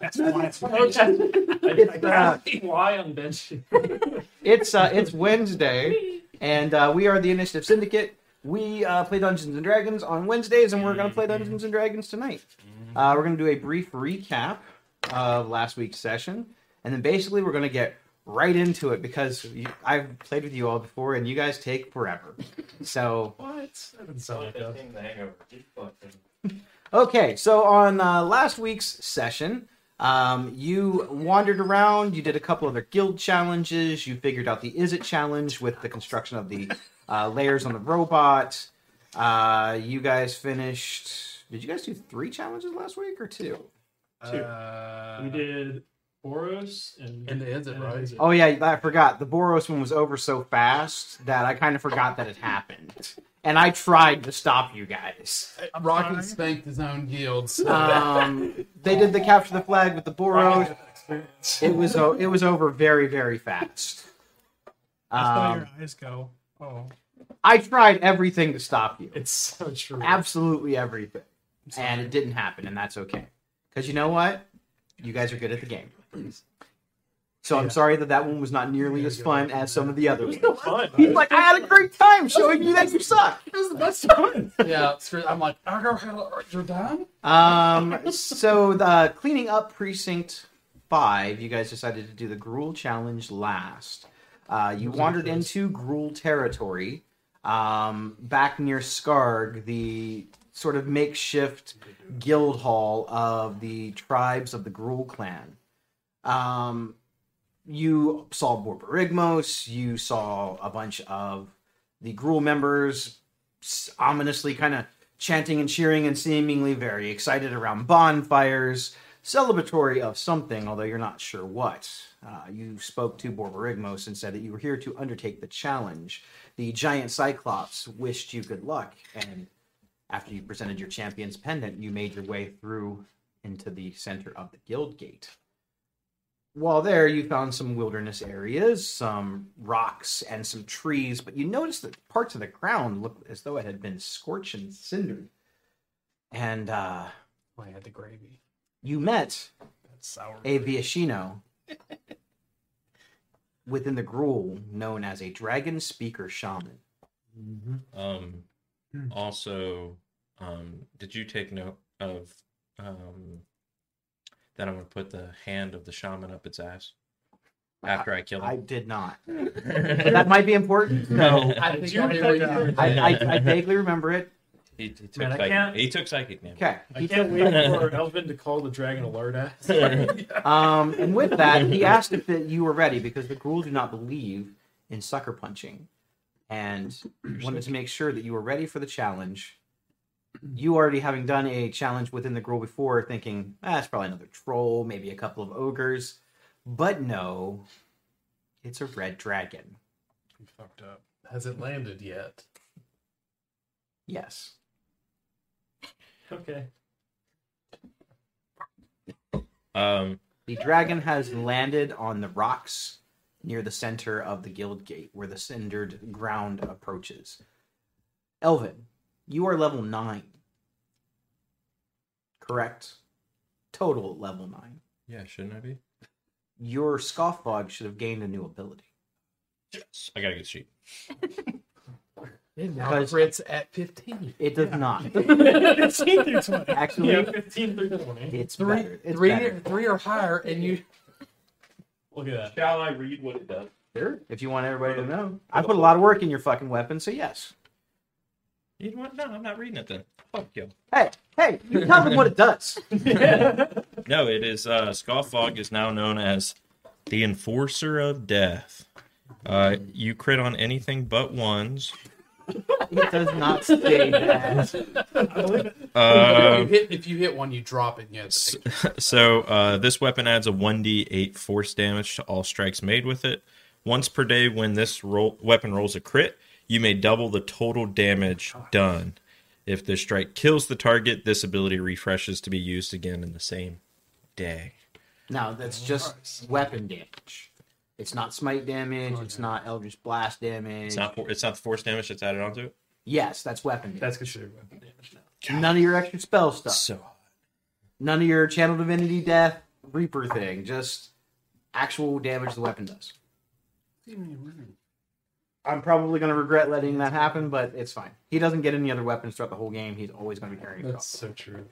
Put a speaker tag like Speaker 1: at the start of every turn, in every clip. Speaker 1: That's why. That's why. I just-
Speaker 2: Okay.
Speaker 1: I, I just
Speaker 3: bad.
Speaker 1: see why I'm benching.
Speaker 3: It's uh, it's Wednesday, and uh, we are the Initiative Syndicate. We uh, play Dungeons and Dragons on Wednesdays, and we're going to play Dungeons and Dragons tonight. Uh, we're going to do a brief recap of last week's session, and then basically we're going to get right into it because you, I've played with you all before, and you guys take forever. So
Speaker 1: What? That doesn't sound like us.
Speaker 4: the hangover. Keep fucking-
Speaker 3: Okay, so on uh, last week's session, um, you wandered around, you did a couple other guild challenges, you figured out the Is It challenge with the construction of the uh, layers on the robot. Uh, you guys finished. Did you guys do three challenges last week or two?
Speaker 1: Two.
Speaker 2: Uh,
Speaker 1: We did Boros and
Speaker 2: And the Is It,
Speaker 1: and
Speaker 2: right?
Speaker 1: Is It.
Speaker 3: Oh, yeah, I forgot. The Boros one was over so fast that I kind of forgot that it happened. And I tried to stop you guys.
Speaker 2: Rocky spanked his own guilds.
Speaker 3: Um, they did the capture the flag with the Boros.
Speaker 1: experience.
Speaker 3: It was o- it was over very very fast.
Speaker 5: I saw
Speaker 3: Um,
Speaker 5: your eyes go. Oh,
Speaker 3: I tried everything to stop you,
Speaker 1: It's so true.
Speaker 3: absolutely everything, and it didn't happen, and that's okay. Because you know what, you guys are good at the game. So I'm sorry that that one was not nearly as fun as some of the others.
Speaker 1: Fun.
Speaker 3: He's like, I had a great time showing you that you suck.
Speaker 2: It was the best one. yeah, screw. I'm like, I go hell. You're done.
Speaker 3: Um, so the cleaning up precinct five, you guys decided to do the Gruul challenge last. Uh, you wandered into Gruul territory, um, back near Skarg, the sort of makeshift guild hall of the tribes of the Gruul clan. Um, you saw Borborigmos, you saw a bunch of the Gruul members s- ominously kind of chanting and cheering and seemingly very excited around bonfires, celebratory of something, although you're not sure what. Uh, you spoke to Borborigmos and said that you were here to undertake the challenge. The giant Cyclops wished you good luck, and after you presented your champion's pendant, you made your way through into the center of the guild gate. While there, you found some wilderness areas, some rocks, and some trees, but you noticed that parts of the ground looked as though it had been scorched and cindered. And uh,
Speaker 2: Oh, I had the gravy.
Speaker 3: you met
Speaker 2: That's sour.
Speaker 3: a Viashino within the gruel known as a dragon speaker shaman.
Speaker 4: Um,
Speaker 1: Hmm.
Speaker 4: also, um, did you take note of um, that I'm going to put the hand of the shaman up its ass after I kill
Speaker 3: I
Speaker 4: him?
Speaker 3: did not. But that might be important. No,
Speaker 2: I think
Speaker 1: You
Speaker 2: I
Speaker 1: took
Speaker 2: hear you.
Speaker 1: out-
Speaker 3: I, I, I vaguely remember it.
Speaker 4: he, he took
Speaker 1: Man, I
Speaker 4: psychic.
Speaker 1: can't-
Speaker 4: He took psychic damage.
Speaker 3: Okay.
Speaker 1: I can't wait for Elvin to call the dragon alert ass.
Speaker 3: Um, and with that, he asked if that you were ready because the Gruul do not believe in sucker punching, and wanted to make sure that you were ready for the challenge. You already having done a challenge within the Gruul before, thinking ah, it's probably another troll, maybe a couple of ogres, but no, it's a red dragon.
Speaker 2: You fucked up. Has it landed yet?
Speaker 3: Yes.
Speaker 1: Okay.
Speaker 4: Um,
Speaker 3: The dragon has landed on the rocks near the center of the guild gate where the cindered ground approaches. Elvin, you are level 9. Correct. Total level 9.
Speaker 4: yeah, shouldn't I be?
Speaker 3: Your scoffbog should have gained a new ability.
Speaker 4: Yes. I got to get sheep.
Speaker 3: Because-
Speaker 2: Fritz at 15.
Speaker 3: It does not.
Speaker 5: it's through twenty.
Speaker 3: Actually,
Speaker 1: Yeah, 15 through 20.
Speaker 3: it's
Speaker 2: Three,
Speaker 3: better. It's
Speaker 2: three,
Speaker 3: better.
Speaker 2: three or higher, and you.
Speaker 1: Look at that. Shall I read what it does?
Speaker 3: If you want everybody to know, I put a lot of work in your fucking weapon, so yes.
Speaker 4: You know what? No, I'm not reading it then. Fuck you.
Speaker 3: Hey, hey, you tell them what it does.
Speaker 4: No, it is. Uh, Scoffog is now known as the Enforcer of Death. Uh, you crit on anything but ones.
Speaker 3: It does not say that.
Speaker 2: if, you
Speaker 4: Um,
Speaker 2: hit, if you hit one, you drop it. And you have to take
Speaker 4: so uh, this weapon adds a 1d8 force damage to all strikes made with it. Once per day, when this roll, weapon rolls a crit, you may double the total damage done. If the strike kills the target, this ability refreshes to be used again in the same day.
Speaker 3: No, that's just weapon damage. It's not smite damage. It's not eldritch blast damage.
Speaker 4: It's not for, it's not the force damage that's added onto it.
Speaker 3: Yes, that's weapon damage.
Speaker 1: That's considered weapon damage now.
Speaker 3: None of your extra spell stuff.
Speaker 4: So
Speaker 3: None of your channel divinity death. Reaper thing, just actual damage the weapon does. I'm probably going to regret letting that happen, but it's fine. He doesn't get any other weapons throughout the whole game. He's always going to be carrying. a
Speaker 2: That's
Speaker 3: cross.
Speaker 2: so true.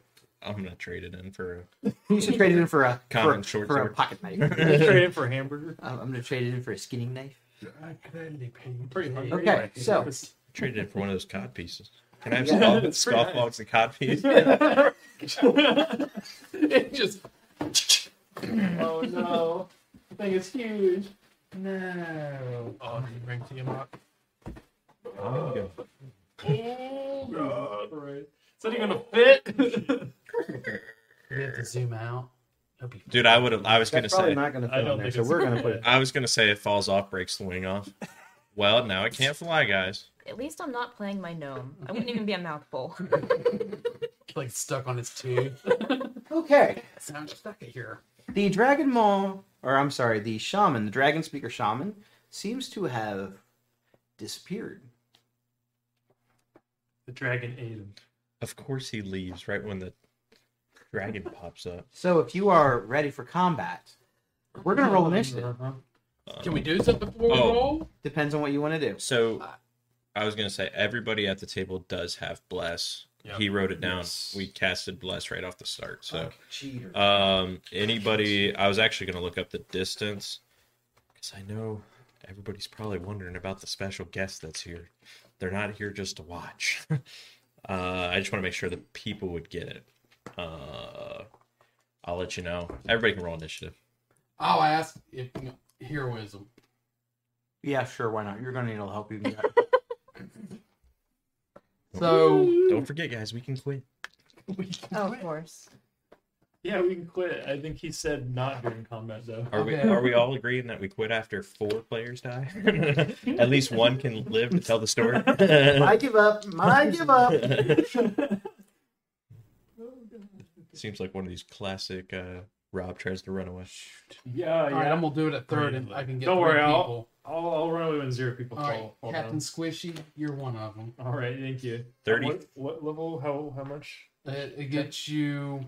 Speaker 4: I'm gonna trade it in for.
Speaker 3: You should trade it in for a for,
Speaker 4: Common
Speaker 3: a-
Speaker 4: short
Speaker 3: for a
Speaker 4: sword.
Speaker 3: pocket knife. I'm,
Speaker 1: Trade it for a hamburger.
Speaker 3: I'm going to trade it in for a skinning knife.
Speaker 1: I could be paying. Pretty hungry.
Speaker 3: Okay,
Speaker 1: Anyway,
Speaker 3: so-
Speaker 1: it's-
Speaker 4: I traded it for one of those cod pieces. Can I have
Speaker 3: Yeah,
Speaker 4: scoff,
Speaker 1: it's pretty
Speaker 4: scoffbox
Speaker 1: nice.
Speaker 4: and cod piece?
Speaker 2: It just
Speaker 1: oh no, the thing is huge. No. Oh, can you bring Tiamat? Oh god. Right. Is that even gonna fit?
Speaker 2: we have to zoom out. That'd be
Speaker 4: Dude, I would. I was gonna
Speaker 3: That's probably
Speaker 4: say.
Speaker 3: not going to
Speaker 1: I
Speaker 3: fit
Speaker 1: don't
Speaker 3: on there,
Speaker 1: think
Speaker 3: so
Speaker 1: it's-
Speaker 3: we're going to put it.
Speaker 4: I was gonna say it falls off, breaks the wing off. Well, now it can't fly, guys.
Speaker 6: At least I'm not playing my gnome. I wouldn't even be a mouthful.
Speaker 2: like stuck on its tooth.
Speaker 3: Okay.
Speaker 2: so I'm stuck it here.
Speaker 3: The Dragon Maul, or I'm sorry, the Shaman, the Dragon Speaker Shaman, seems to have disappeared.
Speaker 1: the dragon ate him.
Speaker 4: Of course, he leaves right when the dragon pops up.
Speaker 3: So if you are ready for combat, we're going to roll initiative.
Speaker 2: Uh-huh. Can we do something before we
Speaker 4: Oh.
Speaker 2: roll?
Speaker 3: Depends on what you want to do.
Speaker 4: So, I was gonna say everybody at the table does have bless.
Speaker 1: Yep.
Speaker 4: He wrote it down.
Speaker 3: Yes.
Speaker 4: We casted bless right off the start. So,
Speaker 3: Cheater.
Speaker 4: um, anybody? I was actually gonna look up the distance because I know everybody's probably wondering about the special guest that's here. They're not here just to watch. uh, I just want to make sure that people would get it. Uh, I'll let you know. Everybody can roll initiative.
Speaker 2: Oh, I asked if heroism.
Speaker 3: yeah, sure, why not? You're going to need a little help. You can get
Speaker 2: So
Speaker 4: Don't forget, guys. We can quit.
Speaker 1: We can
Speaker 6: Oh, of
Speaker 1: quit.
Speaker 6: course.
Speaker 1: Yeah, we can quit. I think he said not during combat though.
Speaker 4: Are
Speaker 2: Okay.
Speaker 4: we are we all agreeing that we quit after four players die? At least one can live to tell the story.
Speaker 3: I give up. I give up.
Speaker 4: Seems like one of these classic uh, Rob tries to run away.
Speaker 1: Yeah,
Speaker 2: all right,
Speaker 1: Oh, yeah.
Speaker 2: I'm gonna do it at third, and I can get
Speaker 1: Don't
Speaker 2: three
Speaker 1: worry, I'll-
Speaker 2: people.
Speaker 1: I'll, I'll run away when zero people
Speaker 2: All right,
Speaker 1: fall. fall
Speaker 2: Captain
Speaker 1: down.
Speaker 2: Squishy, you're one of them.
Speaker 1: All right, thank you.
Speaker 4: 30.
Speaker 1: What, what level? How how much?
Speaker 2: Uh, It, it gets you.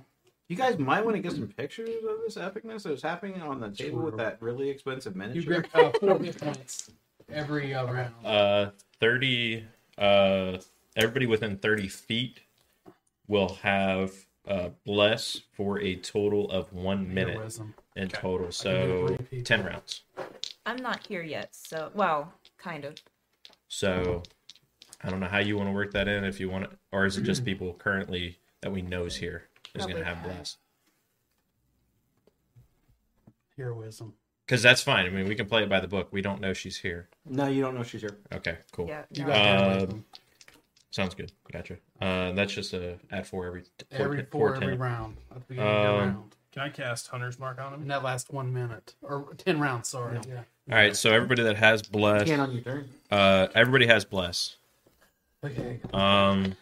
Speaker 3: You guys might want to get some pictures of this epicness that was happening on the table with that really expensive
Speaker 2: You
Speaker 3: miniature.
Speaker 2: grip uh, four hit points every uh, round.
Speaker 4: Uh, thirty. Uh, everybody within thirty feet will have uh, bless for a total of one minute
Speaker 2: Heroism.
Speaker 4: in total.
Speaker 2: do
Speaker 4: So
Speaker 2: three people.
Speaker 4: ten rounds.
Speaker 6: I'm not here yet, so well, kind of.
Speaker 4: So I don't know how you want to work that in if you want to, or is it just people currently that we know is here is going to
Speaker 6: Probably
Speaker 4: have
Speaker 6: not.
Speaker 4: blast?
Speaker 2: Heroism.
Speaker 4: Because that's fine. I mean, we can play it by the book. We don't know she's here.
Speaker 3: No, you don't know she's here.
Speaker 4: Okay, cool.
Speaker 6: Yeah.
Speaker 2: You
Speaker 6: no.
Speaker 2: got
Speaker 4: Uh,
Speaker 2: heroism.
Speaker 4: Sounds good. Gotcha. Uh, that's just a add four every
Speaker 2: Every four,
Speaker 4: four
Speaker 2: every
Speaker 4: ten.
Speaker 2: round. At the beginning of
Speaker 4: Um,
Speaker 2: the round.
Speaker 1: Can I cast Hunter's Mark on
Speaker 2: In that last one minute or ten rounds. Sorry. Yeah.
Speaker 4: All right. So everybody that has bless,
Speaker 3: Can on your turn.
Speaker 4: uh, everybody has bless.
Speaker 2: Okay.
Speaker 4: Um,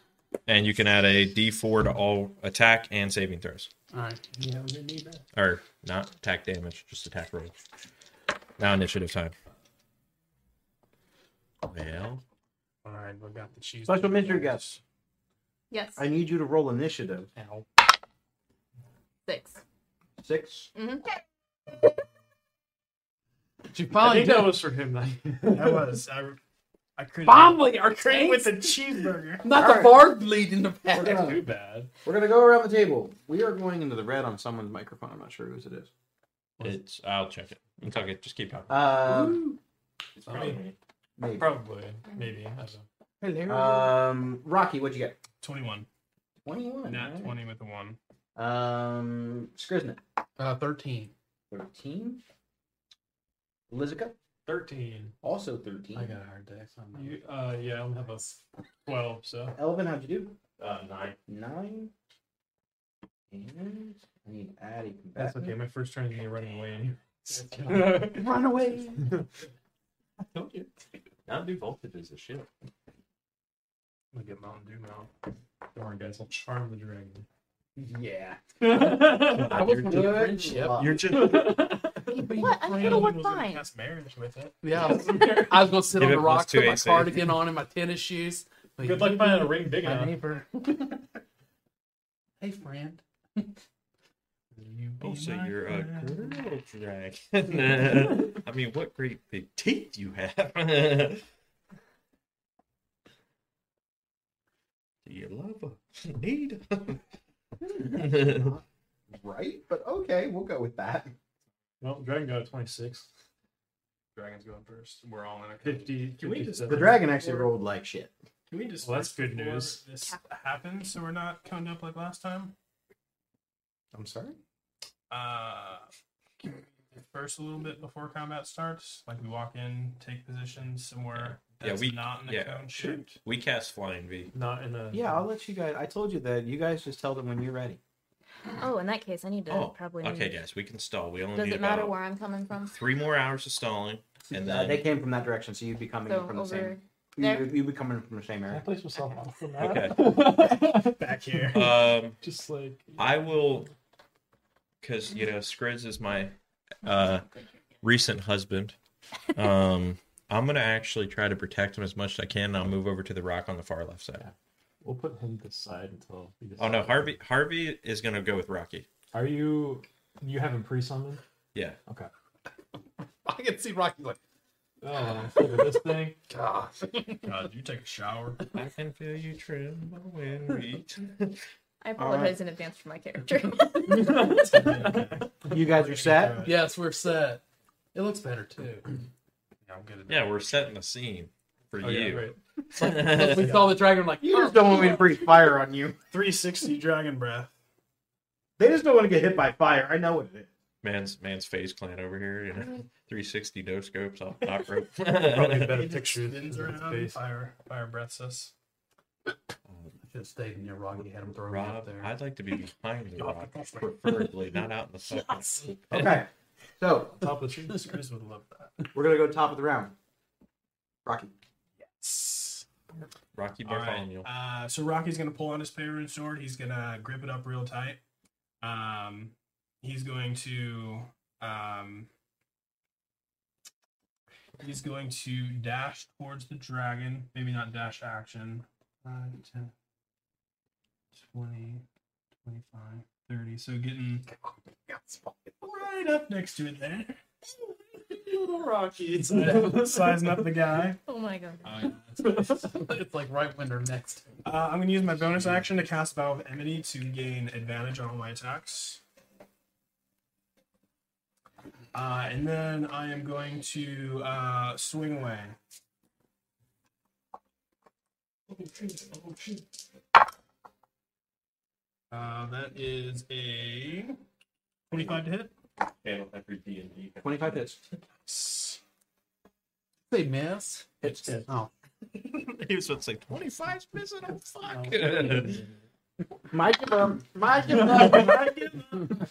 Speaker 4: and you can add a D4 to all attack and saving throws.
Speaker 2: All right.
Speaker 1: Yeah, we didn't need that.
Speaker 4: or not attack damage, just attack roll. Now initiative time. Well,
Speaker 1: All right, we got the cheese.
Speaker 3: Special miniature guest.
Speaker 6: Yes.
Speaker 3: I need you to roll initiative.
Speaker 1: Ow.
Speaker 6: Six.
Speaker 3: Six.
Speaker 6: hmm
Speaker 2: She
Speaker 1: I
Speaker 2: finally
Speaker 1: think that
Speaker 2: did.
Speaker 1: was for him. That, that was. I, I couldn't.
Speaker 2: Finally, our train
Speaker 1: with the cheeseburger.
Speaker 2: Not
Speaker 3: All
Speaker 2: the
Speaker 3: right.
Speaker 2: bard leading the pack.
Speaker 1: That's too bad.
Speaker 3: We're gonna go around the table. We are going into the red on someone's microphone. I'm not sure whose it is.
Speaker 4: it's I'll check it. It's okay. Just keep talking.
Speaker 3: Um,
Speaker 1: It's probably,
Speaker 3: maybe.
Speaker 1: probably, maybe. I don't know.
Speaker 3: Um, Rocky, what'd you get?
Speaker 1: Twenty-one,
Speaker 3: Twenty-one.
Speaker 1: not
Speaker 3: alright.
Speaker 1: twenty with the one.
Speaker 3: Um, Skriznet,
Speaker 2: Uh, thirteen.
Speaker 3: thirteen. Lizica,
Speaker 1: Thirteen.
Speaker 3: also thirteen.
Speaker 2: I got a hard day. So I'm not-
Speaker 1: You, uh, yeah, I only have a s- twelve. So
Speaker 3: Elvin, how'd you do?
Speaker 7: Uh, nine.
Speaker 3: Nine. And I need to add a combatant.
Speaker 1: that's okay. My first turn is me running away. in
Speaker 2: That's
Speaker 1: here.
Speaker 3: Run away.
Speaker 1: Don't you?
Speaker 4: Now do voltage is a shit.
Speaker 1: I'm gonna get Mountain Dew now. Don't worry, guys. I'll charm the dragon.
Speaker 3: yeah.
Speaker 2: I was
Speaker 4: You're,
Speaker 2: gonna friendship.
Speaker 3: luck.
Speaker 4: you're just
Speaker 6: What? I think it'll work fine.
Speaker 1: Cast marriage with it.
Speaker 2: Yeah. I was, I was gonna sit
Speaker 4: Give
Speaker 2: on
Speaker 4: it
Speaker 2: the
Speaker 4: plus
Speaker 2: rocks,
Speaker 4: two
Speaker 2: put my
Speaker 4: AC.
Speaker 2: cardigan on and my tennis shoes. But
Speaker 1: Good
Speaker 2: you-
Speaker 1: luck finding a ring big
Speaker 2: My
Speaker 1: enough.
Speaker 2: neighbor. hey, friend.
Speaker 5: you be
Speaker 4: Also,
Speaker 5: my
Speaker 4: Oh, you're a
Speaker 5: friend?
Speaker 4: girl dragon. I mean, what great big teeth you have. Do you love her? Need her?
Speaker 3: Right? But okay, we'll go with that.
Speaker 1: Well, Dragon got a 26.
Speaker 5: Dragon's going first. We're all in a
Speaker 1: 50.
Speaker 5: Can we just-
Speaker 3: The
Speaker 1: 57.
Speaker 3: dragon actually rolled like shit.
Speaker 5: Can we just?
Speaker 1: Well, that's good news.
Speaker 5: This happens, so we're not coming up like last time.
Speaker 3: I'm sorry?
Speaker 5: Uh, first a little bit before combat starts. Like we walk in, take position somewhere
Speaker 4: Yeah,
Speaker 5: that's
Speaker 4: we-
Speaker 5: not in a
Speaker 4: yeah,
Speaker 5: cone
Speaker 4: sure.
Speaker 5: shaped.
Speaker 4: we cast Flying V.
Speaker 1: Not in a.
Speaker 3: Yeah, I'll let you guys. I told you that. You guys just tell them when you're ready.
Speaker 6: Oh, in that case, I need to
Speaker 4: Oh,
Speaker 6: probably.
Speaker 4: okay,
Speaker 6: move.
Speaker 4: guys, we can stall. We only
Speaker 6: Does
Speaker 4: need
Speaker 6: it matter
Speaker 4: about
Speaker 6: where I'm coming from?
Speaker 4: three more hours of stalling, and
Speaker 3: Uh,
Speaker 4: then
Speaker 3: they came from that direction, so you'd be coming
Speaker 6: So
Speaker 3: from the
Speaker 6: over.
Speaker 3: same.
Speaker 6: there?
Speaker 3: You, you'd be coming from the same area.
Speaker 2: place was so awesome.
Speaker 1: Okay. Back here.
Speaker 4: um,
Speaker 1: Just like.
Speaker 4: I will, because you know, Scrids is my uh, recent husband. Um, I'm gonna actually try to protect him as much as I can, and I'll move over to the rock on the far left side.
Speaker 1: We'll put him to the side until. We
Speaker 4: Oh no, Harvey! Harvey is gonna go with Rocky.
Speaker 1: Are you. You haven't pre summoned?
Speaker 4: Yeah,
Speaker 2: I can see Rocky like,
Speaker 1: Oh, this thing.
Speaker 2: God.
Speaker 5: God, you take a shower.
Speaker 4: I can feel you tremble when we.
Speaker 6: I apologize in advance for my character.
Speaker 3: You guys are set.
Speaker 2: Yes, we're set. It looks better too.
Speaker 5: Yeah, I'm good at that.
Speaker 4: Yeah, we're setting the scene for
Speaker 1: Oh, yeah,
Speaker 4: you.
Speaker 1: right.
Speaker 2: we saw the dragon, like, "Oh."
Speaker 3: You just don't want me to breathe fire on you.
Speaker 5: 360 dragon breath.
Speaker 3: They just don't want to get hit by fire. I know what it is.
Speaker 4: Man's man's phase clan over here, you know, 360 no scopes off top rope.
Speaker 1: Probably a better
Speaker 5: It just
Speaker 1: picture than
Speaker 5: spins
Speaker 1: his
Speaker 5: around.
Speaker 1: face.
Speaker 5: Fire, fire breaths us.
Speaker 2: Should have stayed in your Rocky, had him throw me
Speaker 4: Rob,
Speaker 2: up there.
Speaker 4: I'd like to be behind the rock, preferably not out in the sun.
Speaker 3: Okay. So
Speaker 1: Top of the tree.
Speaker 5: This Chris would love that.
Speaker 3: we're gonna go top of the round. Rocky.
Speaker 4: Rocky
Speaker 5: All right.
Speaker 4: Bartholomew.
Speaker 5: Uh, so Rocky's gonna pull out his Peru sword. He's gonna grip it up real tight. Um, he's going to um, he's going to dash towards the dragon. Maybe not dash action. 5, 10, 20, 25, 30. So getting right up next to it there. Little Rocky. Sizing up the guy.
Speaker 6: oh my god.
Speaker 2: it's like right when they're next.
Speaker 5: Uh, I'm going to use my bonus action to cast Vow of Enmity to gain advantage on all my attacks. Uh, and then I am going to uh, swing away. Uh, that is a 25 to hit.
Speaker 1: Handle every E. D&D.
Speaker 3: Twenty-five hits.
Speaker 2: They miss.
Speaker 3: Hits. Oh.
Speaker 4: he was about to say 25's missing. Oh fuck!
Speaker 3: My give up. My give up.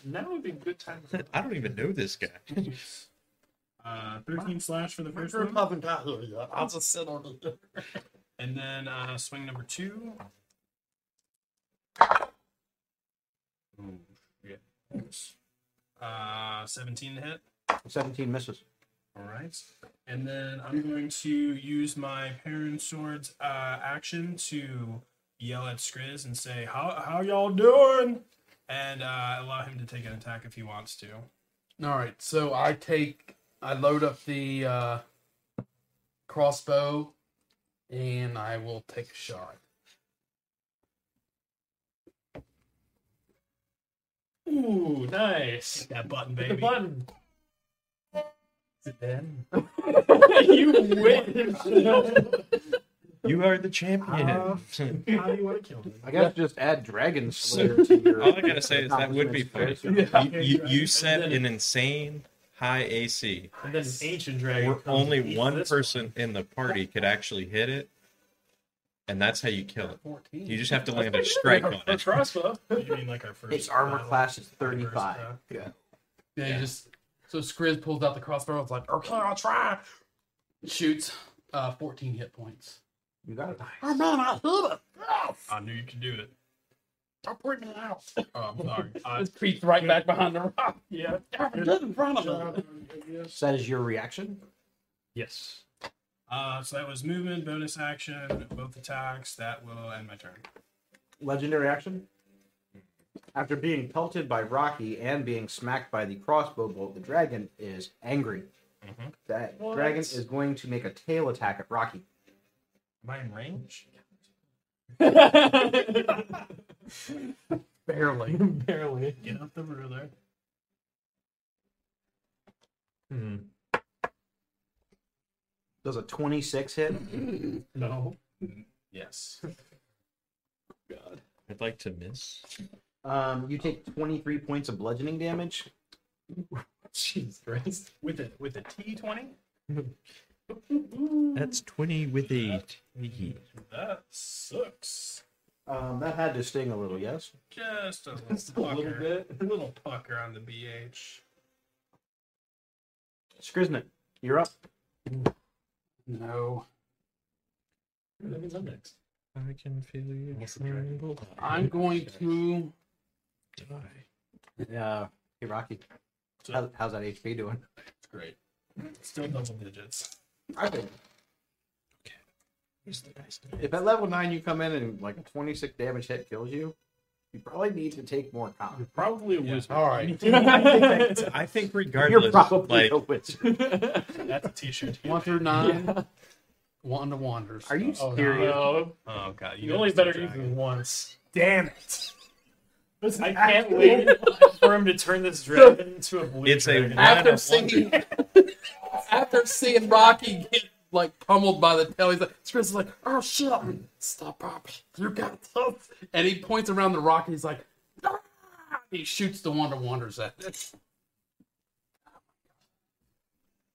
Speaker 1: Now would be a good time. to-
Speaker 4: I don't even know this guy.
Speaker 5: Uh, 13 slash for the first one.
Speaker 2: I'll just sit on it.
Speaker 5: And then uh, swing number two. Uh, 17 to hit.
Speaker 3: Seventeen misses.
Speaker 5: All right. And then I'm going to use my parent sword's uh, action to yell at Skriz and say, "How how y'all doing?" And uh, allow him to take an attack if he wants to.
Speaker 2: All right, so I take, I load up the uh, crossbow, and I will take a shot.
Speaker 1: Ooh, nice.
Speaker 5: Hit that button,
Speaker 1: Hit
Speaker 5: baby.
Speaker 1: The button.
Speaker 2: Then
Speaker 1: you win.
Speaker 4: You are the champion.
Speaker 5: How do you want to kill him?
Speaker 3: I guess just add dragon slayer to your.
Speaker 4: All I gotta say is that would be funny. You, you, you set
Speaker 1: And then-
Speaker 4: an insane high AC.
Speaker 1: And then an ancient dragon.
Speaker 4: where
Speaker 1: comes and
Speaker 4: only
Speaker 1: eats
Speaker 4: one
Speaker 1: this
Speaker 4: person in the party could actually hit it, and that's how you kill it.
Speaker 2: fourteen.
Speaker 4: You just have to land a strike on
Speaker 1: A
Speaker 4: it.
Speaker 1: crossbow.
Speaker 5: You mean like our first?
Speaker 3: Its armor
Speaker 5: uh,
Speaker 3: class is
Speaker 5: our first,
Speaker 3: thirty-five.
Speaker 5: uh,
Speaker 3: Yeah.
Speaker 2: yeah, you just so Skriz pulls out the crossbow. It's like, okay, I'll try. Shoots, uh, fourteen hit points.
Speaker 3: You got it.
Speaker 2: Oh man, I hit it.
Speaker 5: I knew you could do it.
Speaker 2: Don't bring me out.
Speaker 5: Oh, I'm sorry. I,
Speaker 2: This creeps right back behind the rock.
Speaker 1: Yeah.
Speaker 2: Get in front of him.
Speaker 1: Yes.
Speaker 3: So that is your reaction.
Speaker 1: Yes.
Speaker 5: uh, so that was movement, bonus action, both attacks. That will end my turn.
Speaker 3: Legendary action. after being pelted by Rocky and being smacked by the crossbow bolt, the dragon is angry. That
Speaker 5: Well,
Speaker 3: dragon
Speaker 5: that's-
Speaker 3: is going to make a tail attack at Rocky.
Speaker 5: Am I in range?
Speaker 2: Barely.
Speaker 1: Barely.
Speaker 5: Get up the ruler.
Speaker 1: Hmm.
Speaker 3: Does a 26 hit?
Speaker 2: No.
Speaker 5: Yes.
Speaker 1: God.
Speaker 4: I'd like to miss.
Speaker 3: Um, you take 23 points of bludgeoning damage.
Speaker 1: Jesus Christ.
Speaker 5: With a with a T twenty.
Speaker 4: That's 20 with a
Speaker 5: That sucks.
Speaker 3: Um, that had to sting a little, yes.
Speaker 5: Just a little
Speaker 1: Just a
Speaker 5: pucker.
Speaker 1: little bit.
Speaker 5: A little pucker on the BH.
Speaker 3: Skriznik, you're up.
Speaker 2: No.
Speaker 1: That means I'm next.
Speaker 4: I can feel you.
Speaker 1: What's the dragon?
Speaker 4: tremble.
Speaker 2: I'm going to.
Speaker 4: Die.
Speaker 3: Uh, hey, Rocky.
Speaker 5: So-
Speaker 3: How, how's that HP doing?
Speaker 5: It's great. Still double digits.
Speaker 3: I think
Speaker 4: Here's the dice.
Speaker 3: if at level 9 you come in and like a 26 damage hit kills you, you probably need to take more comp.
Speaker 1: Probably a wizard.
Speaker 2: All right.
Speaker 4: I think
Speaker 3: You're
Speaker 4: regardless,
Speaker 3: probably
Speaker 4: like,
Speaker 3: a wizard.
Speaker 5: That's a T-shirt.
Speaker 2: One through nine. One to wanders.
Speaker 3: Are you
Speaker 2: no.
Speaker 3: serious?
Speaker 1: No,
Speaker 5: Oh god,
Speaker 1: you only better use it once.
Speaker 5: Damn it!
Speaker 1: I can't wait for him to turn this dragon into a blue
Speaker 4: It's a
Speaker 1: dragon.
Speaker 4: one-
Speaker 2: after seeing after seeing Rocky get like pummeled by the tail, he's like, Chris is like, oh shit, stop, Rob, you got tough. And he points around the rock and he's like, "Ah!" he shoots the one that wanders at it.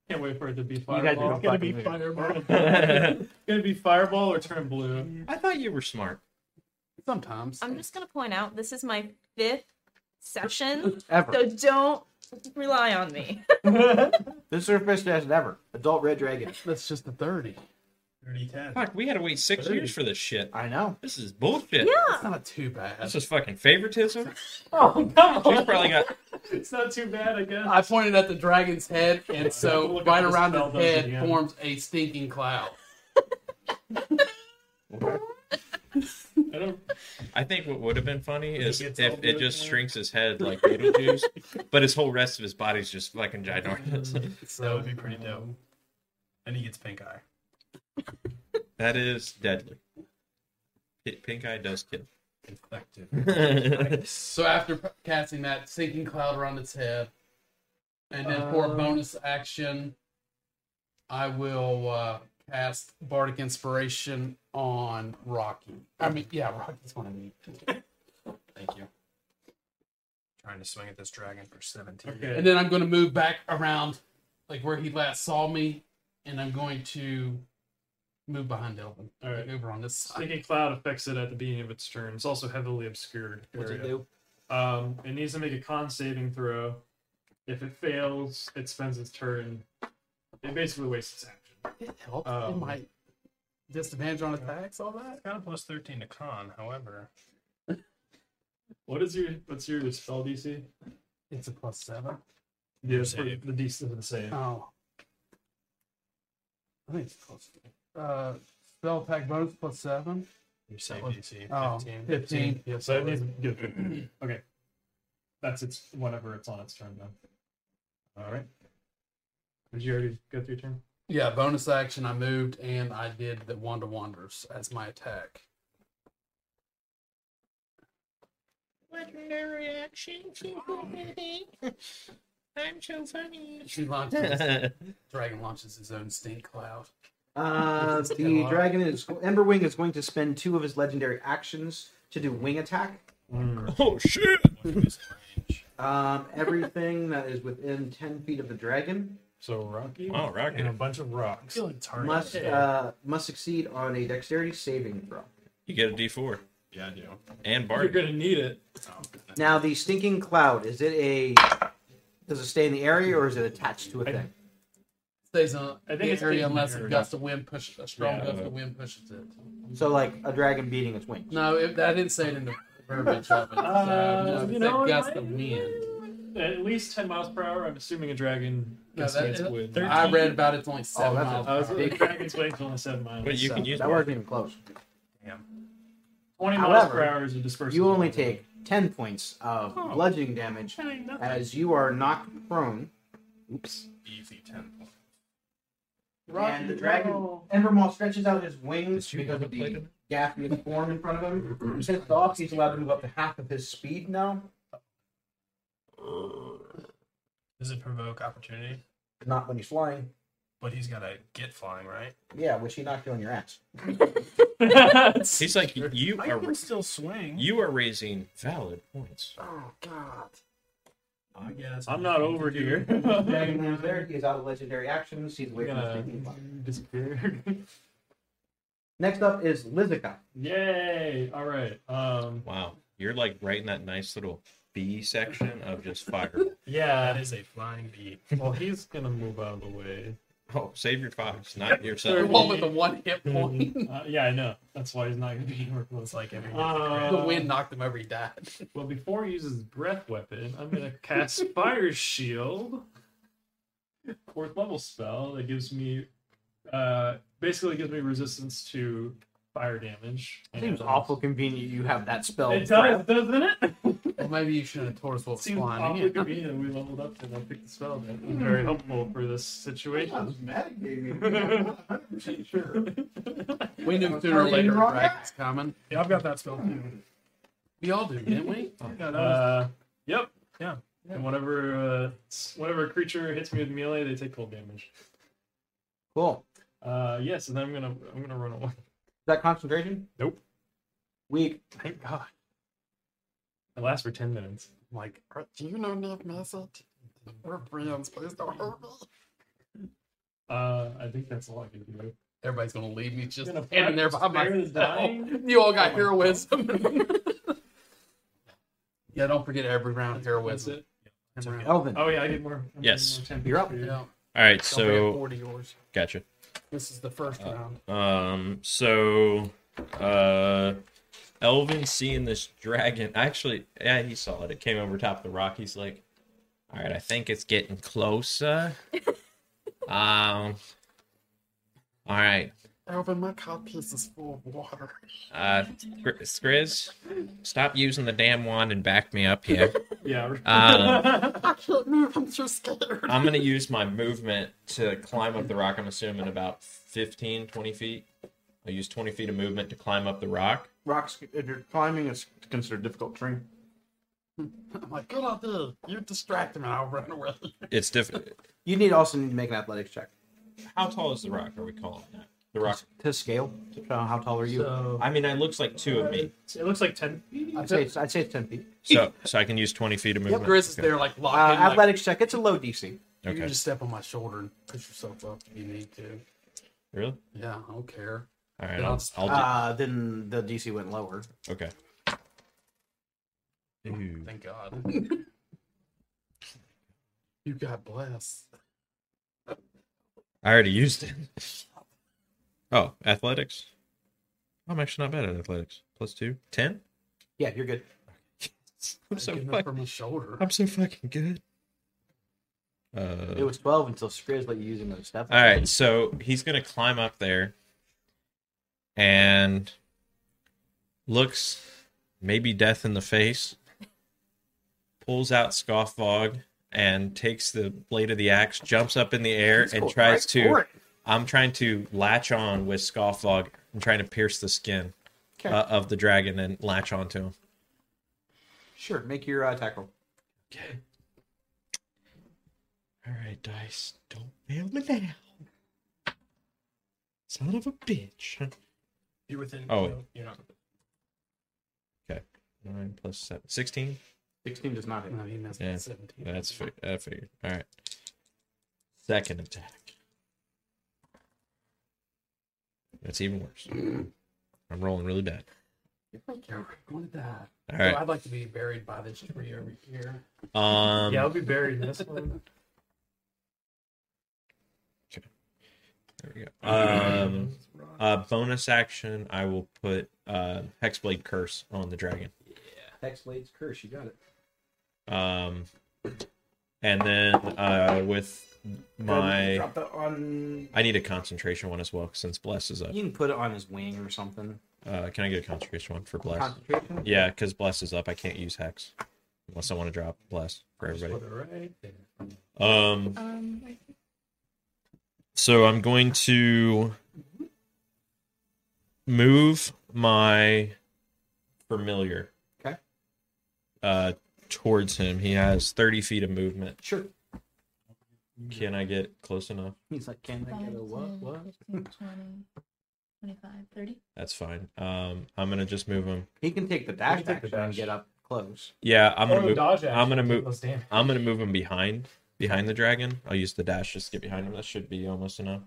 Speaker 1: can't wait for it to be
Speaker 3: guys are
Speaker 1: fireball. It's gonna be
Speaker 3: fucking
Speaker 1: fireball. it's gonna be fireball or turn blue.
Speaker 4: I thought you were smart.
Speaker 2: Sometimes.
Speaker 6: I'm just gonna point out this is my fifth session,
Speaker 3: Ever.
Speaker 6: so don't rely on me.
Speaker 3: This is your first session ever. Adult Red Dragon.
Speaker 2: That's just the 30.
Speaker 5: Thirty ten.
Speaker 4: Fuck, we had to wait six years for this shit.
Speaker 3: I know.
Speaker 4: This is bullshit.
Speaker 6: yeah.
Speaker 2: That's not too bad.
Speaker 4: This is fucking favoritism.
Speaker 1: Oh come
Speaker 4: She's probably got
Speaker 1: It's not too bad, I guess.
Speaker 2: I pointed at the dragon's head, and so
Speaker 1: Look
Speaker 2: right
Speaker 1: up the
Speaker 2: around
Speaker 1: spell
Speaker 2: his
Speaker 1: does it
Speaker 2: head
Speaker 1: again.
Speaker 2: forms a stinking cloud.
Speaker 1: I don't.
Speaker 4: I think what would have been funny is
Speaker 1: gets
Speaker 4: if
Speaker 1: all
Speaker 4: it
Speaker 1: blue
Speaker 4: just
Speaker 1: again.
Speaker 4: shrinks his head like Beetlejuice, but his whole rest of his body's just fucking ginormous.
Speaker 5: That would be pretty dope. And he gets pink eye.
Speaker 4: that is deadly. Pi- Pink eye does kill.
Speaker 5: Infective.
Speaker 2: So after p- casting that sinking cloud around its head, and then for a
Speaker 1: Um,
Speaker 2: bonus action, I will uh, cast Bardic Inspiration on Rocky. I mean, yeah, Rocky's one of me.
Speaker 5: Thank you. Trying to swing at this dragon for seventeen.
Speaker 1: Okay.
Speaker 2: And then I'm going to move back around, like where he last saw me, and I'm going to move behind Elvin.
Speaker 1: All right.
Speaker 2: over on this side.
Speaker 1: Stinking cloud affects it at the beginning of its turn. It's also heavily obscured.
Speaker 3: What's it
Speaker 1: area.
Speaker 3: do?
Speaker 1: Um, it needs to make a con saving throw. If it fails, it spends its turn. It basically wastes its action.
Speaker 2: It helps. it
Speaker 1: Um,
Speaker 2: might Oh, disadvantage on attacks, all that.
Speaker 5: Got a plus thirteen to con. However,
Speaker 1: What is your what's your spell DC?
Speaker 2: It's a plus seven.
Speaker 1: Yeah, it's for
Speaker 5: Save.
Speaker 1: the DC of the save.
Speaker 2: Oh. I think it's close. Uh, spell attack bonus plus seven.
Speaker 5: your save
Speaker 2: was-
Speaker 5: DC
Speaker 2: Oh,
Speaker 5: fifteen.
Speaker 2: 15. Yes,
Speaker 1: So it needs to get okay. That's its whenever it's on its turn then. All right. Did you already go through your turn?
Speaker 2: Yeah, bonus action. I moved and I did the Wanda Wanders as my attack.
Speaker 4: Legendary action. I'm so funny.
Speaker 2: She launches, dragon launches his own stink cloud.
Speaker 3: Uh,
Speaker 2: It's
Speaker 3: the
Speaker 2: Taylor.
Speaker 3: dragon is Emberwing is going to spend two of his legendary actions to do wing attack.
Speaker 4: oh shit!
Speaker 5: What is range?
Speaker 3: Um, everything that is within ten feet of the dragon
Speaker 1: So Rocky
Speaker 4: Wow,
Speaker 1: and a
Speaker 4: Rocket.
Speaker 1: bunch of
Speaker 5: I
Speaker 1: rocks.
Speaker 5: feel like target.
Speaker 3: must uh, must succeed on a dexterity saving throw.
Speaker 4: You get a D4
Speaker 5: Yeah, I do.
Speaker 4: and
Speaker 1: You're
Speaker 4: Bard.
Speaker 1: gonna need it.
Speaker 5: Oh, goodness.
Speaker 3: Now the stinking cloud is it a does it stay in the area or is it attached to a thing?
Speaker 2: Stays in
Speaker 1: think
Speaker 2: the
Speaker 1: it's
Speaker 2: area
Speaker 1: in
Speaker 2: unless
Speaker 1: the
Speaker 2: a
Speaker 1: area.
Speaker 2: gust of wind pushes a strong
Speaker 1: Yeah.
Speaker 2: gust of wind pushes it.
Speaker 3: So like a dragon beating its wings.
Speaker 2: No, it, I didn't say it in the verbiage of it. So,
Speaker 1: Uh,
Speaker 2: no, it
Speaker 1: you
Speaker 2: said
Speaker 1: know, it
Speaker 2: gust
Speaker 1: might-
Speaker 2: of wind.
Speaker 1: At least ten miles per hour. I'm assuming a dragon
Speaker 2: No,
Speaker 1: can see
Speaker 2: that- uh,
Speaker 1: its wood.
Speaker 2: I read about it's only seven
Speaker 3: that's a-
Speaker 2: miles.
Speaker 1: I was
Speaker 2: per hour.
Speaker 1: the Oh, dragon's wings only seven miles.
Speaker 4: But you
Speaker 1: so
Speaker 4: can use
Speaker 3: That wasn't even close.
Speaker 1: twenty miles per
Speaker 3: However,
Speaker 1: hour is a dispersion.
Speaker 3: You only take 10 points of bludgeoning damage as you are knocked prone. Oops.
Speaker 5: Easy 10 points.
Speaker 3: and the dragon Embermaw stretches out his wings because of the gaseous form in front of him. Since the ox, he's allowed to move up to half of his speed now.
Speaker 5: Does it provoke opportunity?
Speaker 3: Not when he's flying.
Speaker 5: But he's got to get flying, right?
Speaker 3: Yeah, which he knocked you on your ass.
Speaker 4: He's like, you
Speaker 5: I
Speaker 4: are
Speaker 5: can still swing.
Speaker 4: you are raising valid points.
Speaker 2: Oh God.
Speaker 5: I guess.
Speaker 1: I'm not over here.
Speaker 3: Dragon lands there. He is out of legendary actions. He's away from his
Speaker 1: Gonna-
Speaker 3: thinking block.
Speaker 1: Disappear.
Speaker 3: Next up is Lizica.
Speaker 1: Yay! All right. Um.
Speaker 4: Wow, you're like right in that nice little B section of just fire.
Speaker 5: That
Speaker 1: Yeah.
Speaker 5: is a flying bee.
Speaker 1: Well, he's gonna move out of the way.
Speaker 4: oh, save your fives, not
Speaker 2: The
Speaker 4: yourself.
Speaker 2: one with the one hit point.
Speaker 1: Uh, yeah, I know. That's why he's not gonna be anywhere close.
Speaker 5: It's like every.
Speaker 1: Uh,
Speaker 2: the wind knocked him over. He died.
Speaker 1: Well, before he uses his breath weapon, I'm gonna cast Fire Shield, fourth level spell that gives me, uh, basically gives me resistance to fire damage.
Speaker 3: Seems
Speaker 1: And- uh,
Speaker 3: awful convenient you have that spell.
Speaker 1: It does, doesn't it?
Speaker 2: Well, maybe you should have told us what was
Speaker 1: Seems
Speaker 2: flying
Speaker 1: awfully
Speaker 2: in.
Speaker 1: convenient. that We leveled up and I picked the spell. That was very helpful for this situation.
Speaker 3: sure.
Speaker 2: We knew sooner or later, right? It's coming.
Speaker 5: Yeah, I've got that spell too.
Speaker 2: We all do, didn't we?
Speaker 5: Yeah, that was,
Speaker 1: Uh, yep.
Speaker 5: Yeah.
Speaker 1: And whenever uh, s- whenever a creature hits me with melee, they take cold damage.
Speaker 3: Cool.
Speaker 1: Uh, yes, and then I'm gonna I'm gonna run away.
Speaker 3: Is that concentration?
Speaker 1: Nope.
Speaker 3: Weak.
Speaker 1: Thank God. It lasts for ten minutes.
Speaker 2: I'm like, "Are- do you know Nick Message? We're friends. Please don't hurt me.
Speaker 1: Uh, I think that's all I can do.
Speaker 2: Everybody's gonna leave me just
Speaker 1: Gonna
Speaker 2: standing there
Speaker 1: fucking
Speaker 2: behind my
Speaker 1: spare the dying?
Speaker 2: You all got heroism. yeah, don't forget every round
Speaker 1: That's
Speaker 2: heroism.
Speaker 1: it.
Speaker 2: Every round.
Speaker 3: Elvin.
Speaker 1: Oh yeah, I get more. I get
Speaker 4: Yes.
Speaker 1: more temp
Speaker 3: You're up.
Speaker 1: for you.
Speaker 2: Yeah.
Speaker 4: All right,
Speaker 2: Don't forget
Speaker 4: so uh,
Speaker 2: four to yours.
Speaker 4: gotcha.
Speaker 2: This is the first round.
Speaker 4: Um, so, uh, Elvin seeing this dragon, actually, yeah, he saw it. It came over top of the rock. He's like, "All right, I think it's getting closer." um, all right,
Speaker 2: Alvin, my codpiece is full of water.
Speaker 4: uh, Gr- Skriz, stop using the damn wand and back me up here.
Speaker 1: Yeah.
Speaker 4: Um,
Speaker 2: I can't move. I'm so scared.
Speaker 4: I'm gonna use my movement to climb up the rock. I'm assuming about 15, 20 feet. I'll use 20 feet of movement to climb up the rock.
Speaker 3: Rocks. If you're climbing, it's considered difficult terrain.
Speaker 2: I'm like, good idea. You distract me. I'll run away.
Speaker 4: It's different.
Speaker 3: You need also need to make an athletics check
Speaker 4: How tall is the rock? Are we calling that? The rock.
Speaker 3: to scale. Uh, how tall are you?
Speaker 1: So
Speaker 4: I mean, it looks like two of me,
Speaker 1: it looks like ten feet.
Speaker 3: I'd say it's, I'd say it's ten feet.
Speaker 4: so so I can use twenty feet of movement.
Speaker 2: Grizz is
Speaker 4: Okay.
Speaker 2: there, like
Speaker 3: Uh,
Speaker 2: locked in. Like,
Speaker 3: athletics check. It's a low DC.
Speaker 2: you can
Speaker 4: Okay.
Speaker 2: just step on my shoulder and push yourself up if you need to.
Speaker 4: Really?
Speaker 2: Yeah, I don't care.
Speaker 4: All right.
Speaker 2: Yeah,
Speaker 4: I'll,
Speaker 2: I'll-
Speaker 4: I'll do.
Speaker 3: Uh, then the DC went lower.
Speaker 4: okay. Ooh.
Speaker 2: Thank God. you got blessed.
Speaker 4: I already used it. Oh, athletics. I'm actually not bad at athletics. Plus two. Ten.
Speaker 3: Yeah, you're good.
Speaker 4: I'm
Speaker 2: I'm
Speaker 4: so
Speaker 2: getting up
Speaker 4: fucking.
Speaker 2: from my shoulder.
Speaker 4: I'm so fucking good. Uh,
Speaker 3: It was twelve until Skriz let you use another step.
Speaker 4: All right, so he's gonna climb up there and looks maybe death in the face, pulls out Scoffvog and takes the blade of the axe, jumps up in the air, and
Speaker 3: cool.
Speaker 4: tries
Speaker 3: Right for
Speaker 4: to.
Speaker 3: it.
Speaker 4: I'm trying to latch on with Scoffvog and trying to pierce the skin
Speaker 3: Okay.
Speaker 4: uh, of the dragon and latch onto him.
Speaker 3: Sure, make your uh, attack roll.
Speaker 4: Okay. All right, dice. Don't fail me now. Son of a bitch.
Speaker 5: You're within.
Speaker 4: Oh.
Speaker 5: no, you're not.
Speaker 4: Nine plus seven. 16?
Speaker 3: Sixteen does not hit.
Speaker 2: No, he missed
Speaker 4: Yeah,
Speaker 2: 17.
Speaker 4: That's fi- that figured. All right. Second attack. That's even worse. I'm rolling really bad.
Speaker 2: You're going to die.
Speaker 4: All
Speaker 2: So
Speaker 4: right.
Speaker 2: I'd like to be buried by this tree over here.
Speaker 4: Um,
Speaker 1: yeah, I'll be buried in this one.
Speaker 4: there we go. Um, uh, bonus action. I will put uh, Hexblade Curse on the dragon.
Speaker 3: Hexblade's curse. You got it.
Speaker 4: Um, and then uh, with my.
Speaker 3: Drop that on.
Speaker 4: I need a concentration one as well since Bless is up.
Speaker 3: You can put it on his wing or something.
Speaker 4: Uh, can I get a concentration one for Bless?
Speaker 3: Concentration.
Speaker 4: Yeah, because Bless is up. I can't use Hex unless I want to drop Bless for everybody.
Speaker 1: Put it right there.
Speaker 4: Um,
Speaker 6: Um,
Speaker 4: So I'm going to move my familiar.
Speaker 3: Okay.
Speaker 4: Uh, towards him. He has 30 feet of movement.
Speaker 3: Sure.
Speaker 4: Can I get close enough?
Speaker 3: He's like, can I
Speaker 8: Five,
Speaker 3: get a what?
Speaker 8: 10,
Speaker 3: What?
Speaker 8: 15, 20, 25, 30.
Speaker 4: That's fine. Um, I'm gonna just move him.
Speaker 3: He can take the dash
Speaker 1: take the
Speaker 3: action and
Speaker 1: dash.
Speaker 3: get up close.
Speaker 4: Yeah, I'm
Speaker 1: Or
Speaker 4: gonna
Speaker 1: a
Speaker 4: move.
Speaker 1: Oh, dodge action,
Speaker 4: gonna
Speaker 1: take
Speaker 4: move-
Speaker 1: less damage.
Speaker 4: I'm gonna move him behind behind the dragon. I'll use the dash just to get behind him. That should be almost enough.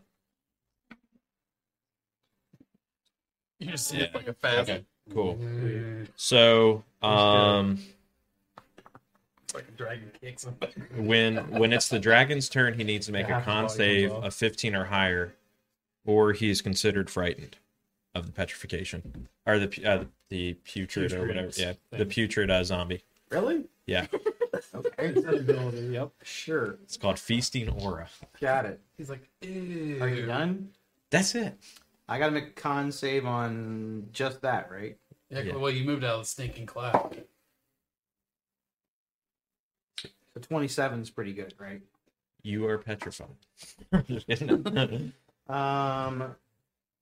Speaker 2: You just
Speaker 4: Yeah.
Speaker 2: hit like a fast.
Speaker 4: Okay. Cool. So um,
Speaker 1: Fucking dragon kicks him.
Speaker 4: when when it's the dragon's turn, he needs to make
Speaker 1: Yeah,
Speaker 4: a
Speaker 1: half the
Speaker 4: con
Speaker 1: volume
Speaker 4: save
Speaker 1: as well.
Speaker 4: of 15 or higher, or he is considered frightened of the petrification or the pu- uh, the putrid, or
Speaker 1: Putrid
Speaker 4: whatever. Yeah, the
Speaker 1: thing.
Speaker 4: putrid uh, zombie.
Speaker 3: Really?
Speaker 4: Yeah,
Speaker 3: Okay.
Speaker 1: That ability, yep.
Speaker 3: sure.
Speaker 4: it's called feasting aura.
Speaker 3: Got it.
Speaker 2: He's like, ew.
Speaker 3: Are you done?
Speaker 4: That's it.
Speaker 3: I gotta make a con save on just that, right?
Speaker 2: Yeah,
Speaker 4: Yeah.
Speaker 2: Well, you moved out of the stinking cloud.
Speaker 3: So 27 is pretty good, right?
Speaker 4: You are petrified. okay.
Speaker 3: Um,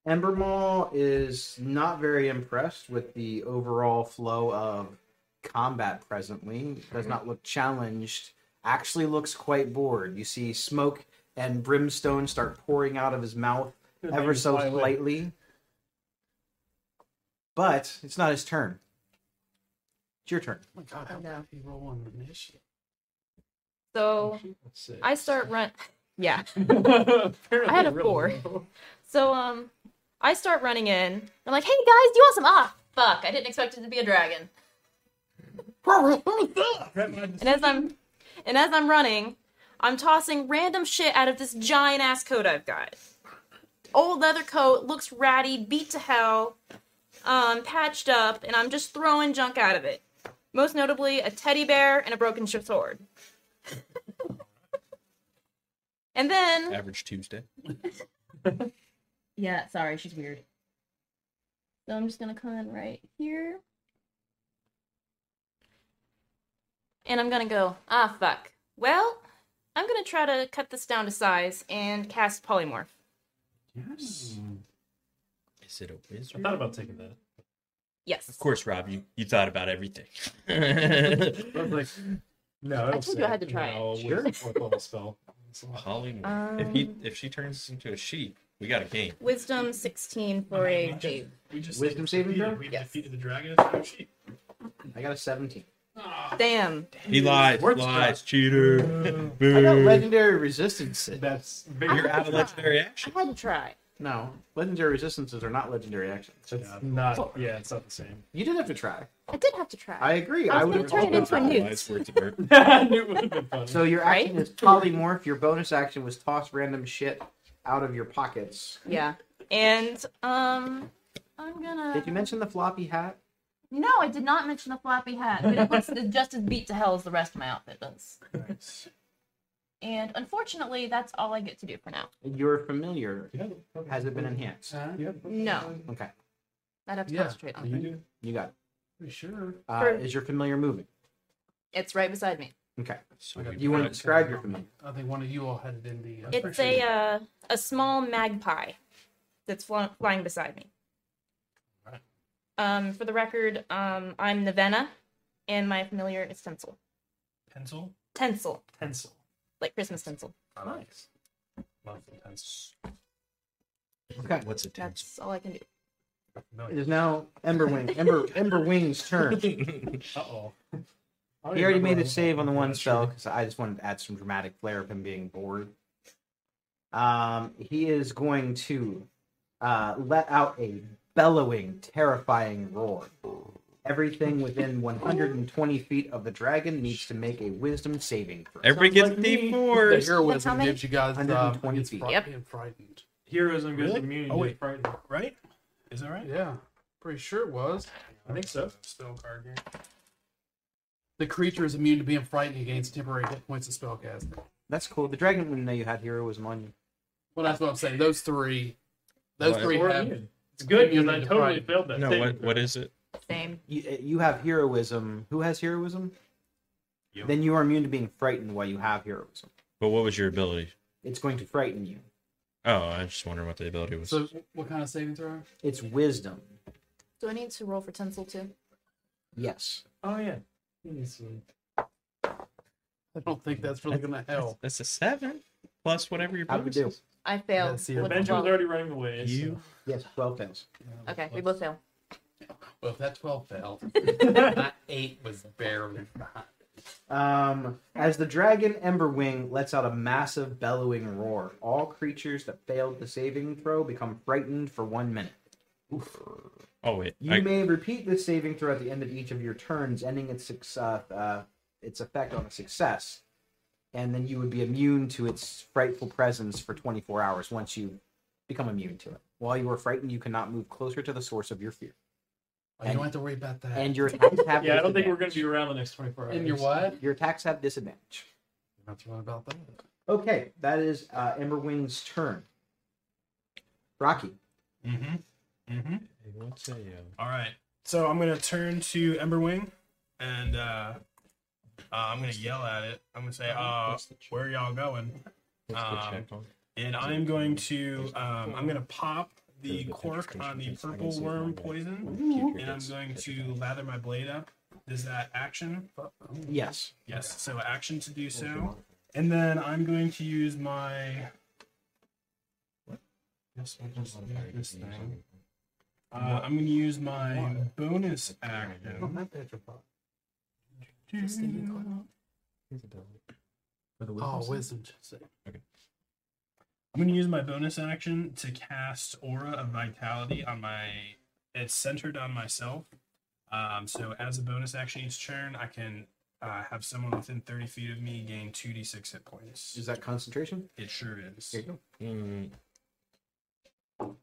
Speaker 3: Embermaw is not very impressed with the overall flow of combat presently.
Speaker 1: Mhm.
Speaker 3: Does not look challenged. Actually, looks quite bored. You see smoke and brimstone start pouring out of his mouth
Speaker 1: Good thing
Speaker 3: ever
Speaker 1: it's
Speaker 3: so
Speaker 1: fly away.
Speaker 3: slightly. But it's not his turn. It's your turn.
Speaker 2: Oh my god,
Speaker 6: I
Speaker 2: how
Speaker 6: know.
Speaker 2: did he roll on initiative?
Speaker 6: so
Speaker 1: Six.
Speaker 6: I start run. Yeah.
Speaker 1: Apparently
Speaker 6: I had a
Speaker 1: really
Speaker 6: four.
Speaker 1: low.
Speaker 6: So um, I start running in. I'm like, hey guys, do you want some? Ah, fuck! I didn't expect it to be a dragon. And as I'm, and as I'm running, I'm tossing random shit out of this giant ass coat I've got. Old leather coat looks ratty, beat to hell, um, patched up, and I'm just throwing junk out of it. Most notably, a teddy bear and a broken sh- sword. and then
Speaker 4: Average Tuesday.
Speaker 8: Yeah, sorry, she's weird. So I'm just gonna come in right here.
Speaker 6: and I'm gonna go, ah, fuck. Well, I'm gonna try to cut this down to size and cast polymorph.
Speaker 4: Is it a
Speaker 1: I
Speaker 4: wizard?
Speaker 1: thought about taking that.
Speaker 6: Yes.
Speaker 4: Of course, Rob. You you thought about everything.
Speaker 1: I was like, no. I
Speaker 6: told you I had to try it.
Speaker 1: no, with
Speaker 3: Sure.
Speaker 1: the Fourth level spell. So,
Speaker 4: Polymorph. if he
Speaker 6: Um,
Speaker 4: if she turns into a she, we got a game.
Speaker 6: Wisdom 16 for a save.
Speaker 5: We just
Speaker 3: Wisdom saving
Speaker 5: defeated-
Speaker 3: throw?
Speaker 5: We
Speaker 6: Yes.
Speaker 5: defeated the dragon. It's no sheep.
Speaker 3: I got a 17.
Speaker 6: Damn.
Speaker 4: He lies,
Speaker 1: Worth
Speaker 4: lies, cheater.
Speaker 3: I
Speaker 1: Mm.
Speaker 3: got
Speaker 4: Boo.
Speaker 3: legendary resistance.
Speaker 1: That's
Speaker 4: You're
Speaker 1: bigger.
Speaker 4: out of legendary action.
Speaker 6: I had to try.
Speaker 3: No, legendary resistances are not legendary actions.
Speaker 1: That's not. Yeah, it's not the same.
Speaker 3: You did have to try.
Speaker 6: I did have to try.
Speaker 3: I agree.
Speaker 6: I
Speaker 3: I
Speaker 6: was
Speaker 3: would
Speaker 6: gonna
Speaker 3: have
Speaker 6: turn it
Speaker 3: also
Speaker 6: into a
Speaker 3: tried.
Speaker 6: nude.
Speaker 4: Lies, words of earth.
Speaker 1: I knew it would have been funny.
Speaker 3: So your
Speaker 6: Right?
Speaker 3: action is polymorph. Your bonus action was toss random shit out of your pockets.
Speaker 6: Yeah. And, um, I'm gonna.
Speaker 3: Did you mention the floppy hat?
Speaker 6: No, I did not mention the floppy hat, but it looks just as beat to hell as the rest of my outfit does. And unfortunately, that's all I get to do for now.
Speaker 3: Your familiar
Speaker 1: Yeah, Uh-huh.
Speaker 3: has it been enhanced?
Speaker 1: yeah.
Speaker 6: No.
Speaker 3: Okay,
Speaker 6: I'd have to
Speaker 2: Yeah.
Speaker 6: concentrate on
Speaker 1: You
Speaker 6: it.
Speaker 1: do.
Speaker 3: you got. It.
Speaker 1: Pretty sure.
Speaker 3: Uh,
Speaker 6: Sure.
Speaker 3: Is your familiar moving?
Speaker 6: It's right beside me.
Speaker 3: Okay.
Speaker 4: So
Speaker 2: Okay.
Speaker 4: we
Speaker 3: You want to
Speaker 4: got-
Speaker 3: describe your familiar?
Speaker 2: I think one of you all had it in the. Uh,
Speaker 6: It's a uh, a small magpie that's fl- flying beside me. Um, for the record, um, I'm Navena, and my familiar is Tinsel.
Speaker 5: Pencil.
Speaker 6: Tinsel,
Speaker 1: Pencil.
Speaker 6: like Christmas tinsel.
Speaker 1: Nice. Love the pencil.
Speaker 3: Okay.
Speaker 4: What's a tense?
Speaker 6: That's all I can do.
Speaker 3: It is now Emberwing. Ember Emberwing's turn.
Speaker 1: Uh oh.
Speaker 3: He already made a save on the one spell because I just wanted to add some dramatic flair of him being bored. Um, he is going to uh, let out a bellowing, terrifying roar. Everything within 120 feet of the dragon needs to make a wisdom saving throw.
Speaker 4: Everybody
Speaker 1: Sounds
Speaker 4: gets
Speaker 1: like me.
Speaker 2: The
Speaker 4: D4s.
Speaker 6: uh, That's how
Speaker 2: heroism
Speaker 6: many?
Speaker 2: gives you guys um,
Speaker 3: 120
Speaker 2: gets
Speaker 3: feet.
Speaker 2: fri-
Speaker 6: Yep.
Speaker 2: being frightened.
Speaker 1: Heroism gives
Speaker 5: Really?
Speaker 1: immunity.
Speaker 5: Oh,
Speaker 1: to
Speaker 5: wait.
Speaker 1: frightened.
Speaker 5: Right? Is that right?
Speaker 2: Yeah, pretty sure it was.
Speaker 1: I think so.
Speaker 5: Spell card here.
Speaker 2: The creature is immune to being frightened against temporary hit points of spellcasting.
Speaker 3: That's cool. The dragon wouldn't know you had heroism on you.
Speaker 2: Well, that's what I'm saying. Those three, those
Speaker 4: Well,
Speaker 2: three
Speaker 1: Or
Speaker 2: have.
Speaker 1: immune. It's good because I
Speaker 2: Immune to
Speaker 1: totally
Speaker 2: pride.
Speaker 1: failed that.
Speaker 4: No,
Speaker 1: thing.
Speaker 4: what what is it?
Speaker 6: Same.
Speaker 3: You, eh, you have heroism. Who has heroism?
Speaker 5: You.
Speaker 3: Then you are immune to being frightened while you have heroism.
Speaker 4: But what was your ability?
Speaker 3: It's going to frighten you.
Speaker 4: Oh, I was just wondering what the ability was.
Speaker 2: So, what kind of saving throw?
Speaker 3: It's wisdom.
Speaker 6: Do I need to roll for tinsel too?
Speaker 3: Yes.
Speaker 1: Oh yeah. He needs to-
Speaker 2: I don't think that's really gonna help.
Speaker 4: That's a seven plus whatever your
Speaker 3: How do we
Speaker 4: bonus
Speaker 3: do?
Speaker 4: is.
Speaker 6: I failed.
Speaker 2: Yeah, see,
Speaker 6: with
Speaker 1: Benji was
Speaker 6: 12.
Speaker 1: already running away. so-
Speaker 4: You
Speaker 3: Yes, 12 fails.
Speaker 6: Okay, we both fail.
Speaker 2: Well, if that twelve failed, that eight was barely behind.
Speaker 3: Um, as the dragon Emberwing lets out a massive bellowing roar, all creatures that failed the saving throw become frightened for one minute.
Speaker 4: Oh wait,
Speaker 3: You
Speaker 4: I-
Speaker 3: may repeat this saving throw at the end of each of your turns, ending its success, uh, its effect on a success, and then you would be immune to its frightful presence for 24 hours once you become immune to it. While you are frightened, you cannot move closer to the source of your fear,
Speaker 2: Oh, you don't have to worry about that.
Speaker 3: and your attacks have
Speaker 1: Yeah, I don't think we're
Speaker 3: disadvantage.
Speaker 1: going to be around the next 24 hours.
Speaker 2: and your what? You
Speaker 3: your attacks have disadvantage.
Speaker 2: don't have to worry about that.
Speaker 3: Okay, that is uh, Emberwing's turn. Rocky,
Speaker 5: Mm-hmm. Mm-hmm.
Speaker 4: Hey, what's a, um,
Speaker 5: All right. So I'm gonna turn to Emberwing, and uh, uh, I'm gonna yell at it. I'm gonna say, uh,
Speaker 4: what's the check-
Speaker 5: "Where are y'all going?"
Speaker 4: what's the
Speaker 5: um,
Speaker 4: check on?
Speaker 5: And I am going to, um, I'm gonna pop the cork on the purple worm poison, and I'm going to lather my blade up. Is that action?
Speaker 3: yes.
Speaker 5: Yes. So action to do so, and then I'm going to use my. Yes, I'll just do this thing. Uh, I'm going to use my bonus action.
Speaker 2: Oh, wisdom. check.
Speaker 5: I'm going to use my bonus action to cast Aura of Vitality on my. It's centered on myself. Um, so as a bonus action each turn, I can uh, have someone within 30 feet of me gain 2d6 hit points.
Speaker 3: Is that concentration?
Speaker 5: It sure is.
Speaker 3: Here you go.
Speaker 4: Mm.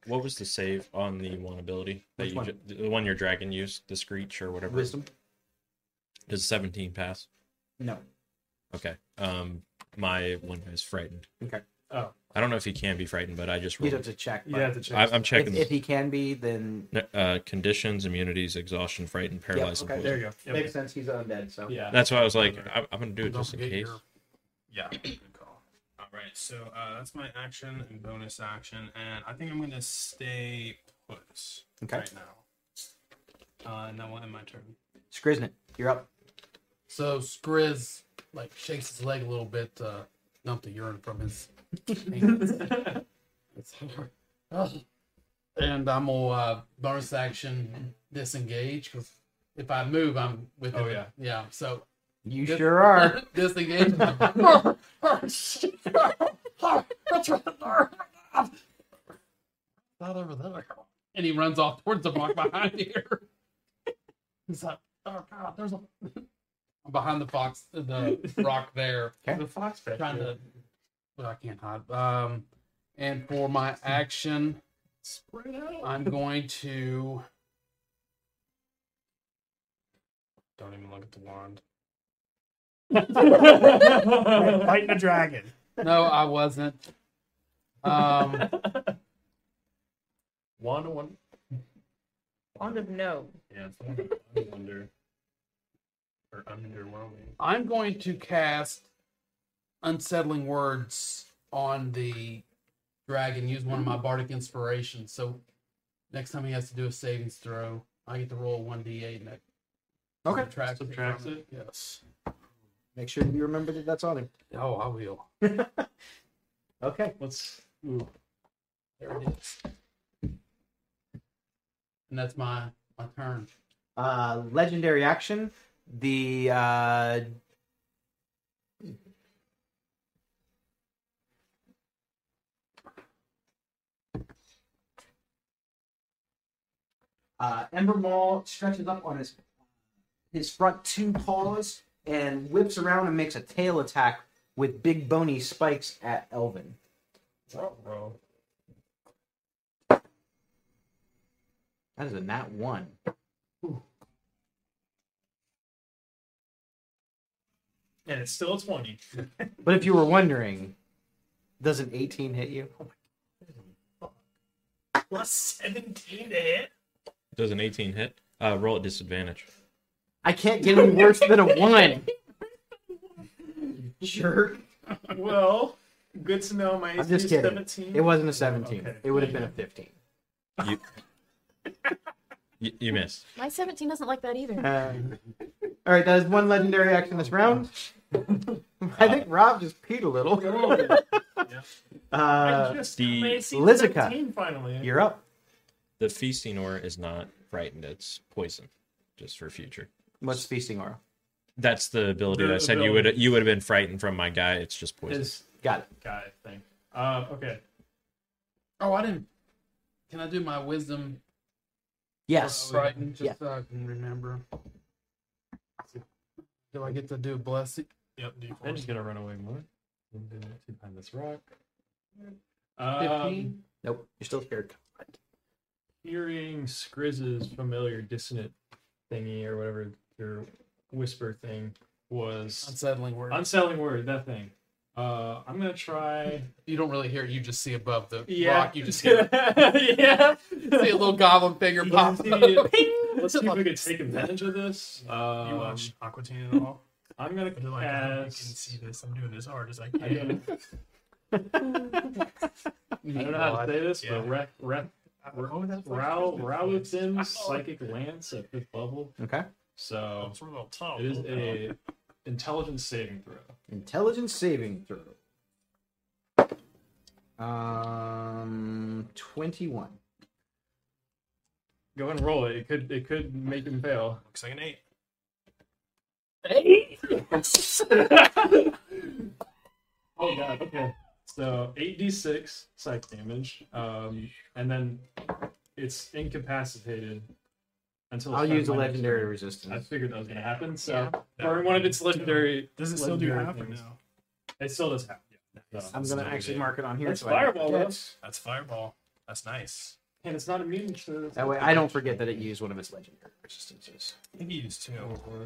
Speaker 4: What was the save on the one ability that
Speaker 3: Which
Speaker 4: you
Speaker 3: one?
Speaker 4: ju- the one your dragon used, the screech or whatever?
Speaker 3: Wisdom?
Speaker 4: Does seventeen pass?
Speaker 3: No.
Speaker 4: Okay. Um, my one guy's frightened.
Speaker 3: Okay.
Speaker 1: Oh.
Speaker 4: I don't know if he can be frightened, but I just
Speaker 3: You'd
Speaker 4: rolled.
Speaker 3: have to check.
Speaker 1: You have to check.
Speaker 4: I, I'm
Speaker 3: If,
Speaker 4: checking
Speaker 3: if he can be, then
Speaker 4: the, uh, conditions, immunities, exhaustion, frightened, paralyzed. and
Speaker 3: okay.
Speaker 4: poisoned.
Speaker 1: there you go. Yep.
Speaker 3: makes sense. He's undead, so
Speaker 1: Yeah.
Speaker 4: That's why I was like, I'm, I'm gonna do it
Speaker 2: Don't
Speaker 4: just in
Speaker 2: forget
Speaker 4: case.
Speaker 2: your-
Speaker 5: Yeah, good call. All right, so uh, that's my action and bonus action, and I think I'm gonna stay put
Speaker 3: Okay.
Speaker 5: right now. Uh, and that will end my turn.
Speaker 3: Skriznet, you're up.
Speaker 2: So Skriz like shakes his leg a little bit to dump the urine from his. pants. It's hard. Ugh. and I'm gonna uh, bonus action disengage because if I move, I'm with.
Speaker 1: Oh,
Speaker 2: it.
Speaker 1: yeah.
Speaker 2: yeah. So
Speaker 3: You
Speaker 2: Dis-
Speaker 3: sure are.
Speaker 2: disengage. Not over there. And he runs off towards the rock behind here. He's like, oh god, there's a I'm behind the fox, the rock there,
Speaker 1: The fox back
Speaker 2: trying
Speaker 1: there.
Speaker 2: to. But I can't hide. Um, and for my action,
Speaker 1: spread out.
Speaker 2: I'm going to.
Speaker 5: Don't even look at the wand.
Speaker 1: Fighting a dragon.
Speaker 2: No, I wasn't. Um,
Speaker 1: Wanda one.
Speaker 6: Wand of no.
Speaker 5: Yeah, it's like under or underwhelming.
Speaker 2: I'm going to cast unsettling words on the dragon. Use one of my bardic inspirations. So next time he has to do a savings throw, I get to roll one d8 and that
Speaker 3: Okay.
Speaker 2: subtracts, it
Speaker 1: Subtracts
Speaker 2: from-
Speaker 1: it?
Speaker 2: Yes.
Speaker 3: Make sure you remember that that's on him.
Speaker 2: Oh, I will.
Speaker 3: Okay.
Speaker 1: Let's. Ooh.
Speaker 2: There it is. And that's my my turn.
Speaker 3: Uh, legendary action. The uh, uh, Ember Maul stretches up on his his front two paws and whips around and makes a tail attack with big bony spikes at Elvin.
Speaker 5: Bro,
Speaker 3: That is a nat one.
Speaker 1: and it's still a 20.
Speaker 3: But if you were wondering, does an 18 hit you? Oh
Speaker 1: Plus 17 to hit.
Speaker 4: Does an 18 hit? Uh, roll at disadvantage.
Speaker 3: I can't get any worse than a 1. Jerk.
Speaker 1: Well, good to know my
Speaker 3: I'm
Speaker 1: AC
Speaker 3: just
Speaker 1: is
Speaker 3: kidding.
Speaker 1: 17.
Speaker 3: It wasn't a 17.
Speaker 1: Okay.
Speaker 3: It would have been a 15.
Speaker 4: You, you, you miss.
Speaker 6: My 17 doesn't like that either.
Speaker 3: Um, all right, that is one legendary action this round. I think Rob just peed a little.
Speaker 1: I
Speaker 3: Uh,
Speaker 1: just
Speaker 4: the-
Speaker 1: Oh, my AC is
Speaker 3: Lizica.
Speaker 1: 17 finally.
Speaker 3: you're up.
Speaker 4: The feasting aura is not frightened. It's poison, just for future.
Speaker 3: What's feasting aura?
Speaker 4: That's the ability
Speaker 1: The
Speaker 4: that I said you
Speaker 1: ability.
Speaker 4: would you would have been frightened from my guy. It's just poison.
Speaker 1: This
Speaker 3: Got it.
Speaker 1: guy thing. Uh, okay.
Speaker 2: Oh, I didn't. Can I do my wisdom?
Speaker 3: Yes.
Speaker 2: Brighton, just
Speaker 3: Yeah.
Speaker 2: so I can remember. Do I get to do blessing?
Speaker 1: Yep, D4. I'm just gonna run away more. I'm gonna see behind this rock. Um,
Speaker 2: 15?
Speaker 3: Nope. You're still scared.
Speaker 1: hearing Skriz's familiar dissonant thingy or whatever your whisper thing was
Speaker 2: Unsettling word.
Speaker 1: unsettling word. That thing. Uh, I'm gonna try.
Speaker 2: you don't really hear it. You just see above the
Speaker 1: Yeah,
Speaker 2: rock. You just hear
Speaker 1: yeah.
Speaker 2: see a little goblin figure pop up.
Speaker 1: Let's see if we can take advantage of this. Um,
Speaker 5: You watch Aquatine at all?
Speaker 1: I'm gonna
Speaker 5: They're like, I hope you can
Speaker 1: cast.
Speaker 5: see this. I'm doing as hard as I
Speaker 1: I don't
Speaker 5: can.
Speaker 1: know- I don't know how to say this,
Speaker 5: Yeah.
Speaker 1: but rep, rep,
Speaker 5: Oh, that's like
Speaker 1: Rao,
Speaker 5: Christmas
Speaker 1: Rao
Speaker 5: lights.
Speaker 1: Zim's
Speaker 5: Oh,
Speaker 1: psychic lance at fifth level.
Speaker 3: Okay.
Speaker 1: So
Speaker 5: That's real tough.
Speaker 1: it is a intelligence saving throw.
Speaker 3: Intelligence saving throw. Um, 21.
Speaker 1: Go and roll it. It could it could make him fail.
Speaker 5: Looks like an eight.
Speaker 1: Oh god. Okay. So eight d six psych damage, um, and then it's incapacitated until. the
Speaker 3: I'll
Speaker 1: start of
Speaker 3: use a
Speaker 1: my next
Speaker 3: legendary
Speaker 1: turn. I
Speaker 3: resistance.
Speaker 1: figured that was gonna happen. So burn one of its legendary.
Speaker 5: Does it still do
Speaker 1: legendary
Speaker 5: half or
Speaker 1: things.
Speaker 5: no?
Speaker 1: It still does happen. Yeah. So,
Speaker 3: I'm gonna actually mark it on here.
Speaker 1: That's
Speaker 3: I don't
Speaker 1: fireball,
Speaker 3: forget.
Speaker 1: though.
Speaker 5: That's fireball. That's nice.
Speaker 1: and it's not immune to.
Speaker 3: That way, I don't forget that it used one of its legendary resistances.
Speaker 5: I think he used two.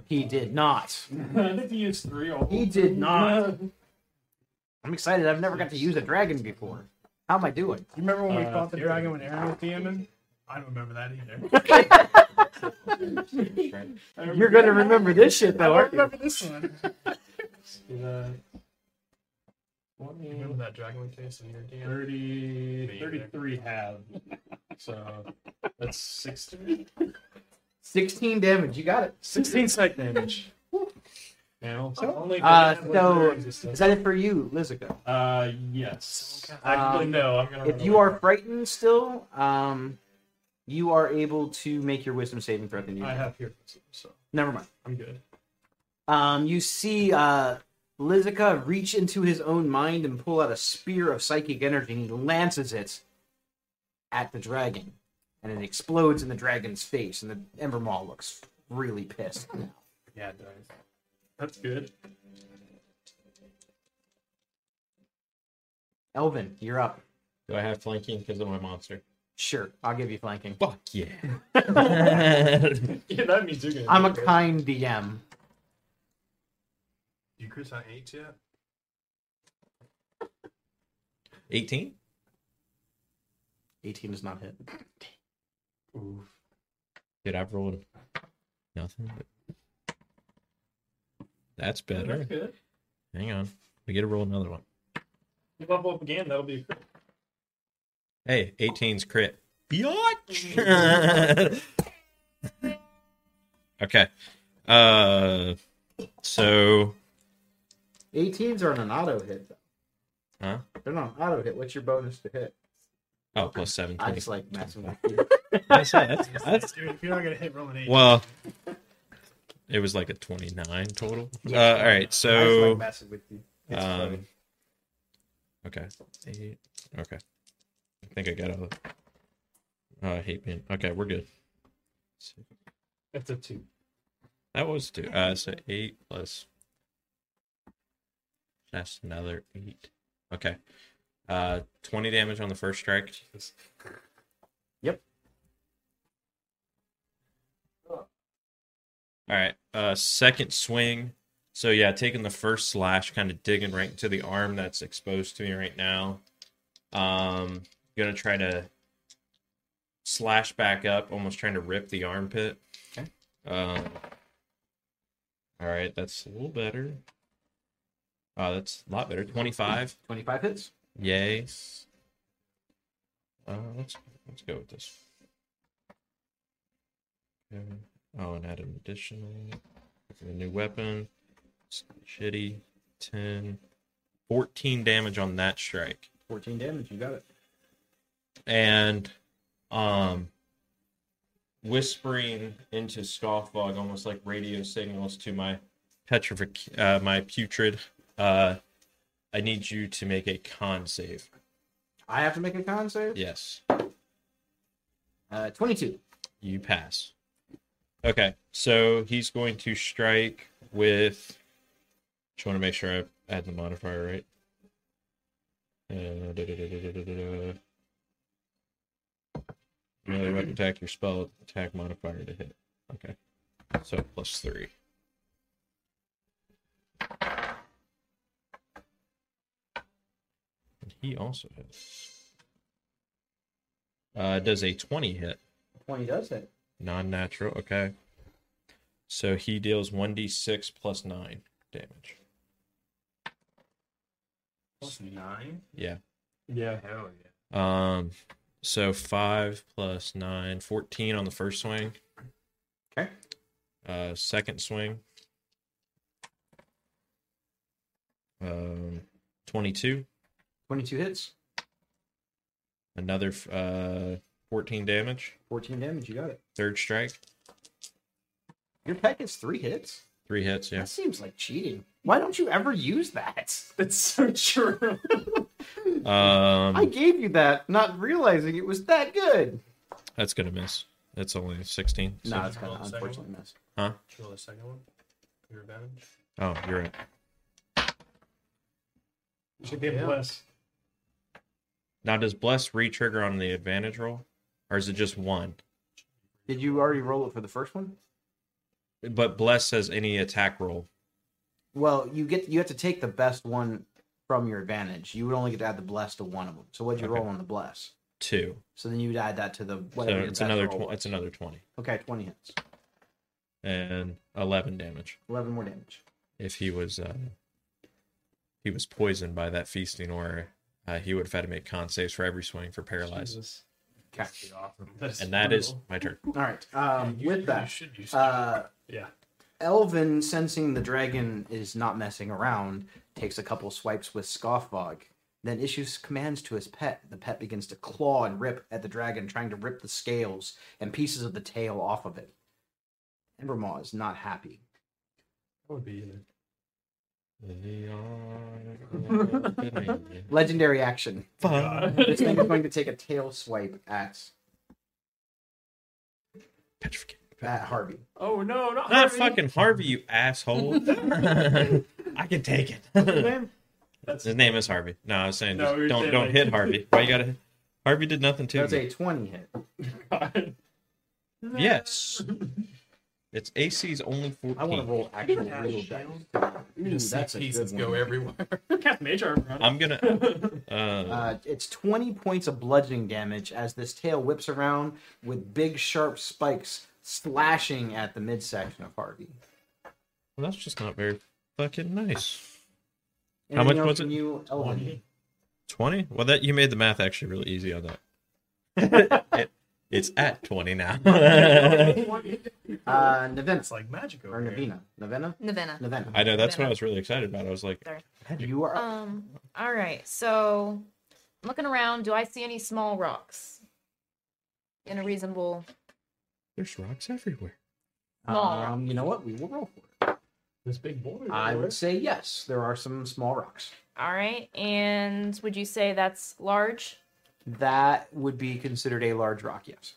Speaker 3: He did not.
Speaker 1: I think he used three. All
Speaker 3: He did not. I'm excited. I've never got to use a dragon before. How am I doing?
Speaker 5: You remember when we
Speaker 1: Uh,
Speaker 5: fought the
Speaker 1: here.
Speaker 5: dragon when Aaron was DMing? I don't remember that either.
Speaker 3: You're gonna remember this shit though,
Speaker 5: I
Speaker 3: aren't you?
Speaker 5: remember this one.
Speaker 1: Uh,
Speaker 5: You
Speaker 1: 20,
Speaker 5: remember that dragon we faced in your DM?
Speaker 1: 30,
Speaker 5: Me
Speaker 1: 33 have. So that's 16.
Speaker 3: 16 damage. You got it.
Speaker 1: 16 psych damage. Now, so only
Speaker 3: Uh,
Speaker 1: if they have
Speaker 3: so
Speaker 1: legendary resistance.
Speaker 3: is that it for you, Lizica?
Speaker 1: uh, yes.
Speaker 5: Okay.
Speaker 1: Actually,
Speaker 3: Um,
Speaker 1: no. I'm gonna.
Speaker 3: If
Speaker 1: run
Speaker 3: you
Speaker 1: away.
Speaker 3: are frightened still, um, you are able to make your wisdom saving throw. Then you
Speaker 1: I have here, so
Speaker 3: never mind.
Speaker 1: I'm good.
Speaker 3: Um, you see uh, Lizica reach into his own mind and pull out a spear of psychic energy, and he lances it at the dragon, and it explodes in the dragon's face, and the Embermaw looks really pissed.
Speaker 1: Yeah, it does. That's good.
Speaker 3: Elvin, you're up.
Speaker 4: Do I have flanking because of my monster?
Speaker 3: Sure, I'll give you flanking.
Speaker 4: Fuck yeah.
Speaker 1: Yeah, that means you're gonna.
Speaker 3: I'm
Speaker 1: do
Speaker 3: a
Speaker 1: good.
Speaker 3: kind DM.
Speaker 5: You Chris on eight yet?
Speaker 4: 18?
Speaker 3: 18 does not hit.
Speaker 1: Oof.
Speaker 4: Dude, I've rolled nothing. but-
Speaker 1: That's
Speaker 4: That's better.
Speaker 1: good.
Speaker 4: Hang on. We get to roll another one.
Speaker 1: You level up again. That'll be.
Speaker 4: Hey, 18's crit. Biatch! okay. Uh, so
Speaker 3: 18s are on an auto hit, though.
Speaker 4: Huh?
Speaker 3: They're not an auto hit. What's your bonus to hit?
Speaker 4: oh, plus seven.
Speaker 3: I
Speaker 4: 20.
Speaker 3: just like messing with you.
Speaker 4: I said that's, that's-
Speaker 5: Dude, if you're not gonna hit roll an eight,
Speaker 4: well. It was like a twenty-nine total. Uh, all
Speaker 3: I
Speaker 4: right,
Speaker 3: just like
Speaker 4: so
Speaker 3: messing with you. It's
Speaker 4: um,
Speaker 3: funny.
Speaker 4: okay, eight. Okay, I think I got all. the- Oh, I hate being. Okay, we're good.
Speaker 1: That's a two.
Speaker 4: That was two. Uh, so eight plus. That's another eight. Okay. Uh, twenty damage on the first strike.
Speaker 3: Yep.
Speaker 4: All right. Uh, second swing, So yeah, taking the first slash, kind of digging right into the arm that's exposed to me right now. Um, gonna try to slash back up, almost trying to rip the armpit.
Speaker 3: Okay.
Speaker 4: Um, all right, that's a little better. Uh, that's a lot better. Twenty-five.
Speaker 3: 25 hits.
Speaker 4: Yay. Uh, let's let's go with this. Okay. Oh, and add an additional a new weapon. Shitty 10 14 damage on that strike.
Speaker 3: 14 damage. You got it.
Speaker 4: And um whispering into scoffbog almost like radio signals to my petrific uh, my putrid uh I need you to make a con save.
Speaker 3: I have to make a con save.
Speaker 4: Yes.
Speaker 3: Uh, 22.
Speaker 4: You pass. Okay, so he's going to strike with. Just want to make sure I add the modifier right. Uh, da, da, da, da, da, da, da, da. Melee weapon attack, your spell attack modifier to hit. Okay, so plus three. And he also hits. Uh, does a 20 hit?
Speaker 3: 20 does hit.
Speaker 4: Non-natural. Okay. So he deals one d six plus nine damage.
Speaker 5: Plus nine.
Speaker 4: Yeah.
Speaker 1: Yeah.
Speaker 5: Hell yeah.
Speaker 4: Um. So five plus nine, 14 on the first swing.
Speaker 3: Okay.
Speaker 4: Uh, second swing. Um, twenty-two.
Speaker 3: 22 hits.
Speaker 4: Another f- uh, fourteen damage.
Speaker 3: 14 damage. You got it.
Speaker 4: Third strike.
Speaker 3: Your pet gets three hits.
Speaker 4: Three hits. Yeah.
Speaker 3: That seems like cheating. Why don't you ever use that?
Speaker 1: That's so true.
Speaker 3: I
Speaker 4: Um,
Speaker 3: gave you that, not realizing it was that good.
Speaker 4: that's gonna miss. That's only sixteen. so-
Speaker 3: No, it's kind
Speaker 5: roll
Speaker 3: of
Speaker 5: the second
Speaker 3: unfortunately missed.
Speaker 5: Should roll the second one. Your advantage.
Speaker 4: Oh, you're right.
Speaker 1: Should be a bless.
Speaker 4: Now, does bless re-trigger on the advantage roll, or is it just one?
Speaker 3: Did you already roll it for the first one?
Speaker 4: But bless says any attack roll.
Speaker 3: Well, you get you have to take the best one from your advantage. You would only get to add the bless to one of them. So what'd you
Speaker 4: Okay.
Speaker 3: roll on the bless?
Speaker 4: two.
Speaker 3: So then you'd add that to the
Speaker 4: So
Speaker 3: whatever. your
Speaker 4: it's
Speaker 3: best
Speaker 4: another
Speaker 3: roll
Speaker 4: tw-
Speaker 3: was.
Speaker 4: it's another twenty
Speaker 3: Okay, twenty hits,
Speaker 4: and eleven damage.
Speaker 3: eleven more damage.
Speaker 4: If he was uh, he was poisoned by that feasting aura, uh, he would have had to make con saves for every swing for paralyzed.
Speaker 1: Jesus.
Speaker 3: Okay.
Speaker 1: That's
Speaker 4: And that is
Speaker 1: brutal.
Speaker 4: my turn.
Speaker 3: All right. Um,
Speaker 5: You-
Speaker 3: with
Speaker 5: you
Speaker 3: that,
Speaker 5: should use
Speaker 3: uh,
Speaker 1: Yeah.
Speaker 3: Elvin, sensing the dragon is not messing around, takes a couple swipes with Scoffbog, then issues commands to his pet. The pet begins to claw and rip at the dragon, trying to rip the scales and pieces of the tail off of it. Embermaw is not happy.
Speaker 1: That would be either.
Speaker 3: Legendary action. This thing is going to take a tail swipe at,
Speaker 4: Petrific-
Speaker 3: at Harvey.
Speaker 1: Oh no, not,
Speaker 4: Not
Speaker 1: Harvey.
Speaker 4: Ah, fucking Harvey, you asshole. I can take it.
Speaker 1: That's
Speaker 4: His name is Harvey. No, I was saying
Speaker 1: No,
Speaker 4: just
Speaker 1: we were
Speaker 4: don't
Speaker 1: saying,
Speaker 4: don't
Speaker 1: like-
Speaker 4: hit Harvey. Why you gotta? Harvey did nothing to
Speaker 3: That's
Speaker 4: me.
Speaker 3: a 20 hit.
Speaker 1: God.
Speaker 4: Yes. It's AC's only
Speaker 3: I want to
Speaker 4: fourteen.
Speaker 3: roll actual real dice. Ooh,
Speaker 2: Just
Speaker 3: that's a
Speaker 2: pieces
Speaker 3: good
Speaker 2: go
Speaker 3: one.
Speaker 2: everywhere.
Speaker 1: Cast mage armor. on.
Speaker 4: I'm gonna. Uh,
Speaker 3: Uh, it's 20 points of bludgeoning damage as this tail whips around with big sharp spikes slashing at the midsection of Harvey.
Speaker 4: well, that's just not very fucking nice.
Speaker 3: Anything
Speaker 4: much
Speaker 3: else
Speaker 4: was
Speaker 3: from
Speaker 4: it?
Speaker 3: You, Elvin?
Speaker 4: 20? Well, that you made the math actually really easy on that. It- it's at 20 now.
Speaker 3: Uh, Navena.
Speaker 5: It's like magic
Speaker 3: Or
Speaker 5: over here.
Speaker 3: Navina. Navena?
Speaker 6: Nevena.
Speaker 3: Navena.
Speaker 4: I know that's what I was really excited about. I was like,
Speaker 6: Sorry.
Speaker 3: You are up.
Speaker 6: Um. All right. So, I'm looking around. Do I see any small rocks? In a reasonable.
Speaker 4: there's rocks everywhere.
Speaker 6: small.
Speaker 3: Um, you know what? We will roll for it.
Speaker 1: This big boy.
Speaker 3: I
Speaker 1: over
Speaker 3: would say yes. There are some small rocks.
Speaker 6: All right. And would you say that's large?
Speaker 3: That would be considered a large rock, yes.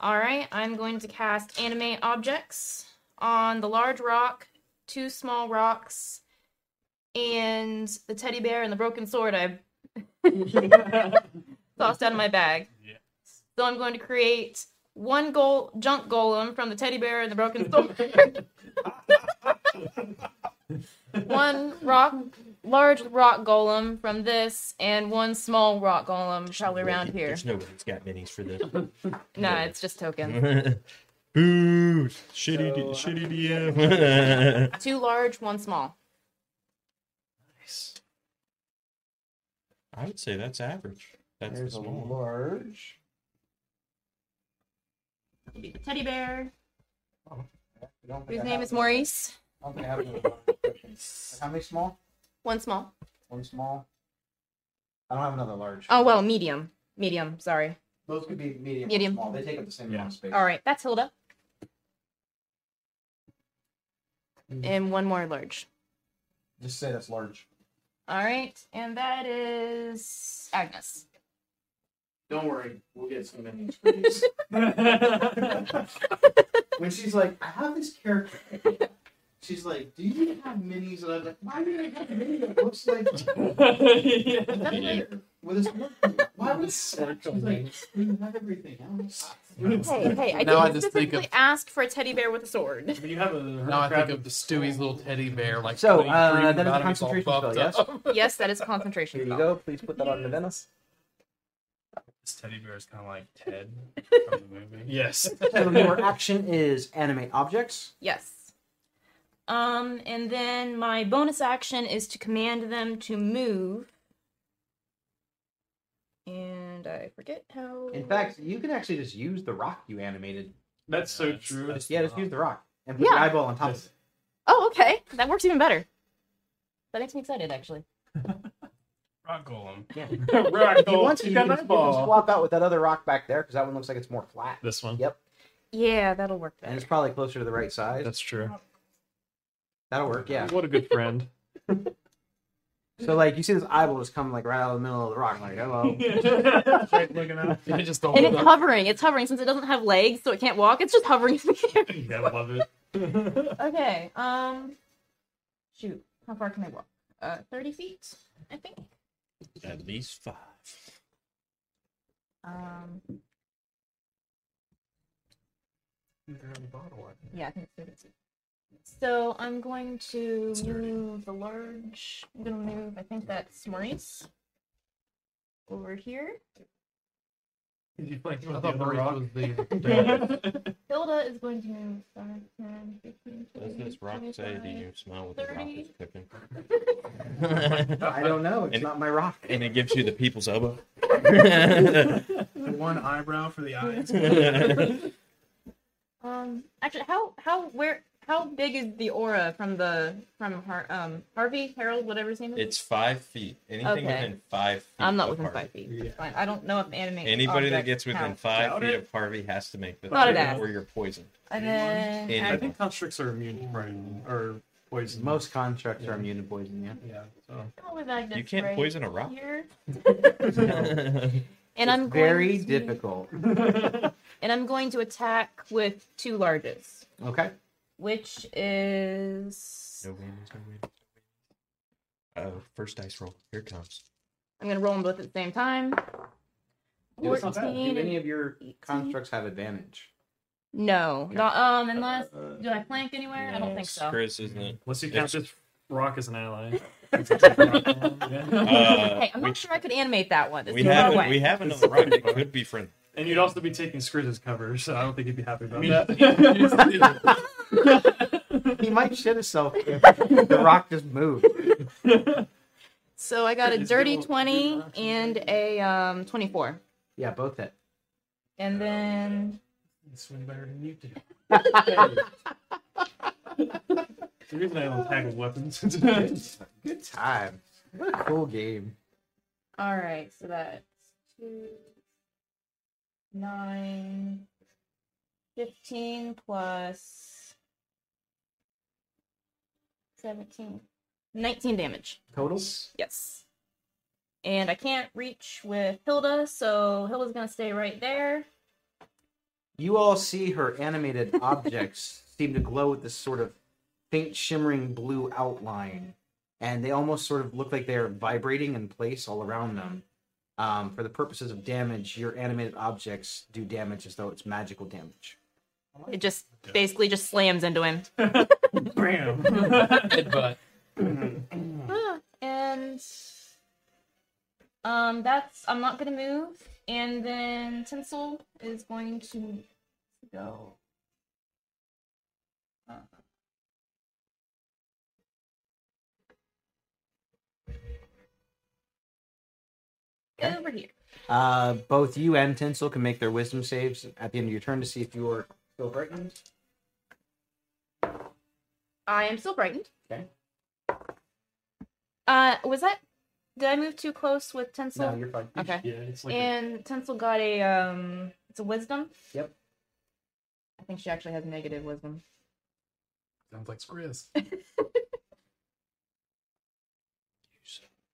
Speaker 6: All right, I'm going to cast Animate Objects on the large rock, two small rocks, and the teddy bear and the broken sword I
Speaker 1: there.
Speaker 6: tossed out of my bag.
Speaker 1: Yeah.
Speaker 6: So I'm going to create one goal junk golem from the teddy bear and the broken sword. one rock, large rock golem from this, and one small rock golem probably around here.
Speaker 4: There's no way it's got minis for this.
Speaker 6: No, it's just tokens.
Speaker 4: Boo! Shitty, D-
Speaker 1: So-
Speaker 4: shitty DM.
Speaker 6: Two large, one small.
Speaker 1: Nice.
Speaker 4: I would say that's average. That's the
Speaker 3: There's a
Speaker 4: small.
Speaker 3: large.
Speaker 6: Teddy bear.
Speaker 3: I don't think
Speaker 6: Whose
Speaker 3: I
Speaker 6: name
Speaker 3: have
Speaker 6: is
Speaker 3: it.
Speaker 6: Maurice.
Speaker 3: I don't think I have it in the- How many small?
Speaker 6: One small.
Speaker 3: One small. I don't have another large.
Speaker 6: Oh well, medium. Medium. Sorry.
Speaker 3: Those could be medium, or
Speaker 6: Medium.
Speaker 3: small. They take up the same
Speaker 1: Yeah.
Speaker 3: amount of space.
Speaker 6: All right, that's Hilda.
Speaker 2: Mm.
Speaker 6: And one more large.
Speaker 3: Just say that's large.
Speaker 6: All right, and that is Agnes.
Speaker 3: Don't worry, we'll get some minis for these. when she's like, I have this character. She's like, Do you have minis? And I'm like, Why would I have a mini that looks like
Speaker 1: yeah.
Speaker 6: That's
Speaker 4: Yeah.
Speaker 6: like-
Speaker 3: with a smirk? Why would She's like, You have everything. I don't know."
Speaker 6: Hey, hey, I
Speaker 2: Now I
Speaker 6: didn't
Speaker 2: just think
Speaker 6: specifically
Speaker 2: of-
Speaker 6: ask for a teddy bear with a sword.
Speaker 1: When you have a Oh,
Speaker 2: Now I think of the Stewie's little teddy bear, like
Speaker 3: So,
Speaker 2: putting
Speaker 3: uh,
Speaker 2: cream
Speaker 3: that is a
Speaker 2: about him, he's all
Speaker 3: concentration
Speaker 2: buffed
Speaker 3: spell,
Speaker 2: up.
Speaker 6: yes, that is a concentration spell.
Speaker 3: Please put that on the Venice.
Speaker 5: This teddy bear is kind of like Ted from the movie.
Speaker 1: yes.
Speaker 3: So your action is animate objects.
Speaker 6: Yes. Um, and then my bonus action is to command them to move. And I forget how.
Speaker 3: In fact, you can actually just use the rock you animated.
Speaker 1: That's so true.
Speaker 5: That's
Speaker 3: Yeah, just
Speaker 5: not-
Speaker 3: use the rock and put the
Speaker 6: Yeah.
Speaker 3: eyeball on top of it.
Speaker 6: Oh, okay. That works even better. That makes me excited, actually.
Speaker 5: Rock golem.
Speaker 1: Rock
Speaker 3: If you want to,
Speaker 1: you
Speaker 3: you
Speaker 1: got
Speaker 3: can,
Speaker 1: an
Speaker 3: you can
Speaker 1: eyeball.
Speaker 3: swap out with that other rock back there because that one looks like it's more flat.
Speaker 1: This one.
Speaker 3: Yep,
Speaker 6: Yeah, that'll work
Speaker 3: and
Speaker 6: better.
Speaker 3: it's probably closer to the right size.
Speaker 1: That's true.
Speaker 3: That'll work. Yeah.
Speaker 1: What a good friend.
Speaker 3: So like you see this eyeball just coming like right out of the middle of the rock. Like oh, hello.
Speaker 5: Right, looking at.
Speaker 2: I just don't
Speaker 6: And it's
Speaker 2: know.
Speaker 6: hovering. It's hovering since it doesn't have legs, so it can't walk. It's just hovering. in the air.
Speaker 1: Yeah, I love it.
Speaker 6: okay. Um. Shoot. How far can I walk? Uh, thirty feet, I think.
Speaker 4: At least five.
Speaker 6: Um. Yeah, I think it's thirty feet. So I'm going to move the large. I'm gonna move. I think that's Maurice. Over here.
Speaker 1: Did you play
Speaker 2: I
Speaker 1: with the
Speaker 2: thought
Speaker 1: other
Speaker 2: Maurice
Speaker 1: rock?
Speaker 2: was the
Speaker 6: Hilda is going to move 5, 10, 15,
Speaker 4: Does
Speaker 6: 20,
Speaker 4: this rock say that
Speaker 6: 25.
Speaker 4: you smell what the rock is cooking?
Speaker 3: I don't know. It's
Speaker 4: And-
Speaker 3: not my rock.
Speaker 4: and it gives you the people's elbow.
Speaker 5: One eyebrow for the eyes.
Speaker 6: Um, actually, how how where how big is the aura from the from Har- um Harvey Harold whatever his name is?
Speaker 4: it's five feet. Anything
Speaker 6: Okay.
Speaker 4: within five feet.
Speaker 6: I'm not
Speaker 4: of
Speaker 6: within
Speaker 4: Harvey.
Speaker 6: five Oh, feet. It's fine. I don't know if anime.
Speaker 4: Anybody that
Speaker 6: objects
Speaker 4: gets within
Speaker 6: count.
Speaker 4: five
Speaker 5: Doubt
Speaker 4: feet
Speaker 5: it.
Speaker 4: of Harvey has to make the
Speaker 6: Thought it
Speaker 4: save
Speaker 6: out.
Speaker 4: or you're poisoned.
Speaker 6: And then
Speaker 4: Anyone.
Speaker 1: I
Speaker 6: add-
Speaker 1: think constricts are immune to poison or poison.
Speaker 3: Most constructs are immune to poison. Yeah.
Speaker 1: Yeah. So.
Speaker 6: go with Agnes
Speaker 4: You can't
Speaker 6: right
Speaker 4: poison a rock.
Speaker 6: here.
Speaker 4: That's
Speaker 6: And I'm
Speaker 3: It's
Speaker 6: going
Speaker 3: very
Speaker 6: to-
Speaker 3: difficult.
Speaker 6: And I'm going to attack with two larges,
Speaker 3: Okay.
Speaker 6: which is
Speaker 4: No whammies, no whammies. Oh, first dice roll. Here it comes.
Speaker 6: I'm gonna roll them both at the same time.
Speaker 1: Dude, it's not bad.
Speaker 3: Do
Speaker 6: 14
Speaker 3: any of your
Speaker 6: and 18.
Speaker 3: constructs have advantage?
Speaker 6: No, not um unless
Speaker 1: Uh,
Speaker 6: do I flank anywhere? I don't think
Speaker 4: Yes,
Speaker 6: so.
Speaker 4: Chris, isn't it?
Speaker 1: Unless you count
Speaker 4: It's-
Speaker 1: this rock as an ally.
Speaker 4: Uh,
Speaker 6: hey, I'm
Speaker 4: we-
Speaker 6: not sure I could animate that one. It's
Speaker 4: We
Speaker 6: too far
Speaker 4: have
Speaker 6: away.
Speaker 4: we have another rock that could be friendly.
Speaker 1: And you'd also be taking Skriz's cover, so I don't think you'd be happy about
Speaker 2: He's
Speaker 1: that.
Speaker 2: the-
Speaker 3: he might shit himself if the rock just moved.
Speaker 6: So I got a
Speaker 1: It's
Speaker 6: dirty
Speaker 1: little-
Speaker 6: twenty and a um twenty-four,
Speaker 3: Yeah, both hit.
Speaker 6: and then
Speaker 5: Swing better than you do.
Speaker 1: the reason I don't tackle weapons. That's
Speaker 3: Good time. What a cool game.
Speaker 6: all right, so that's two, nine, fifteen plus seventeen, nineteen damage.
Speaker 3: Totals.
Speaker 6: Yes. And I can't reach with Hilda, so Hilda's gonna stay right there.
Speaker 3: You all see her animated objects seem to glow with this sort of faint shimmering blue outline, and they almost sort of look like they are vibrating in place all around them. Um, for the purposes of damage, your animated objects do damage as though it's magical damage.
Speaker 6: It just basically just slams into him.
Speaker 1: Bam.
Speaker 2: Headbutt.
Speaker 8: Ah, and um, that's I'm not gonna move, and then Tinsel is going to go. Uh,
Speaker 3: Okay.
Speaker 8: Over here.
Speaker 3: Uh, both you and Tinsel can make their wisdom saves at the end of your turn to see if you are still frightened.
Speaker 8: I am still brightened.
Speaker 3: Okay.
Speaker 8: Uh, was that? Did I move too close with Tinsel?
Speaker 3: No, you're fine.
Speaker 8: okay.
Speaker 1: Yeah, it's like a-
Speaker 8: And Tinsel got a um, it's a wisdom.
Speaker 3: Yep.
Speaker 8: I think she actually has negative wisdom.
Speaker 2: Sounds like Skriz.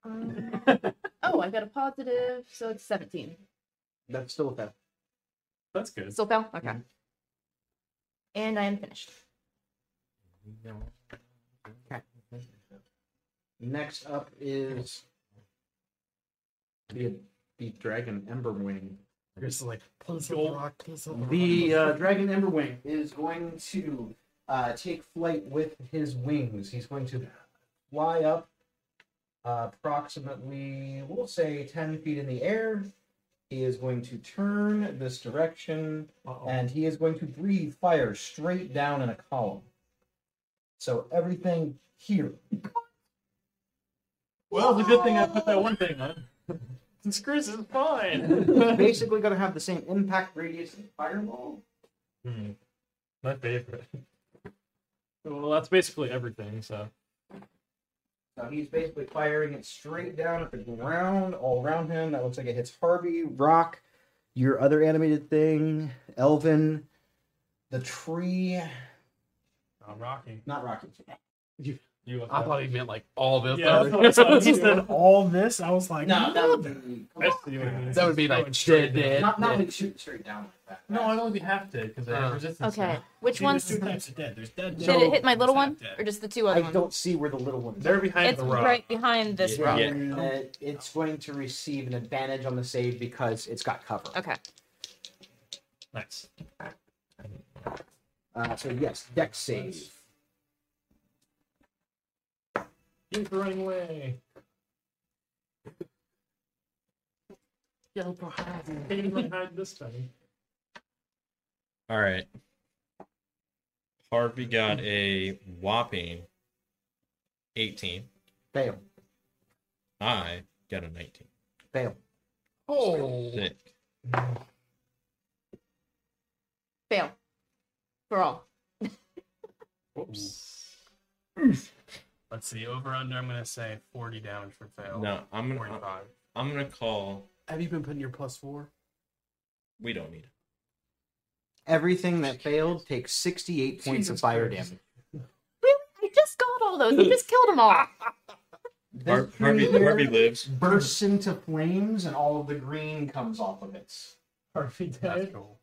Speaker 8: Um, oh, I got a positive, so it's seventeen.
Speaker 3: That's still a fail.
Speaker 1: that's good. Mm-hmm.
Speaker 8: Still fail. Okay. And I am finished.
Speaker 3: Next up is the the dragon Emberwing.
Speaker 2: Chris is like, please
Speaker 1: Joel.
Speaker 2: rock, please hold
Speaker 3: The
Speaker 2: rock.
Speaker 3: uh, dragon Emberwing is going to uh, take flight with his wings. He's going to fly up uh, approximately, we'll say, ten feet in the air. He is going to turn this direction, and he is going to breathe fire straight down in a column. So everything here
Speaker 1: Well, it's a good thing I put that one thing on. This Chris is fine.
Speaker 3: basically going to have the same impact radius as Fireball.
Speaker 1: Hmm. My favorite. Well, that's basically everything. So
Speaker 3: So he's basically firing it straight down at the ground, all around him. That looks like it hits Harvey, Rock, your other animated thing, Elvin, the tree.
Speaker 5: I'm rocking.
Speaker 3: Not Rocky.
Speaker 1: you.
Speaker 2: I thought he meant like all this.
Speaker 1: Yeah, that's what I thought. He said
Speaker 5: all this, I was like,
Speaker 3: No, that would be.
Speaker 1: I see what you mean.
Speaker 2: That would be like
Speaker 1: Going straight
Speaker 2: dead,
Speaker 1: down.
Speaker 2: dead.
Speaker 3: Not, not like shoot straight down like that.
Speaker 1: No, I'd only be half dead because I have
Speaker 2: Uh,
Speaker 1: resistance.
Speaker 6: Okay.
Speaker 1: now.
Speaker 6: Which ones?
Speaker 5: There's two
Speaker 6: Did
Speaker 5: types of dead. There's dead.
Speaker 2: Did
Speaker 6: it hit my little one
Speaker 5: ones
Speaker 6: or just the two
Speaker 3: I
Speaker 6: other ones?
Speaker 3: don't see where the little one is.
Speaker 1: They're behind
Speaker 6: It's
Speaker 1: the rock.
Speaker 6: right behind this
Speaker 1: Yeah.
Speaker 6: rock.
Speaker 4: Yeah.
Speaker 3: And, uh, it's going to receive an advantage on the save because it's got cover.
Speaker 6: Okay.
Speaker 1: Nice.
Speaker 3: Uh, so yes, deck save.
Speaker 1: Keep running away. Can't even hide this time.
Speaker 4: All right. Harvey got
Speaker 6: Mm.
Speaker 4: a whopping 18.
Speaker 3: Fail.
Speaker 4: I got a 19.
Speaker 3: Fail.
Speaker 2: Oh,
Speaker 4: Sick.
Speaker 8: Fail. For all.
Speaker 1: Whoops.
Speaker 5: Let's see. Over under. I'm gonna say 40 damage for fail.
Speaker 4: No, I'm gonna
Speaker 5: 45.
Speaker 4: I'm gonna call.
Speaker 2: have you been putting your plus four?
Speaker 4: We don't need it.
Speaker 3: Everything that failed takes 68 points of
Speaker 2: Jesus
Speaker 3: fire
Speaker 2: Christ.
Speaker 3: damage.
Speaker 6: Really? I just got all those. You just killed them all.
Speaker 4: Har-
Speaker 3: This
Speaker 4: Harvey,
Speaker 3: tree
Speaker 4: Harvey
Speaker 3: here
Speaker 4: lives.
Speaker 3: bursts into flames and all of the green comes off of it.
Speaker 1: Harvey
Speaker 5: That's
Speaker 1: died.
Speaker 5: cool.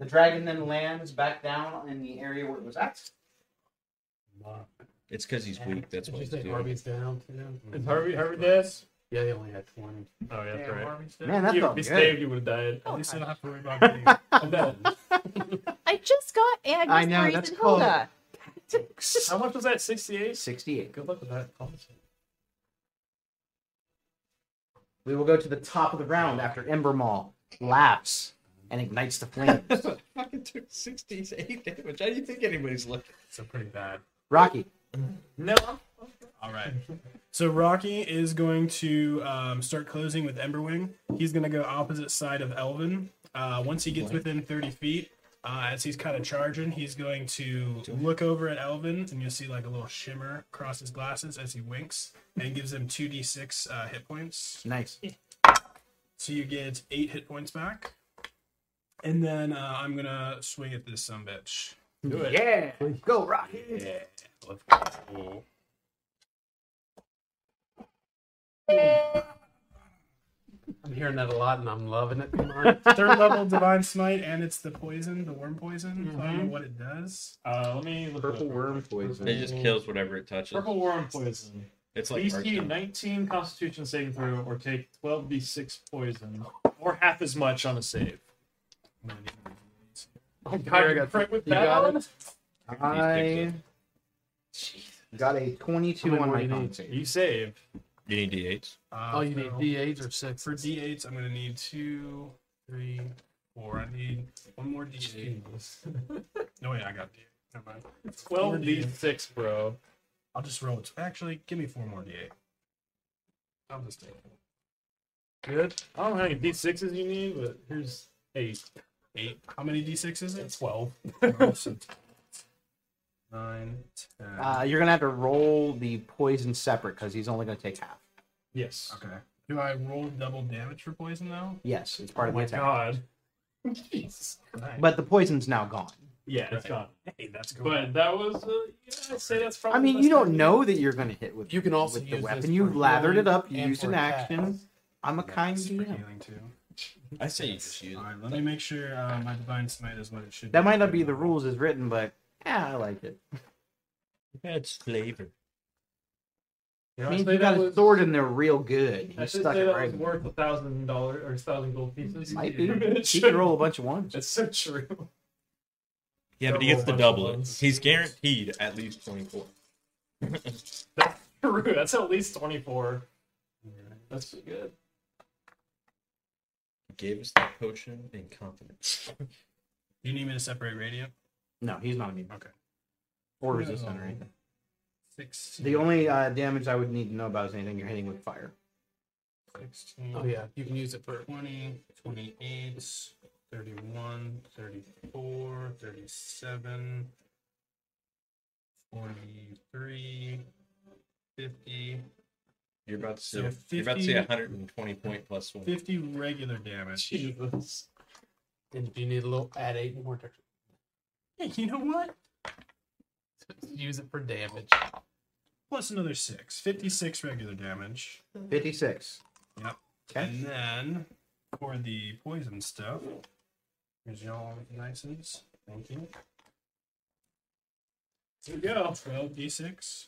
Speaker 3: The dragon then lands back down in the area where it was at.
Speaker 4: It's because he's weak. That's
Speaker 2: Did
Speaker 4: what
Speaker 2: you
Speaker 4: he's
Speaker 2: say
Speaker 4: doing.
Speaker 2: Harvey's down too?
Speaker 1: Is Harvey Harvey dead?
Speaker 2: Yeah, he only had twenty.
Speaker 1: Oh yeah, that's right.
Speaker 3: Man, that
Speaker 1: you,
Speaker 3: felt
Speaker 1: if you
Speaker 3: good.
Speaker 1: saved, you would have died.
Speaker 5: At least I don't have to worry about getting.
Speaker 1: I'm dead.
Speaker 6: I just got and
Speaker 3: I
Speaker 6: I just
Speaker 3: know,
Speaker 6: breathed
Speaker 3: that's
Speaker 6: in
Speaker 3: called-
Speaker 6: Hilda.
Speaker 1: How much was that? 68?
Speaker 3: 68.
Speaker 1: Good luck with that.
Speaker 3: We will go to the top of the round after Embermaw laughs and ignites the flames.
Speaker 4: fucking took 68 damage. How do you think anybody's looking?
Speaker 5: So pretty bad.
Speaker 3: Rocky.
Speaker 1: No.
Speaker 5: All right. So Rocky is going to um, start closing with Emberwing. He's going to go opposite side of Elvin. Uh, once he gets within 30 feet, uh, as he's kind of charging, he's going to look over at Elvin, and you'll see like a little shimmer across his glasses as he winks, and gives him 2d6 uh, hit points.
Speaker 3: Nice.
Speaker 5: So you get eight hit points back. And then uh, I'm going to swing at this some bitch.
Speaker 1: Do it.
Speaker 3: Yeah. Go, Rocky.
Speaker 5: Yeah. Let's go.
Speaker 2: I'm hearing that a lot, and I'm loving it. tonight.
Speaker 5: third level divine smite and it's the poison the worm poison so i don't know what it does
Speaker 1: Uh, let me look
Speaker 3: Purple
Speaker 1: it up.
Speaker 3: worm poison.
Speaker 4: It just kills whatever it touches.
Speaker 1: Purple worm poison.
Speaker 4: It's like
Speaker 1: DC
Speaker 4: Arkham.
Speaker 1: 19 Constitution saving throw, or take 12d6 poison, or half as much on a save.
Speaker 2: Oh,
Speaker 1: God,
Speaker 2: I
Speaker 1: you
Speaker 2: got-
Speaker 3: Oh
Speaker 1: prick with
Speaker 2: you got
Speaker 1: that one?
Speaker 2: it.
Speaker 3: I Got a 22 on my con save.
Speaker 1: You save.
Speaker 4: You need d8s.
Speaker 5: Uh,
Speaker 2: All Oh, you need
Speaker 5: no.
Speaker 2: D8s or six.
Speaker 5: For D8s, I'm gonna need two, three, four. I need one more D8. no wait, I got D8. Never mind.
Speaker 1: Twelve
Speaker 5: Four D8.
Speaker 1: d6, bro.
Speaker 5: I'll just roll it. Actually, give me four more D8. I'll just take it.
Speaker 2: Good.
Speaker 1: I don't know how many d6s you need, but here's eight.
Speaker 5: eight. How many D6 is it?
Speaker 1: Twelve.
Speaker 5: Oh, so t- Nine, ten.
Speaker 3: Uh, you're gonna have to roll the poison separate because he's only gonna take half.
Speaker 1: Yes.
Speaker 5: okay. Do I roll double damage for poison now?
Speaker 3: Yes, it's part
Speaker 1: Oh
Speaker 3: of the
Speaker 1: my
Speaker 3: attack.
Speaker 1: god. Jesus.
Speaker 5: Nice.
Speaker 3: But the poison's now gone.
Speaker 1: Yeah, it's gone.
Speaker 5: hey, that's good.
Speaker 1: But that was, uh, yeah, I'd say that's probably.
Speaker 3: I mean,
Speaker 1: the
Speaker 3: you
Speaker 1: best
Speaker 3: don't
Speaker 1: idea.
Speaker 3: know that you're gonna hit with
Speaker 2: You can also
Speaker 3: with the
Speaker 2: use this
Speaker 3: weapon. You
Speaker 2: for
Speaker 3: lathered it
Speaker 2: healing
Speaker 3: up. You
Speaker 2: and
Speaker 3: used
Speaker 2: for
Speaker 3: an
Speaker 2: attacks.
Speaker 3: action. I'm a kind
Speaker 5: That's for
Speaker 3: DM.
Speaker 5: healing, too.
Speaker 4: I say you just use
Speaker 5: All right, let me make sure uh, my divine smite is what it should.
Speaker 3: That might not be the rules as written, but yeah, I like it.
Speaker 4: That's flavor.
Speaker 1: Yeah,
Speaker 3: I
Speaker 1: I'd
Speaker 3: mean,
Speaker 1: say
Speaker 3: you got
Speaker 1: that
Speaker 3: a
Speaker 1: was-
Speaker 3: sword in there real good.
Speaker 1: I
Speaker 3: You
Speaker 1: should
Speaker 3: stuck
Speaker 1: say
Speaker 3: it
Speaker 1: that
Speaker 3: right.
Speaker 1: was
Speaker 3: in
Speaker 1: worth a thousand dollar or thousand gold pieces.
Speaker 3: there. Might be.
Speaker 1: It
Speaker 3: You
Speaker 1: should-
Speaker 3: can roll a bunch of ones.
Speaker 1: That's so true.
Speaker 4: Yeah, but he
Speaker 1: Double
Speaker 4: gets
Speaker 1: bunch
Speaker 4: to
Speaker 1: of
Speaker 4: double it.
Speaker 1: ones.
Speaker 4: He's guaranteed at least 24.
Speaker 1: That's true. That's at least twenty four. That's pretty good.
Speaker 4: Gave us that potion in confidence.
Speaker 5: You need me to separate radiant?
Speaker 3: No, he's not immune
Speaker 5: Okay.
Speaker 3: or resistant or
Speaker 5: No.
Speaker 3: anything.
Speaker 5: Six.
Speaker 3: The only uh, damage I would need to know about is anything you're hitting with fire.
Speaker 5: 16,
Speaker 2: Oh yeah, you can use it for
Speaker 5: 20, 28, 31, 34, 37, 43, 50,
Speaker 4: You're about to see,
Speaker 5: So
Speaker 4: you're about to see
Speaker 5: 50
Speaker 4: 120 point plus one.
Speaker 5: 50 regular damage.
Speaker 1: Jesus.
Speaker 2: and if you need a little add eight more to
Speaker 5: Hey, you know what?
Speaker 2: use it for damage.
Speaker 5: Plus another 6. 56 regular damage.
Speaker 3: 56.
Speaker 5: Yep.
Speaker 3: Okay.
Speaker 5: And then for the poison stuff, here's y'all license. Thank you.
Speaker 1: Here we go,
Speaker 5: 12 d6.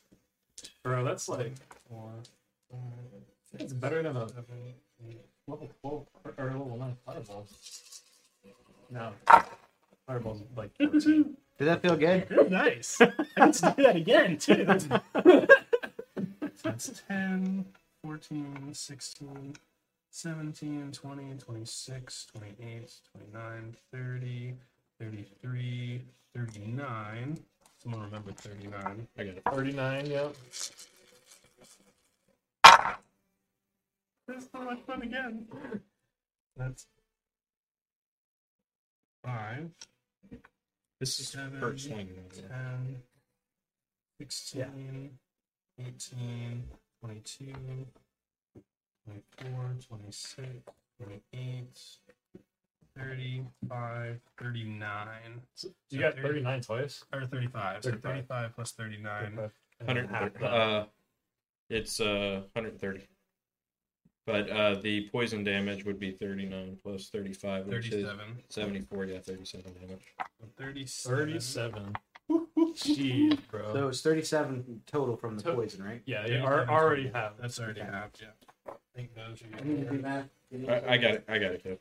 Speaker 1: bro. That's like
Speaker 5: 4,
Speaker 1: it's better than a
Speaker 5: 7, eight,
Speaker 1: level twelve or or level nine fireball. No, fireball's like 14.
Speaker 3: Did that feel good?
Speaker 5: Nice. I can do that again, too. That's 10, 14, 16, 17, 20, 26, 28, 29, 30, 33, 39. Someone remember 39.
Speaker 4: I got it.
Speaker 1: thirty nine. Yep.
Speaker 5: That's not much fun again. That's 5,
Speaker 4: This is the
Speaker 5: Seven,
Speaker 4: first swing. man.
Speaker 5: 10, 16, 18, 22, 24, 26, 28, 35, 39,
Speaker 1: You got thirty nine twice.
Speaker 5: or 35. So
Speaker 1: 35.
Speaker 5: 35 plus 39.
Speaker 4: 130, uh, it's uh 130. But uh, the poison damage would be 39 plus 35, which is
Speaker 5: 37.
Speaker 4: 74. Yeah, 37 damage.
Speaker 5: So 37.
Speaker 1: Thirty seven. Jeez, bro.
Speaker 3: So it's 37 total from the
Speaker 1: Oh. To-
Speaker 3: poison, right?
Speaker 1: yeah, you are, already have.
Speaker 5: That's already
Speaker 3: Okay.
Speaker 5: halved, yeah. I think those are
Speaker 4: I, I got it. I got it. Kev.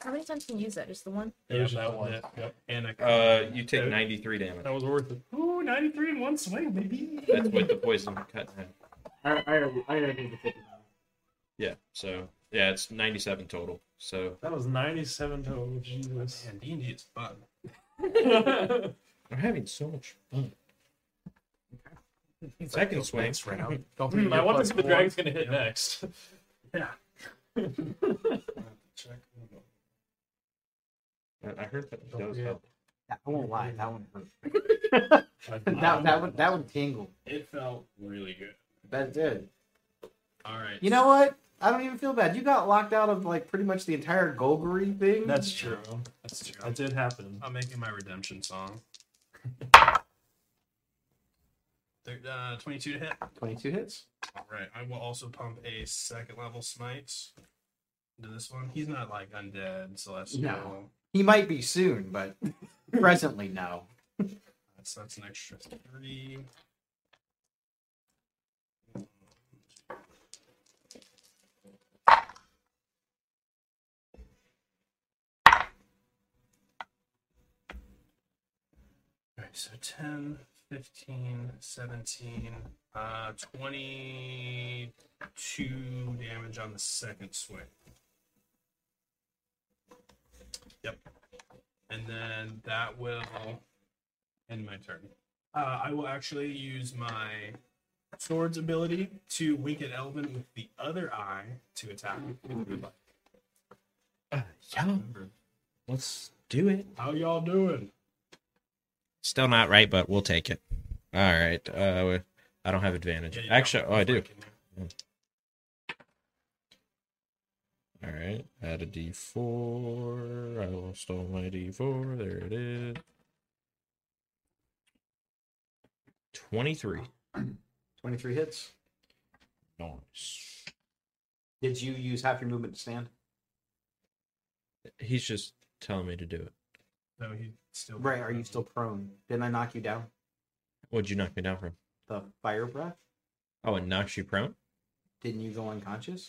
Speaker 6: How many times can you use that? Just the one?
Speaker 1: There's
Speaker 5: Yeah,
Speaker 1: that one.
Speaker 5: yeah.
Speaker 1: Yep.
Speaker 5: And I
Speaker 4: Uh, you take
Speaker 1: Okay.
Speaker 4: 93 damage.
Speaker 1: That was worth it.
Speaker 5: Ooh, 93 in one swing, baby.
Speaker 4: That's what the poison cut in half.
Speaker 3: I, I, I already did the
Speaker 4: Yeah. So yeah, it's 97 total. So
Speaker 1: That was 97 total. Jesus.
Speaker 5: Man, D&D is fun.
Speaker 4: I'm having so much fun. Second swing.
Speaker 2: Thanks, round. Don't forget
Speaker 1: Hmm, I
Speaker 2: your
Speaker 1: wonder
Speaker 2: plus
Speaker 1: who the
Speaker 2: four.
Speaker 1: dragon's gonna hit next.
Speaker 5: Check.
Speaker 4: I- I heard that
Speaker 1: Don't
Speaker 4: does
Speaker 1: forget.
Speaker 4: help.
Speaker 3: I won't lie, that one hurt.
Speaker 1: that,
Speaker 3: That that would that would tingle.
Speaker 5: It felt really good.
Speaker 3: That did.
Speaker 5: All right.
Speaker 3: You know what? I don't even feel bad. You got locked out of like pretty much the entire Golgari thing.
Speaker 1: That's true.
Speaker 5: That's true.
Speaker 1: That did happen.
Speaker 5: I'm making my redemption song. Thir- uh, 22 to hit.
Speaker 3: twenty-two hits.
Speaker 5: All right. I will also pump a second level smite into this one. He's not like undead, celestial.
Speaker 3: No. He might be soon, but presently no.
Speaker 5: That's, Uh, that's an extra three. Okay, so 10, 15, 17, uh, 22 damage on the second swing. Yep. And then that will end my turn. Uh, I will actually use my sword's ability to wink at Elvin with the other eye to attack.
Speaker 4: Uh, yeah, let's do it.
Speaker 5: How y'all doing?
Speaker 4: Still not right, but we'll take it. All right. Uh, I don't have advantage.
Speaker 5: Yeah, you
Speaker 4: Actually,
Speaker 5: got
Speaker 4: oh, I do.
Speaker 5: freaking-
Speaker 4: All right. Add a d4. I lost all my d4. There it is. 23.
Speaker 3: 23 hits.
Speaker 4: Nice.
Speaker 3: Did you use half your movement to stand?
Speaker 4: He's just telling me to do it.
Speaker 5: No, he still.
Speaker 3: Right, are you still prone? Didn't I knock you down?
Speaker 4: What'd you knock me down from?
Speaker 3: The fire breath?
Speaker 4: Oh, it knocks you prone?
Speaker 3: Didn't you go unconscious?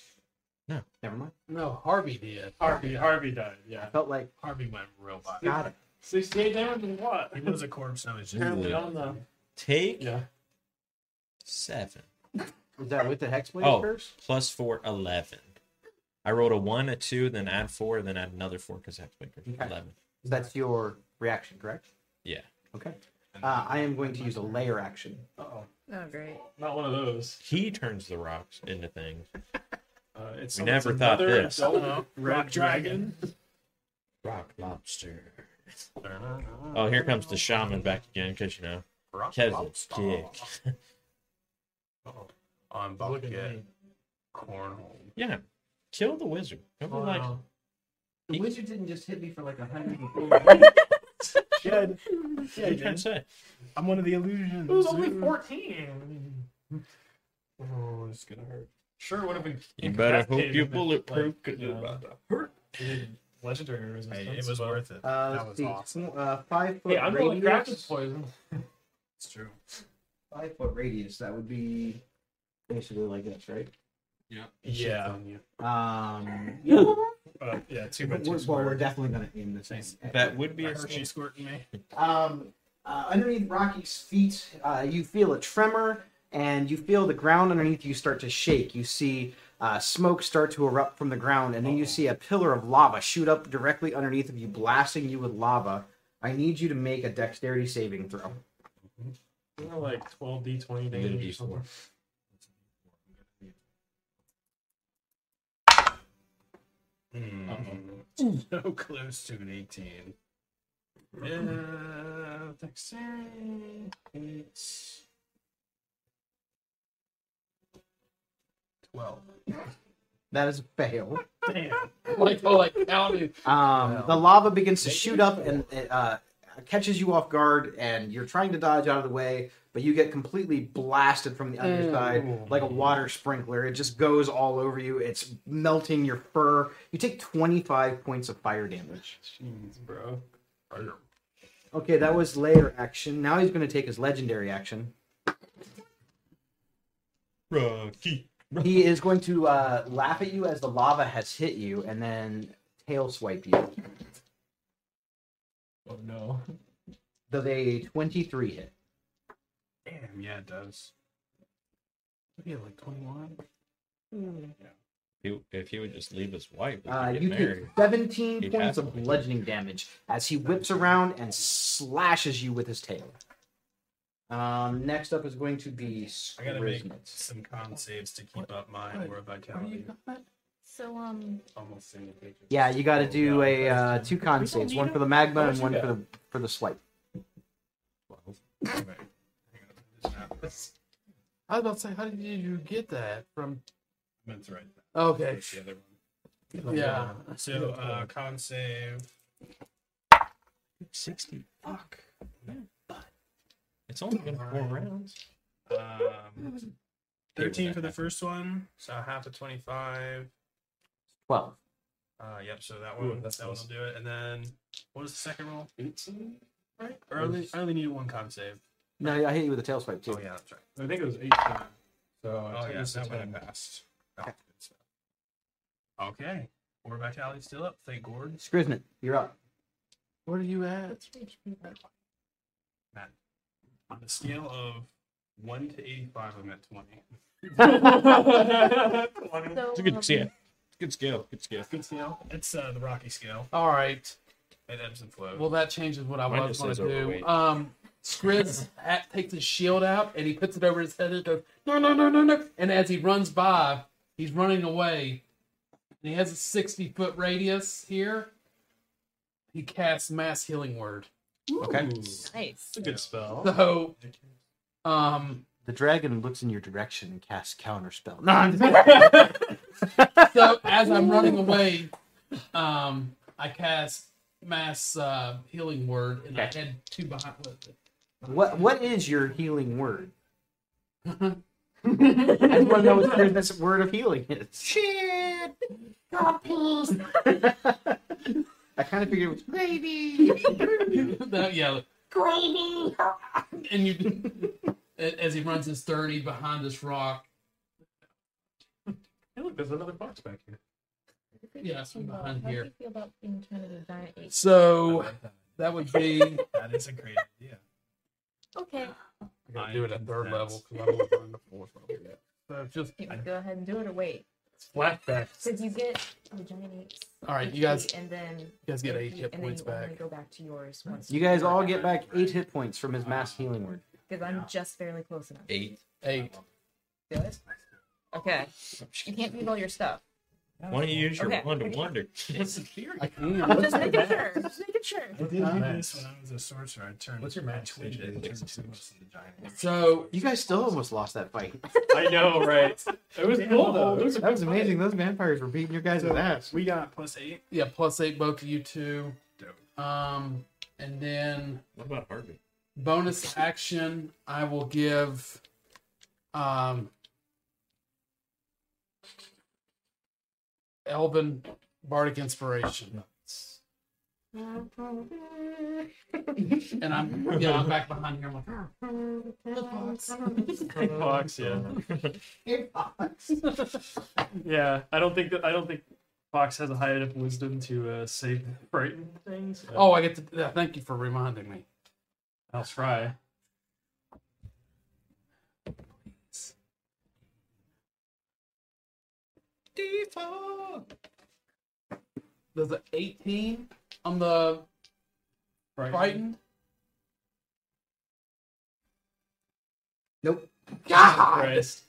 Speaker 4: No.
Speaker 3: Never mind.
Speaker 2: No, Harvey did.
Speaker 1: Harvey, Harvey died.
Speaker 3: I
Speaker 1: Yeah.
Speaker 3: felt like,
Speaker 5: Harvey went robot.
Speaker 3: got it.
Speaker 1: Sixty-eight damage and what?
Speaker 5: He was a corpse. Now he's just.
Speaker 1: Apparently on the
Speaker 4: Take
Speaker 1: yeah.
Speaker 4: seven.
Speaker 3: Is that with the Hexblade
Speaker 4: Oh.
Speaker 3: curse?
Speaker 4: Plus four, 11. I rolled a one, a two, then add four, then add another four because that's bigger.
Speaker 3: Okay.
Speaker 4: 11.
Speaker 3: That's your reaction, correct?
Speaker 4: Yeah.
Speaker 3: Okay. Uh, I am going to use a layer action.
Speaker 1: Uh-oh.
Speaker 8: Oh, great.
Speaker 1: Not one of those.
Speaker 4: He turns the rocks into things.
Speaker 1: Uh, it's
Speaker 4: We
Speaker 1: it's
Speaker 4: never thought
Speaker 1: another
Speaker 4: this.
Speaker 1: adult
Speaker 5: Rock
Speaker 1: Red Uh-huh. dragon.
Speaker 4: Rock lobster. Oh, here comes the shaman back again because, you know,
Speaker 5: Rock
Speaker 4: Kev's
Speaker 5: lobster.
Speaker 4: a dick.
Speaker 5: Uh-oh.
Speaker 1: Look
Speaker 5: On
Speaker 1: at
Speaker 5: bucket
Speaker 1: me.
Speaker 5: cornhole.
Speaker 4: Yeah. Kill the wizard. Don't be like,
Speaker 9: The
Speaker 4: He-
Speaker 9: wizard didn't just hit me for like a hundred and four.
Speaker 5: Jed,
Speaker 4: what are you trying to say?
Speaker 5: I'm one of the illusions.
Speaker 1: It was only fourteen. I mean,
Speaker 5: Oh, it's gonna hurt.
Speaker 1: Sure would have been.
Speaker 4: You better hope
Speaker 1: incapacitated
Speaker 4: you
Speaker 1: if, like,
Speaker 4: bulletproof because
Speaker 1: you
Speaker 4: you're
Speaker 1: know,
Speaker 4: about to hurt.
Speaker 1: it did legendary resistance.
Speaker 5: Hey, it was
Speaker 1: but-
Speaker 5: worth it.
Speaker 3: Uh,
Speaker 5: that
Speaker 3: let's
Speaker 5: was
Speaker 3: see,
Speaker 5: awesome.
Speaker 3: Uh, five foot
Speaker 1: Hey, I'm going to craft
Speaker 3: radius.
Speaker 1: this poison.
Speaker 5: It's true.
Speaker 9: Five foot radius. That would be basically like this, right?
Speaker 1: Yeah.
Speaker 3: Um,
Speaker 1: Uh, yeah. Two by
Speaker 3: we're,
Speaker 1: two.
Speaker 3: well,
Speaker 1: square.
Speaker 3: we're definitely going to aim the same.
Speaker 4: That would be
Speaker 5: My
Speaker 4: a
Speaker 5: Hershey squirting me.
Speaker 3: Um, uh, underneath Rocky's feet, uh, you feel a tremor, and you feel the ground underneath you start to shake. You see uh, smoke start to erupt from the ground, and then you see a pillar of lava shoot up directly underneath of you, blasting you with lava. I need you to make a dexterity saving throw.
Speaker 1: You know, like 12d, 20
Speaker 4: Did a
Speaker 1: damage. or
Speaker 4: D4.
Speaker 1: something.
Speaker 5: Mm. So close to an 18. Yeah, dexterity. It's 12.
Speaker 3: That is a fail.
Speaker 5: Damn.
Speaker 2: Like, oh, like county.
Speaker 3: Um, the lava begins to shoot up and uh, catches you off guard, and you're trying to dodge out of the way, but you get completely blasted from the underside like a water sprinkler. It just goes all over you. It's melting your fur. You take 25 points of fire damage.
Speaker 1: Jeez, bro.
Speaker 3: Okay, that was layer action. Now he's going to take his legendary action.
Speaker 4: Rocky.
Speaker 3: He is going to uh, laugh at you as the lava has hit you, and then tail swipe you.
Speaker 1: Oh no.
Speaker 3: Does a 23 hit?
Speaker 5: Damn, yeah, it does. What do you have, like 21?
Speaker 4: He, if he would just leave his wife, we could
Speaker 3: Uh,
Speaker 4: get
Speaker 3: you
Speaker 4: married.
Speaker 3: take 17
Speaker 4: He'd
Speaker 3: points
Speaker 4: have
Speaker 3: of
Speaker 4: to.
Speaker 3: bludgeoning damage as he whips around and slashes you with his tail. Um, next up is going to be
Speaker 5: I gotta make
Speaker 3: Skrizmit.
Speaker 5: some con saves to keep up my aura vitality.
Speaker 8: So, um,
Speaker 5: Almost single digits.
Speaker 3: Yeah, you got to do
Speaker 5: Oh,
Speaker 3: a
Speaker 5: God.
Speaker 3: uh, two con
Speaker 1: We don't
Speaker 3: saves,
Speaker 1: need
Speaker 3: one
Speaker 1: it.
Speaker 3: for the magma
Speaker 1: Why
Speaker 3: and
Speaker 1: don't
Speaker 3: one
Speaker 1: you
Speaker 3: for the for the swipe.
Speaker 5: Right. Hang on, this is not- I
Speaker 2: I was about to say, how did you get that from?
Speaker 5: meant to write that.
Speaker 2: Okay.
Speaker 5: That's the other one.
Speaker 2: Yeah.
Speaker 5: So, uh, con save.
Speaker 4: 60. Fuck. It's only been four rounds.
Speaker 5: Um,
Speaker 4: Hey, was
Speaker 5: 13
Speaker 4: that
Speaker 5: for the
Speaker 4: half?
Speaker 5: first one, so half of 25.
Speaker 3: Twelve.
Speaker 5: Uh, yep, so that
Speaker 1: Ooh,
Speaker 5: one,
Speaker 1: that's
Speaker 5: that one
Speaker 1: nice.
Speaker 5: will do it. And then, what was the second roll?
Speaker 1: 18?
Speaker 5: Right? Or I only, I only need one con save.
Speaker 3: No, I hit you with a tail swipe too.
Speaker 5: Oh, yeah, that's right.
Speaker 1: I think it was 18. So I
Speaker 5: Oh,
Speaker 1: took
Speaker 5: yeah,
Speaker 1: this
Speaker 5: that
Speaker 1: to
Speaker 5: would have
Speaker 1: 10.
Speaker 5: passed. Oh, good stuff. Okay. Aura vitality's still up. Thank Gordon.
Speaker 3: Skrizmit, you're up.
Speaker 2: Where are you at?
Speaker 5: Matt. On a scale of 1 to 85, I'm at 20.
Speaker 8: So,
Speaker 4: It's a good
Speaker 8: um,
Speaker 4: scale. Good scale. Good scale.
Speaker 5: Good scale. It's uh, the Rocky scale.
Speaker 2: All right.
Speaker 5: It ebbs and flows.
Speaker 2: Well, that changes what I
Speaker 4: Mine
Speaker 2: was
Speaker 4: just
Speaker 2: going
Speaker 4: says
Speaker 2: to do.
Speaker 4: overweight.
Speaker 2: Um, Skriz at, takes his shield out and he puts it over his head and goes, no, no, no, no, no. And as he runs by, he's running away. And he has a 60 foot radius here. He casts Mass Healing Word.
Speaker 3: Okay.
Speaker 6: Nice.
Speaker 1: a good spell.
Speaker 2: So, um,
Speaker 3: The dragon looks in your direction and casts counterspell. No, I'm just-
Speaker 2: so as I'm running away, um, I cast Mass uh, Healing Word and I had two behind with it.
Speaker 3: what what is your healing word? I just want to know what the business word of healing is. Shit. I kind of figured it was baby.
Speaker 2: No, yeah, like, gravy. and you, a- as he runs his thirty behind this rock,
Speaker 1: Hey, look, there's another box back here.
Speaker 6: um,
Speaker 2: yeah, from behind
Speaker 8: How do
Speaker 2: here.
Speaker 8: you feel about being turned into a giant ape?
Speaker 2: So that would be
Speaker 5: That is a great idea.
Speaker 6: Okay.
Speaker 2: I
Speaker 5: gotta do it at third level,
Speaker 2: because I'm not on the fourth level yet. So just
Speaker 8: You can go ahead and do it or wait.
Speaker 2: flashback.
Speaker 8: Because you get the giant apes.
Speaker 2: All right, you
Speaker 8: HP,
Speaker 2: guys, you
Speaker 8: And then
Speaker 2: guys get
Speaker 8: if
Speaker 2: eight
Speaker 8: you-
Speaker 2: hit
Speaker 8: and then
Speaker 2: points
Speaker 8: you only
Speaker 2: back.
Speaker 8: go back to yours once.
Speaker 3: You guys all get back eight hit points from his mass healing word.
Speaker 8: Because I'm just barely close enough.
Speaker 4: Eight.
Speaker 2: Eight.
Speaker 8: Do it. Okay. You can't move all your stuff.
Speaker 4: Why don't you use your
Speaker 6: Okay.
Speaker 4: wand of wonder?
Speaker 5: It's a theory.
Speaker 2: I can.
Speaker 6: I'm just making sure. Just making sure.
Speaker 5: I did do
Speaker 1: max?
Speaker 5: this when I was a sorcerer. I turned.
Speaker 1: What's your max
Speaker 5: I twitched it.
Speaker 1: HP?
Speaker 5: and turned to most of the giant.
Speaker 2: So
Speaker 3: You guys still almost lost that fight.
Speaker 1: I know, right? It was cool though. It was a
Speaker 3: That was
Speaker 1: good
Speaker 3: amazing. Those vampires were beating your guys' ass.
Speaker 5: We got plus eight.
Speaker 2: yeah, plus eight both of you two.
Speaker 5: Dope.
Speaker 2: Um, and then
Speaker 4: What about Harvey?
Speaker 2: bonus action i will give um elvin bardic inspiration and i'm you know i'm back behind here i'm like "Oh, good box."
Speaker 1: Big box, yeah. yeah, I don't think that I don't think Fox has a high enough wisdom to uh, save Brighton things. Uh,
Speaker 2: oh i get to yeah, thank you for reminding me
Speaker 1: I'll try.
Speaker 2: there's an 18 on the
Speaker 1: Brighton.
Speaker 2: brighton
Speaker 3: Nope.
Speaker 1: Christ.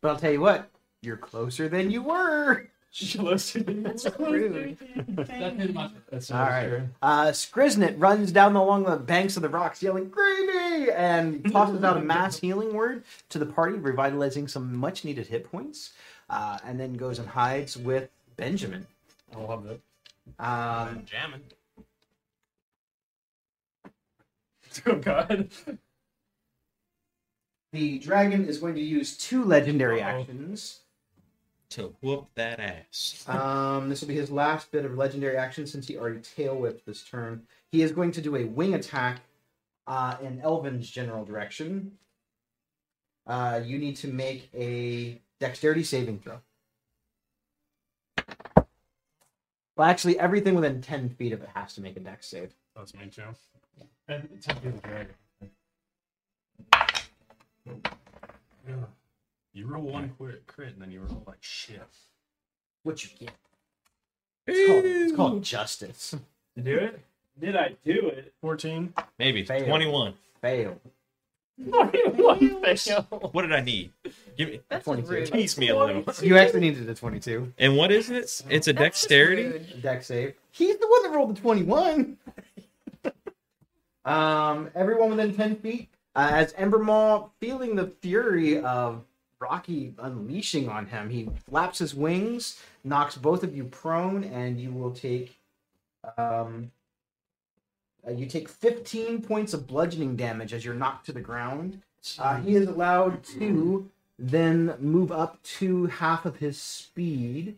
Speaker 3: But I'll tell you what, you're closer than you were.
Speaker 1: Closer than you
Speaker 3: Rude.
Speaker 2: that hit my
Speaker 1: That's
Speaker 3: All right. Uh, Skriznet runs down along the banks of the rocks, yelling "gravy" and tosses out a mass healing word to the party, revitalizing some much-needed hit points. Uh, and then goes and hides with Benjamin.
Speaker 1: I love that.
Speaker 3: Um,
Speaker 5: jamming.
Speaker 1: Oh God.
Speaker 3: the dragon is going to use two legendary
Speaker 5: Uh-oh.
Speaker 3: actions.
Speaker 4: To whoop that ass.
Speaker 3: Um, this will be his last bit of legendary action since he already tail whipped this turn. He is going to do a wing attack uh, in Elvin's general direction. Uh, you need to make a dexterity saving throw. Well, actually, everything within 10 feet of it has to make a dex save.
Speaker 5: That's me too.
Speaker 1: And it's a good dragon.
Speaker 5: You roll one crit, crit, and then you roll like shit.
Speaker 3: What you get? It's called, it's called justice.
Speaker 1: Do it? Did I do it?
Speaker 5: Fourteen.
Speaker 4: Maybe
Speaker 3: Fail.
Speaker 4: 21.
Speaker 3: Fail.
Speaker 4: What did I need? Give me
Speaker 8: That's
Speaker 3: 22.
Speaker 8: rude.
Speaker 4: tease me a little.
Speaker 3: You actually needed a 22
Speaker 4: And what is it? It's a
Speaker 8: That's just
Speaker 4: dexterity.
Speaker 8: rude.
Speaker 3: dex save. He's the one that rolled the 21. um, everyone within 10 feet. Uh, as Embermaw, feeling the fury of Rocky unleashing on him, he flaps his wings, knocks both of you prone, and you will take. Um, uh, you take 15 points of bludgeoning damage as you're knocked to the ground. Uh, he is allowed to then move up to half of his speed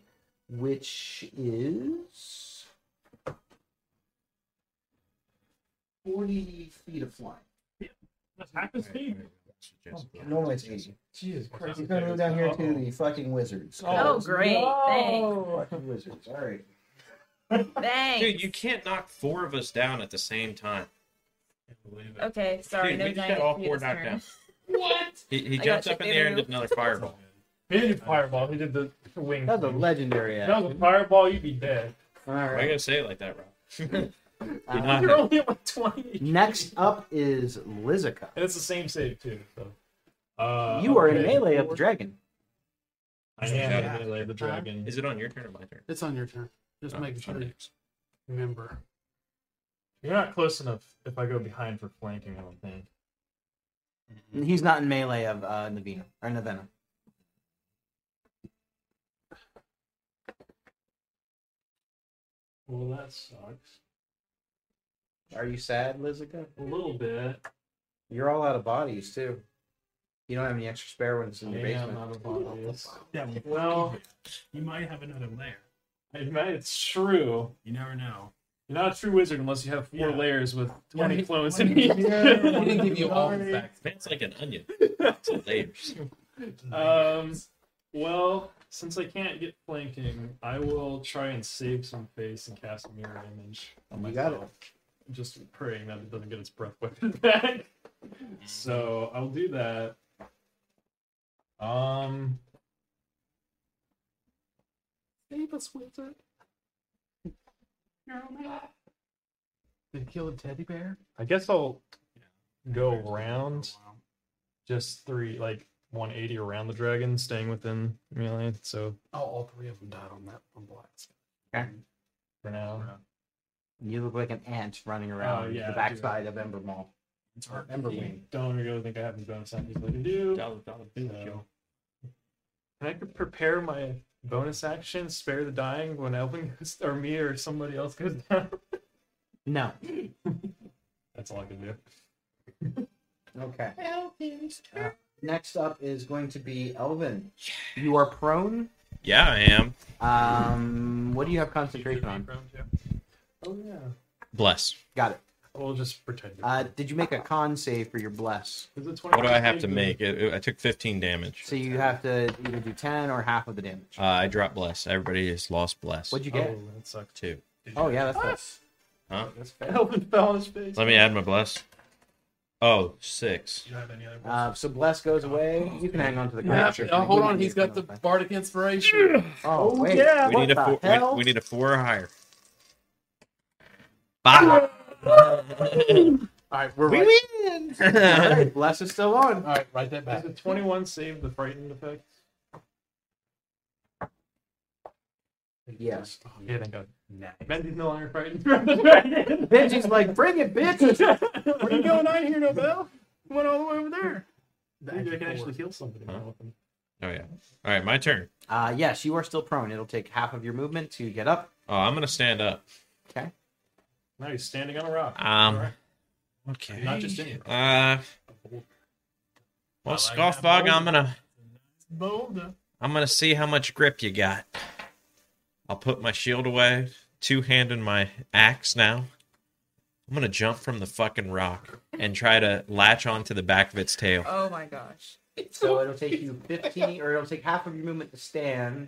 Speaker 3: which is 40 feet of flying.
Speaker 1: That's half his feet.
Speaker 3: Oh, Normally it's 80.
Speaker 1: Jesus
Speaker 3: He's going to move down here to the fucking wizards.
Speaker 6: Oh, great. Thanks.
Speaker 3: fucking wizards. All right.
Speaker 6: Thanks.
Speaker 4: Dude, you can't knock four of us down at the same time.
Speaker 5: believe it.
Speaker 8: Okay, sorry.
Speaker 4: Dude,
Speaker 8: no
Speaker 4: we just
Speaker 8: giant
Speaker 4: got all
Speaker 8: computer's
Speaker 4: four knocked
Speaker 8: turn.
Speaker 4: down.
Speaker 2: What?
Speaker 4: He, he
Speaker 6: I
Speaker 4: jumps
Speaker 6: gotcha,
Speaker 4: up in the air and
Speaker 6: baby.
Speaker 4: did another fireball.
Speaker 1: He didn't do fireball. He did the the wing.
Speaker 3: That's a
Speaker 1: thing.
Speaker 3: legendary
Speaker 1: That was a
Speaker 3: action.
Speaker 1: fireball. You'd be dead.
Speaker 3: All
Speaker 4: Why you
Speaker 3: right.
Speaker 4: gotta say it like that, Rob?
Speaker 3: Uh,
Speaker 4: not-
Speaker 1: You're only at like twenty,
Speaker 3: next up is Lizica.
Speaker 1: and it's the same save too. So. Uh,
Speaker 3: You are in
Speaker 1: okay.
Speaker 3: melee of the dragon.
Speaker 1: I am
Speaker 4: Yeah.
Speaker 1: in melee of the dragon.
Speaker 4: Is it on your turn or my turn?
Speaker 2: It's on your turn. Just
Speaker 4: Oh,
Speaker 2: make
Speaker 4: it's on
Speaker 2: sure you
Speaker 4: next.
Speaker 2: remember.
Speaker 1: You're not close enough. If I go behind for flanking, I don't think.
Speaker 3: He's not in melee of uh, Navina or Navena.
Speaker 1: Well, that sucks
Speaker 3: Are you sad, Lizica?
Speaker 1: a little bit.
Speaker 3: You're all out of bodies too. You don't have any extra spare ones in your
Speaker 1: Yeah,
Speaker 3: basement.
Speaker 1: not a body is.
Speaker 5: Yeah,
Speaker 1: Well,
Speaker 5: you might have another layer.
Speaker 1: it might- it's true.
Speaker 5: You never know.
Speaker 1: You're not a true wizard unless you have four
Speaker 5: Yeah.
Speaker 1: layers with 20
Speaker 2: he-
Speaker 1: clones
Speaker 5: when
Speaker 1: in
Speaker 5: he-
Speaker 1: each.
Speaker 2: He didn't give you all the facts.
Speaker 4: Man's like an onion. Lots of layers.
Speaker 2: Uh,
Speaker 1: Um, well, since I can't get flanking, I will try and save some face and cast a mirror image. On
Speaker 3: You got it.
Speaker 1: it. Just praying that it doesn't get its breath weapon back. So I'll do that. Um,
Speaker 2: Save us, wizard. You're on that. Did he kill a teddy bear?
Speaker 1: I guess I'll go around just three, like 180 around the dragon, staying within melee. So
Speaker 2: Oh, all three of them died on that one blast.
Speaker 1: for now,
Speaker 3: You look like an ant running around
Speaker 1: yeah, I
Speaker 3: the
Speaker 1: do.
Speaker 3: backside of Ember Mall.
Speaker 5: It's hard.
Speaker 3: Ember Wing.
Speaker 1: don't really think I have any bonus actions I can do.
Speaker 4: Dollar, dollar, bill,
Speaker 1: No.
Speaker 4: yo.
Speaker 1: And I could prepare my bonus action, spare the dying when Elvin goes, or me or somebody else goes down.
Speaker 3: No.
Speaker 1: That's all I can do.
Speaker 3: Okay. Uh, next up is going to be Elvin. You are prone.
Speaker 4: Yeah, I am.
Speaker 3: Um, what do you have concentration on?
Speaker 1: Oh yeah.
Speaker 4: Bless.
Speaker 3: Got it.
Speaker 1: We'll just pretend. it.
Speaker 3: Uh, did you make a con save for your bless?
Speaker 1: Is it
Speaker 4: What do I have
Speaker 1: 25?
Speaker 4: to make? It- it- I took 15 damage.
Speaker 3: So you have to either do ten or half of the damage.
Speaker 4: Uh, I dropped bless. Everybody has lost bless.
Speaker 3: What'd you get?
Speaker 1: Oh, that sucked.
Speaker 4: Two.
Speaker 3: Oh, yeah, that's bless.
Speaker 4: Huh?
Speaker 3: That's fair.
Speaker 1: Elvin fell on his face.
Speaker 4: Let me add my bless. Oh, six.
Speaker 5: You don't have any other
Speaker 3: Uh, so bless goes away. You can hang on to the
Speaker 2: Yeah,
Speaker 3: creature.
Speaker 2: oh, hold on, he's got the bardic inspiration.
Speaker 3: Oh,
Speaker 1: Oh,
Speaker 3: wait.
Speaker 1: yeah,
Speaker 4: We need a
Speaker 3: what
Speaker 4: four.
Speaker 3: the hell?
Speaker 4: We, we need a four or higher. Bye.
Speaker 2: All right, we're
Speaker 4: We
Speaker 2: right.
Speaker 4: win. Oh,
Speaker 3: All right, bless is still on.
Speaker 2: All right, write that
Speaker 1: Is
Speaker 2: back.
Speaker 1: the 21 save the frightened effect?
Speaker 3: Yes.
Speaker 1: Oh, Yeah, thank God. Benji's no longer frightened from the dragon.
Speaker 3: Benji's like, bring it, bitch.
Speaker 1: Where you going on here, Nobel? You went all the way over there.
Speaker 2: The
Speaker 1: Maybe I
Speaker 2: action
Speaker 1: can actually
Speaker 2: forward.
Speaker 1: heal somebody.
Speaker 4: Huh? Oh yeah. All right, my turn.
Speaker 3: Uh, yes, you are still prone. It'll take half of your movement to get up.
Speaker 4: Oh, I'm gonna stand up.
Speaker 1: Now he's standing on a rock.
Speaker 4: Um. Okay.
Speaker 1: Not just any rock.
Speaker 4: Uh. Well,
Speaker 5: I like that
Speaker 4: Scoffbug, I'm
Speaker 5: boulder.
Speaker 4: gonna
Speaker 5: Boulder.
Speaker 4: I'm gonna see how much grip you got. I'll put my shield away, two hand in my axe now. I'm gonna jump from the fucking rock and try to latch onto the back of its tail.
Speaker 6: Oh my gosh.
Speaker 3: So it'll take you 15, or it'll take half of your movement to stand.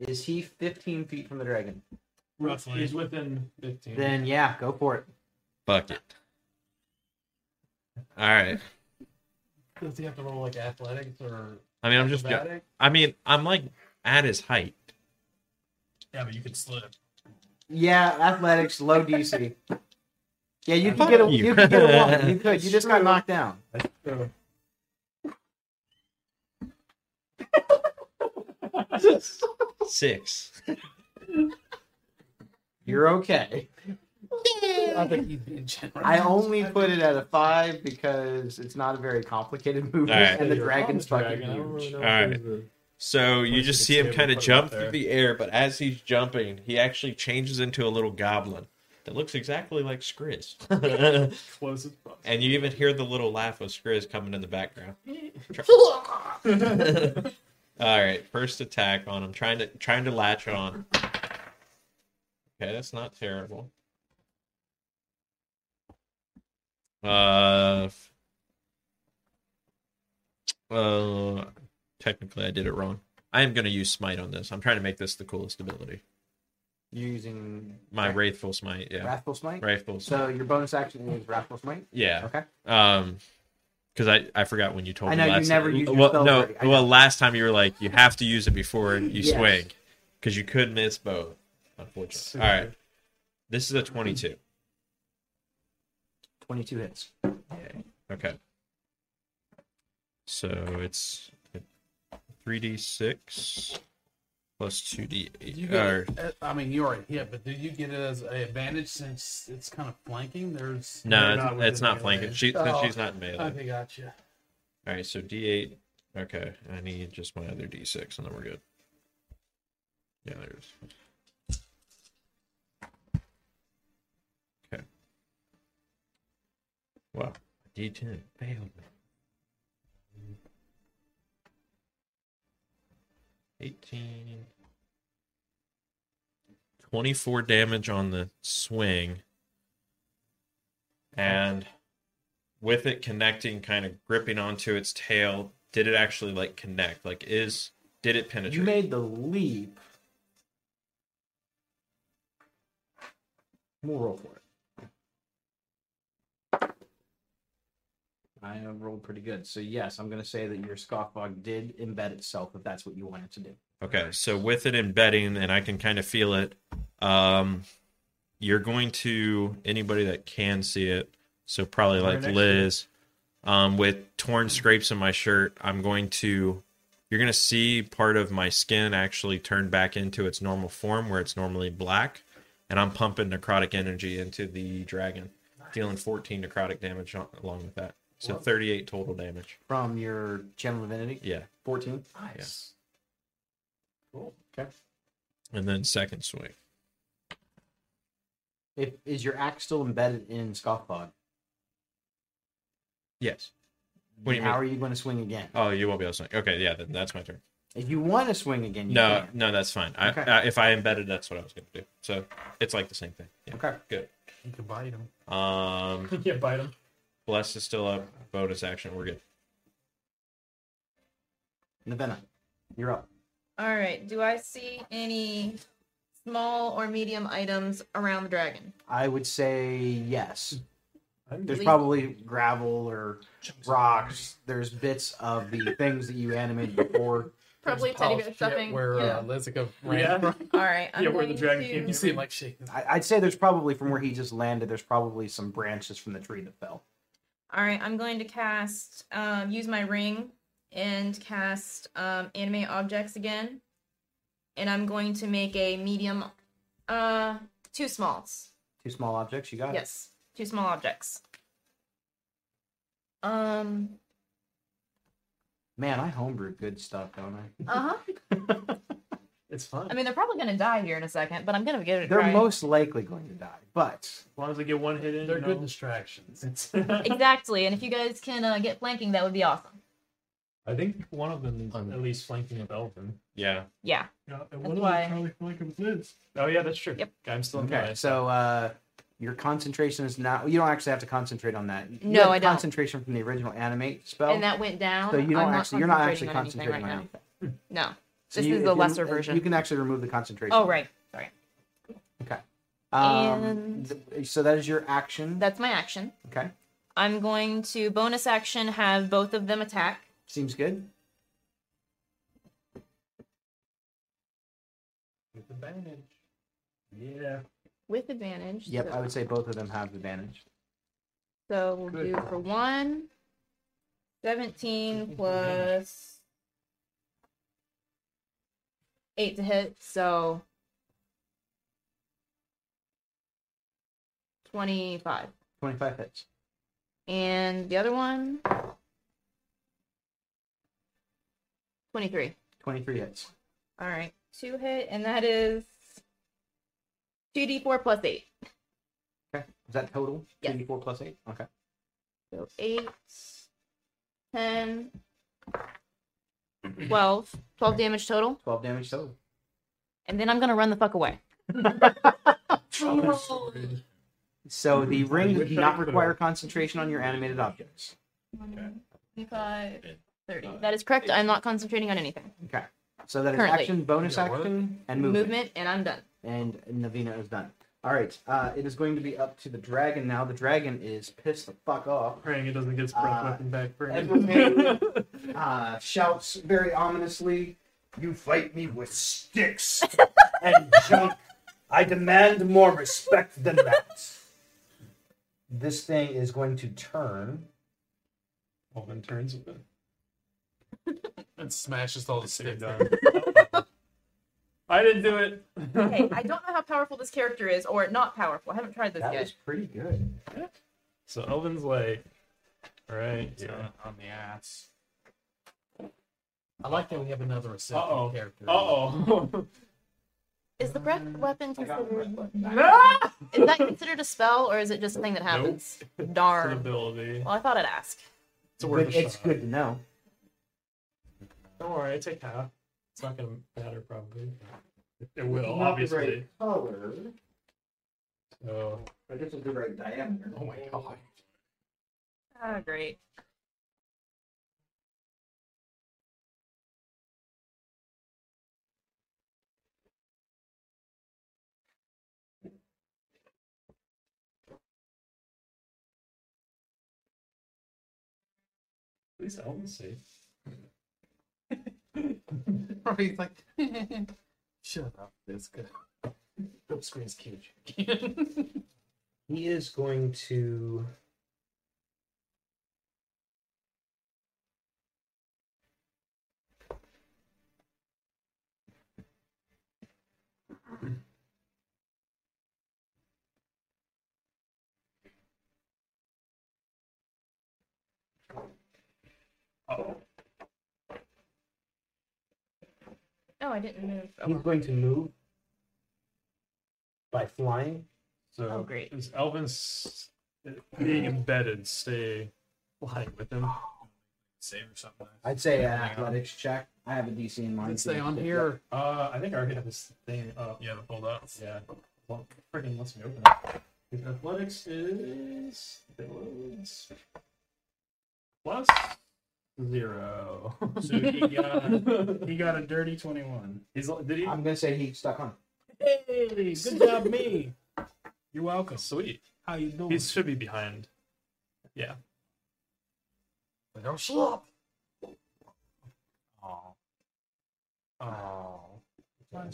Speaker 3: Is he 15 feet from the dragon?
Speaker 5: Roughly.
Speaker 1: He's within 15.
Speaker 3: Then, yeah, go for it.
Speaker 4: Fuck it. All right.
Speaker 2: Does he have to roll like athletics or
Speaker 4: I mean, I'm just. ju-
Speaker 2: acrobatic?
Speaker 4: I mean, I'm like at his height.
Speaker 5: Yeah, but you could slip.
Speaker 3: Yeah, athletics, low DC. Yeah, you could get a you could get a one. You could. You just got knocked down.
Speaker 4: Six.
Speaker 3: You're okay.
Speaker 2: I think he's being generous.
Speaker 3: I only put it at a five because it's not a very complicated move,
Speaker 4: Alright.
Speaker 3: and the
Speaker 1: You're
Speaker 3: dragon's
Speaker 1: on the
Speaker 3: fucking
Speaker 1: dragon. I don't
Speaker 3: huge.
Speaker 1: really know
Speaker 4: Alright.
Speaker 1: if there's
Speaker 4: So you
Speaker 1: Place
Speaker 4: just
Speaker 1: to
Speaker 4: see him
Speaker 1: save
Speaker 4: kind
Speaker 1: and
Speaker 4: of
Speaker 1: put it
Speaker 4: jump
Speaker 1: out there.
Speaker 4: through the air, but as he's jumping, he actually changes into a little goblin that looks exactly like Skrizz.
Speaker 1: a Close as fuck.
Speaker 4: and you even hear the little laugh of Skrizz coming in the background. All right, first attack on him, trying to trying to latch on. Okay, that's not terrible. Uh, f- uh, technically, I did it wrong. I am going to use smite on this. I'm trying to make this the coolest ability.
Speaker 3: You're using
Speaker 4: My Wraithful Smite, yeah.
Speaker 3: Wrathful Smite.
Speaker 4: Wraithful Smite.
Speaker 3: So your bonus action is Wrathful Smite.
Speaker 4: Yeah.
Speaker 3: Okay.
Speaker 4: Um, because I, I forgot when you told
Speaker 3: I
Speaker 4: me
Speaker 3: know you
Speaker 4: last
Speaker 3: never used your
Speaker 4: well,
Speaker 3: spell
Speaker 4: no,
Speaker 3: already. I know.
Speaker 4: well, last time you were like, you have to use it before you
Speaker 3: Yes.
Speaker 4: swing because you could miss both,
Speaker 1: So-
Speaker 4: unfortunately. All right. This is a 22.
Speaker 3: Twenty-two hits.
Speaker 4: Okay. So it's 3d6 plus
Speaker 2: You
Speaker 4: 2d8.
Speaker 2: get,
Speaker 4: Or,
Speaker 2: uh, I mean, you already hit, but do you get it as a advantage since it's kind of flanking? There's.
Speaker 4: no,
Speaker 1: They're not
Speaker 4: it's not,
Speaker 1: within
Speaker 4: it's not
Speaker 1: melee.
Speaker 4: flanking. She, since
Speaker 2: Oh.
Speaker 4: she's not in melee.
Speaker 2: Okay, gotcha.
Speaker 4: All right, so d8. Okay, I need just my other d6, and then we're good. Yeah, there's. Okay. Wow, d10 failed me. Eighteen. Twenty-four damage on the swing, and with it connecting, kind of gripping onto its tail, did it actually like connect? Like, is did it penetrate?
Speaker 3: You made the leap. We'll roll for it. I have rolled pretty good, so yes, I'm going to say that your scoffbog did embed itself if that's what you wanted to do.
Speaker 4: Okay, so with it embedding, and I can kind of feel it. Um, you're going to anybody that can see it. So probably like Liz, um, with torn scrapes in my shirt. I'm going to. You're gonna see part of my skin actually turn back into its normal form, where it's normally black, and I'm pumping necrotic energy into the dragon, dealing 14 necrotic damage on- along with that. So 38 total damage.
Speaker 3: From your channel divinity,
Speaker 4: Yeah,
Speaker 3: 14.
Speaker 4: Nice.
Speaker 3: Cool. Okay.
Speaker 4: and then second swing.
Speaker 3: If is your axe still embedded in scoffbog?
Speaker 4: Yes. What do you mean?
Speaker 3: How are you going to swing again?
Speaker 4: Oh, you won't be able to swing. Okay, yeah, then that's my turn.
Speaker 3: If you want to swing again, you
Speaker 4: No,
Speaker 3: can.
Speaker 4: no, that's fine. I,
Speaker 3: Okay.
Speaker 4: uh, if I embedded, that's what I was going to do. So it's like the same thing. Yeah.
Speaker 3: Okay.
Speaker 4: Good.
Speaker 2: You can bite him.
Speaker 4: Um,
Speaker 1: You can't bite him.
Speaker 4: bless is still up. Bonus action. We're good.
Speaker 3: Navenna, you're up.
Speaker 6: All right. Do I see any small or medium items around the dragon?
Speaker 3: I would say yes.
Speaker 1: I'm
Speaker 3: There's
Speaker 6: Please.
Speaker 3: probably gravel or rocks. There's bits of the things that you animated before.
Speaker 6: Probably teddy bear stuffing.
Speaker 2: Where
Speaker 6: yeah.
Speaker 2: uh, Lizica ran.
Speaker 1: yeah.
Speaker 6: All right. I'm
Speaker 1: Yeah, where the
Speaker 6: going
Speaker 1: dragon
Speaker 6: to-
Speaker 1: came
Speaker 2: You see him like shaking.
Speaker 3: I, I'd say there's probably from where he just landed. There's probably some branches from the tree that fell.
Speaker 6: All right. I'm going to cast. Um, use my ring and cast um, animate objects again, and I'm going to make a medium, uh, two smalls.
Speaker 3: Two small objects. You got it.
Speaker 6: Yes, two small objects. Um.
Speaker 3: Man, I homebrew good stuff, don't I?
Speaker 6: Uh huh.
Speaker 1: It's fun.
Speaker 6: I mean, they're probably gonna die here in a second, but I'm gonna give it a
Speaker 3: They're
Speaker 6: try.
Speaker 3: most likely going to die, but
Speaker 1: as long as they get one hit in,
Speaker 2: They're
Speaker 1: you
Speaker 2: good
Speaker 1: know.
Speaker 2: distractions.
Speaker 1: It's-
Speaker 6: exactly, and if you guys can uh, get flanking, that would be awesome.
Speaker 1: I think one of them is at least flanking with Elvin.
Speaker 4: Yeah.
Speaker 6: Yeah.
Speaker 1: Yeah, and
Speaker 6: That's why-
Speaker 1: probably flanking with Liz. Oh yeah, that's true.
Speaker 6: Yep.
Speaker 1: I'm still in
Speaker 3: Okay,
Speaker 1: melee.
Speaker 3: so uh, your concentration is not. You don't actually have to concentrate on that. You
Speaker 6: No,
Speaker 3: had
Speaker 6: I don't.
Speaker 3: Concentration from the original animate spell.
Speaker 6: and that went down.
Speaker 3: so you don't
Speaker 6: I'm
Speaker 3: actually. you're not actually
Speaker 6: on anything
Speaker 3: concentrating on
Speaker 6: right
Speaker 3: anything.
Speaker 6: now. No,
Speaker 3: So
Speaker 6: this
Speaker 3: you-
Speaker 6: is
Speaker 3: if
Speaker 6: the
Speaker 3: you-
Speaker 6: lesser
Speaker 3: if
Speaker 6: version.
Speaker 3: You can actually remove the concentration.
Speaker 6: Oh right, sorry.
Speaker 3: Okay. Um,
Speaker 6: And-
Speaker 3: th- so that is your action.
Speaker 6: That's my action.
Speaker 3: okay.
Speaker 6: I'm going to bonus action have both of them attack.
Speaker 3: Seems good.
Speaker 1: With advantage. Yeah.
Speaker 6: with advantage.
Speaker 3: Yep,
Speaker 6: so,
Speaker 3: I would say both of them have advantage.
Speaker 6: so we'll
Speaker 1: Good.
Speaker 6: do for one. 17 plus 8 to hit, so 25.
Speaker 3: Twenty-five hits.
Speaker 6: And the other one 23.
Speaker 3: Twenty-three hits.
Speaker 6: All right, 2 hit and that is 2d4 plus 8.
Speaker 3: Okay. Is that total?
Speaker 6: Yes.
Speaker 3: Eighty-four plus eight. Okay.
Speaker 6: So 8, 10, 12. 12 damage total.
Speaker 3: Twelve damage total.
Speaker 6: And then I'm going to run the fuck away.
Speaker 3: So the ring does
Speaker 1: wish I
Speaker 3: not
Speaker 1: could've.
Speaker 3: require concentration on your animated objects.
Speaker 6: 25, 30. That is correct. I'm not concentrating on anything.
Speaker 3: Okay. So that is
Speaker 6: Currently.
Speaker 3: action, bonus
Speaker 2: Yeah, what?
Speaker 3: action, and
Speaker 6: Movement.
Speaker 3: movement.
Speaker 6: and I'm done.
Speaker 3: and Navina is done. All right, uh, it is going to be up to the dragon now. The dragon is pissed the fuck off.
Speaker 1: Praying it doesn't get his breath
Speaker 3: Uh,
Speaker 1: weapon back. Praying.
Speaker 3: Everything uh, shouts very ominously, You fight me with sticks and junk. I demand more respect than that. This thing is going to turn.
Speaker 1: Woman turns with it.
Speaker 2: and smashes all the sticks.
Speaker 1: I didn't do it.
Speaker 6: Okay, I don't know how powerful this character is, or not powerful. I haven't tried this
Speaker 3: That
Speaker 6: yet.
Speaker 3: was pretty good.
Speaker 1: So Elvin's like, all right, yeah.
Speaker 2: on the ass. I like that we have another assistant
Speaker 1: Uh-oh.
Speaker 2: character.
Speaker 1: Uh oh.
Speaker 6: Is the breath weapon considered?
Speaker 1: no!
Speaker 6: Is that considered a spell, or is it just a thing that happens?
Speaker 1: An
Speaker 6: Darn.
Speaker 1: ability.
Speaker 6: Well, I thought I'd ask.
Speaker 1: It's worth
Speaker 3: But
Speaker 1: a
Speaker 3: it's
Speaker 1: shot.
Speaker 3: good to know.
Speaker 1: Don't worry, I take half. It's not gonna matter probably. It
Speaker 9: Not
Speaker 1: will,
Speaker 9: the
Speaker 1: obviously.
Speaker 9: right color,
Speaker 1: So
Speaker 9: but this is the right diameter.
Speaker 2: Oh my god.
Speaker 6: Oh, great.
Speaker 1: at least Elvin's safe.
Speaker 2: He's like, shut up, this guy. Flip screen's cage.
Speaker 3: He is going to.
Speaker 8: Oh, I didn't move.
Speaker 3: He's going to move by flying.
Speaker 1: So
Speaker 6: Oh, great.
Speaker 1: Is Elvin's being embedded stay lying with him?
Speaker 5: oh, Save or something.
Speaker 3: I'd say an athletics check. I have a DC in mind.
Speaker 2: Let's stay on here.
Speaker 1: Uh I think I already have this thing up.
Speaker 5: Yeah, the pulled up.
Speaker 1: Yeah. Well, freaking lets me open it. His athletics is Dylan's plus zero.
Speaker 5: So he got he got a dirty twenty-one.
Speaker 1: He's, did he?
Speaker 3: I'm going to say he stuck on.
Speaker 5: Hey, good job, me. You're welcome.
Speaker 1: Sweet.
Speaker 5: How you doing?
Speaker 1: He should be behind. Yeah.
Speaker 2: Like, oh, shut up.
Speaker 3: Oh.
Speaker 2: That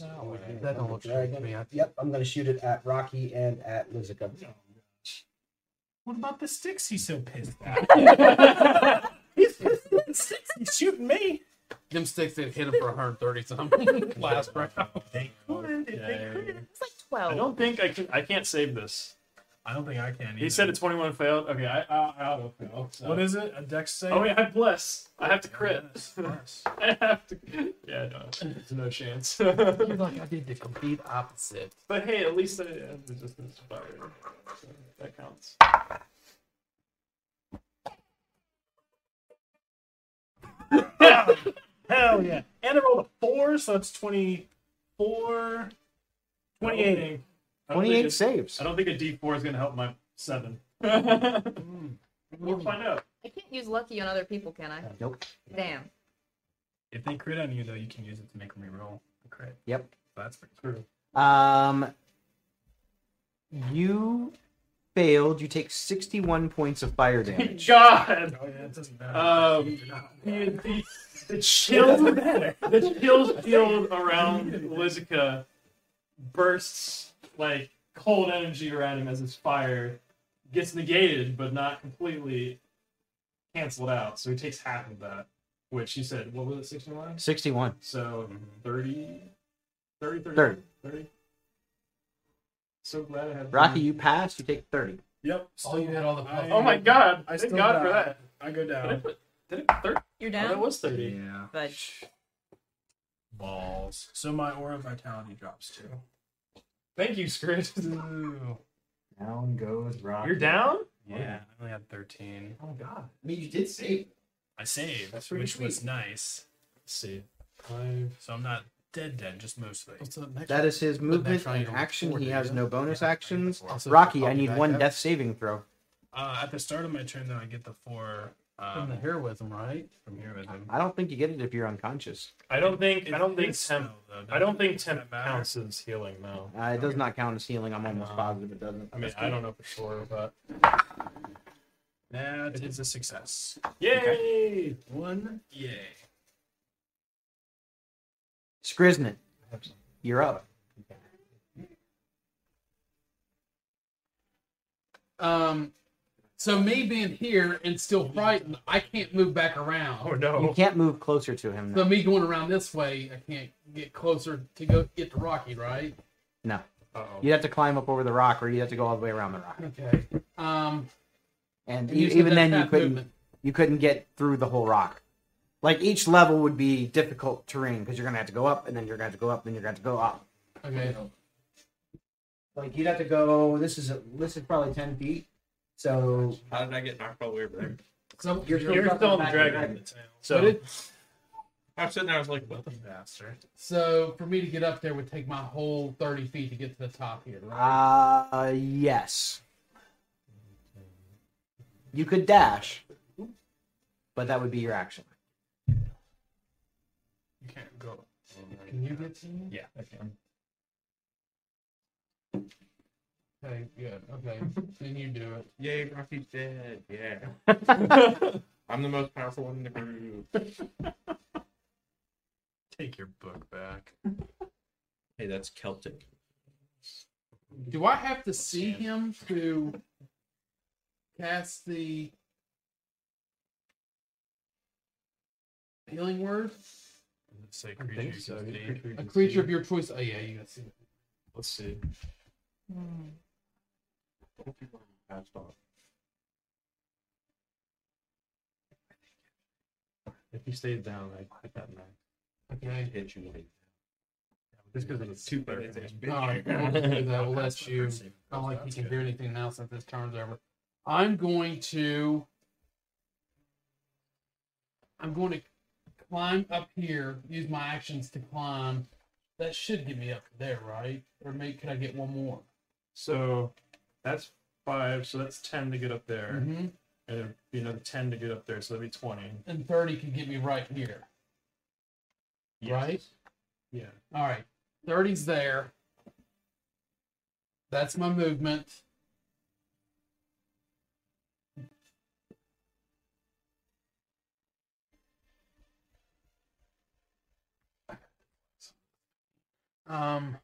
Speaker 2: don't look good to me. I-
Speaker 3: Yep, I'm gonna shoot it at Rocky and at Lizica.
Speaker 5: What about the sticks he's so pissed at? he's pissed at the sticks. He's shooting me.
Speaker 2: Them sticks didn't hit him for 130 something last round.
Speaker 5: They could if they
Speaker 1: Okay.
Speaker 5: could.
Speaker 6: It's like
Speaker 1: I
Speaker 6: 12.
Speaker 1: don't think I can. I can't save this.
Speaker 5: I don't think I can.
Speaker 1: He said it's 21 failed. Okay, I I, I auto fail. So.
Speaker 5: What is it? A dex save?
Speaker 1: Oh wait, I bless. I have to crit.
Speaker 5: Yes.
Speaker 1: I have to. Yeah, no, there's no chance.
Speaker 2: You're like, I did the complete opposite.
Speaker 1: But hey, at least I am resistance to fire. So that counts.
Speaker 5: Hell yeah. And I rolled a four, so that's 24.
Speaker 1: I
Speaker 5: 28.
Speaker 1: don't think
Speaker 3: Twenty-eight
Speaker 1: it's-
Speaker 3: saves.
Speaker 1: I don't think a D4 is going to help my 7. we'll find out.
Speaker 6: I can't use lucky on other people, can I?
Speaker 3: Nope.
Speaker 6: Damn.
Speaker 5: If they crit on you, though, you can use it to make them reroll the crit.
Speaker 3: Yep.
Speaker 5: So that's pretty cool.
Speaker 1: True.
Speaker 3: Um, you failed. You take sixty-one points of fire damage.
Speaker 1: God!
Speaker 5: Oh, yeah, it doesn't matter.
Speaker 1: Um, the, the, the chill, the chill field around Lizica bursts like cold energy around him as his fire gets negated, but not completely canceled out. So he takes half of that, which you said, what was it, 61?
Speaker 3: Sixty-one.
Speaker 1: So 30, 30, 30,
Speaker 3: Thirty.
Speaker 1: 30. So glad I had
Speaker 3: Rocky, you pass. You take thirty.
Speaker 5: Yep.
Speaker 2: Oh, you had all the
Speaker 5: I-
Speaker 1: Oh my god!
Speaker 5: I
Speaker 1: Thank
Speaker 5: still
Speaker 1: God
Speaker 5: got
Speaker 1: for that.
Speaker 5: I go
Speaker 1: Did I
Speaker 5: down.
Speaker 1: put, did it 30?
Speaker 6: You're
Speaker 1: Oh, that
Speaker 6: down?
Speaker 1: was 30.
Speaker 5: Yeah.
Speaker 6: But
Speaker 5: Balls. So my aura vitality drops too.
Speaker 1: Thank you, Scritch.
Speaker 5: Ooh.
Speaker 9: Down goes Rocky.
Speaker 1: You're down?
Speaker 5: Yeah, I only had 13.
Speaker 1: Oh god.
Speaker 9: I mean, you did save.
Speaker 5: I saved,
Speaker 1: That's pretty
Speaker 5: which was
Speaker 1: sweet.
Speaker 5: nice.
Speaker 1: Let's see. Five.
Speaker 5: So I'm not dead dead, just mostly.
Speaker 2: What's up next?
Speaker 3: That is his movement
Speaker 2: trying
Speaker 3: and
Speaker 2: to
Speaker 3: action.
Speaker 2: afford
Speaker 3: He
Speaker 2: it,
Speaker 3: has
Speaker 2: yeah.
Speaker 3: no bonus
Speaker 5: Yeah, I
Speaker 3: actions.
Speaker 5: guess we're-
Speaker 2: Also,
Speaker 3: Rocky,
Speaker 2: I'll
Speaker 3: I
Speaker 2: be
Speaker 3: need
Speaker 2: back
Speaker 3: one
Speaker 2: up.
Speaker 3: death saving throw.
Speaker 5: Uh, at the start of my turn, though, I get the four
Speaker 2: From the
Speaker 5: Um,
Speaker 2: heroism, right?
Speaker 5: from here with him.
Speaker 3: I don't think you get it if you're unconscious.
Speaker 1: I don't think I don't think
Speaker 5: It's
Speaker 1: temp
Speaker 5: spell, though,
Speaker 1: I don't
Speaker 5: doesn't
Speaker 1: think temp
Speaker 5: matter.
Speaker 1: counts as healing though.
Speaker 3: Uh, it does not count as healing. I'm almost
Speaker 1: No.
Speaker 3: positive it doesn't.
Speaker 1: I mean I don't know for sure, but
Speaker 5: That is a success.
Speaker 1: yay!
Speaker 5: One, yay.
Speaker 3: Skriznet, you're up.
Speaker 2: Um, so me being here and still frightened, I can't move back around.
Speaker 1: Oh no.
Speaker 3: You can't move closer to him.
Speaker 2: So
Speaker 3: Now.
Speaker 2: me going around this way, I can't get closer to go get to Rocky, right?
Speaker 3: No,
Speaker 1: Uh-oh.
Speaker 3: you'd have to climb up over the rock, or you'd have to go all the way around the rock.
Speaker 2: Okay. Um,
Speaker 3: And,
Speaker 2: and
Speaker 3: e-
Speaker 2: you said
Speaker 3: even
Speaker 2: that's
Speaker 3: then, you
Speaker 2: half
Speaker 3: couldn't
Speaker 2: movement.
Speaker 3: you couldn't get through the whole rock. Like each level would be difficult terrain because you're gonna have to go up, and then you're gonna have to go up, and then you're gonna have to go up.
Speaker 2: Okay.
Speaker 3: Like you'd have to go. This is a, this is probably ten feet. So
Speaker 4: How did I get knocked all the way over there?
Speaker 2: So
Speaker 3: You're
Speaker 1: You're
Speaker 3: You're
Speaker 1: still on the
Speaker 3: back
Speaker 1: dragon.
Speaker 3: dragon.
Speaker 1: So
Speaker 2: But it-
Speaker 4: I was sitting there. I was like, "What the
Speaker 5: Bastard.
Speaker 2: so for me to get up there would take my whole thirty feet to get to the top here, right?
Speaker 3: uh yes, you could dash, but that would be your action.
Speaker 5: You can't go.
Speaker 2: Can you get to me?
Speaker 1: yeah, okay.
Speaker 2: Okay, good. Okay. then you do it.
Speaker 4: Yay, Rocky's dead. Yeah. I'm the most powerful one in the group.
Speaker 5: Take your book back.
Speaker 4: Hey, that's Celtic.
Speaker 2: Do I have to see him to cast the healing word?
Speaker 5: Say
Speaker 1: I
Speaker 5: creature
Speaker 1: think
Speaker 5: you
Speaker 1: so.
Speaker 5: can
Speaker 1: you
Speaker 5: see.
Speaker 1: can
Speaker 2: A
Speaker 1: create-
Speaker 2: creature of your choice. Oh yeah, you gotta see.
Speaker 1: Let's see.
Speaker 8: Hmm.
Speaker 1: If you stayed down, I'd hit that nine.
Speaker 2: Okay.
Speaker 4: Hit you like
Speaker 1: Just because it's
Speaker 4: two
Speaker 1: better.
Speaker 4: minutes.
Speaker 2: All right, we'll do that. We'll let you.
Speaker 1: Oh,
Speaker 2: I don't like you can do anything else since this turn's over. I'm going to. I'm going to climb up here. Use my actions to climb. That should get me up there, right? Or maybe could I get one more?
Speaker 1: So that's five, so that's ten to get up there.
Speaker 2: Mm-hmm.
Speaker 1: And it'd be another ten to get up there, so that'd be twenty.
Speaker 2: And thirty could get me right here, right?
Speaker 1: Yeah.
Speaker 2: All right, 30's there. That's my movement. Um,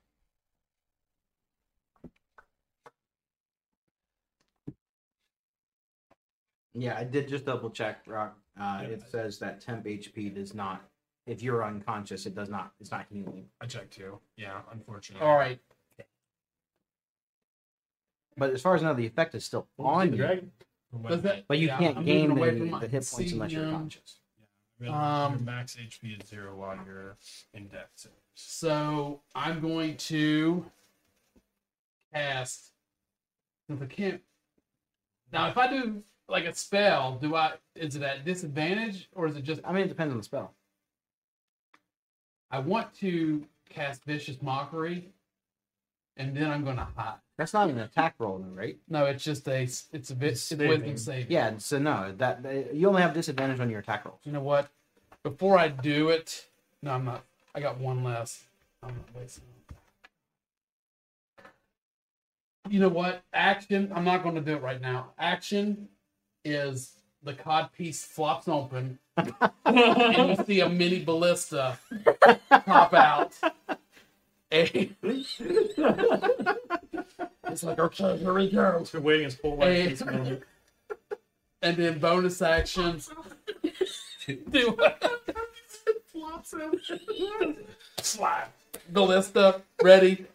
Speaker 3: Yeah, I did just double check, Rock. Uh,
Speaker 1: Yeah.
Speaker 3: It says that temp HP does not. If you're unconscious, it does not. It's not healing.
Speaker 5: I checked too. Yeah, unfortunately.
Speaker 2: all right,
Speaker 3: But as far as I know, the effect is still on you.
Speaker 1: Dragon.
Speaker 2: does that,
Speaker 3: But you
Speaker 2: yeah,
Speaker 3: can't
Speaker 2: I'm moving
Speaker 3: gain
Speaker 2: away
Speaker 3: any,
Speaker 2: from my-
Speaker 3: the hit points
Speaker 2: see,
Speaker 3: unless you're
Speaker 2: um,
Speaker 3: conscious.
Speaker 5: Um,
Speaker 2: Um,
Speaker 5: max HP is zero while you're in death. So
Speaker 2: So I'm going to cast. Since I can't. Now, if I do like a spell, do I is it at disadvantage or is it just
Speaker 3: I mean, it depends on the spell.
Speaker 2: I want to cast vicious mockery, and then I'm going to hide.
Speaker 3: That's not an attack roll, though, right?
Speaker 2: No, it's just a it's a bit it's wisdom
Speaker 1: Saving.
Speaker 2: saving.
Speaker 3: Yeah. and So no, that that- you only have disadvantage on your attack rolls.
Speaker 2: You know what? Before I do it, no, I'm not. I got one less. I'm not wasting. it. You know what? Action. I'm not going to do it right now. Action is the cod piece flops open, and you see a mini ballista pop out. And it's like okay, here we go.
Speaker 1: It's been waiting his whole life for this
Speaker 2: Hey.
Speaker 1: moment.
Speaker 2: And then bonus actions. Do flops Slap. Ballista, ready.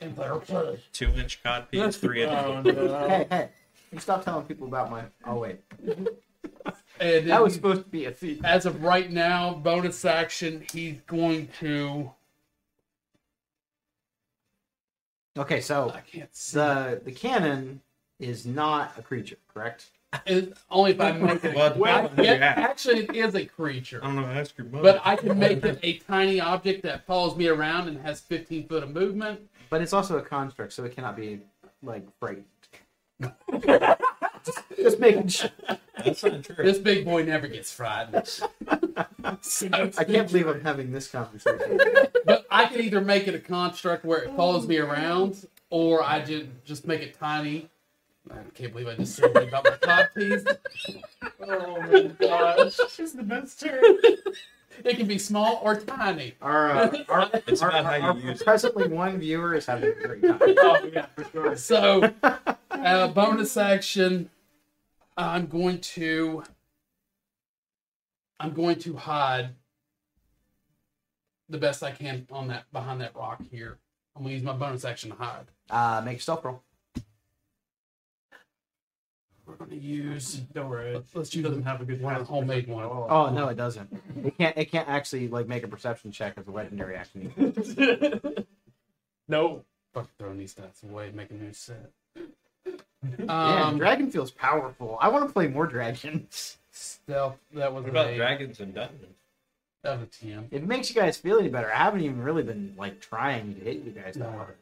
Speaker 2: And there, okay.
Speaker 4: Two inch cod piece, three inch.
Speaker 1: Oh, no.
Speaker 3: Hey, hey! You stop telling people about my. Oh wait,
Speaker 2: And
Speaker 3: that
Speaker 2: then,
Speaker 3: was supposed to be a feat.
Speaker 2: as of right now, bonus action, he's going to.
Speaker 3: Okay, so
Speaker 2: I can't see.
Speaker 3: the the cannon is not a creature, correct?
Speaker 2: It, only if I make it.
Speaker 4: Well,
Speaker 2: Well,
Speaker 4: depends on
Speaker 2: yeah,
Speaker 4: your act.
Speaker 2: actually, it is a creature.
Speaker 4: I don't know. Ask your mother.
Speaker 2: But I can make it a tiny object that follows me around and has 15 foot of movement.
Speaker 3: But it's also a construct, so it cannot be like frightened. just, just making sure.
Speaker 4: That's not true.
Speaker 2: This big boy never gets fried.
Speaker 3: I can't believe I'm having this conversation.
Speaker 2: But I can either make it a construct where it follows me around, or I just just make it tiny. I can't believe I just said that about my cod piece.
Speaker 1: Oh my gosh, this is the best term.
Speaker 2: It can be small or tiny.
Speaker 3: Our, uh, our,
Speaker 4: It's
Speaker 3: our,
Speaker 4: about how you
Speaker 3: our
Speaker 4: use it.
Speaker 3: presently one viewer is having a great time.
Speaker 1: Oh yeah, for sure.
Speaker 2: So, uh, bonus action, I'm going to, I'm going to hide the best I can on that behind that rock here. I'm gonna use my bonus action to hide.
Speaker 3: Uh, make a stealth roll.
Speaker 2: We're gonna use
Speaker 1: Don't worry,
Speaker 2: Let's
Speaker 1: she
Speaker 2: use
Speaker 1: doesn't have a good
Speaker 2: one
Speaker 1: chance.
Speaker 2: homemade one.
Speaker 3: Oh no, it doesn't. It can't. It can't actually like make a perception check as a legendary action. either.
Speaker 1: no,
Speaker 2: Fuck throwing these stats away, make a new set.
Speaker 3: Man,
Speaker 2: Um,
Speaker 3: dragon feels powerful. I want to play more dragons.
Speaker 2: stealth. That was an
Speaker 4: What about
Speaker 2: eight.
Speaker 4: dragons and dungeons?
Speaker 2: That was a ten.
Speaker 3: It makes you guys feel any better. I haven't even really been like trying to hit you guys that hard.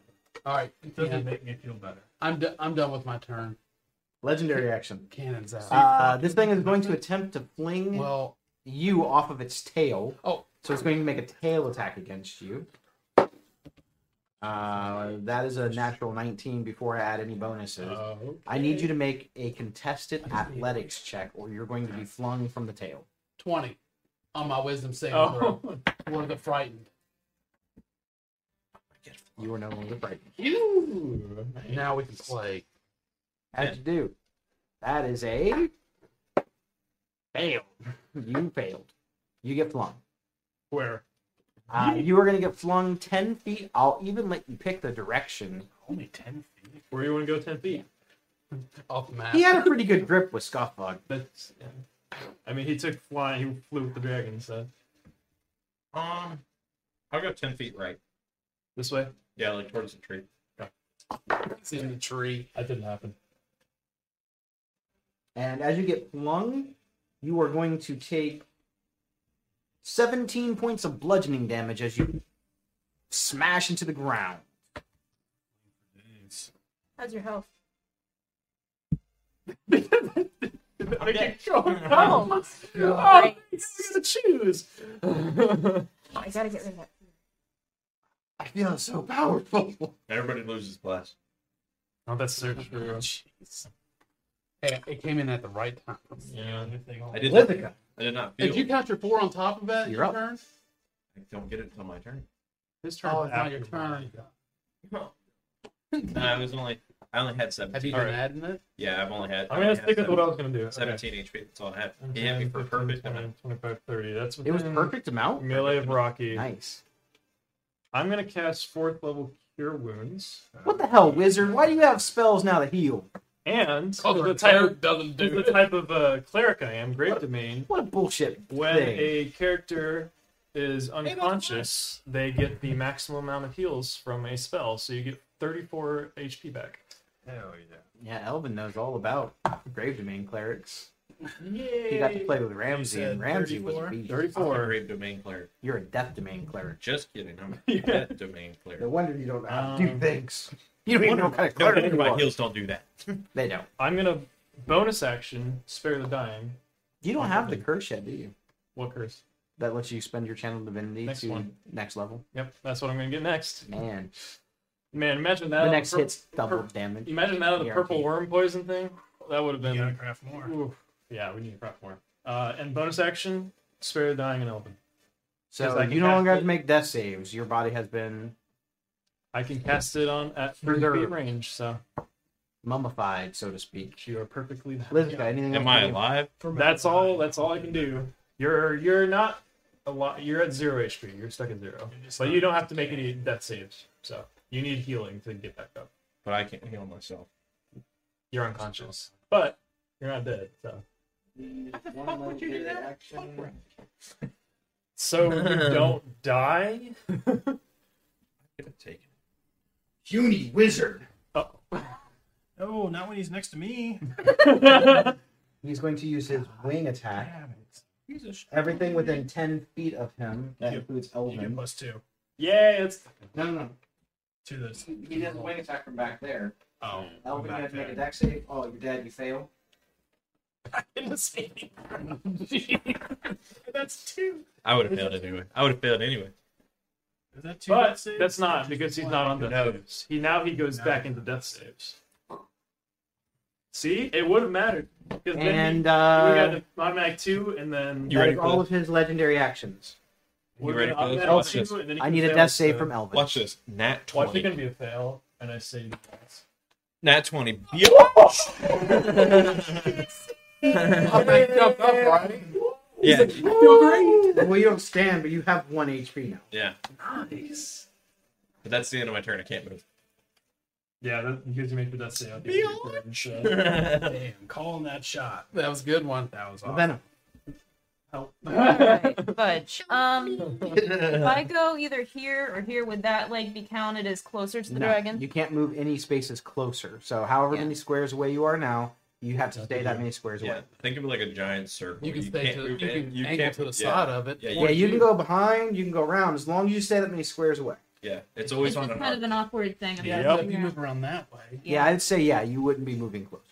Speaker 2: All right,
Speaker 5: It doesn't
Speaker 2: yeah.
Speaker 5: make me feel better.
Speaker 2: I'm do- I'm done with my turn.
Speaker 3: Legendary action.
Speaker 2: Cannons out.
Speaker 3: Uh, this thing is going to attempt to fling
Speaker 2: well,
Speaker 3: you off of its tail.
Speaker 2: oh,
Speaker 3: So it's going to make a tail attack against you. Uh, that is a natural 19 before I add any bonuses.
Speaker 1: Oh,
Speaker 3: I need you to make a contested athletics check, or you're going to be flung from the tail.
Speaker 2: 20 on my wisdom saving
Speaker 1: oh,
Speaker 2: throw. One of the frightened.
Speaker 3: You are no longer frightened.
Speaker 1: you.
Speaker 2: Now we can play.
Speaker 3: How'd you do? That is a fail. You failed. You get flung.
Speaker 1: Where?
Speaker 3: Uh, you are going to get flung 10 feet. I'll even let you pick the direction.
Speaker 5: Only ten feet.
Speaker 1: Where you want to go? Ten feet.
Speaker 2: off the map.
Speaker 3: He had a pretty good grip with Scuffbug.
Speaker 1: That's. yeah. I mean, he took flying. He flew with the dragon. So
Speaker 4: Um, I'll go ten feet right.
Speaker 1: this way.
Speaker 4: Yeah, like towards the tree.
Speaker 2: It's in the tree.
Speaker 1: That didn't happen.
Speaker 3: And as you get flung, you are going to take 17 points of bludgeoning damage as you smash into the ground.
Speaker 6: How's your health?
Speaker 1: I can
Speaker 6: Oh,
Speaker 1: Oh, to choose.
Speaker 6: I gotta get rid of it.
Speaker 3: I feel so powerful.
Speaker 4: Everybody loses bless.
Speaker 1: Oh, that's so true.
Speaker 2: Hey, it came in at the right time.
Speaker 4: Yeah, I did. Not,
Speaker 3: Lithica.
Speaker 4: I did not feel.
Speaker 2: Did you count your four on top of that?
Speaker 3: You're
Speaker 2: your
Speaker 3: up.
Speaker 2: Turn?
Speaker 4: I don't get it until my turn.
Speaker 1: His turn.
Speaker 2: Oh, it's not
Speaker 1: after
Speaker 2: your
Speaker 1: mine.
Speaker 2: turn.
Speaker 4: No, I was only. I only had
Speaker 2: Have
Speaker 4: seventeen.
Speaker 2: you been
Speaker 4: Alright.
Speaker 2: adding it?
Speaker 4: Yeah, I've only had.
Speaker 1: I'm gonna
Speaker 4: I've
Speaker 1: stick with
Speaker 4: had
Speaker 1: what I was gonna do. Okay.
Speaker 4: 17 HP. That's all I have. He hit me for
Speaker 1: 15,
Speaker 4: perfect.
Speaker 1: 20,
Speaker 4: and I-
Speaker 1: 25, 30. That's
Speaker 3: It was
Speaker 1: within
Speaker 3: perfect amount.
Speaker 1: Melee of Rocky.
Speaker 3: Nice.
Speaker 1: I'm gonna cast fourth level Cure Wounds,
Speaker 3: What the hell, wizard? Why do you have spells now to heal?
Speaker 1: and
Speaker 2: Oh,
Speaker 1: the type of,
Speaker 2: doesn't
Speaker 1: this is the type of uh, cleric I am, Grave Domain.
Speaker 3: What a bullshit
Speaker 1: When
Speaker 3: thing.
Speaker 1: a character is unconscious, they get the maximum amount of heals from a spell, so you get 34 HP back.
Speaker 5: Hell yeah.
Speaker 3: Yeah, Elvin knows all about grave domain clerics.
Speaker 1: Yay!
Speaker 3: He got to play with Ramsey, and
Speaker 5: said
Speaker 3: Ramsey was a
Speaker 5: 34?
Speaker 3: beast.
Speaker 1: 34.
Speaker 4: Grave domain cleric.
Speaker 3: You're a death domain cleric.
Speaker 4: Just kidding. I'm a
Speaker 1: Yeah.
Speaker 4: death domain cleric.
Speaker 9: No wonder you don't know how
Speaker 1: Um,
Speaker 3: Dude, thanks. You don't even know what kind of
Speaker 4: No,
Speaker 3: cleric you
Speaker 4: my
Speaker 3: are.
Speaker 4: heels don't do that.
Speaker 3: They don't.
Speaker 1: I'm gonna bonus action spare the dying.
Speaker 3: You don't have the curse yet, do you?
Speaker 1: What curse?
Speaker 3: That lets you spend your channel divinity
Speaker 1: Next
Speaker 3: to
Speaker 1: one.
Speaker 3: next level.
Speaker 1: Yep, that's what I'm gonna get next.
Speaker 3: Man,
Speaker 1: Man, imagine that.
Speaker 3: the
Speaker 1: on
Speaker 3: next
Speaker 1: pur-
Speaker 3: hit's double
Speaker 1: pur-
Speaker 3: damage.
Speaker 1: Imagine that on the
Speaker 3: Yeah,
Speaker 1: purple
Speaker 3: okay.
Speaker 1: worm poison thing. That would have
Speaker 5: You gotta
Speaker 1: been.
Speaker 5: craft more.
Speaker 1: Oof. Yeah, we need a crop more. Uh, and bonus action, spare the dying and open.
Speaker 3: So
Speaker 1: Because I
Speaker 3: you
Speaker 1: can
Speaker 3: no longer
Speaker 1: cast
Speaker 3: have to
Speaker 1: it.
Speaker 3: make death saves. Your body has been
Speaker 1: I can cast it on at three feet
Speaker 3: Preserve.
Speaker 1: range, so
Speaker 3: mummified, so to speak.
Speaker 1: you are perfectly.
Speaker 3: Lizica, anything
Speaker 4: Am
Speaker 3: else
Speaker 4: I
Speaker 3: you do?
Speaker 4: alive?
Speaker 1: That's all. That's all I can do. You're you're not a lot. You're at zero HP. You're stuck at zero. But you don't have to make any death saves, so you need healing to get back up.
Speaker 4: But I can't heal myself.
Speaker 1: You're unconscious, but you're not dead. So so you don't die.
Speaker 4: I could have taken it.
Speaker 9: Puny wizard.
Speaker 5: Oh, not when he's next to me.
Speaker 3: He's going to use his wing attack.
Speaker 5: Damn it.
Speaker 3: Everything within 10 feet of him, that
Speaker 5: Yeah.
Speaker 3: includes
Speaker 5: You get
Speaker 3: Elvin.
Speaker 5: plus two
Speaker 1: Yay! It's
Speaker 3: No, no, no.
Speaker 5: to this.
Speaker 3: He does a wing attack from back there.
Speaker 5: Oh,
Speaker 3: Elvin, you
Speaker 5: back
Speaker 3: have to make a
Speaker 5: there.
Speaker 3: deck save. Oh, you're dead. You fail.
Speaker 5: I didn't say anything. that's two.
Speaker 4: I would have failed anyway. I would have failed anyway.
Speaker 5: Is that two?
Speaker 1: But
Speaker 5: death saves?
Speaker 1: that's not because he's not on the
Speaker 4: No.
Speaker 1: saves. He now he goes back into death saves. See, it would have mattered because then he,
Speaker 3: And
Speaker 1: we got
Speaker 3: uh,
Speaker 1: an automatic two, and then
Speaker 4: You ready
Speaker 3: that is
Speaker 4: for
Speaker 3: all
Speaker 4: this?
Speaker 3: of his legendary actions.
Speaker 1: we're
Speaker 4: You ready
Speaker 1: gonna
Speaker 4: for this?
Speaker 1: automatic
Speaker 4: Watch
Speaker 1: two,
Speaker 4: this.
Speaker 1: and then
Speaker 3: I
Speaker 1: he can
Speaker 3: need a
Speaker 1: fail,
Speaker 3: death save
Speaker 1: so-
Speaker 3: from Elvin.
Speaker 4: Watch this. Nat
Speaker 1: Watch, it's gonna
Speaker 4: twenty.
Speaker 1: be a fail, and I say yes.
Speaker 4: Nat twenty. Bitch!
Speaker 2: I'm gonna jump up, right?
Speaker 4: Yeah,
Speaker 3: Well, you don't stand, but you have one HP now.
Speaker 4: yeah.
Speaker 1: Nice.
Speaker 4: But that's the end of my turn. I can't move.
Speaker 1: Yeah, that, because you make the death save. I think you get third and shit.
Speaker 5: Damn, calling that shot.
Speaker 2: That was a good one.
Speaker 5: That was
Speaker 3: The
Speaker 5: awesome.
Speaker 3: Venom.
Speaker 1: Help.
Speaker 6: Alright, fudge. Um, if I go either here or here, would that like be counted as closer to the
Speaker 3: No,
Speaker 6: dragon?
Speaker 3: You can't move any spaces closer. So however
Speaker 6: Yeah.
Speaker 3: many squares away you are now, you have to
Speaker 5: That's
Speaker 3: stay
Speaker 5: up to
Speaker 3: that
Speaker 5: you.
Speaker 3: many squares
Speaker 4: Yeah,
Speaker 3: away.
Speaker 4: think of it like a giant circle.
Speaker 2: You can stay
Speaker 4: can't
Speaker 2: to, you
Speaker 4: move in,
Speaker 2: can
Speaker 4: you
Speaker 2: angle
Speaker 4: can't-
Speaker 2: to the
Speaker 4: yeah.
Speaker 2: side of it.
Speaker 4: Yeah,
Speaker 3: Yeah,
Speaker 4: Or
Speaker 3: you can go behind, you can go around, as long as you stay that many squares away.
Speaker 4: Yeah, it's
Speaker 8: It's
Speaker 4: always on
Speaker 8: just
Speaker 4: an
Speaker 8: kind of
Speaker 4: arc.
Speaker 8: an awkward thing. I'm
Speaker 5: Yeah,
Speaker 1: Yep.
Speaker 8: trying to
Speaker 5: if you
Speaker 8: figure
Speaker 5: move
Speaker 8: out.
Speaker 5: around that way.
Speaker 3: Yeah, I'd say yeah, you wouldn't be moving closer.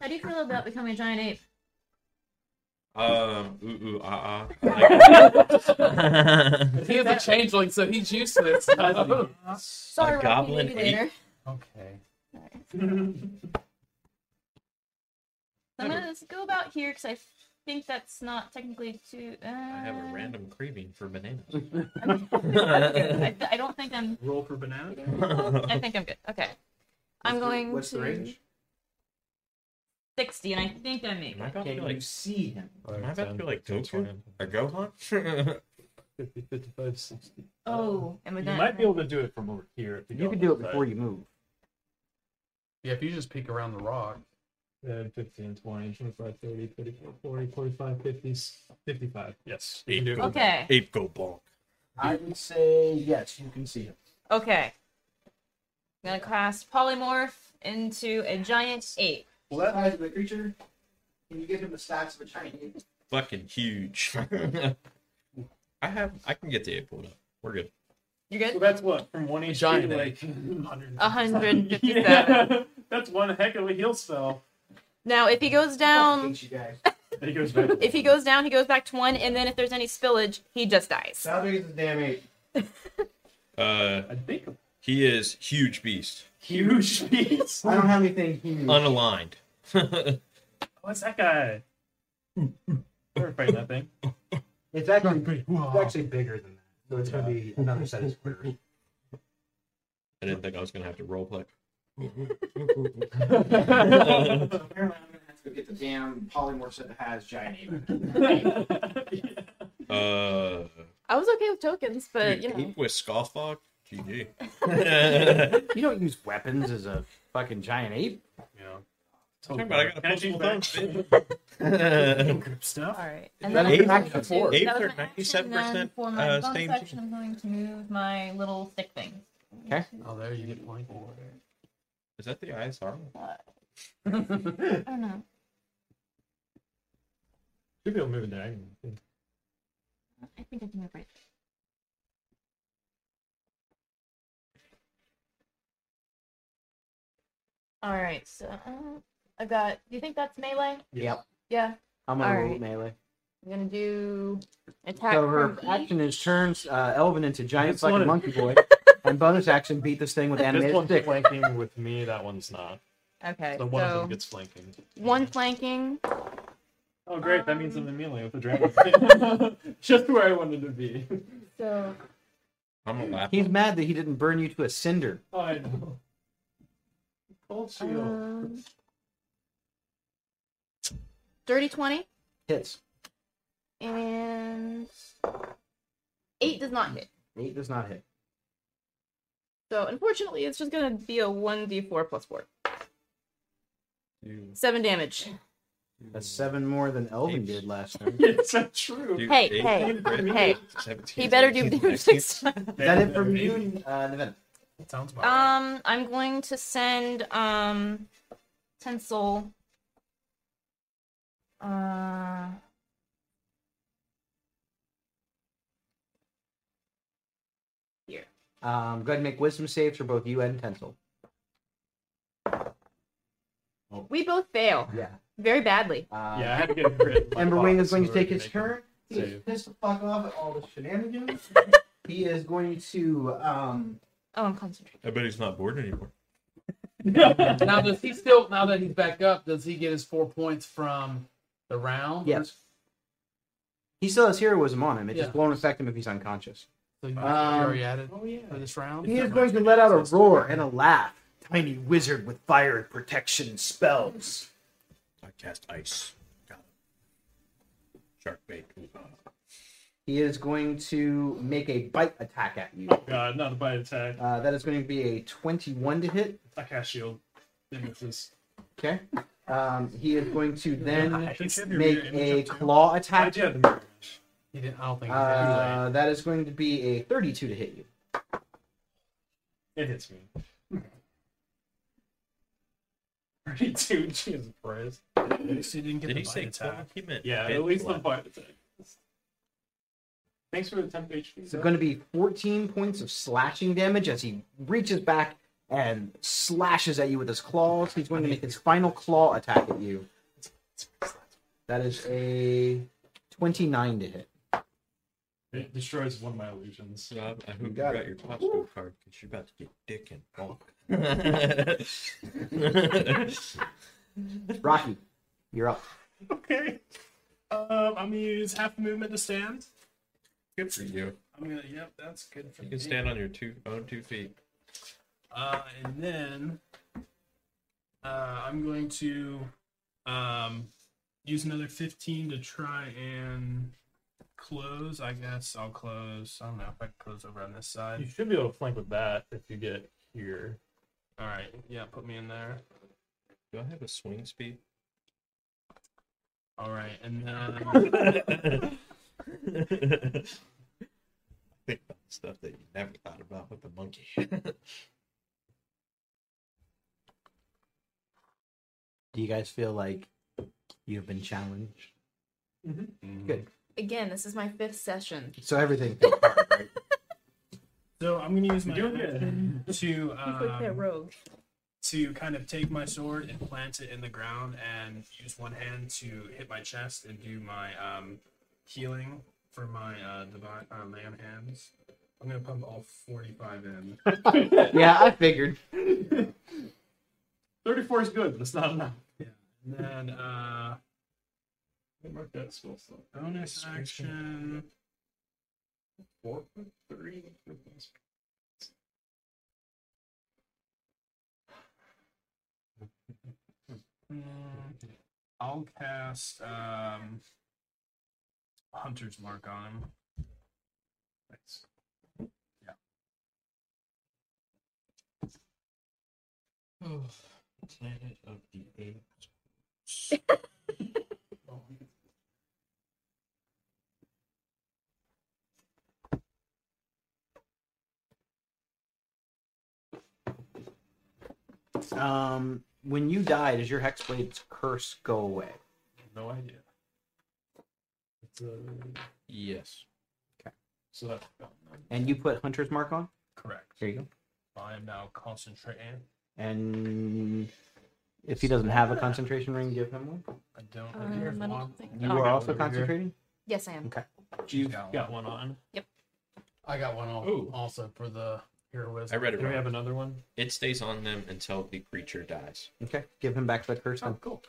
Speaker 8: How do you feel about becoming a giant ape?
Speaker 4: Um, ooh, ooh, ah, ah. I like it.
Speaker 2: He is a changeling, so he's used to this.
Speaker 1: I
Speaker 2: stuff.
Speaker 1: think-
Speaker 8: Sorry, Rocky,
Speaker 4: goblin
Speaker 8: maybe
Speaker 4: ape.
Speaker 8: later.
Speaker 5: Okay.
Speaker 8: So I'm gonna go about here because I think that's not technically too. Uh...
Speaker 4: I have a random craving for bananas.
Speaker 8: I, th- I don't think I'm.
Speaker 5: Roll for banana.
Speaker 8: I think I'm good. Okay. I'm going
Speaker 3: What's
Speaker 8: to
Speaker 3: the range?
Speaker 8: 60, and I think I make
Speaker 4: Am I
Speaker 8: it.
Speaker 4: about to
Speaker 3: Can
Speaker 4: be
Speaker 3: you
Speaker 4: like?
Speaker 3: see him?
Speaker 4: Am I about to be like Goku
Speaker 1: 10,
Speaker 4: or Gohan?
Speaker 1: 50, 55, 60.
Speaker 8: Oh, and
Speaker 1: You
Speaker 8: with that,
Speaker 1: might be able to do it from over here. If you
Speaker 3: You
Speaker 1: go
Speaker 3: can do it
Speaker 1: outside.
Speaker 3: before you move.
Speaker 2: Yeah, if you just peek around the rock.
Speaker 1: Uh, 15, 20, 25, 30, 34, 40, 45, 50, 55. Yes. You can do it.
Speaker 8: Okay.
Speaker 4: Ape go bonk.
Speaker 3: I would say yes, you can see him.
Speaker 6: Okay. I'm gonna cast polymorph into a giant ape.
Speaker 3: Well, that size of the creature. Can you give him the stats of a giant?
Speaker 4: Fucking huge. I have. I can get the ape pulled up. We're good.
Speaker 6: You
Speaker 1: So
Speaker 6: good?
Speaker 1: that's what? From 1 HP
Speaker 2: Giant
Speaker 1: to
Speaker 2: egg.
Speaker 1: like 100.
Speaker 6: 157.
Speaker 1: Yeah, that's one heck of a heal spell.
Speaker 6: Now, if he goes down,
Speaker 3: you guys.
Speaker 1: And he goes back.
Speaker 6: if he goes down, he goes back to one, and then if there's any spillage, he just dies.
Speaker 3: How big is this damn ape?
Speaker 4: Uh,
Speaker 1: I think a
Speaker 4: he is huge beast,
Speaker 1: huge piece.
Speaker 3: I don't have anything huge.
Speaker 4: unaligned.
Speaker 1: What's that guy? We're fighting that thing.
Speaker 9: It's actually, it's actually bigger than that. So it's going to be another set of squares.
Speaker 4: I didn't think I was gonna have to roleplay.
Speaker 3: Apparently, I'm gonna have to go get the damn polymorph that has giant ape.
Speaker 4: Uh,
Speaker 6: I was okay with tokens, but
Speaker 4: dude,
Speaker 6: you know.
Speaker 4: ape with scoffbog. GG.
Speaker 3: You don't use weapons as a fucking giant ape.
Speaker 1: Yeah.
Speaker 4: Talking about I got a
Speaker 1: Can I change
Speaker 4: punchable
Speaker 1: back?
Speaker 4: thumb.
Speaker 5: Stuff.
Speaker 6: All right. And
Speaker 3: That
Speaker 6: then
Speaker 3: is an
Speaker 6: I'm going
Speaker 3: action.
Speaker 6: to- that
Speaker 4: Apes
Speaker 6: was
Speaker 4: are
Speaker 6: my action,
Speaker 4: 97%
Speaker 6: then For my
Speaker 4: uh,
Speaker 6: bonus
Speaker 4: same
Speaker 6: action, I'm going to move my little stick thing.
Speaker 2: Oh, there you get one.
Speaker 4: Is that the ISR?
Speaker 8: I don't know.
Speaker 1: Should be able to move it there.
Speaker 8: I think I can move right. All right, so uh, I got. Do you think that's melee?
Speaker 3: Yep.
Speaker 8: Yeah,
Speaker 3: I'm gonna roll
Speaker 8: Alright.
Speaker 3: melee.
Speaker 8: I'm gonna do attack.
Speaker 3: So her
Speaker 8: from
Speaker 3: action is turns uh, Elvin into giant
Speaker 1: This one
Speaker 3: fucking
Speaker 1: is-
Speaker 3: monkey boy, and bonus action beat this thing with
Speaker 1: This
Speaker 3: animated
Speaker 1: one's
Speaker 3: stick.
Speaker 1: flanking with me, that one's not.
Speaker 6: Okay,
Speaker 1: So one of
Speaker 6: so
Speaker 1: them gets flanking.
Speaker 6: one flanking.
Speaker 1: Oh, great, that means I'm
Speaker 6: Um.
Speaker 1: in melee with the dragon. Just where I wanted to be.
Speaker 6: So
Speaker 4: I'm a lap.
Speaker 3: He's mad that he didn't burn you to a cinder.
Speaker 1: Oh, I know. Cold shield.
Speaker 6: um, dirty twenty
Speaker 3: Hits.
Speaker 6: and eight does not hit.
Speaker 3: Eight does not hit.
Speaker 6: So unfortunately, it's just gonna be a one d four plus four. Seven damage.
Speaker 3: That's
Speaker 1: Mm.
Speaker 3: seven more than Elvin did last time.
Speaker 1: it's not true.
Speaker 4: Dude,
Speaker 6: Hey,
Speaker 4: eight,
Speaker 6: hey,
Speaker 4: crit,
Speaker 6: hey.
Speaker 4: 17,
Speaker 6: He better do
Speaker 4: 18,
Speaker 6: damage next
Speaker 4: 19.
Speaker 6: time.
Speaker 3: Is that it from you, uh, Nevin?
Speaker 5: Sounds about right.
Speaker 6: Um, I'm going to send um tinsel. Uh.
Speaker 3: Um, go ahead and make wisdom saves for both you and Tensel.
Speaker 1: Oh.
Speaker 6: We both fail
Speaker 9: Yeah.
Speaker 6: very badly.
Speaker 9: Uh,
Speaker 1: Yeah, I had to get a crit. in my
Speaker 9: Ember Wing
Speaker 1: box
Speaker 9: is going to
Speaker 1: in order
Speaker 9: take his
Speaker 1: make him-
Speaker 9: turn. He is
Speaker 1: save.
Speaker 9: pissed the fuck off at all the shenanigans. he is going to um
Speaker 6: Oh, I'm concentrating.
Speaker 4: I bet he's not bored anymore.
Speaker 2: now does he still now that he's back up, does he get his four points from the round?
Speaker 3: Yes. He still has heroism on him. It
Speaker 2: Yeah.
Speaker 3: just won't affect him if he's unconscious.
Speaker 2: So you,
Speaker 9: Um,
Speaker 2: you already added
Speaker 1: Oh yeah.
Speaker 2: for this round?
Speaker 9: he is going to let out a roar and a
Speaker 3: laugh. Tiny wizard with fire protection spells.
Speaker 4: I cast ice. Got it. Shark bait.
Speaker 3: He is going to make a bite attack at you.
Speaker 1: God, not a bite attack.
Speaker 3: Uh, that is going to be a 21 to hit.
Speaker 1: I cast shield. Then it's just-
Speaker 3: Okay. Um, he is going to then
Speaker 1: I should have your
Speaker 3: make
Speaker 1: mirror
Speaker 3: a
Speaker 1: image up, too.
Speaker 3: claw
Speaker 1: I
Speaker 3: attack.
Speaker 1: do have the mirror image.
Speaker 2: He didn't, I don't think he did.
Speaker 3: Uh, that is going to be a 32 to hit you.
Speaker 1: It hits me. Thirty-two. Jesus Christ.
Speaker 5: At least he didn't get
Speaker 4: Did
Speaker 5: the
Speaker 4: he
Speaker 5: bite
Speaker 4: say
Speaker 5: attack.
Speaker 4: clock? He meant
Speaker 1: Yeah,
Speaker 4: bit
Speaker 1: at least the
Speaker 4: clock.
Speaker 1: bite attack. Thanks for the temp HP.
Speaker 3: It's going to be 14 points of slashing damage as he reaches back and slashes at you with his claws. He's going to make his final claw attack at you. That is a 29 to hit.
Speaker 1: It destroys one of my illusions.
Speaker 4: Rob, I hope you
Speaker 3: got
Speaker 4: got,
Speaker 3: it.
Speaker 4: your popsicle card because you're about to get dick and bonk.
Speaker 3: Rocky, you're up.
Speaker 5: Okay. Um, I'm gonna use half movement to stand.
Speaker 4: Good for you.
Speaker 5: I'm gonna. Yep, that's good for
Speaker 4: You
Speaker 5: me.
Speaker 4: can stand on your two own two feet.
Speaker 5: Uh, and then uh, I'm going to um, use another 15 to try and close. I guess I'll close. I don't know if I can close over on this
Speaker 1: You
Speaker 5: side.
Speaker 1: should be able to flank with that if you get your.
Speaker 5: All right. Yeah, put me in there.
Speaker 4: Do I have a swing speed?
Speaker 5: All right. And
Speaker 4: I
Speaker 5: then
Speaker 4: think about stuff that you never thought about with the monkey.
Speaker 3: Do you guys feel like you have been challenged?
Speaker 6: Again, this is my fifth session.
Speaker 3: So everything. fell apart, right?
Speaker 5: so I'm gonna use my
Speaker 1: You're doing
Speaker 5: action to
Speaker 6: He's like that
Speaker 5: um,
Speaker 6: rogue.
Speaker 5: to kind of take my sword and plant it in the ground and use one hand to hit my chest and do my um, healing for my uh, divine uh, lamb hands. I'm gonna pump all 45 in.
Speaker 3: yeah, I figured.
Speaker 1: Thirty-four is good, but it's not enough.
Speaker 5: And then uh,
Speaker 1: Let me Mark that spell slot.
Speaker 5: bonus
Speaker 1: Screen
Speaker 5: action.
Speaker 1: Four foot three.
Speaker 5: mm, I'll cast um, Hunter's Mark on him.
Speaker 4: Planet of the apes.
Speaker 3: Um, when you die, does your hexblade's curse go away?
Speaker 1: No idea. It's, uh,
Speaker 4: Yes.
Speaker 1: so that's about
Speaker 3: And you put Hunter's Mark on?
Speaker 5: Correct.
Speaker 3: There you go.
Speaker 5: I am now concentrating.
Speaker 3: And if he doesn't have a concentration ring, give him one.
Speaker 5: I don't. I think
Speaker 6: Um, I
Speaker 5: there's one.
Speaker 6: don't think.
Speaker 3: You
Speaker 6: oh,
Speaker 3: are also
Speaker 1: over here.
Speaker 3: concentrating?
Speaker 6: Yes, I am.
Speaker 1: You've
Speaker 5: got one.
Speaker 1: got one on.
Speaker 2: I got one al-
Speaker 4: Ooh.
Speaker 2: also for the heroism.
Speaker 4: I read it
Speaker 1: Do we
Speaker 4: wrong.
Speaker 1: have another one?
Speaker 4: It stays on them until the creature dies.
Speaker 3: Okay. Give him back the curse then.
Speaker 1: Oh, cool.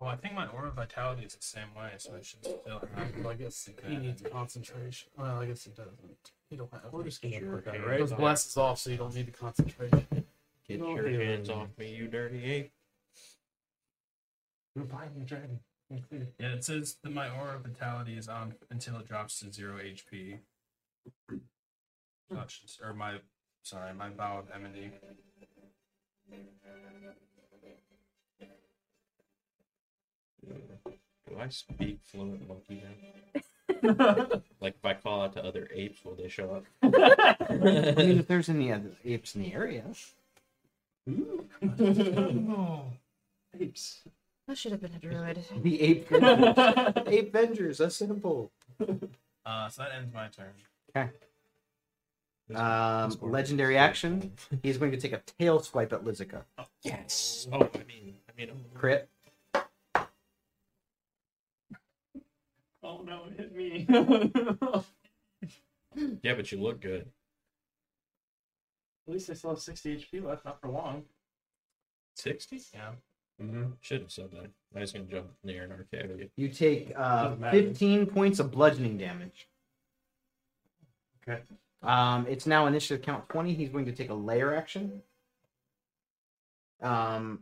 Speaker 5: Well, I think my aura of vitality is the same way, so I should still have.
Speaker 2: Well, I guess he needs concentration. Well, I guess he doesn't. He don't have.
Speaker 1: We're just gonna work that,
Speaker 2: Those
Speaker 1: right?
Speaker 2: blesses off, so you don't need the concentration.
Speaker 4: Get
Speaker 3: Oh,
Speaker 1: No,
Speaker 4: your
Speaker 1: they don't.
Speaker 4: hands off me, you dirty ape.
Speaker 1: We're buying the dragon.
Speaker 5: Yeah, it says that my aura of vitality is on until it drops to zero HP. Hmm. Not just- or my, sorry, my vow of E. enmity.
Speaker 4: Do I speak fluent monkey now? like if I call out to other apes, will they show up?
Speaker 3: I mean, if there's any other apes in the area.
Speaker 1: Apes.
Speaker 6: I should have been a druid.
Speaker 3: The ape Vengers. ape Vengers, that's simple.
Speaker 5: Uh, so that ends my turn.
Speaker 3: Um, legendary action. He's going to take a tail swipe at Lizica.
Speaker 4: Yes. Oh, I mean, I
Speaker 3: Crit.
Speaker 1: Oh no, it hit me.
Speaker 4: Yeah, but you look good.
Speaker 1: At least I still have 60 HP left, not for long.
Speaker 4: 60?
Speaker 1: Yeah.
Speaker 4: Should have Mm-hmm. said that. I was going to jump near an arcade. you.
Speaker 3: You take uh,
Speaker 1: Doesn't matter.
Speaker 3: 15 points of bludgeoning damage.
Speaker 1: Okay.
Speaker 3: Um, it's now initiative count 20. He's going to take a layer action. Um,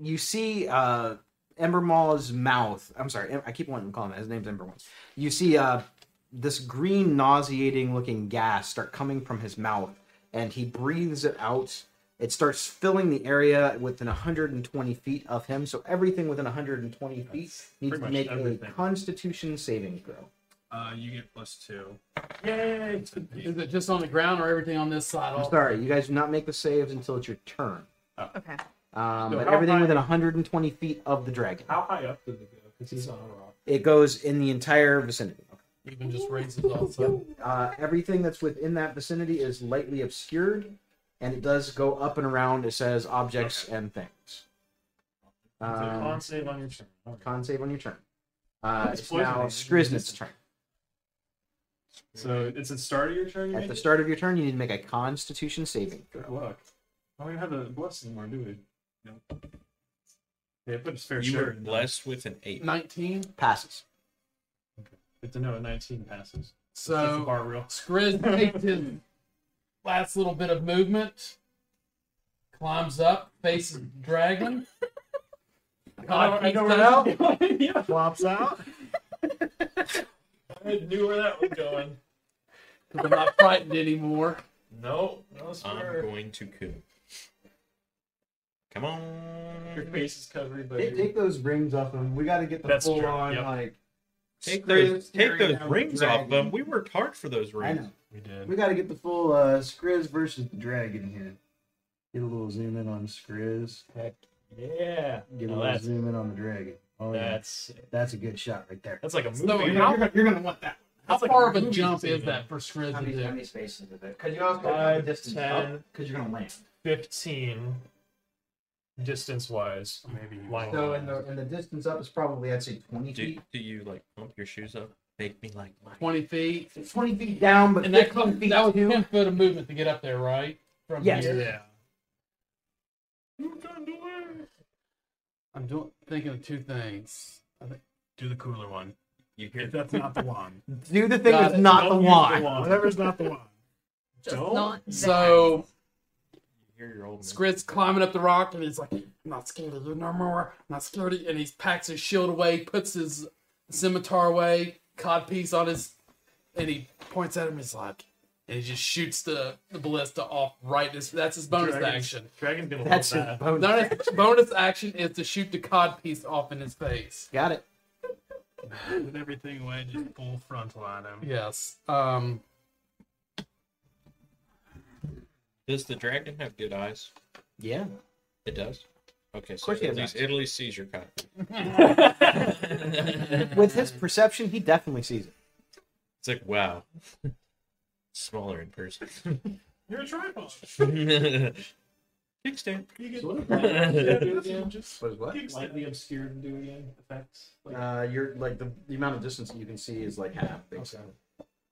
Speaker 3: you see uh, Embermall's mouth. I'm sorry, Em- I keep wanting to call him that. His name's Embermall. You see uh, this green, nauseating looking gas start coming from his mouth, and he breathes it out. It starts filling the area within 120 feet of him, so everything within 120 feet needs
Speaker 1: pretty
Speaker 3: to
Speaker 1: much
Speaker 3: make a
Speaker 1: everything.
Speaker 3: Constitution saving throw.
Speaker 5: Uh, you get plus two.
Speaker 1: Yay! it's-
Speaker 2: Is it just on the ground or everything on this side?
Speaker 3: I'm
Speaker 2: also?
Speaker 3: sorry, you guys do not make the saves until it's your turn.
Speaker 6: Okay.
Speaker 3: Um,
Speaker 1: So
Speaker 3: but
Speaker 1: how
Speaker 3: everything
Speaker 1: high-
Speaker 3: within 120 feet of the dragon.
Speaker 1: How high up did it go? Because he's on a rock.
Speaker 3: It goes in the entire vicinity.
Speaker 2: Even just raises all of a sudden.
Speaker 3: Uh, everything that's within that vicinity is lightly obscured, and it does go up and around. It says objects and things.
Speaker 1: It's
Speaker 2: Uh,
Speaker 1: a
Speaker 3: Um,
Speaker 1: con save on your turn. Alright.
Speaker 3: con save on your turn. Uh,
Speaker 1: That's
Speaker 3: it's now
Speaker 1: poisoning.
Speaker 3: Skriznit's turn.
Speaker 1: So it's at the start of your turn. You
Speaker 3: At
Speaker 1: make
Speaker 3: the
Speaker 1: it?
Speaker 3: start of your turn, you need to make a Constitution saving
Speaker 1: Good
Speaker 3: throw.
Speaker 1: luck. I don't even have a bless anymore, do we?
Speaker 5: No.
Speaker 1: Yeah, but it's fair
Speaker 4: You
Speaker 1: share
Speaker 4: were
Speaker 1: in that.
Speaker 4: blessed with an 8.
Speaker 2: 19.
Speaker 3: Passes.
Speaker 1: Good to know. a 19 passes. That's the
Speaker 2: So
Speaker 1: bar real.
Speaker 2: Skriz takes his last little bit of movement, climbs up, faces the dragon. God
Speaker 1: I know
Speaker 2: keeps
Speaker 1: where that's
Speaker 2: out.
Speaker 1: going. yeah,
Speaker 9: Flops out.
Speaker 1: I knew where that was going.
Speaker 2: 'cause I'm not frightened anymore.
Speaker 1: No, no
Speaker 4: I'm
Speaker 1: sir.
Speaker 4: going to coup. Come
Speaker 1: Your
Speaker 4: on.
Speaker 1: face is covered, but
Speaker 9: Take, take those rings off him. We got to get the
Speaker 1: That's
Speaker 9: full
Speaker 1: true,
Speaker 9: on
Speaker 1: yep.
Speaker 9: like.
Speaker 4: Take those, take
Speaker 9: staring
Speaker 4: those
Speaker 9: down the
Speaker 4: rings off
Speaker 9: dragon.
Speaker 4: them. We worked hard for those
Speaker 9: I
Speaker 4: rings.
Speaker 9: know.
Speaker 1: we did.
Speaker 9: We got to get the full uh, Skriz versus the dragon here. Get a little zoom in on Skriz. Heck,
Speaker 1: Yeah.
Speaker 9: Get a
Speaker 1: Now
Speaker 9: little
Speaker 1: that's,
Speaker 9: zoom in on the dragon. Oh yeah,
Speaker 1: that's
Speaker 9: that's a good shot right there.
Speaker 1: that's like a movie.
Speaker 2: So
Speaker 1: You're-
Speaker 2: how,
Speaker 9: You're gonna want that.
Speaker 2: how
Speaker 1: that's like
Speaker 2: far of a
Speaker 1: movie
Speaker 2: jump
Speaker 1: scene.
Speaker 2: is that for Skriz
Speaker 9: How
Speaker 2: to
Speaker 9: many, how
Speaker 2: do?
Speaker 9: many spaces is it? Because you also
Speaker 1: Five,
Speaker 9: distance
Speaker 1: ten.
Speaker 9: because you're gonna land.
Speaker 1: 15 distance wise, maybe. Line
Speaker 3: So, and the, and the distance up is probably, I'd say, 20
Speaker 4: Do,
Speaker 3: feet.
Speaker 4: do you like pump your shoes up? Make me like mine.
Speaker 2: 20 feet.
Speaker 3: 20 feet down, but
Speaker 2: And that,
Speaker 3: 15 feet
Speaker 2: that was
Speaker 3: to-
Speaker 2: 10 foot of movement to get up there, right? From
Speaker 3: Yes.
Speaker 2: here.
Speaker 1: yeah.
Speaker 2: I'm doing, thinking of two things. I think
Speaker 5: Do the cooler one.
Speaker 4: You
Speaker 5: If
Speaker 4: hear
Speaker 5: that's not the one,
Speaker 3: Do the thing
Speaker 2: Got
Speaker 3: that's
Speaker 1: Don't
Speaker 2: it.
Speaker 3: not the
Speaker 1: use
Speaker 3: wand.
Speaker 1: wand.
Speaker 5: whatever's not the one.
Speaker 6: Just
Speaker 1: Don't-
Speaker 6: not that.
Speaker 2: So
Speaker 4: you hear your old man.
Speaker 2: Skrit's climbing up the rock and he's like, I'm not scared of you no more. I'm not scared of you. And he packs his shield away, puts his scimitar away, codpiece on his, and he points at him. He's like, and he just shoots the, the ballista off right. This, that's his bonus
Speaker 1: Dragon's-
Speaker 2: action.
Speaker 1: Dragon's gonna
Speaker 3: That's his
Speaker 1: love that.
Speaker 3: bonus.
Speaker 2: No, no, bonus action is to shoot the codpiece off in his face.
Speaker 3: Got it.
Speaker 5: With everything away, just full frontal on him.
Speaker 2: Yes. Um,
Speaker 4: Does the dragon have good eyes?
Speaker 3: Yeah.
Speaker 4: It does. Okay, so
Speaker 3: course he
Speaker 4: at
Speaker 3: has
Speaker 4: least,
Speaker 3: eyes.
Speaker 4: at least sees your cut.
Speaker 3: With his perception, he definitely sees it.
Speaker 4: It's like wow, smaller in person.
Speaker 5: You're a tripod.
Speaker 4: Kickstand.
Speaker 5: You get
Speaker 1: So what if I- yeah, do it again, just
Speaker 3: What is what?
Speaker 1: Lightly obscured and do again effects. Like,
Speaker 3: Uh, you're like the, the amount of distance that you can see is like half. basically.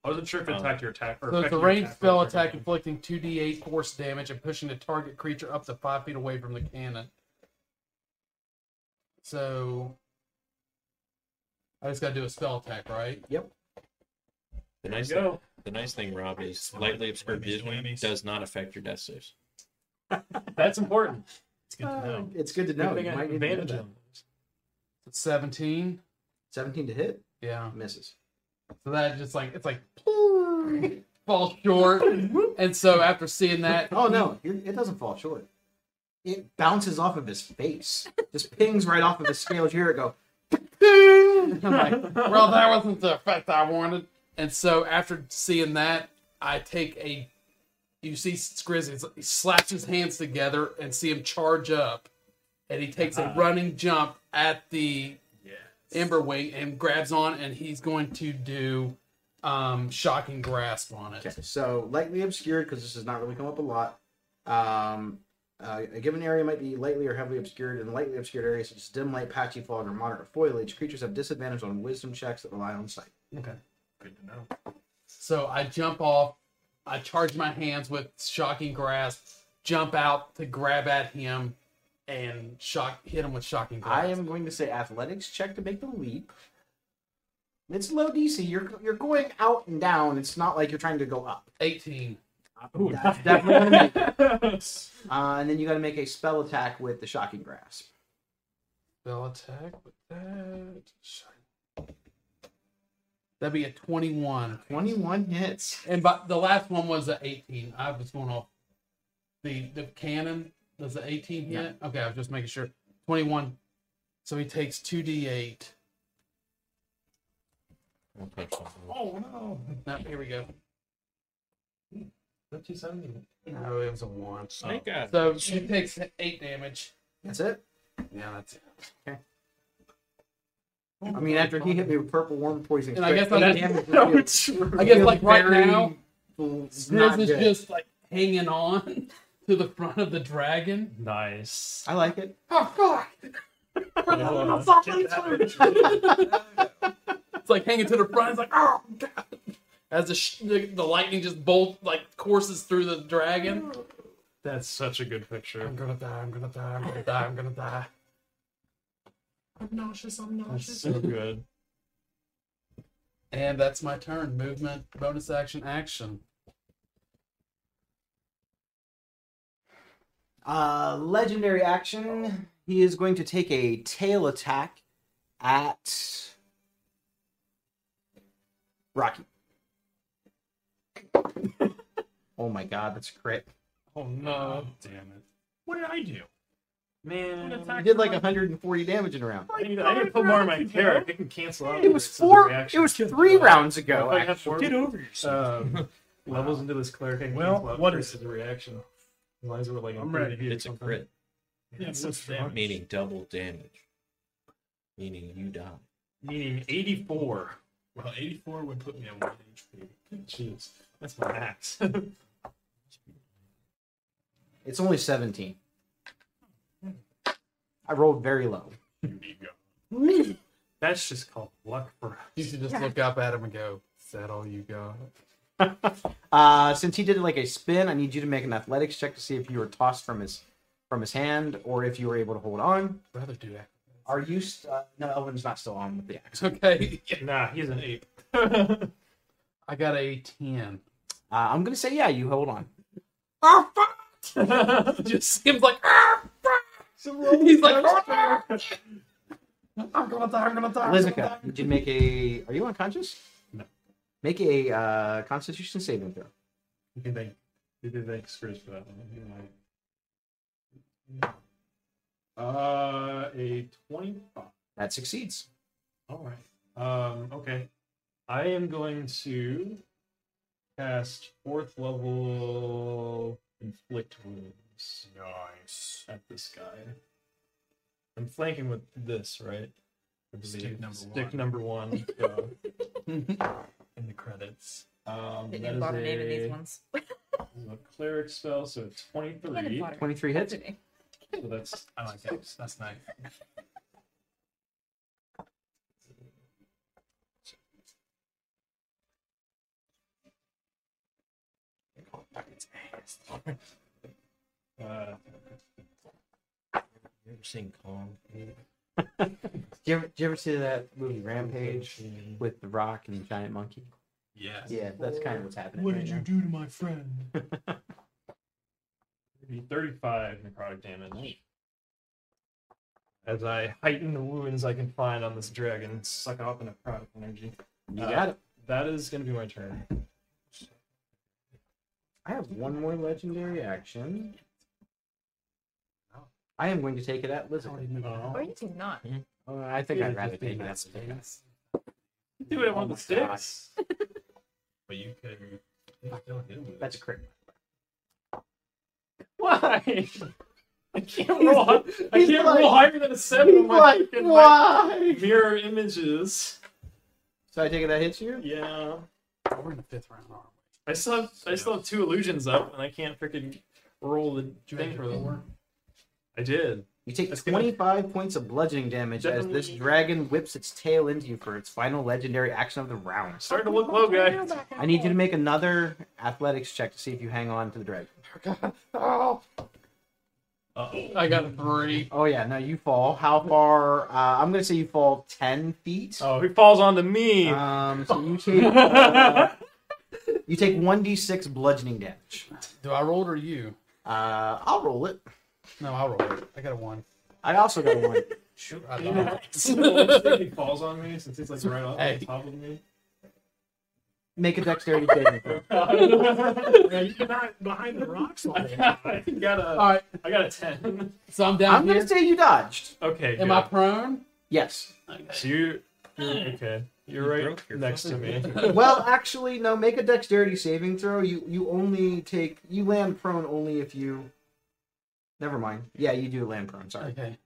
Speaker 1: I wasn't sure Oh. if it
Speaker 4: Um,
Speaker 1: attacked your attack or
Speaker 2: so it's
Speaker 1: affected
Speaker 2: a
Speaker 1: your
Speaker 2: ranged spell
Speaker 1: or
Speaker 2: attack
Speaker 1: anything.
Speaker 2: inflicting 2d8 force damage and pushing the target creature up to 5 feet away from the cannon. So. I just gotta do a spell attack, right?
Speaker 4: The nice
Speaker 1: There you
Speaker 4: thing,
Speaker 1: go.
Speaker 4: the nice thing, Rob, is lightly obscured
Speaker 5: Whammies,
Speaker 4: vision
Speaker 5: whammies.
Speaker 4: does not affect your death saves.
Speaker 1: That's important.
Speaker 5: It's good to know.
Speaker 3: It's good to
Speaker 1: Good
Speaker 3: know.
Speaker 1: thing
Speaker 3: Um, You
Speaker 1: I
Speaker 3: might
Speaker 1: have
Speaker 3: need to know
Speaker 1: advantage
Speaker 3: that.
Speaker 1: on those.
Speaker 2: 17.
Speaker 3: 17 to hit,
Speaker 2: Yeah.
Speaker 3: misses.
Speaker 2: So that just like, it's like, falls short. And so after seeing that,
Speaker 3: Oh no, you're, it doesn't fall short. It bounces off of his face, just pings right off of his scales. You hear it go.
Speaker 2: I'm like, well, that wasn't the effect I wanted. And so after seeing that, I take a. You see Skriz, he's- he slaps his hands together and see him charge up. And he takes
Speaker 3: Uh-huh.
Speaker 2: a running jump at the Ember Wing and grabs on, and he's going to do um, shocking grasp on it.
Speaker 3: Okay, so lightly obscured because this has not really come up a lot. Um, Uh, a given area might be lightly or heavily obscured. In lightly obscured areas such as dim light, patchy fog, or moderate foliage, creatures have disadvantage on wisdom checks that rely on sight.
Speaker 5: Okay. Good to know.
Speaker 2: So I jump off. I charge my hands with shocking grasp. Jump out to grab at him and shock hit him with shocking grasp.
Speaker 3: I am going to say athletics check to make the leap. It's low DC. You're you're going out and down. It's not like you're trying to go up.
Speaker 2: 18.
Speaker 3: That's definitely gonna make it. Uh, and then you got to make a spell attack with the shocking grasp.
Speaker 2: Spell attack with that. That'd be a 21.
Speaker 3: Twenty-one hits.
Speaker 2: And but the last one was a 18. I was going off the the cannon. Does the 18 hit? Okay, I was just making sure. 21. So he takes 2d8.
Speaker 4: I'll touch something.
Speaker 5: Oh no.
Speaker 2: No, here we go.
Speaker 5: Fifty seven.
Speaker 2: No, it was a one.
Speaker 4: Snake eyes.
Speaker 2: So she takes eight damage.
Speaker 3: That's it.
Speaker 2: Yeah, that's it.
Speaker 3: I mean, after he hit me with purple worm poison,
Speaker 2: And I guess
Speaker 3: crit,
Speaker 2: I'm-
Speaker 3: the damage was
Speaker 1: No,
Speaker 3: really-
Speaker 1: it's true.
Speaker 2: I guess
Speaker 3: really
Speaker 2: like right
Speaker 3: very-
Speaker 2: now,
Speaker 3: it's
Speaker 2: this
Speaker 3: not
Speaker 2: is
Speaker 3: good.
Speaker 2: just like hanging on to the front of the dragon.
Speaker 1: Nice.
Speaker 3: I like it.
Speaker 2: Oh god!
Speaker 1: Yeah.
Speaker 2: It's like hanging to the front. It's like oh god! As the, sh- the the lightning just bolt like courses through the dragon.
Speaker 1: That's such a good picture.
Speaker 2: I'm gonna die! I'm gonna die! I'm gonna die! I'm gonna die! I'm nauseous. I'm
Speaker 1: That's
Speaker 2: nauseous.
Speaker 1: so good.
Speaker 2: And that's my turn. Movement, bonus action, action.
Speaker 3: Uh, legendary action. He is going to take a tail attack at Rocky. oh my god, that's a crit.
Speaker 1: Oh
Speaker 2: Uh,
Speaker 1: no.
Speaker 5: Damn it. What did I do?
Speaker 1: Man.
Speaker 3: He did like 140 damage in a round.
Speaker 1: I need, I need to put more on my character. It can cancel out.
Speaker 3: It was four. It was three rounds
Speaker 1: Go.
Speaker 3: ago.
Speaker 1: I
Speaker 3: actually.
Speaker 1: have four
Speaker 4: Get over yourself.
Speaker 1: um, levels into this cleric. I can
Speaker 5: Well,
Speaker 1: cancel out
Speaker 5: what
Speaker 1: crits
Speaker 5: is
Speaker 1: as a reaction? As long as we're like,
Speaker 5: I'm
Speaker 1: in 30
Speaker 5: ready.
Speaker 1: feet or
Speaker 4: It's a
Speaker 1: something.
Speaker 4: crit,
Speaker 5: Yeah,
Speaker 1: it's
Speaker 5: what's
Speaker 1: so
Speaker 5: that?
Speaker 1: strong.
Speaker 4: meaning double damage, meaning you die.
Speaker 1: Meaning 84.
Speaker 5: Well, 84 would put me at 1 HP.
Speaker 1: Jeez. That's my max.
Speaker 3: It's only 17. I rolled very low.
Speaker 5: You need go.
Speaker 1: That's just called luck for
Speaker 2: You should just look up at him and go, "Is that all you got?"
Speaker 3: Uh, since he did like a spin, I need you to make an athletics check to see if you were tossed from his from his hand or if you were able to hold on.
Speaker 2: Rather do that.
Speaker 3: Are you? St- uh, no, Elvin's not still on with the axe.
Speaker 2: Okay.
Speaker 1: Nah, he's an ape.
Speaker 2: I got a ten.
Speaker 3: Uh, I'm gonna say yeah. You hold on.
Speaker 2: Oh fuck! just seems like ah, fuck! He's like, "Ah!" I'm gonna die, I'm gonna die. I'm gonna die.
Speaker 3: Lizica, did you make a? Are you unconscious?
Speaker 1: No.
Speaker 3: Make a uh, Constitution saving throw.
Speaker 1: You can thank you can thank Scrooge for that one. He might- Uh, a twenty-five.
Speaker 3: That succeeds.
Speaker 1: All right. Um. Okay. I am going to cast fourth level inflict wounds
Speaker 5: Nice.
Speaker 1: at this guy. I'm flanking with this, right? I believe.
Speaker 5: Stick number
Speaker 1: Stick
Speaker 5: one.
Speaker 1: number one. so,
Speaker 5: In the credits.
Speaker 1: um,
Speaker 8: Didn't
Speaker 1: that
Speaker 8: even
Speaker 1: is
Speaker 8: bother naming
Speaker 1: a,
Speaker 8: these ones.
Speaker 1: this is a cleric spell, so it's
Speaker 8: I didn't
Speaker 1: twenty-three.
Speaker 8: bother.
Speaker 3: Twenty-three hits.
Speaker 8: Today.
Speaker 1: So that's
Speaker 5: I like that. That's nice.
Speaker 1: uh,
Speaker 4: You ever seen Kong?
Speaker 3: Did you, ever, did you ever see that movie Rampage with the Rock and the giant monkey?
Speaker 5: Yes.
Speaker 3: Yeah, that's kind of what's happening.
Speaker 5: What
Speaker 3: right
Speaker 5: did you
Speaker 3: now.
Speaker 5: do to my friend?
Speaker 1: Maybe 35 necrotic damage. As I heighten the wounds I can find on this dragon, suck up the necrotic energy.
Speaker 3: You
Speaker 1: Uh,
Speaker 3: got it.
Speaker 1: That is going to be my turn.
Speaker 3: I have one more legendary action.
Speaker 5: Oh.
Speaker 3: I am going to take it at Lizard.
Speaker 1: Oh.
Speaker 8: Or you do not.
Speaker 3: Uh, I think I'd rather take it at Lizard.
Speaker 1: Do it at one of the
Speaker 3: my
Speaker 1: sticks.
Speaker 5: But you could. You could still hit him with
Speaker 3: That's a crit.
Speaker 1: Why? I can't roll. hi- I
Speaker 3: he's
Speaker 1: can't
Speaker 3: like-
Speaker 1: roll higher than a seven. on my fucking
Speaker 3: why?
Speaker 1: mirror images.
Speaker 3: So I take it that hits you?
Speaker 1: Yeah.
Speaker 2: We're in the fifth round, aren't
Speaker 1: I still have I still have two illusions up, and I can't freaking roll the
Speaker 5: you
Speaker 1: thing
Speaker 5: make
Speaker 1: for
Speaker 5: it
Speaker 1: them.
Speaker 5: four?
Speaker 1: I did.
Speaker 3: You take
Speaker 1: That's gonna-
Speaker 3: 25 points of bludgeoning damage as this
Speaker 1: Definitely-
Speaker 3: dragon whips its tail into you for its final legendary action of the round.
Speaker 1: Starting to look low, guy.
Speaker 3: I need you to make another athletics check to see if you hang on to the dragon.
Speaker 2: Oh,
Speaker 1: Uh-oh.
Speaker 2: I got a three.
Speaker 3: Oh yeah, no, you fall. How far? Uh, I'm gonna say you fall 10 feet.
Speaker 1: Oh, he falls onto me.
Speaker 3: Um, so you take uh, you take 1d6 bludgeoning damage.
Speaker 2: Do I roll it or you?
Speaker 3: Uh, I'll roll it.
Speaker 2: No, I'll roll it. I got a one.
Speaker 3: I also got a one.
Speaker 1: Shoot,
Speaker 2: I
Speaker 1: I
Speaker 2: don't know.
Speaker 1: he falls on me since he's like right up
Speaker 2: Hey.
Speaker 1: on top of me.
Speaker 3: Make a dexterity saving throw.
Speaker 1: I
Speaker 5: Yeah, you're not behind the rocks. all day.
Speaker 1: got a,
Speaker 2: All right,
Speaker 1: I got a ten.
Speaker 2: so I'm down
Speaker 3: I'm
Speaker 2: here.
Speaker 3: gonna say you dodged.
Speaker 1: Okay.
Speaker 2: Am
Speaker 1: good.
Speaker 2: I prone?
Speaker 3: Yes.
Speaker 1: So you, you're okay. You're
Speaker 4: You
Speaker 1: right
Speaker 4: broke your
Speaker 1: next to
Speaker 4: phone.
Speaker 1: me.
Speaker 3: Well, actually, no. Make a dexterity saving throw. You you only take you land prone only if you. Never mind. Yeah, you do land prone. Sorry.
Speaker 2: Okay.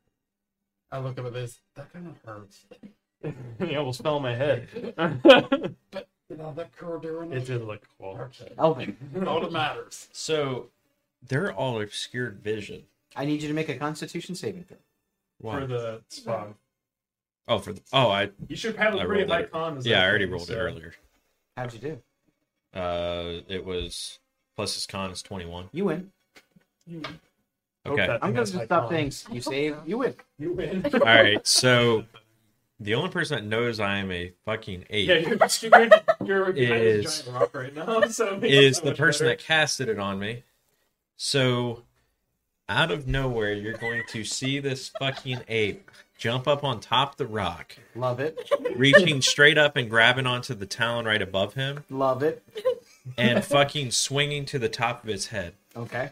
Speaker 2: I look up at this. That kind of hurts.
Speaker 1: he almost fell on my head.
Speaker 2: You know, that curl doing
Speaker 1: it did look cool.
Speaker 2: Okay.
Speaker 3: Elvin,
Speaker 2: All that matters.
Speaker 4: So they're all obscured vision.
Speaker 3: I need you to make a Constitution saving throw.
Speaker 4: Why?
Speaker 1: For the spot.
Speaker 4: oh, for the, oh, I
Speaker 1: You should have
Speaker 4: I
Speaker 1: a pretty
Speaker 4: rolled
Speaker 1: high
Speaker 4: it.
Speaker 1: con. is
Speaker 4: yeah,
Speaker 1: that
Speaker 4: I already
Speaker 1: thing,
Speaker 4: rolled it
Speaker 1: so-
Speaker 4: earlier.
Speaker 3: How'd you do?
Speaker 4: Uh, it was plus his con is twenty one.
Speaker 3: You win.
Speaker 1: Hope
Speaker 4: Okay,
Speaker 1: that
Speaker 3: I'm
Speaker 1: thing
Speaker 3: gonna
Speaker 1: has
Speaker 3: just
Speaker 1: high
Speaker 3: stop
Speaker 1: con.
Speaker 3: saying you save. You win.
Speaker 1: You win.
Speaker 4: all right. So the only person that knows I am a fucking ape
Speaker 1: Yeah, you're just you're, you're behind this
Speaker 4: Is-
Speaker 1: giant rock right now. So it makes it
Speaker 4: is
Speaker 1: so
Speaker 4: the
Speaker 1: much
Speaker 4: person
Speaker 1: better.
Speaker 4: that casted it on me. So out of nowhere, you're going to see this fucking ape jump up on top of the rock,
Speaker 3: Love it.
Speaker 4: reaching straight up and grabbing onto the talon right above him,
Speaker 3: Love it.
Speaker 4: and fucking swinging to the top of its head.
Speaker 3: Okay.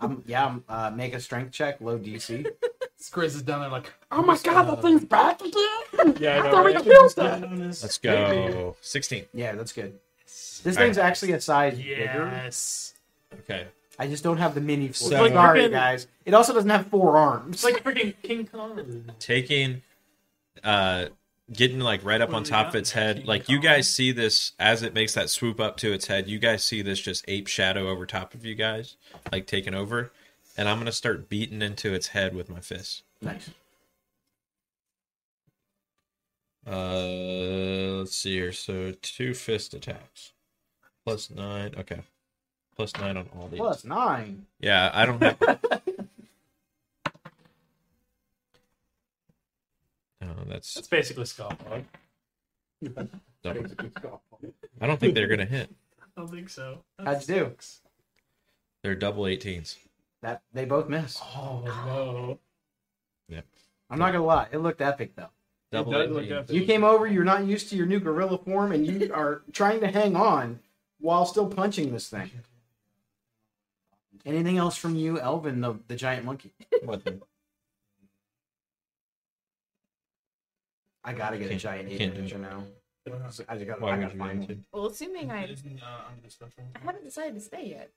Speaker 3: Um, yeah. um, Uh, make a strength check. Low DC.
Speaker 2: Grizz is down there like, oh my god, that thing's back again.
Speaker 1: Yeah, I
Speaker 2: I
Speaker 1: know,
Speaker 2: thought we
Speaker 1: right?
Speaker 2: killed that.
Speaker 4: Let's go. 16.
Speaker 3: Yeah, that's good. This
Speaker 4: All
Speaker 3: thing's actually a size bigger.
Speaker 5: Yes.
Speaker 4: Okay.
Speaker 3: I just don't have the mini for
Speaker 4: So-
Speaker 3: it.
Speaker 4: Like
Speaker 3: Sorry,
Speaker 1: freaking-
Speaker 3: guys. It also doesn't have four arms.
Speaker 1: It's like freaking King Kong.
Speaker 4: Taking, uh, getting like right up on top of its head. Like you guys see this as it makes that swoop up to its head. You guys see this just ape shadow over top of you guys, like taking over. And I'm going to start beating into its head with my fist.
Speaker 3: nice.
Speaker 4: Uh, let's see here. So two fist attacks. Plus nine. Okay. Plus nine on all these.
Speaker 3: Plus nine.
Speaker 4: Yeah, I don't have. oh, that's.
Speaker 1: It's basically Scofflog.
Speaker 4: Dumb. I don't think they're gonna hit.
Speaker 1: I don't think so.
Speaker 3: How'd you do?
Speaker 4: They're double 18s.
Speaker 3: That they both miss.
Speaker 1: Oh no.
Speaker 3: I'm not gonna lie, it looked epic though.
Speaker 4: Double
Speaker 1: does look
Speaker 4: 18s.
Speaker 1: epic.
Speaker 3: You came over, you're not used to your new gorilla form, and you are trying to hang on while still punching this thing. Anything else from you, Elvin, the, the giant monkey?
Speaker 4: What the-
Speaker 3: I gotta get a
Speaker 4: Can't-
Speaker 3: giant ape
Speaker 4: can't do
Speaker 3: ninja
Speaker 4: it.
Speaker 3: now. I just gotta,
Speaker 4: Why
Speaker 3: I
Speaker 4: would
Speaker 3: gotta
Speaker 4: you
Speaker 3: find
Speaker 4: want
Speaker 3: one.
Speaker 4: to?
Speaker 8: Well, assuming I,
Speaker 5: Isn't, uh, under the special?
Speaker 8: I haven't decided to stay yet.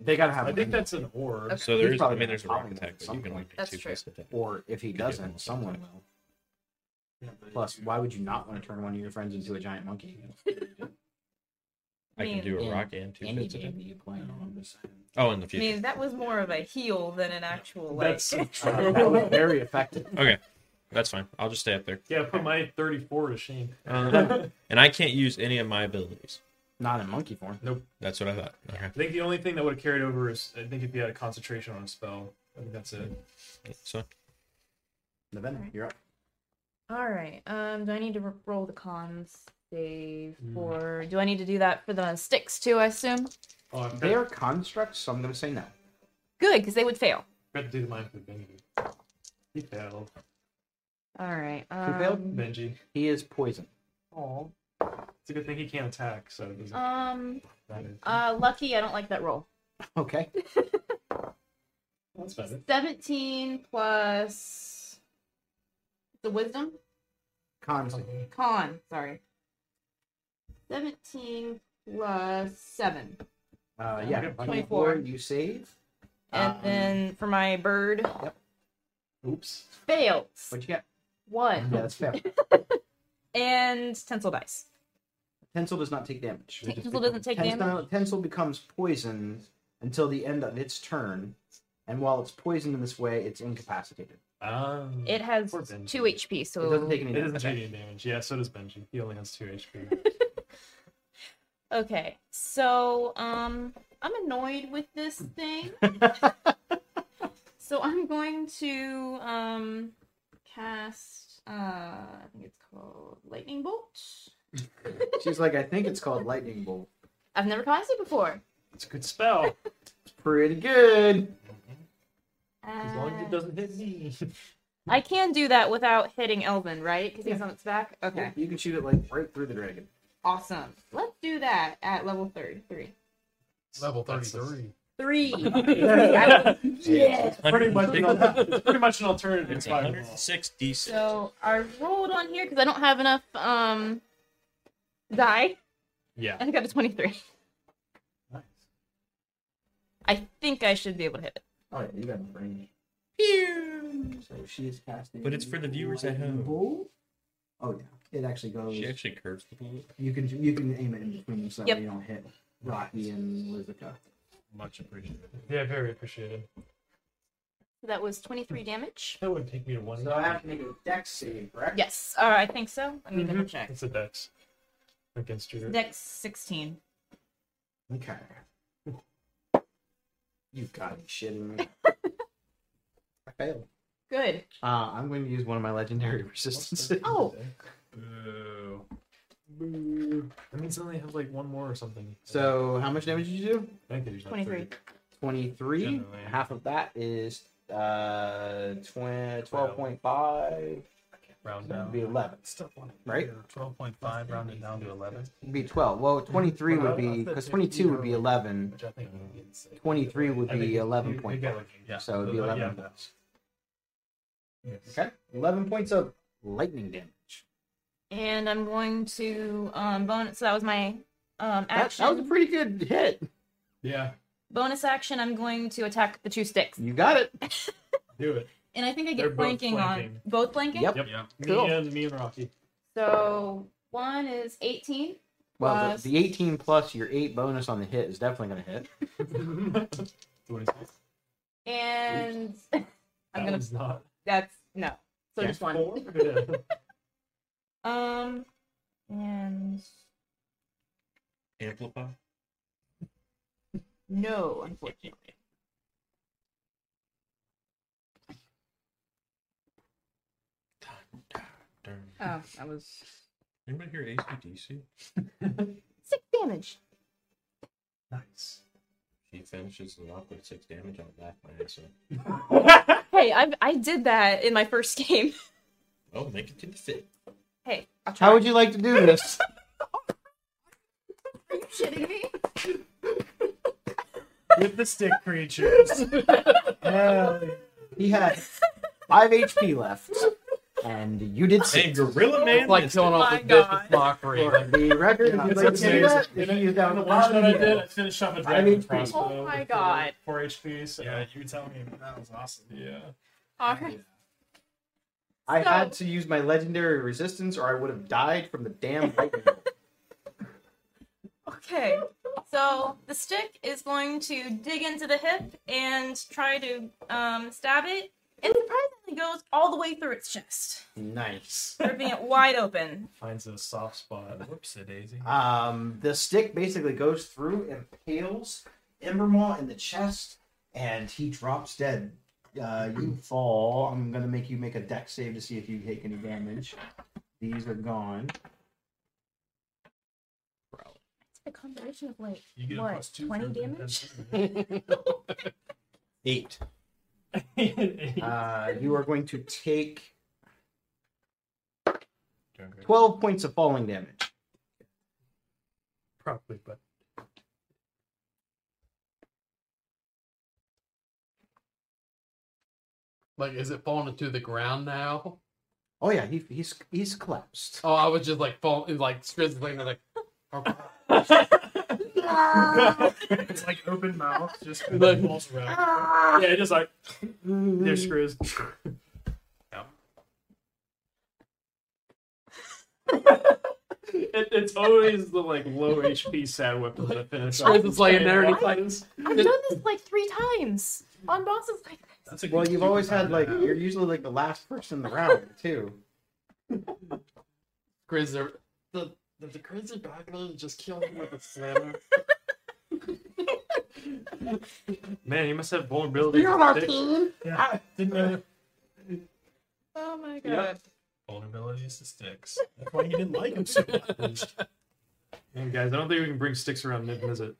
Speaker 3: They gotta have
Speaker 1: I
Speaker 3: one.
Speaker 1: think that's an orb.
Speaker 4: So there
Speaker 3: He's
Speaker 4: is. I
Speaker 3: probably
Speaker 4: mean,
Speaker 3: gonna
Speaker 4: there's a
Speaker 3: pop
Speaker 4: rock
Speaker 3: him at
Speaker 4: attack, but
Speaker 3: some
Speaker 4: you can only
Speaker 3: point.
Speaker 4: do
Speaker 8: That's
Speaker 4: two
Speaker 8: true.
Speaker 4: fist attacks.
Speaker 3: or if he
Speaker 4: do
Speaker 3: doesn't,
Speaker 4: one.
Speaker 3: someone will. Plus, why would you not want to turn one of your friends into a giant monkey?
Speaker 4: I can
Speaker 8: mean,
Speaker 4: do a
Speaker 3: in
Speaker 4: rock and two
Speaker 3: Any
Speaker 4: fist
Speaker 3: game
Speaker 4: attacks.
Speaker 3: that you play.
Speaker 4: Oh, in the
Speaker 8: I
Speaker 4: future.
Speaker 8: mean, that was more of a heel than an actual like.
Speaker 1: That's so
Speaker 3: Uh, that was
Speaker 1: true.
Speaker 3: very effective.
Speaker 4: Okay, that's fine. I'll just stay up there.
Speaker 1: yeah, put my 34 to shame.
Speaker 4: Uh, and I can't use any of my abilities.
Speaker 3: Not in monkey form.
Speaker 4: That's what I thought. Okay.
Speaker 1: I think the only thing that would have carried over is I think if you had a concentration on a spell. I think that's it.
Speaker 4: So
Speaker 3: Novena, you're up.
Speaker 8: All right. Um, do I need to r- roll the cons save
Speaker 1: Mm.
Speaker 8: for? Do I need to do that for the sticks too? I assume.
Speaker 1: Oh, I
Speaker 3: They
Speaker 1: forgot
Speaker 3: are constructs, so I'm going to say no.
Speaker 8: Good, because they would fail.
Speaker 1: forgot to do the mind for Benji. He failed.
Speaker 8: All right.
Speaker 3: failed?
Speaker 8: Um,
Speaker 1: Benji.
Speaker 3: He is poison.
Speaker 1: Oh. It's a good thing he can't attack, so it doesn't
Speaker 8: um.
Speaker 1: matter.
Speaker 8: Uh, lucky. I don't like that roll.
Speaker 3: Okay.
Speaker 1: That's better.
Speaker 8: Seventeen plus the wisdom
Speaker 3: Cons.
Speaker 8: con. Sorry. Seventeen plus seven,
Speaker 3: Uh, yeah.
Speaker 1: Okay.
Speaker 3: 24. You save.
Speaker 8: and
Speaker 3: Um,
Speaker 8: then for my bird
Speaker 1: Oops.
Speaker 8: fails
Speaker 3: What'd you get?
Speaker 8: one
Speaker 3: Yeah, that's fail.
Speaker 8: and stencil dice.
Speaker 3: Tensel does not take damage.
Speaker 8: Tinsel doesn't take
Speaker 3: Tensel,
Speaker 8: damage.
Speaker 3: Tensel becomes poisoned until the end of its turn, and while it's poisoned in this way, it's incapacitated.
Speaker 1: Um,
Speaker 8: It has
Speaker 1: Poor Benji.
Speaker 8: two HP,
Speaker 3: It doesn't
Speaker 8: so
Speaker 3: take any
Speaker 1: it
Speaker 3: damage.
Speaker 1: doesn't take any damage. Yeah, so does Benji. He only has two HP.
Speaker 6: Okay, so um, I'm annoyed with this thing. so I'm going to um, cast. Uh, I think it's called lightning bolt.
Speaker 3: She's like, I think it's called lightning bolt.
Speaker 6: I've never cast it before.
Speaker 1: it's a good spell.
Speaker 3: It's pretty good.
Speaker 1: As long as
Speaker 6: Uh,
Speaker 1: it doesn't hit me.
Speaker 6: I can do that without hitting Elvin, right? Because he's on its back. Okay,
Speaker 3: You can shoot it like right through the dragon.
Speaker 6: awesome. Let's do that at level thirty three.
Speaker 2: Level
Speaker 1: That's a-
Speaker 2: 33.
Speaker 6: Three.
Speaker 1: yeah. Pretty much, an al- it's pretty much an alternative
Speaker 4: It's
Speaker 1: fireball.
Speaker 4: 106 d6.
Speaker 6: so I rolled on here because I don't have enough um die.
Speaker 1: Yeah.
Speaker 6: I got a twenty three.
Speaker 1: Nice.
Speaker 6: I think I should be able to hit it.
Speaker 9: Oh yeah, you got the range. So she is casting.
Speaker 4: But it's for the viewers at home.
Speaker 9: Bolt. Oh yeah, it actually goes.
Speaker 4: She actually curves the bullet.
Speaker 9: You can you can aim it in between them so that
Speaker 6: Yep.
Speaker 9: way you don't hit Rocky and Lizica.
Speaker 4: Much appreciated.
Speaker 1: Yeah, very appreciated.
Speaker 6: That was 23 damage.
Speaker 1: That would take me to one.
Speaker 9: So I have to make a dex save, correct?
Speaker 6: Yes, uh, I think so. Let me double
Speaker 3: Mm-hmm.
Speaker 6: check.
Speaker 1: It's a dex against your.
Speaker 6: Dex 16.
Speaker 9: Okay.
Speaker 3: You've got to be shitting me. I failed.
Speaker 6: Good.
Speaker 3: Uh, I'm going to use one of my legendary resistances.
Speaker 6: Oh,
Speaker 5: Boo.
Speaker 1: Boo. That means I only have like one more or something.
Speaker 3: So, how much damage did you do?
Speaker 1: I think it is not
Speaker 6: 23.
Speaker 1: 30.
Speaker 3: 23.
Speaker 1: Generally.
Speaker 3: Half of that is uh, tw- 12.5.
Speaker 1: Round
Speaker 3: That'd
Speaker 1: down.
Speaker 3: be 11.
Speaker 5: Stuff on it.
Speaker 3: Right?
Speaker 5: Twelve point five, rounded down to eleven,
Speaker 3: It'd be 12. Well, 23 would be, because 22 would be 11.
Speaker 5: which I think would be insane.
Speaker 3: 23 would
Speaker 1: I think
Speaker 3: be
Speaker 1: it's-
Speaker 3: 11
Speaker 1: you-
Speaker 3: point
Speaker 1: you got it. Yeah.
Speaker 3: So it'd be
Speaker 1: uh,
Speaker 3: 11
Speaker 1: yeah.
Speaker 3: points. Okay. 11 points of lightning damage.
Speaker 6: and I'm going to um, bonus. So that was my um,
Speaker 3: That,
Speaker 6: action.
Speaker 3: that was a pretty good hit.
Speaker 1: Yeah.
Speaker 6: bonus action, I'm going to attack the two sticks.
Speaker 3: You got it.
Speaker 1: Do it.
Speaker 6: And I think I
Speaker 1: They're
Speaker 6: get
Speaker 1: both
Speaker 6: flanking, on.
Speaker 1: flanking.
Speaker 6: Both flanking?
Speaker 3: Yep.
Speaker 1: Yep.
Speaker 3: Cool.
Speaker 1: Me and me and Rocky.
Speaker 6: So one is 18.
Speaker 3: Well,
Speaker 6: Plus-
Speaker 3: the, the 18 plus your 8 bonus on the hit is definitely going to hit.
Speaker 6: And I'm
Speaker 1: That
Speaker 6: going to.
Speaker 1: one's not.
Speaker 6: That's. No. So just one.
Speaker 1: Four? Yeah.
Speaker 6: Um, and
Speaker 4: Amplify.
Speaker 6: no, unfortunately.
Speaker 4: Darn.
Speaker 6: Oh, that was
Speaker 4: Anybody hear ACDC?
Speaker 6: six damage.
Speaker 1: Nice.
Speaker 4: She finishes the off with six damage. I'll laugh my ass off.
Speaker 6: Hey, I I did that in my first game.
Speaker 4: Oh, make it to the fit.
Speaker 6: Hey, I'll try.
Speaker 3: How would you like to do this?
Speaker 6: Are you kidding me?
Speaker 5: With the stick creatures.
Speaker 9: Hell,
Speaker 3: he had 5 HP left, and you did 6.
Speaker 4: And Gorilla Man.
Speaker 2: It's like
Speaker 4: missed
Speaker 2: killing
Speaker 4: it.
Speaker 2: off the business mockery.
Speaker 3: For the record, if you'd like
Speaker 1: It's
Speaker 3: to do
Speaker 1: upstairs.
Speaker 3: that,
Speaker 1: In
Speaker 3: if
Speaker 1: a-
Speaker 3: you use
Speaker 1: in
Speaker 3: that
Speaker 1: the
Speaker 3: one
Speaker 1: one that I
Speaker 3: hit.
Speaker 1: did, I finished off a
Speaker 3: I
Speaker 1: dragon
Speaker 3: mean,
Speaker 1: crossbow.
Speaker 6: Oh my
Speaker 1: with
Speaker 6: god.
Speaker 1: Four, four HP. So
Speaker 5: Yeah, you were telling me that was awesome.
Speaker 1: yeah.
Speaker 6: All right.
Speaker 3: I
Speaker 6: So-
Speaker 3: had to use my legendary resistance, or I would have died from the damn lightning bolt.
Speaker 6: Okay. So the stick is going to dig into the hip and try to um stab it. It surprisingly goes all the way through its chest,
Speaker 3: Nice.
Speaker 6: ripping it wide open.
Speaker 1: Finds a soft spot.
Speaker 5: Whoops a daisy.
Speaker 3: Um, the stick basically goes through, impales Embermaw in the chest, and he drops dead. Uh,
Speaker 1: Hmm.
Speaker 3: you fall. I'm gonna make you make a deck save to see if you take any damage. These are gone.
Speaker 6: It's a combination of like
Speaker 5: You get a
Speaker 6: what
Speaker 5: plus two
Speaker 6: twenty
Speaker 5: for the
Speaker 6: damage.
Speaker 5: intensity.
Speaker 3: Eight.
Speaker 1: Eight.
Speaker 3: Uh, you are going to take twelve points of falling damage.
Speaker 1: Probably, but
Speaker 2: Like, is it falling to the ground now?
Speaker 3: Oh yeah, he, he's he's collapsed.
Speaker 2: Oh, I was just like falling, like strizzling, like, oh,
Speaker 5: It's like open mouth, just
Speaker 2: Look.
Speaker 5: falls around.
Speaker 1: yeah, just like their screws. it's it, it's always the like low HP sad weapons that finish.
Speaker 2: Scriz
Speaker 1: off
Speaker 2: is laying there and he's like-
Speaker 1: weapons.
Speaker 6: I've done this like three times on bosses like this.
Speaker 5: That's a
Speaker 3: Well,
Speaker 5: good
Speaker 3: you've always had like
Speaker 5: superpower.
Speaker 3: you're usually like the last person in the round too.
Speaker 2: Grizz, are- the the, the grizzly backload just killed him with a slammer.
Speaker 1: man, you must have vulnerability.
Speaker 2: You're
Speaker 1: to
Speaker 2: on our
Speaker 1: sticks.
Speaker 2: team.
Speaker 5: Yeah, didn't know
Speaker 8: Oh my god.
Speaker 1: Yep.
Speaker 5: vulnerabilities to sticks. That's why he didn't like him so much.
Speaker 1: Man, guys, I don't think we can bring sticks around mid visit.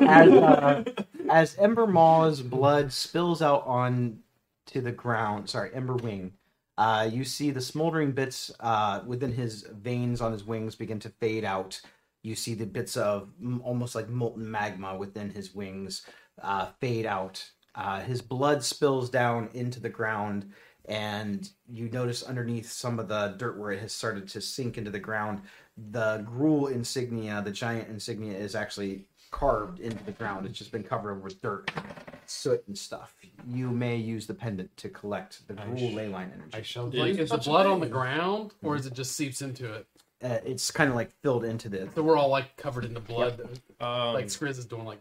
Speaker 3: As, uh, as Ember Maw's blood spills out on to the ground, sorry, Ember Wing, uh, you see the smoldering bits uh, within his veins on his wings begin to fade out. You see the bits of m- almost like molten magma within his wings uh, fade out. Uh, his blood spills down into the ground, and you notice underneath some of the dirt where it has started to sink into the ground, the gruel insignia, the giant insignia, is actually carved into the ground. It's just been covered with dirt, soot, and stuff. You may use the pendant to collect the
Speaker 1: I
Speaker 3: gruel
Speaker 1: sh-
Speaker 3: ley line energy.
Speaker 1: I shall do
Speaker 2: Like, is the
Speaker 1: such a
Speaker 2: blood on the
Speaker 1: thing.
Speaker 2: ground, or is it just seeps into it?
Speaker 3: uh, it's kind of like filled into the.
Speaker 2: So we're all like covered in the blood.
Speaker 4: Um,
Speaker 2: Like Scriz is doing like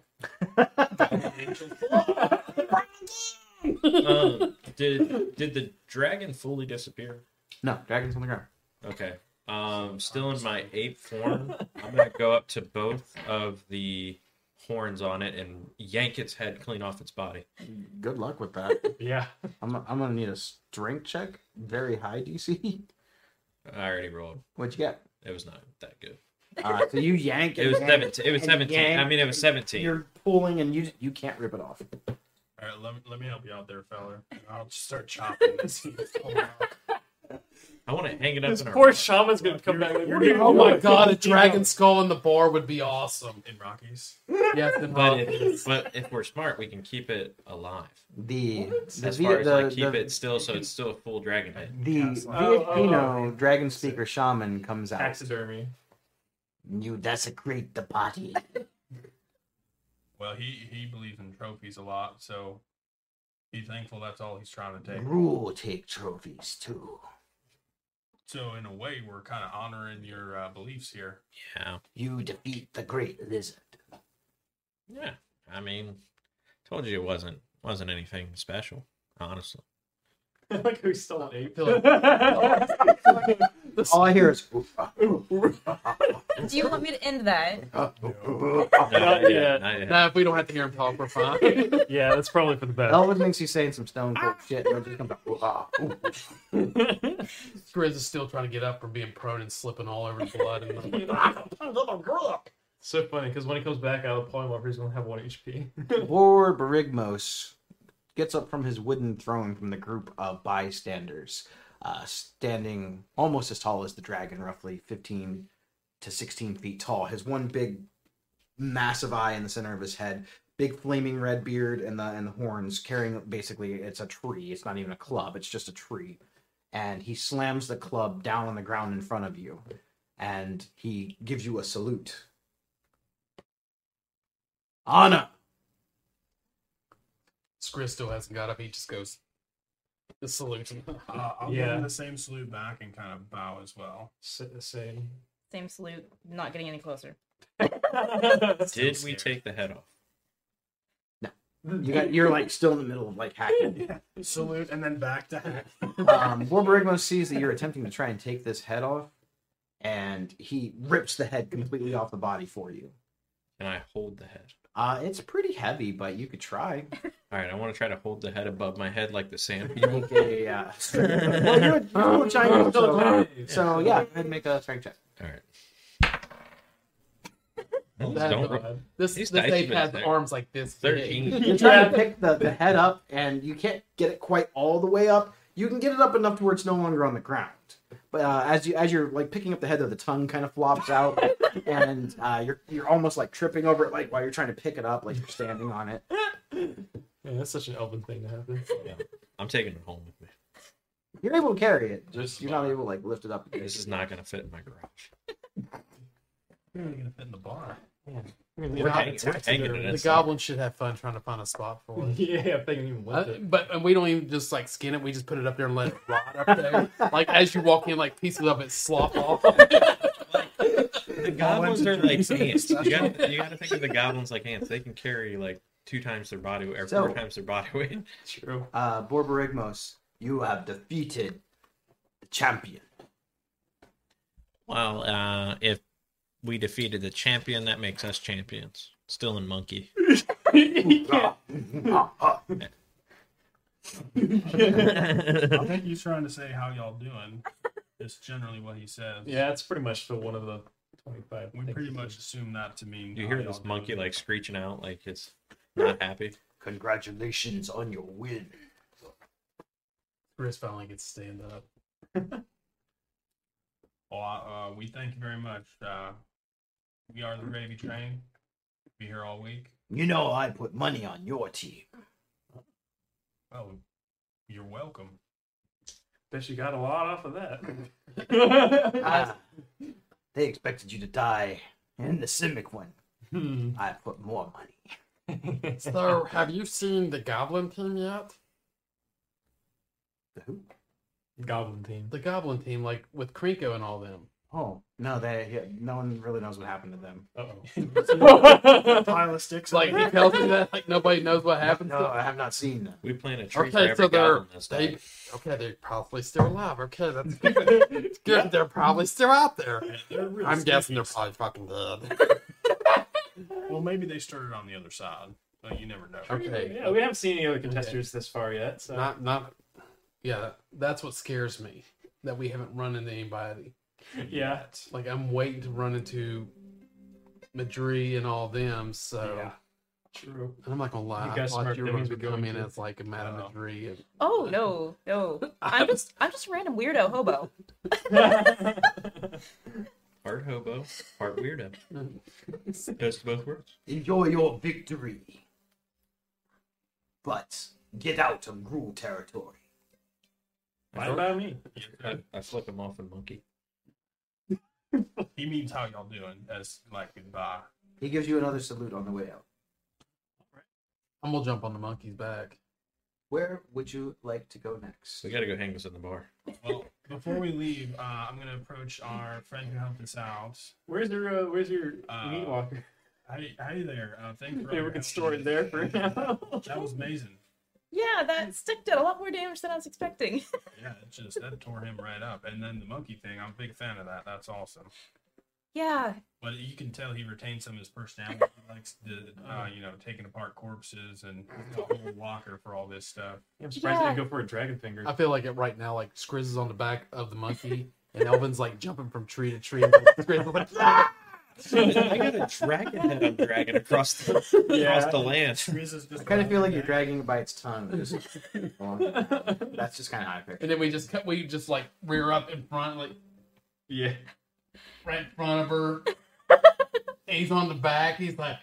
Speaker 4: um, did did the dragon fully disappear?
Speaker 3: No, dragons on the ground.
Speaker 4: Okay. Um, still in my ape form, I'm gonna go up to both of the horns on it and yank its head clean off its body.
Speaker 3: Good luck with that.
Speaker 1: Yeah.
Speaker 3: I'm, I'm gonna need a strength check. Very high DC.
Speaker 4: I already rolled.
Speaker 3: What'd you get?
Speaker 4: It was not that good.
Speaker 3: Uh, so you yank.
Speaker 4: It
Speaker 3: and
Speaker 4: was
Speaker 3: yank
Speaker 4: seventeen. It was
Speaker 3: and
Speaker 4: seventeen.
Speaker 3: yank.
Speaker 4: I mean, it was seventeen.
Speaker 3: You're pulling and you you can't rip it off.
Speaker 5: All right, let me, let me help you out there, fella. I'll just start chopping this.
Speaker 4: I want to hang it up
Speaker 1: This
Speaker 4: in our.
Speaker 1: poor shaman's gonna come back. Like, what are you
Speaker 2: Oh my
Speaker 1: doing?
Speaker 2: god, a dragon skull in the bar would be awesome.
Speaker 5: In Rockies.
Speaker 2: Yes, and
Speaker 4: But if, but if we're smart, we can keep it alive.
Speaker 3: The the
Speaker 4: As
Speaker 3: Vita-
Speaker 4: far as
Speaker 3: the,
Speaker 4: like keep
Speaker 3: the,
Speaker 4: it still, so it's still a full dragon head.
Speaker 3: the
Speaker 5: Castle.
Speaker 1: Oh,
Speaker 3: Viet
Speaker 1: oh,
Speaker 3: Pino dragon speaker shaman comes out.
Speaker 1: Taxidermy.
Speaker 3: You desecrate the body.
Speaker 5: Well, he he believes in trophies a lot, so be thankful that's all he's trying to take.
Speaker 3: Rule take trophies too.
Speaker 5: So in a way, we're kind of honoring your uh, beliefs here.
Speaker 4: Yeah.
Speaker 3: You defeat the great lizard.
Speaker 4: Yeah. I mean, told you it wasn't wasn't anything special, honestly.
Speaker 1: I like who's still an ape.
Speaker 2: Feel like-
Speaker 3: All I hear is.
Speaker 6: Do you want me to end that?
Speaker 1: Oh, Not
Speaker 4: yet,
Speaker 1: yet.
Speaker 4: not yet.
Speaker 2: Nah, if we don't have to hear him talk, we're fine.
Speaker 1: Yeah, that's probably for the best.
Speaker 3: Elwood thinks he's saying some stone cold shit, and it just comes out.
Speaker 2: Grizz is still trying to get up from being prone and slipping all over the blood. And I'm like,
Speaker 1: So funny because when he comes back out of the polymorph, he's gonna have one HP.
Speaker 3: Lord Berigmos gets up from his wooden throne from the group of bystanders, uh, standing almost as tall as the dragon, roughly 15 to 16 feet tall. His one big, massive eye in the center of his head, big flaming red beard, and the and the horns, carrying basically it's a tree. It's not even a club. It's just a tree, and he slams the club down on the ground in front of you, and he gives you a salute. Honor.
Speaker 2: Scriz still hasn't got up. He just goes, the solution.
Speaker 5: Uh, I'll give
Speaker 1: Yeah.
Speaker 5: him the same salute back and kind of bow as well.
Speaker 1: S- Same.
Speaker 8: Same salute. Not getting any closer.
Speaker 4: Did
Speaker 5: Still
Speaker 4: we
Speaker 5: scared.
Speaker 4: take the head off?
Speaker 3: You got you're like still in the middle of like hacking.
Speaker 5: salute and then back to hack?
Speaker 3: Um Borborigmo sees that you're attempting to try and take this head off, and he rips the head completely off the body for you.
Speaker 4: And I hold the head.
Speaker 3: Uh it's pretty heavy, but you could try.
Speaker 4: All right, I want to try to hold the head above my head like the sand people.
Speaker 3: Make a, uh, well, you're a, you're a giant, so, so yeah, go ahead and make a strength check.
Speaker 4: All right.
Speaker 2: That-
Speaker 4: Don't roll.
Speaker 2: This,
Speaker 4: These
Speaker 2: this
Speaker 4: dice
Speaker 2: ape
Speaker 4: have
Speaker 2: has
Speaker 4: been
Speaker 2: arms like this. big.
Speaker 4: Thirteen.
Speaker 3: You're trying to pick the, the head up, and you can't get it quite all the way up. You can get it up enough to where it's no longer on the ground. But uh, as you as you're like picking up the head, though, the tongue kind of flops out, and uh, you're you're almost like tripping over it, like while you're trying to pick it up, like you're standing on it.
Speaker 1: Yeah, that's such an elven thing to happen.
Speaker 4: I'm taking it home with me.
Speaker 3: You're able to carry it, just you're not able to like lift it up.
Speaker 4: This is not going to fit in my garage.
Speaker 5: You're only gonna fit in the bar.
Speaker 4: We're hanging, we're hanging it in
Speaker 2: The
Speaker 4: some-
Speaker 2: goblin should have fun trying to find a spot for it.
Speaker 1: Yeah, if they can even lift
Speaker 2: Uh,
Speaker 1: it.
Speaker 2: but and we don't even just like skin it. We just put it up there and let it rot up there. like as you walk in, like pieces of it slop off.
Speaker 4: the goblins are like ants. You gotta, you gotta think of the goblins like ants. They can carry like two times their body weight or
Speaker 3: So-
Speaker 4: four times their body weight.
Speaker 1: True.
Speaker 3: Uh, Borborigmos, you have defeated the champion.
Speaker 4: Well, uh, if we defeated the champion, that makes us champions. Still in monkey.
Speaker 5: I think he's trying to say how y'all doing. Is generally what he says.
Speaker 1: Yeah, it's pretty much the one of the twenty-five.
Speaker 5: We
Speaker 1: things
Speaker 5: pretty
Speaker 1: he
Speaker 5: much
Speaker 1: did.
Speaker 5: assume that to mean.
Speaker 4: You
Speaker 5: how
Speaker 4: hear
Speaker 5: y'all
Speaker 4: this
Speaker 5: doing.
Speaker 4: monkey like screeching out like it's not happy.
Speaker 3: Congratulations on your win.
Speaker 1: Chris finally gets to stand up.
Speaker 5: Well, uh, we thank you very much. Uh, we are the gravy train. Be here all week.
Speaker 3: You know I put money on your team.
Speaker 5: Oh, you're welcome.
Speaker 1: Bet you got a lot off of that.
Speaker 3: Ah, they expected you to die in the Simic one.
Speaker 1: Hmm.
Speaker 3: I put more money.
Speaker 2: So, have you seen the Goblin team yet?
Speaker 3: The who?
Speaker 1: Goblin team.
Speaker 2: The Goblin team, like with Krinko and all them.
Speaker 3: Oh no, they yeah, no one really knows what happened to them.
Speaker 1: Uh-oh.
Speaker 5: Pile of sticks.
Speaker 2: Like he tells me that like nobody knows what happened.
Speaker 3: No, I have not seen them.
Speaker 4: We plant a tree for
Speaker 2: Okay,
Speaker 4: every
Speaker 2: so they're-
Speaker 4: goblin that's
Speaker 2: They,
Speaker 4: dead.
Speaker 2: okay, they're probably still alive. Okay, that's good. good. They're probably still out there. I'm guessing they're probably fucking dead.
Speaker 5: Well, maybe they started on the other side. But you never know.
Speaker 2: Okay.
Speaker 1: yeah, we haven't seen any other contestants this far yet. So
Speaker 2: Not, not. Yeah, that's what scares me. That we haven't run into anybody.
Speaker 1: yeah,
Speaker 2: Like I'm waiting to run into Madrid and all them. So
Speaker 1: Yeah. true.
Speaker 2: and I'm not gonna lie.
Speaker 1: You
Speaker 2: I
Speaker 1: guys
Speaker 2: thought
Speaker 1: smart
Speaker 2: you were
Speaker 1: dummies
Speaker 2: gonna
Speaker 1: were
Speaker 2: come
Speaker 1: going
Speaker 2: in
Speaker 1: to.
Speaker 2: as like a Madame
Speaker 5: Wow.
Speaker 2: Madrid. And,
Speaker 6: Oh no, no. I'm just I'm just a random weirdo hobo.
Speaker 4: Part hobo, part weirdo. Best of both worlds.
Speaker 3: Enjoy your victory, but get out of Gruul territory.
Speaker 1: Fine by me.
Speaker 4: I, I flip him off and monkey.
Speaker 5: He means how y'all doing as like goodbye.
Speaker 3: He gives you another salute on the way out.
Speaker 2: I'm gonna jump on the monkey's back.
Speaker 3: Where would you like to go next?
Speaker 4: We gotta go hang this in the bar.
Speaker 5: Well, before we leave, uh, I'm gonna approach our friend who helped us out.
Speaker 1: Where's your uh, Where's your
Speaker 5: Uh,
Speaker 1: meat walker?
Speaker 5: Hey, hey there. Uh, thanks for.
Speaker 1: Yeah, we
Speaker 5: all your
Speaker 1: can
Speaker 5: help.
Speaker 1: store it there for now.
Speaker 5: That was amazing.
Speaker 6: Yeah, that stick did a lot more damage than I was expecting.
Speaker 5: Yeah, it just that tore him right up. And then the monkey thing, I'm a big fan of that. That's awesome.
Speaker 6: Yeah,
Speaker 5: But you can tell he retained some of his personality. He likes the, uh, you know, taking apart corpses and the whole locker for all this stuff.
Speaker 1: I'm surprised you
Speaker 6: Yeah.
Speaker 1: didn't go for a dragon finger.
Speaker 2: I feel like it right now. Like Skrizz is on the back of the monkey, and Elvin's like jumping from tree to tree. And like, Skrizz is like, "Ah!"
Speaker 4: I got a dragon head I'm dragging across the, across the land.
Speaker 5: Riz is just
Speaker 3: I kind of feel like you're dragging it by its tongue. Just- That's just kind of how I picture.
Speaker 2: and then we just cut. We just like rear up in front, like
Speaker 1: yeah.
Speaker 2: right in front of her. he's on the back. He's like,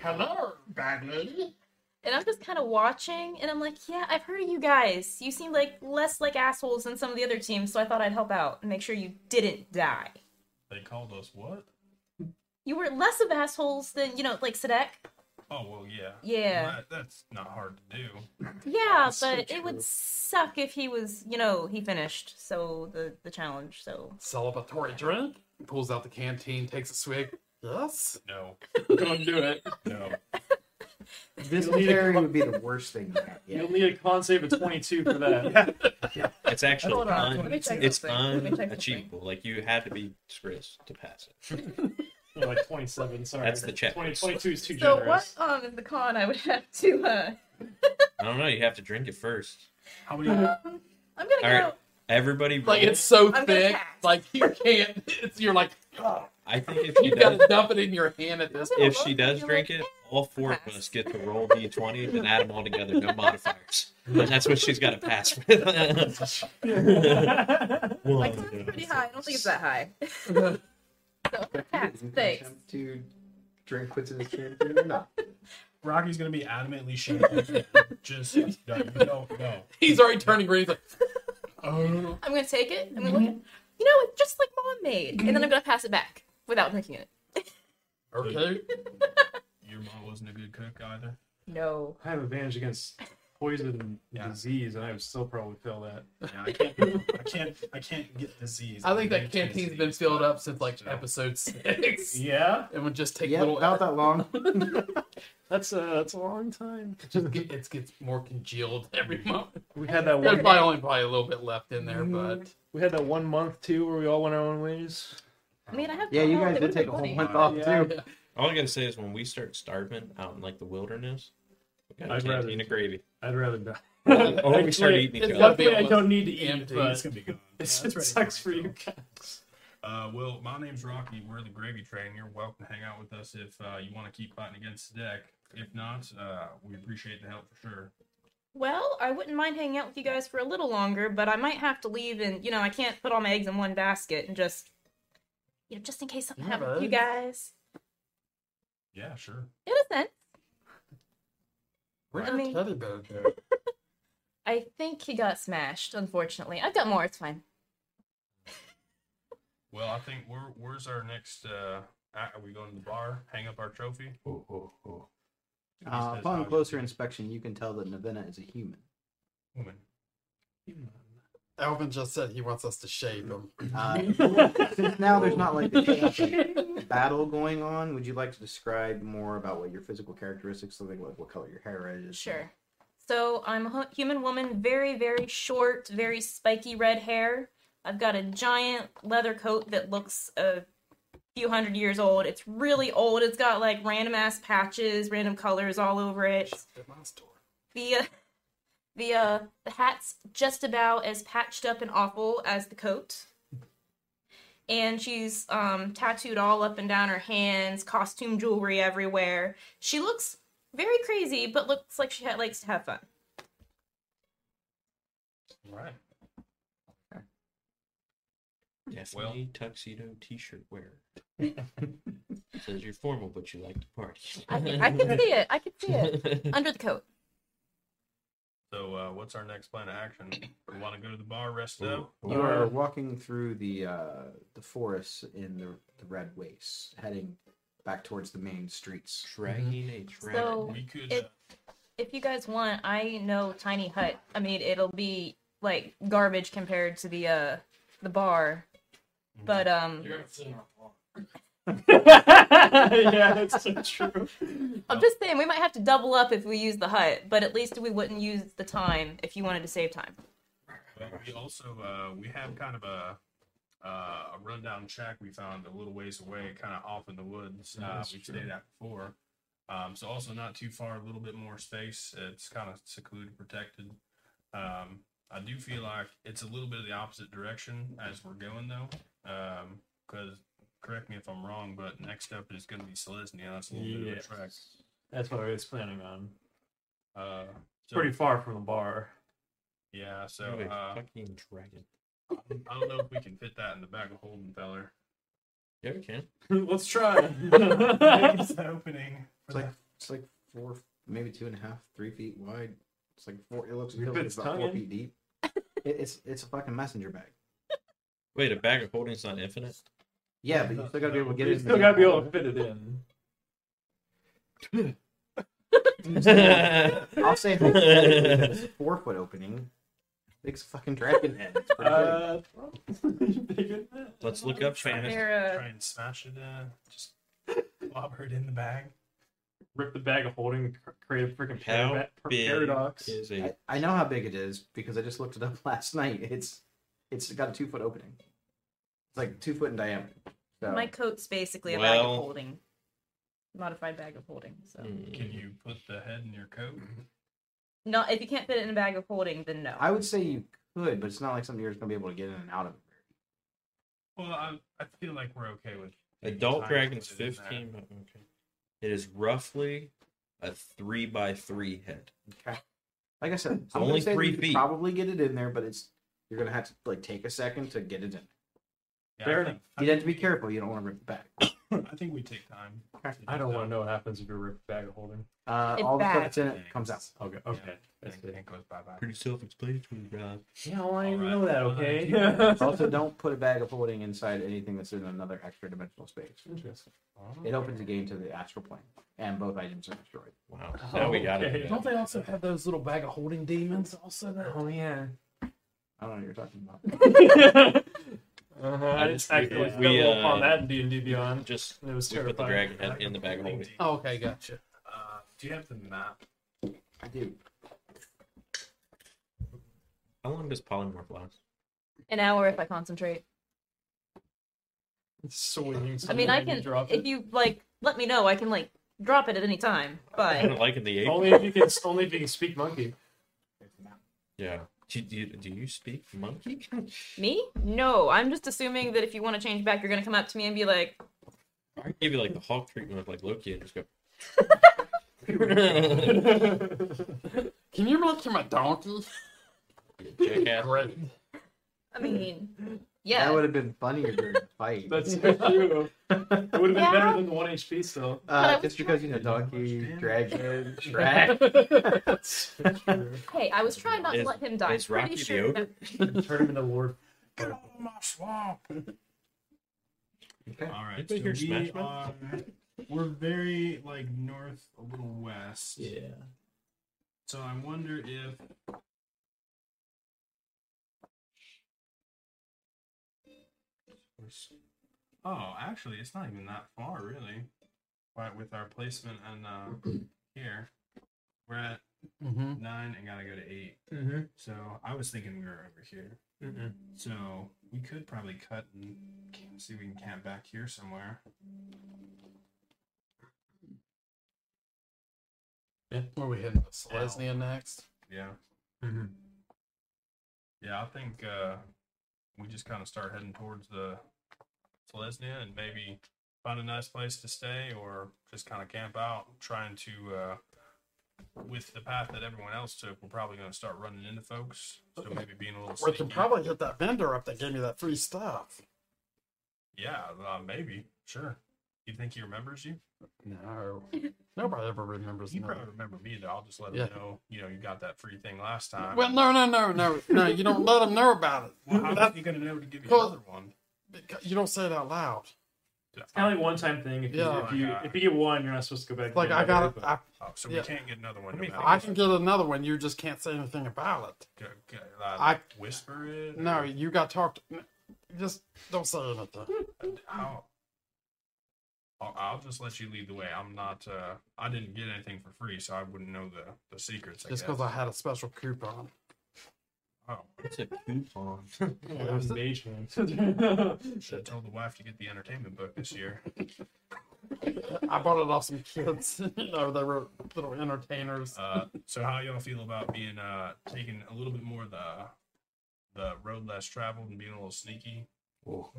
Speaker 2: "Hello, bad lady."
Speaker 6: and I'm just kind of watching, and I'm like, yeah, I've heard of you guys. You seem like less like assholes than some of the other teams, so I thought I'd help out and make sure you didn't die.
Speaker 5: They called us what?
Speaker 6: You were less of assholes than you know, like Sadek.
Speaker 5: Oh well, yeah.
Speaker 6: Yeah.
Speaker 5: That- that's not hard to do.
Speaker 6: Yeah, but it would suck if he was, you know, he finished. So the the challenge. So
Speaker 2: Celebratory drink. Pulls out the canteen, takes a swig. Yes.
Speaker 5: No,
Speaker 2: Don't do it.
Speaker 5: no.
Speaker 3: Dysentery would be the worst thing to have. Yeah.
Speaker 1: You'll need a con save of 22 for that.
Speaker 4: It's actually
Speaker 8: Hold on,
Speaker 4: un-
Speaker 8: let me check
Speaker 4: it's
Speaker 8: something. Let me check something.
Speaker 4: unachievable. Like you had to be Chris to pass it.
Speaker 1: No, Oh, like 27, sorry.
Speaker 4: That's the check.
Speaker 1: 20, 22 is too
Speaker 6: so
Speaker 1: generous.
Speaker 6: what um is the con I would have to uh
Speaker 4: I don't know. You have to drink it first.
Speaker 5: How many?
Speaker 6: um, I'm gonna
Speaker 4: All
Speaker 6: go
Speaker 4: right. Everybody, roll.
Speaker 2: Like it's so
Speaker 6: gonna
Speaker 2: thick.
Speaker 6: pass.
Speaker 2: Like you can't. It's, you're like
Speaker 4: I think if she
Speaker 2: you gotta
Speaker 4: does,
Speaker 2: dump it in your hand at this.
Speaker 4: if she does drink it, all four of
Speaker 6: Pass.
Speaker 4: us get to roll d20 and add them all together, no modifiers. And that's what she's got to pass with.
Speaker 6: my con's pretty high. I don't think it's that high.
Speaker 2: point.
Speaker 6: So cats, thanks.
Speaker 3: To drink puts in his canteen or not?
Speaker 5: Rocky's gonna be adamantly shaking. just no, no, no.
Speaker 2: He's already turning green. He's like, oh.
Speaker 6: I'm gonna take it. I'm gonna look at you know, it's just like mom made. And then I'm gonna pass it back without drinking it.
Speaker 2: Okay.
Speaker 5: Your mom wasn't a good cook either.
Speaker 6: No.
Speaker 1: I have advantage against poison and
Speaker 5: Yeah.
Speaker 1: disease, and I would still probably fail that.
Speaker 5: Yeah, I can't. I can't. I can't get disease.
Speaker 2: I think that
Speaker 5: can't get
Speaker 2: canteen's been
Speaker 5: disease,
Speaker 2: filled
Speaker 5: but-
Speaker 2: up since like episode six.
Speaker 1: Yeah,
Speaker 2: It would just take
Speaker 3: yeah,
Speaker 2: little.
Speaker 3: about that long.
Speaker 1: that's a that's a long time.
Speaker 2: just get, it gets more congealed every month.
Speaker 1: We had that
Speaker 2: There's
Speaker 1: one.
Speaker 2: probably only probably a little bit left in there, but
Speaker 1: We had that one month too where we all went our own ways.
Speaker 6: I mean, I have.
Speaker 3: Yeah, you
Speaker 6: Cobalt,
Speaker 3: guys
Speaker 6: it
Speaker 3: did
Speaker 6: would've
Speaker 3: take a
Speaker 6: been
Speaker 3: whole
Speaker 6: funny.
Speaker 3: month off
Speaker 1: Yeah.
Speaker 3: too.
Speaker 4: All I gotta say is when we start starving out in like the wilderness, we got a
Speaker 1: I'd rather-
Speaker 4: canteen of gravy.
Speaker 1: I'd rather die.
Speaker 4: Or we start eating each
Speaker 2: it's
Speaker 4: other.
Speaker 2: like-
Speaker 1: Luckily, I don't need to eat,
Speaker 2: Empty.
Speaker 1: but
Speaker 5: It's gonna be good.
Speaker 1: it
Speaker 5: Yeah, that's ready
Speaker 1: sucks for
Speaker 5: me,
Speaker 1: you
Speaker 5: so.
Speaker 1: guys.
Speaker 5: Uh, well, my name's Rocky. We're the Gravy Train. You're welcome to hang out with us if uh, you want to keep fighting against the deck. If not, uh, we appreciate the help for sure.
Speaker 6: Well, I wouldn't mind hanging out with you guys for a little longer, but I might have to leave, and you know, I can't put all my eggs in one basket and just, you know, just in case something
Speaker 2: Yeah,
Speaker 6: happens to you
Speaker 2: bud.
Speaker 6: guys.
Speaker 5: Yeah, sure.
Speaker 6: In a sense,
Speaker 2: Where's
Speaker 6: I mean-
Speaker 2: tether boat go?
Speaker 8: I think he got smashed, unfortunately. I've got more, it's fine.
Speaker 5: Well, I think we're where's our next? Uh, a- are we going to the bar? Hang up our trophy. Who
Speaker 3: Uh,
Speaker 5: says
Speaker 3: upon
Speaker 5: I'm a
Speaker 3: closer inspection, you can tell that Navina is a human.
Speaker 5: Woman.
Speaker 2: Alvin just said he wants us to shave him.
Speaker 3: Uh, since now there's not like the like, battle going on, would you like to describe more about what your physical characteristics look like, like what color your hair is?
Speaker 6: Sure. So I'm a hu- human woman, very, very short, very spiky red hair. I've got a giant leather coat that looks a few hundred years old. It's really old. It's got like random ass patches, random colors all over it.
Speaker 2: At my store.
Speaker 6: The uh, the uh, the hat's just about as patched up and awful as the coat. And she's um, tattooed all up and down her hands, costume jewelry everywhere. She looks very crazy, but looks like she ha- likes to have fun.
Speaker 5: All right.
Speaker 4: Definitely tuxedo t-shirt wearer. Says you're formal, but you like to party.
Speaker 8: I can, I can see it. I can see it.
Speaker 6: Under the coat.
Speaker 5: So, uh, what's our next plan of action? We want to go to the bar, rest up.
Speaker 3: You are walking through the uh, the forest in the, the red wastes, heading back towards the main streets.
Speaker 4: Dragging a dragon.
Speaker 6: So
Speaker 5: We could.
Speaker 6: It- if you guys want, I know Tiny Hut. I mean, it'll be like garbage compared to the uh the bar. But um
Speaker 1: yeah, that's so true.
Speaker 6: I'm just saying we might have to double up if we use the hut, but at least we wouldn't use the time if you wanted to save time.
Speaker 5: But we also uh, we have kind of a uh, a rundown shack we found a little ways away, kind of off in the woods.
Speaker 1: Yeah,
Speaker 5: Uh,
Speaker 1: that's
Speaker 5: we
Speaker 1: true.
Speaker 5: stayed at before, um, so also not too far, a little bit more space. It's kind of secluded, protected. Um, I do feel like it's a little bit of the opposite direction as we're going though, because correct me if I'm wrong, but next up is going to be Selesnya. That's a little bit of a
Speaker 1: Yes.
Speaker 5: track.
Speaker 1: That's what I was planning on.
Speaker 5: Uh,
Speaker 1: It's pretty far from the bar.
Speaker 5: Yeah, so
Speaker 4: You're a
Speaker 5: uh,
Speaker 4: fucking dragon.
Speaker 5: I don't know if we can fit that in the bag of holding, feller.
Speaker 4: Yeah, we can.
Speaker 1: Let's try.
Speaker 5: It's the opening.
Speaker 3: It's like it's like four, maybe two and a half, three feet wide. It's like four. It looks it
Speaker 1: Rip
Speaker 3: feels like
Speaker 1: its
Speaker 3: it's about four
Speaker 1: tongue in.
Speaker 3: feet deep. It, it's it's a fucking messenger bag.
Speaker 4: Wait, a bag of holding's not infinite?
Speaker 3: Yeah, but you still gotta be able to get it.
Speaker 1: you
Speaker 3: in the
Speaker 1: still
Speaker 3: damn
Speaker 1: gotta be able to
Speaker 3: hole.
Speaker 1: fit it in.
Speaker 3: I'll say hypothetically, that it's a four foot opening. It's a fucking dragon head. It's pretty big.
Speaker 1: Uh, bigger than that.
Speaker 4: Let's look up famous.
Speaker 6: They're,
Speaker 5: try and smash it uh just clobber it in the bag
Speaker 1: Rip the bag of holding, create a freaking
Speaker 4: How
Speaker 1: parad- par-
Speaker 4: big
Speaker 1: paradox.
Speaker 4: is
Speaker 3: I,
Speaker 4: a
Speaker 3: I know how big it is because I just looked it up last night. It's it's got a two foot opening. It's like two foot in diameter.
Speaker 6: uh,
Speaker 3: So
Speaker 6: my coat's basically a bag of
Speaker 4: Well- hmm.
Speaker 6: holding, modified bag of holding. So
Speaker 5: can you put the head in your coat
Speaker 6: no, if you can't fit it in a bag of holding, then no.
Speaker 3: I would say you could, but it's not like something you're just gonna be able to get in and out of.
Speaker 5: well i, I feel like we're okay with
Speaker 4: adult
Speaker 5: Times
Speaker 4: dragon's
Speaker 5: put it in there.
Speaker 4: fifteen but okay. It is roughly a three by three head.
Speaker 3: Okay. Like I said, I'm
Speaker 4: only
Speaker 3: only say
Speaker 4: three
Speaker 3: three you could
Speaker 4: feet.
Speaker 3: probably get it in there, but it's you're gonna have to like take a second to get it in.
Speaker 5: Yeah,
Speaker 1: Fair
Speaker 5: I think, I
Speaker 3: You'd have
Speaker 5: think
Speaker 3: to be
Speaker 5: we-
Speaker 3: careful. You don't want to rip it back.
Speaker 5: I think we take time.
Speaker 1: I don't want to know what happens if you rip a bag of holding.
Speaker 3: Uh,
Speaker 8: It's
Speaker 3: all the stuff
Speaker 8: bad.
Speaker 3: that's in it comes out.
Speaker 1: Okay,
Speaker 5: Yeah.
Speaker 1: okay. That's
Speaker 5: It,
Speaker 1: good.
Speaker 5: it goes bye bye.
Speaker 4: Pretty self-explanatory, Rob.
Speaker 1: Yeah, well, I didn't
Speaker 5: Alright.
Speaker 1: know that, okay?
Speaker 3: also, don't put a bag of holding inside anything that's in another extra dimensional space.
Speaker 1: Interesting.
Speaker 3: It opens the game to the astral plane, and both items are destroyed.
Speaker 4: Wow. Now we got
Speaker 1: Okay.
Speaker 4: it.
Speaker 2: Don't they also have those little bag of holding demons? Also, that
Speaker 1: Oh, yeah.
Speaker 3: I don't know what you're talking about.
Speaker 1: Uh-huh. I,
Speaker 4: I
Speaker 1: just
Speaker 4: just-
Speaker 1: accidentally
Speaker 4: we-
Speaker 1: stumbled
Speaker 4: we, uh,
Speaker 1: upon that in D&D Beyond.
Speaker 4: Just
Speaker 1: It was
Speaker 4: we put the
Speaker 1: terrifying.
Speaker 4: dragon head in the bag of holding.
Speaker 2: Oh, okay, gotcha.
Speaker 5: Uh, do you have the map?
Speaker 3: I do.
Speaker 4: How long does polymorph last?
Speaker 8: An hour if I concentrate.
Speaker 1: Swinging
Speaker 6: I mean, I can.
Speaker 1: Drop
Speaker 6: If
Speaker 1: it.
Speaker 6: you like, let me know. I can like drop it at any time.
Speaker 4: I
Speaker 6: But
Speaker 4: don't like in the ape.
Speaker 1: Only if you can. Only if you can speak monkey.
Speaker 4: Yeah. Do, do, do you speak monkey?
Speaker 6: me? No. I'm just assuming that if you want to change back, you're gonna come up to me and be like,
Speaker 4: I give you like the Hulk treatment of like Loki and just go.
Speaker 2: Can you relate to my donkey?
Speaker 4: Jackass.
Speaker 2: Great.
Speaker 6: I mean,
Speaker 3: That
Speaker 6: yeah.
Speaker 3: would have been funnier during the fight.
Speaker 1: That's true. It would have been
Speaker 6: Yeah.
Speaker 1: better than the one HP still.
Speaker 3: uh,
Speaker 6: I was
Speaker 3: just because you know, donkey, dragon, Shrek.
Speaker 1: That's true.
Speaker 6: Hey, I was trying not to
Speaker 4: Is-
Speaker 6: let him die.
Speaker 4: is
Speaker 6: Pretty
Speaker 4: Rocky the
Speaker 6: sure
Speaker 4: ogre?
Speaker 6: that-
Speaker 1: Turn him into Lord.
Speaker 5: Get out of my swamp. All right, so
Speaker 4: Anybody hear
Speaker 5: we
Speaker 4: Smash Mouth?
Speaker 5: are we're very like north, a little west. So I wonder if Oh, actually, it's not even that far, really. But with our placement and uh, here, we're at
Speaker 2: Mm-hmm.
Speaker 5: nine and gotta go to eight.
Speaker 1: Mm-hmm.
Speaker 5: So I was thinking we were over here.
Speaker 1: Mm-mm.
Speaker 5: So we could probably cut and cam- see if we can camp back here somewhere.
Speaker 2: Where are we heading? Selesnya next.
Speaker 5: Yeah.
Speaker 1: Mm-hmm.
Speaker 5: Yeah, I think uh, we just kind of start heading towards the Selesnya and maybe find a nice place to stay or just kind of camp out, trying to, uh, with the path that everyone else took, we're probably going to start running into folks. So maybe being a little
Speaker 2: We can
Speaker 5: sneaky.
Speaker 2: probably hit that vendor up that gave me that free stuff.
Speaker 5: Yeah, uh, maybe. Sure. You think he remembers you?
Speaker 2: No. Nobody ever remembers
Speaker 5: He
Speaker 2: no.
Speaker 5: probably remember me though. I'll just let
Speaker 2: Yeah.
Speaker 5: him know. You know, you got that free thing last time.
Speaker 2: Well, no, no, no, no, no. You don't let them know about
Speaker 5: Well, how
Speaker 2: That-
Speaker 5: are you gonna know to give you
Speaker 2: Well-
Speaker 5: another one? Oh,
Speaker 2: it. Beca- You don't say it out loud.
Speaker 1: It's kind of like one time thing. If you,
Speaker 2: Yeah.
Speaker 1: if, you, if you get one, you're not supposed to go back.
Speaker 2: It's like I got it. I,
Speaker 5: Oh, so
Speaker 2: Yeah.
Speaker 5: we can't get another one. no matter
Speaker 2: I
Speaker 5: what.
Speaker 2: can get another one. You just can't say anything about it.
Speaker 5: Go- go- uh,
Speaker 2: I-
Speaker 5: whisper it.
Speaker 2: No,
Speaker 5: or
Speaker 2: you got talked. Just don't say anything.
Speaker 5: How? I'll, I'll just let you lead the way. I'm not. Uh, I didn't get anything for free, so I wouldn't know the the secrets. I
Speaker 2: Just
Speaker 5: guess.
Speaker 2: because I had a special coupon.
Speaker 5: Oh,
Speaker 4: It's a coupon.
Speaker 1: It. Mage man.
Speaker 5: should have told the wife to get the entertainment book this year.
Speaker 2: I bought it off some kids. you know, they were little entertainers.
Speaker 5: Uh, so how y'all feel about being uh taking a little bit more of the the road less traveled and being a little sneaky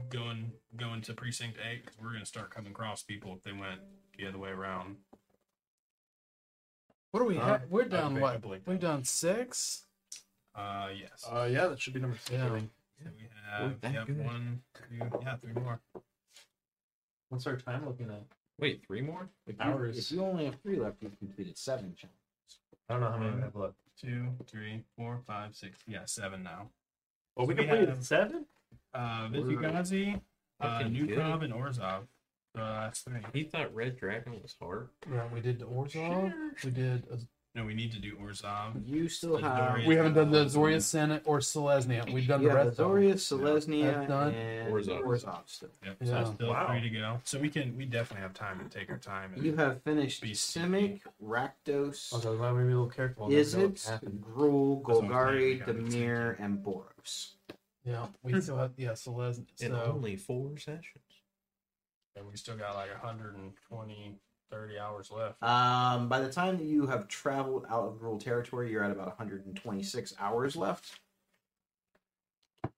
Speaker 5: going going to precinct eight because we're gonna start coming across people if they went the other way around
Speaker 2: What do we have? We're down
Speaker 5: okay, I
Speaker 2: what?
Speaker 5: blinked.
Speaker 2: We've done six.
Speaker 5: uh yes
Speaker 1: Uh, yeah, that should be number six.
Speaker 2: Yeah.
Speaker 5: So we have
Speaker 4: that
Speaker 5: yep,
Speaker 4: good.
Speaker 5: one two yeah three more
Speaker 1: What's our time looking at?
Speaker 4: Wait, three more?
Speaker 3: If you,
Speaker 1: Hours.
Speaker 3: if you only have three left, you've completed seven. Sean.
Speaker 1: I don't know how many we have left.
Speaker 5: two three four five six yeah seven now
Speaker 1: Oh, we
Speaker 5: So we
Speaker 1: completed
Speaker 5: have-
Speaker 1: seven.
Speaker 5: uh
Speaker 3: Word.
Speaker 5: Visugazi, uh
Speaker 4: Looking good.
Speaker 5: Nukov, and Orzov so that's three
Speaker 4: He thought Red Dragon was hard.
Speaker 2: Right, we did the Orzov. We did.
Speaker 5: no we need to do Orzov
Speaker 3: You still
Speaker 5: Does
Speaker 3: have.
Speaker 5: Dorian-
Speaker 2: we uh, haven't done the Zoria Senate or Selesnya. We've done
Speaker 3: You
Speaker 2: the
Speaker 3: have
Speaker 2: rest of them.
Speaker 3: Azorius, Selesnya,
Speaker 2: That's done.
Speaker 3: and
Speaker 4: Orzhov.
Speaker 3: Orzhov still.
Speaker 5: yep so
Speaker 2: Yeah.
Speaker 5: that's still
Speaker 1: Wow.
Speaker 5: three to go so we can we definitely have time to take our time and
Speaker 3: You have finished
Speaker 5: Beast.
Speaker 3: Simic, Rakdos,
Speaker 10: Oh,
Speaker 1: Okay, well, maybe a little careful. on that. Know what
Speaker 3: Izzet,
Speaker 1: happened.
Speaker 3: Gruul,
Speaker 5: That's what I'm saying, we
Speaker 3: Golgari,
Speaker 5: gotta be
Speaker 3: Demir, and Boros.
Speaker 2: Yeah, we still have. Yeah, Selesnya.
Speaker 4: In
Speaker 2: So
Speaker 4: only four sessions.
Speaker 5: and we still got like 120 30 hours left
Speaker 3: Um, by the time that you have traveled out of Gruul territory, you're at about 126 hours left.
Speaker 2: I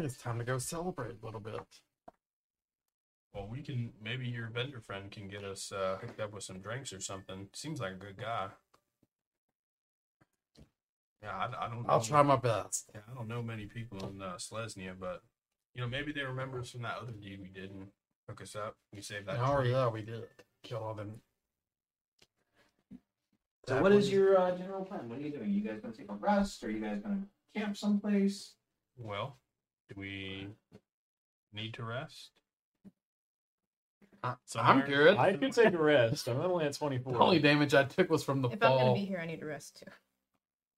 Speaker 2: think it's time to go celebrate a little bit.
Speaker 5: well we can maybe your vendor friend can get us uh hooked up with some drinks or something seems like a good guy yeah i, I don't know
Speaker 2: I'll try my best.
Speaker 5: yeah, i don't know many people in uh, Slesnia, but You know, maybe they remember us from that other deed we did and hook us up. We saved that.
Speaker 2: Oh
Speaker 5: tree.
Speaker 2: yeah, we did. Kill all them.
Speaker 10: So,
Speaker 2: That
Speaker 10: what is
Speaker 2: was-
Speaker 10: your uh, general plan? What are you doing? you guys going to take a rest? Are you guys going to camp someplace?
Speaker 5: Well, do we need to rest?
Speaker 2: I- I'm
Speaker 5: Somewhere.
Speaker 2: good.
Speaker 1: I could take a rest. I'm only at 24.
Speaker 2: The only damage I took was from the
Speaker 11: If I'm
Speaker 2: fall.
Speaker 11: gonna be here, I need to rest too.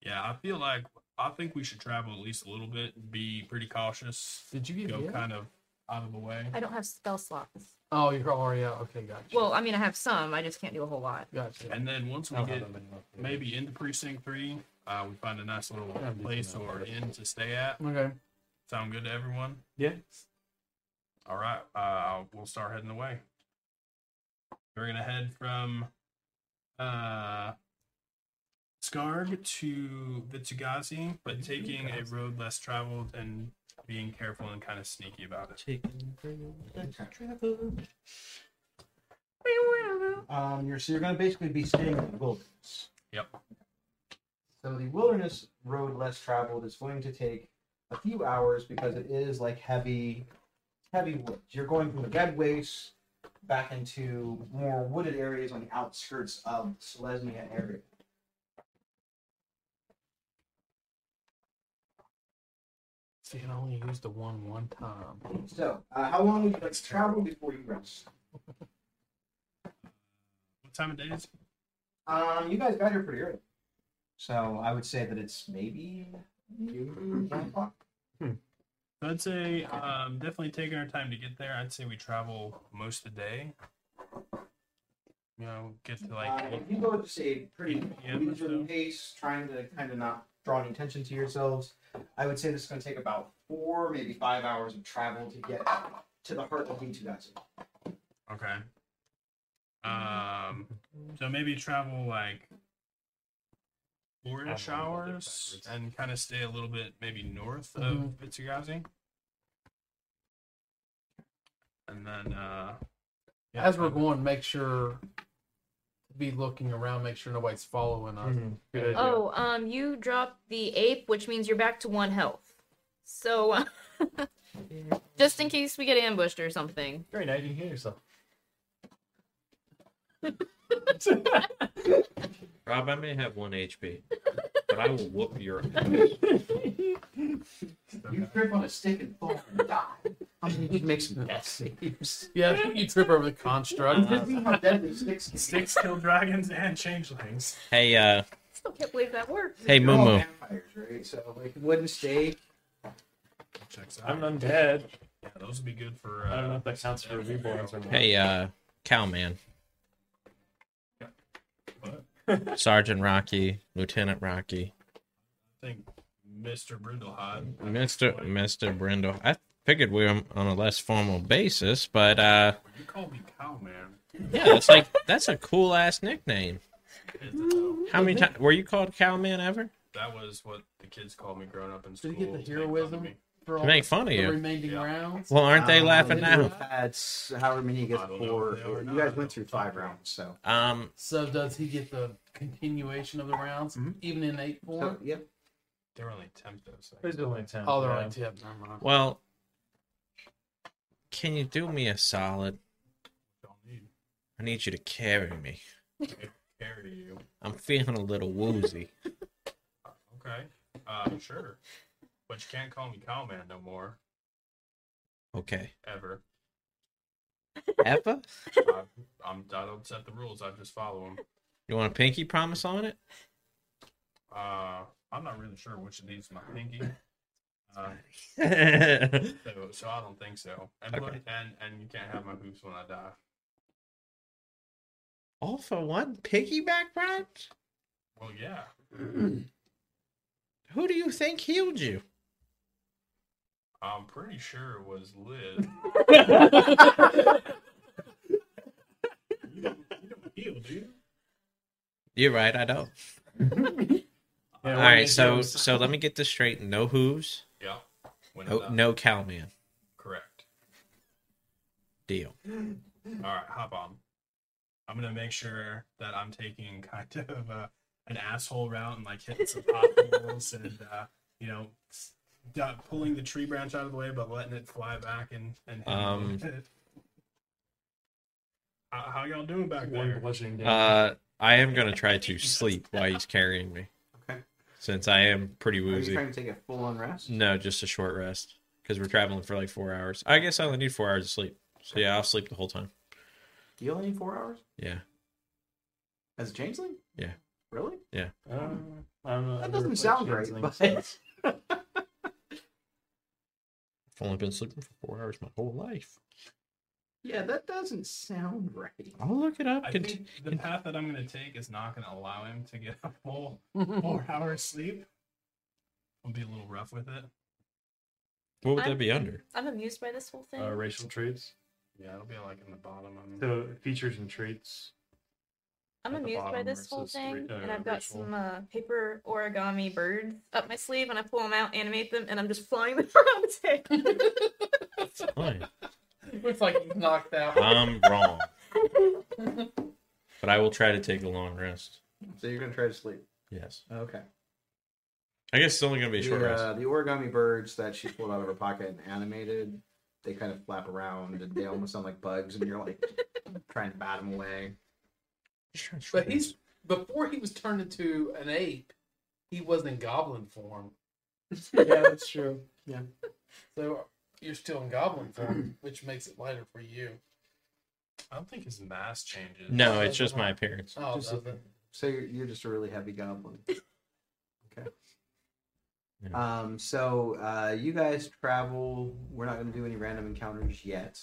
Speaker 5: Yeah, I feel like I think we should travel at least a little bit. Be pretty cautious.
Speaker 2: Did you get
Speaker 5: Go
Speaker 2: hit?
Speaker 5: kind of out of the way.
Speaker 11: I don't have spell slots.
Speaker 2: Oh, you're already out. Okay, gotcha.
Speaker 11: Well, I mean, I have some. I just can't do a whole lot.
Speaker 2: gotcha.
Speaker 5: And then once we
Speaker 2: I'll
Speaker 5: get
Speaker 2: have them in a-
Speaker 5: maybe into precinct three, uh, we find a nice little
Speaker 2: Yeah, we
Speaker 5: place
Speaker 2: can, uh,
Speaker 5: or inn to stay at.
Speaker 2: Okay.
Speaker 5: Sound good to everyone?
Speaker 1: Yeah.
Speaker 5: All right, uh, we'll start heading away. We're gonna head from uh, Skarg to Vitsugasi, but taking a road less traveled and being careful and kind of sneaky about it.
Speaker 3: Um, you're so you're gonna basically be staying in the wilderness.
Speaker 5: Yep.
Speaker 3: So the wilderness road less traveled is going to take a few hours because it is like heavy, heavy woods. You're going from the red waste back into more wooded areas on the outskirts of Selesnya area.
Speaker 2: See, I only used the one one time.
Speaker 3: So, uh, how long would you like to travel before you rest?
Speaker 5: What time of day is? it?
Speaker 3: Um, you guys got here pretty early, so I would say that it's maybe noon, nine o'clock.
Speaker 5: I'd say um, definitely taking our time to get there. I'd say we travel most of the day. You know, get to like
Speaker 3: uh, you go at a pretty
Speaker 5: Yeah,
Speaker 3: leisurely
Speaker 5: so.
Speaker 3: pace, trying to kind of not draw any attention to yourselves. I would say this is going to take about four, maybe five hours of travel to get to the heart of Vitugazi.
Speaker 5: Okay. Um, so maybe travel like
Speaker 1: I don't
Speaker 5: four-ish
Speaker 1: know, they're
Speaker 5: hours
Speaker 1: backwards.
Speaker 5: and kind of stay a little bit maybe north of
Speaker 2: Mhm.
Speaker 5: Vitsugasi. And then, uh,
Speaker 2: As we're going, make sure to be looking around. Make sure nobody's following us.
Speaker 1: Good idea.
Speaker 6: Oh, um, you dropped the ape, which means you're back to one health. So, uh, just in case we get ambushed or something.
Speaker 1: Very nice. You can hear yourself.
Speaker 4: Rob, I may have one HP, but I will whoop your ass.
Speaker 3: You trip on a stick and fall and die.
Speaker 10: I'm going to make some death saves.
Speaker 2: Yeah, I think you trip over the
Speaker 1: Mm-hmm.
Speaker 2: construct. uh,
Speaker 3: Just see how deadly sticks can
Speaker 5: six kill dragons and changelings.
Speaker 4: Hey, uh,
Speaker 6: Still can't believe that worked.
Speaker 4: hey,
Speaker 3: be.
Speaker 4: Moo
Speaker 3: They're all
Speaker 4: Moo.
Speaker 3: vampires, right? So like wooden stake.
Speaker 5: Checks out.
Speaker 1: I'm undead.
Speaker 5: yeah, those would be good for. Uh,
Speaker 1: I don't know if that counts for reborns or not.
Speaker 4: Hey, uh, Cowman. Sergeant Rocky, Lieutenant Rocky,
Speaker 5: I think Mr. Brindlehide.
Speaker 4: Mister Mister Brindle. I figured we were on a less formal basis, but uh,
Speaker 5: Would you call me Cowman?
Speaker 4: yeah, that's like that's a cool ass nickname.
Speaker 5: It is a cow.
Speaker 4: How many times were you called Cowman ever?
Speaker 5: That was what the kids called me growing up in
Speaker 2: Did
Speaker 5: school.
Speaker 2: he get the
Speaker 5: to make fun of
Speaker 2: heroism
Speaker 5: me.
Speaker 2: for all
Speaker 4: Make fun of
Speaker 2: the
Speaker 4: you.
Speaker 2: remaining
Speaker 5: Yeah.
Speaker 2: rounds?
Speaker 4: Well, aren't they
Speaker 3: Um,
Speaker 4: laughing now?
Speaker 3: That's however many you get
Speaker 5: I don't know
Speaker 3: four.
Speaker 5: if they are or
Speaker 3: You
Speaker 5: not.
Speaker 3: guys went through five rounds, so
Speaker 4: Um,
Speaker 2: So does he get the continuation of the rounds, even in eight
Speaker 3: so
Speaker 2: form?
Speaker 3: yep.
Speaker 5: They were only ten those.
Speaker 1: There's only 10.
Speaker 2: Oh, they're
Speaker 1: yeah.
Speaker 2: only tip. Never mind.
Speaker 4: well, can you do me a solid?
Speaker 5: Don't need
Speaker 4: I need you to carry me.
Speaker 5: carry you.
Speaker 4: I'm feeling a little woozy.
Speaker 5: Okay. Uh, sure. But you can't call me cowman no more,
Speaker 4: Okay,
Speaker 5: ever.
Speaker 4: Eva,
Speaker 5: I, I'm, I don't set the rules. I just follow them.
Speaker 4: you want a pinky promise on it?
Speaker 5: Uh, I'm not really sure which of these is my pinky. Uh, so, so I don't think so. And, look-
Speaker 4: Okay.
Speaker 5: and and you can't have my hoops when I die.
Speaker 4: All for one piggyback ride?
Speaker 5: Well, yeah.
Speaker 4: Who do you think healed you?
Speaker 5: I'm pretty sure it was Liz. you, don't, you don't heal, do you?
Speaker 4: You're right, I don't.
Speaker 1: Yeah, we're
Speaker 4: All right,
Speaker 1: in
Speaker 4: so
Speaker 1: shows.
Speaker 4: so let me get this straight. No hooves,
Speaker 5: Yeah. When I
Speaker 4: Oh, no,
Speaker 5: die.
Speaker 4: no cowman.
Speaker 5: Correct.
Speaker 4: Deal.
Speaker 5: All right, hop on. I'm gonna make sure that I'm taking kind of uh, an asshole route and like hitting some potholes and uh, you know s- dot- pulling the tree branch out of the way, but letting it fly back and and. hit
Speaker 4: Um,
Speaker 5: it. how, how y'all doing back
Speaker 1: One
Speaker 5: there?
Speaker 1: bludgeoning damage.
Speaker 4: Uh, I am gonna try to sleep while he's carrying me.
Speaker 3: Okay.
Speaker 4: Since I am pretty
Speaker 3: Are you
Speaker 4: woozy.
Speaker 3: trying to take a full on rest?
Speaker 4: No, just a short rest because we're traveling for like four hours. I guess I only need four hours of sleep. So yeah, I'll sleep the whole time.
Speaker 3: You only need four hours
Speaker 4: Yeah.
Speaker 3: as a changeling.
Speaker 4: Yeah.
Speaker 3: Really?
Speaker 1: Um, I don't know.
Speaker 3: That
Speaker 1: I've
Speaker 3: doesn't
Speaker 1: never
Speaker 3: sound
Speaker 1: played
Speaker 3: right,
Speaker 1: Changeling,
Speaker 3: but-
Speaker 1: so-
Speaker 4: I've only been sleeping for four hours my whole life.
Speaker 3: Yeah, that doesn't sound right.
Speaker 4: I'll look it up.
Speaker 5: I
Speaker 4: Cont-
Speaker 5: think the path that I'm going to take is not going to allow him to get a full four hours sleep. I'll be a little rough with it.
Speaker 4: what would
Speaker 6: I'm-
Speaker 4: that be under?
Speaker 6: I'm amused by this whole thing.
Speaker 1: Uh, racial traits.
Speaker 5: Yeah, it'll be like in the bottom. of
Speaker 1: So features and traits.
Speaker 6: I'm
Speaker 1: at the
Speaker 6: amused by
Speaker 1: bottom
Speaker 6: this
Speaker 1: where it
Speaker 6: whole
Speaker 1: says three-
Speaker 6: thing,
Speaker 1: uh,
Speaker 6: and I've got
Speaker 1: ritual.
Speaker 6: some uh, paper origami birds up my sleeve, and I pull them out, animate them, and I'm just flying them around the table.
Speaker 4: Fine.
Speaker 2: Looks like he's knocked out.
Speaker 4: I'm wrong. But I will try to take a long rest.
Speaker 3: So you're gonna try to sleep.
Speaker 4: Yes.
Speaker 3: Okay.
Speaker 4: I guess it's only gonna be a short
Speaker 3: the,
Speaker 4: rest.
Speaker 3: uh, the origami birds that she pulled out of her pocket and animated, they kind of flap around and they almost sound like bugs, and you're like trying to bat them away.
Speaker 4: Just trying to short
Speaker 2: But he's
Speaker 4: rest.
Speaker 2: before he was turned into an ape, he was in goblin form.
Speaker 3: yeah, that's true. Yeah.
Speaker 2: So you're still in goblin form, which makes it lighter for you.
Speaker 5: I don't think his mass changes.
Speaker 4: No, it's just my appearance.
Speaker 2: Oh,
Speaker 3: Just-
Speaker 2: does it?
Speaker 3: So you're, you're just a really heavy goblin. Okay.
Speaker 4: Yeah.
Speaker 3: Um. So uh, you guys travel. We're not gonna do any random encounters yet.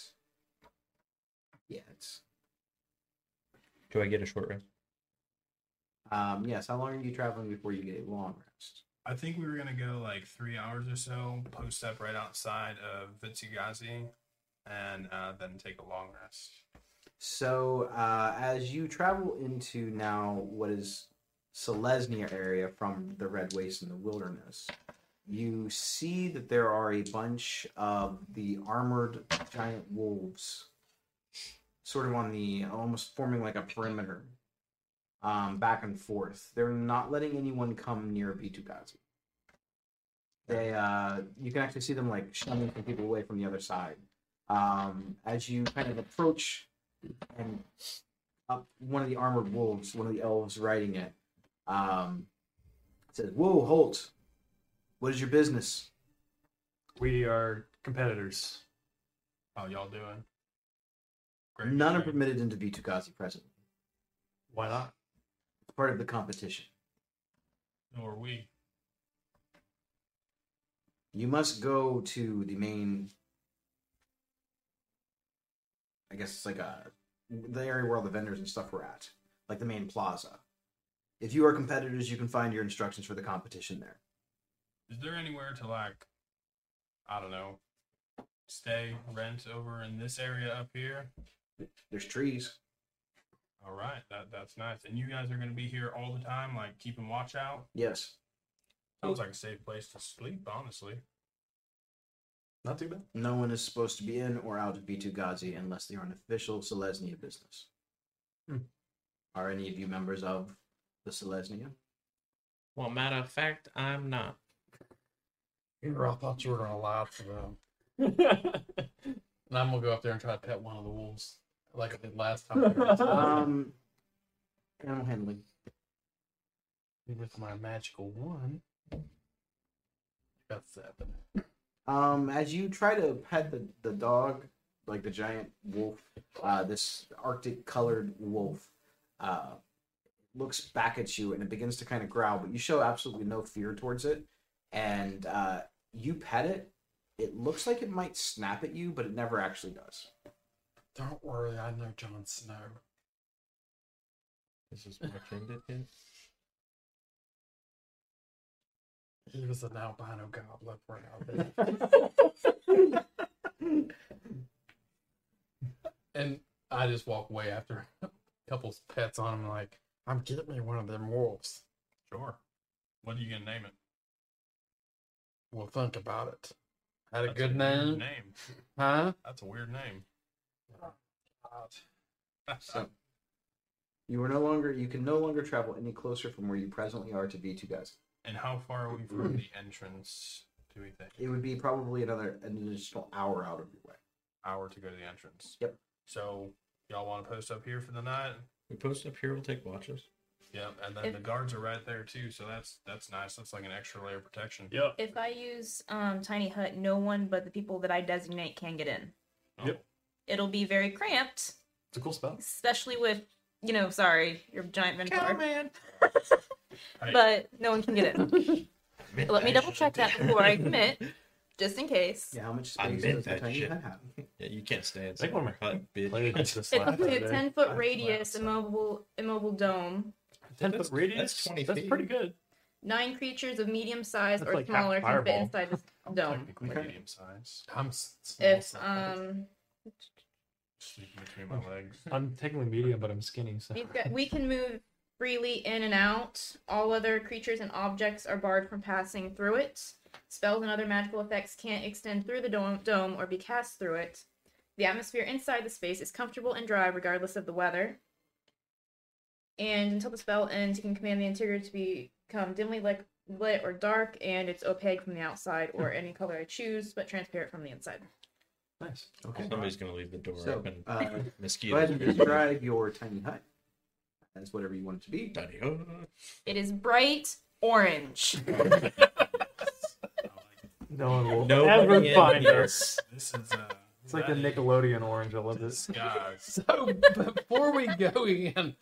Speaker 3: Yet.
Speaker 4: Do I get a short rest?
Speaker 3: Um. Yes. How long are you traveling before you get a long rest?
Speaker 5: I think we were going to go like three hours or so, post up right outside of Vitsugazi, and uh, then take a long rest.
Speaker 3: So, uh, as you travel into now what is Selesnya area from the Red Waste and the Wilderness, you see that there are a bunch of the armored giant wolves, sort of on the almost forming like a perimeter, um, back and forth. They're not letting anyone come near Bitugazi. They, uh, you can actually see them like shunning some people away from the other side. Um, as you kind of approach and up one of the armored wolves, one of the elves riding it, um, says, "Whoa, Holt! What is your business?"
Speaker 1: We are competitors.
Speaker 5: How y'all doing?
Speaker 3: None are
Speaker 5: great.
Speaker 3: permitted into Vitukazi present.
Speaker 1: Why not?
Speaker 3: It's part of the competition.
Speaker 5: Nor are we.
Speaker 3: You must go to the main. I guess it's like a the area where all the vendors and stuff were at, like the main plaza. If you are competitors, you can find your instructions for the competition there.
Speaker 5: Is there anywhere to like, I don't know, stay, rent over in this area up here?
Speaker 3: There's trees.
Speaker 5: All right, that that's nice. And you guys are gonna be here all the time, like keeping watch out.
Speaker 3: Yes.
Speaker 5: Sounds like a safe place to sleep, honestly.
Speaker 1: Not too bad.
Speaker 3: No one is supposed to be in or out of B2Gazi unless they are an official Selesnya business.
Speaker 1: Hmm.
Speaker 3: Are any of you members of the Selesnya?
Speaker 4: Well, matter of fact, I'm not.
Speaker 2: I thought you were gonna lie to them. And I'm gonna go up there and try to pet one of the wolves, like I did last time.
Speaker 1: Oh.
Speaker 3: Um, animal handling.
Speaker 2: with my magical one. Got seven.
Speaker 3: Um, as you try to pet the, the dog, like the giant wolf, uh, this arctic colored wolf, uh, looks back at you and it begins to kind of growl, but you show absolutely no fear towards it. And uh, you pet it, it looks like it might snap at you, but it never actually does.
Speaker 2: Don't worry, I know Jon Snow.
Speaker 4: This is what ended it.
Speaker 2: He was an albino goblin for now. and I just walk away after a couple's pets on him, like, I'm getting me one of them wolves.
Speaker 5: Sure. What are you gonna name it?
Speaker 2: We'll think about it. Had a
Speaker 5: That's
Speaker 2: good
Speaker 5: weird
Speaker 2: name,
Speaker 5: Name.
Speaker 2: huh?
Speaker 5: That's a weird name.
Speaker 3: So you are no longer you can no longer travel any closer from where you presently are to V2 guys.
Speaker 5: and how far are we from the entrance do we think?
Speaker 3: It would be probably another an additional hour out of your way.
Speaker 5: Hour to go to the entrance.
Speaker 3: Yep.
Speaker 5: So y'all want to post up here for the night?
Speaker 4: We post up here. We'll take watches.
Speaker 5: Yep. And then
Speaker 6: If-
Speaker 5: the guards are right there too, so that's that's nice. That's like an extra layer of protection.
Speaker 1: Yep.
Speaker 6: If I use um, Tiny Hut, no one but the people that I designate can get in.
Speaker 1: Yep.
Speaker 6: It'll be very cramped,
Speaker 1: It's a cool spell.
Speaker 6: especially with, you know, sorry, your giant
Speaker 4: Come
Speaker 6: mentor.
Speaker 4: man.
Speaker 6: But no one can get in. Let me double check that before I commit, just in case.
Speaker 3: Yeah, how much
Speaker 4: I
Speaker 3: space
Speaker 4: meant
Speaker 3: does the
Speaker 4: that
Speaker 3: tiny
Speaker 4: shit.
Speaker 3: hut have?
Speaker 4: Yeah, you can't stay
Speaker 1: Take
Speaker 4: inside.
Speaker 1: one of my
Speaker 4: Hot bitch.
Speaker 1: Played this
Speaker 6: It's
Speaker 1: last
Speaker 6: up to a
Speaker 1: Saturday.
Speaker 6: ten
Speaker 1: I
Speaker 6: foot
Speaker 1: played
Speaker 6: radius, immobile immobile dome.
Speaker 1: Ten
Speaker 4: That's-
Speaker 1: foot radius.
Speaker 4: that's 20 feet.
Speaker 1: pretty good.
Speaker 6: Nine creatures of medium size
Speaker 1: That's
Speaker 6: or
Speaker 1: like half
Speaker 6: smaller can fit
Speaker 1: Fireball.
Speaker 6: inside this dome.
Speaker 5: Technically
Speaker 3: Um, Okay.
Speaker 5: medium size.
Speaker 2: I'm s- small
Speaker 6: If
Speaker 2: size.
Speaker 6: um
Speaker 5: Sleeping between my legs.
Speaker 1: I'm technically medium, but I'm skinny. So
Speaker 6: We've got, we can move freely in and out. All other creatures and objects are barred from passing through it. Spells and other magical effects can't extend through the dome, dome or be cast through it. The atmosphere inside the space is comfortable and dry regardless of the weather. And until the spell ends, you can command the interior to be- become dimly lit, lit or dark, and it's opaque from the outside or any color I choose, but transparent from the inside.
Speaker 1: nice.
Speaker 3: Okay.
Speaker 4: Somebody's gonna leave the door
Speaker 3: So,
Speaker 4: open.
Speaker 3: uh, go
Speaker 4: Mosquitoes.
Speaker 3: ahead and describe your tiny hut as whatever you want it to be.
Speaker 4: Tiny hut.
Speaker 6: It is bright orange.
Speaker 1: No one will ever
Speaker 4: Nobody in
Speaker 1: find
Speaker 4: here.
Speaker 1: us.
Speaker 5: This is uh
Speaker 1: It's like the Nickelodeon orange. I love this.
Speaker 5: guys.
Speaker 2: So before we go in,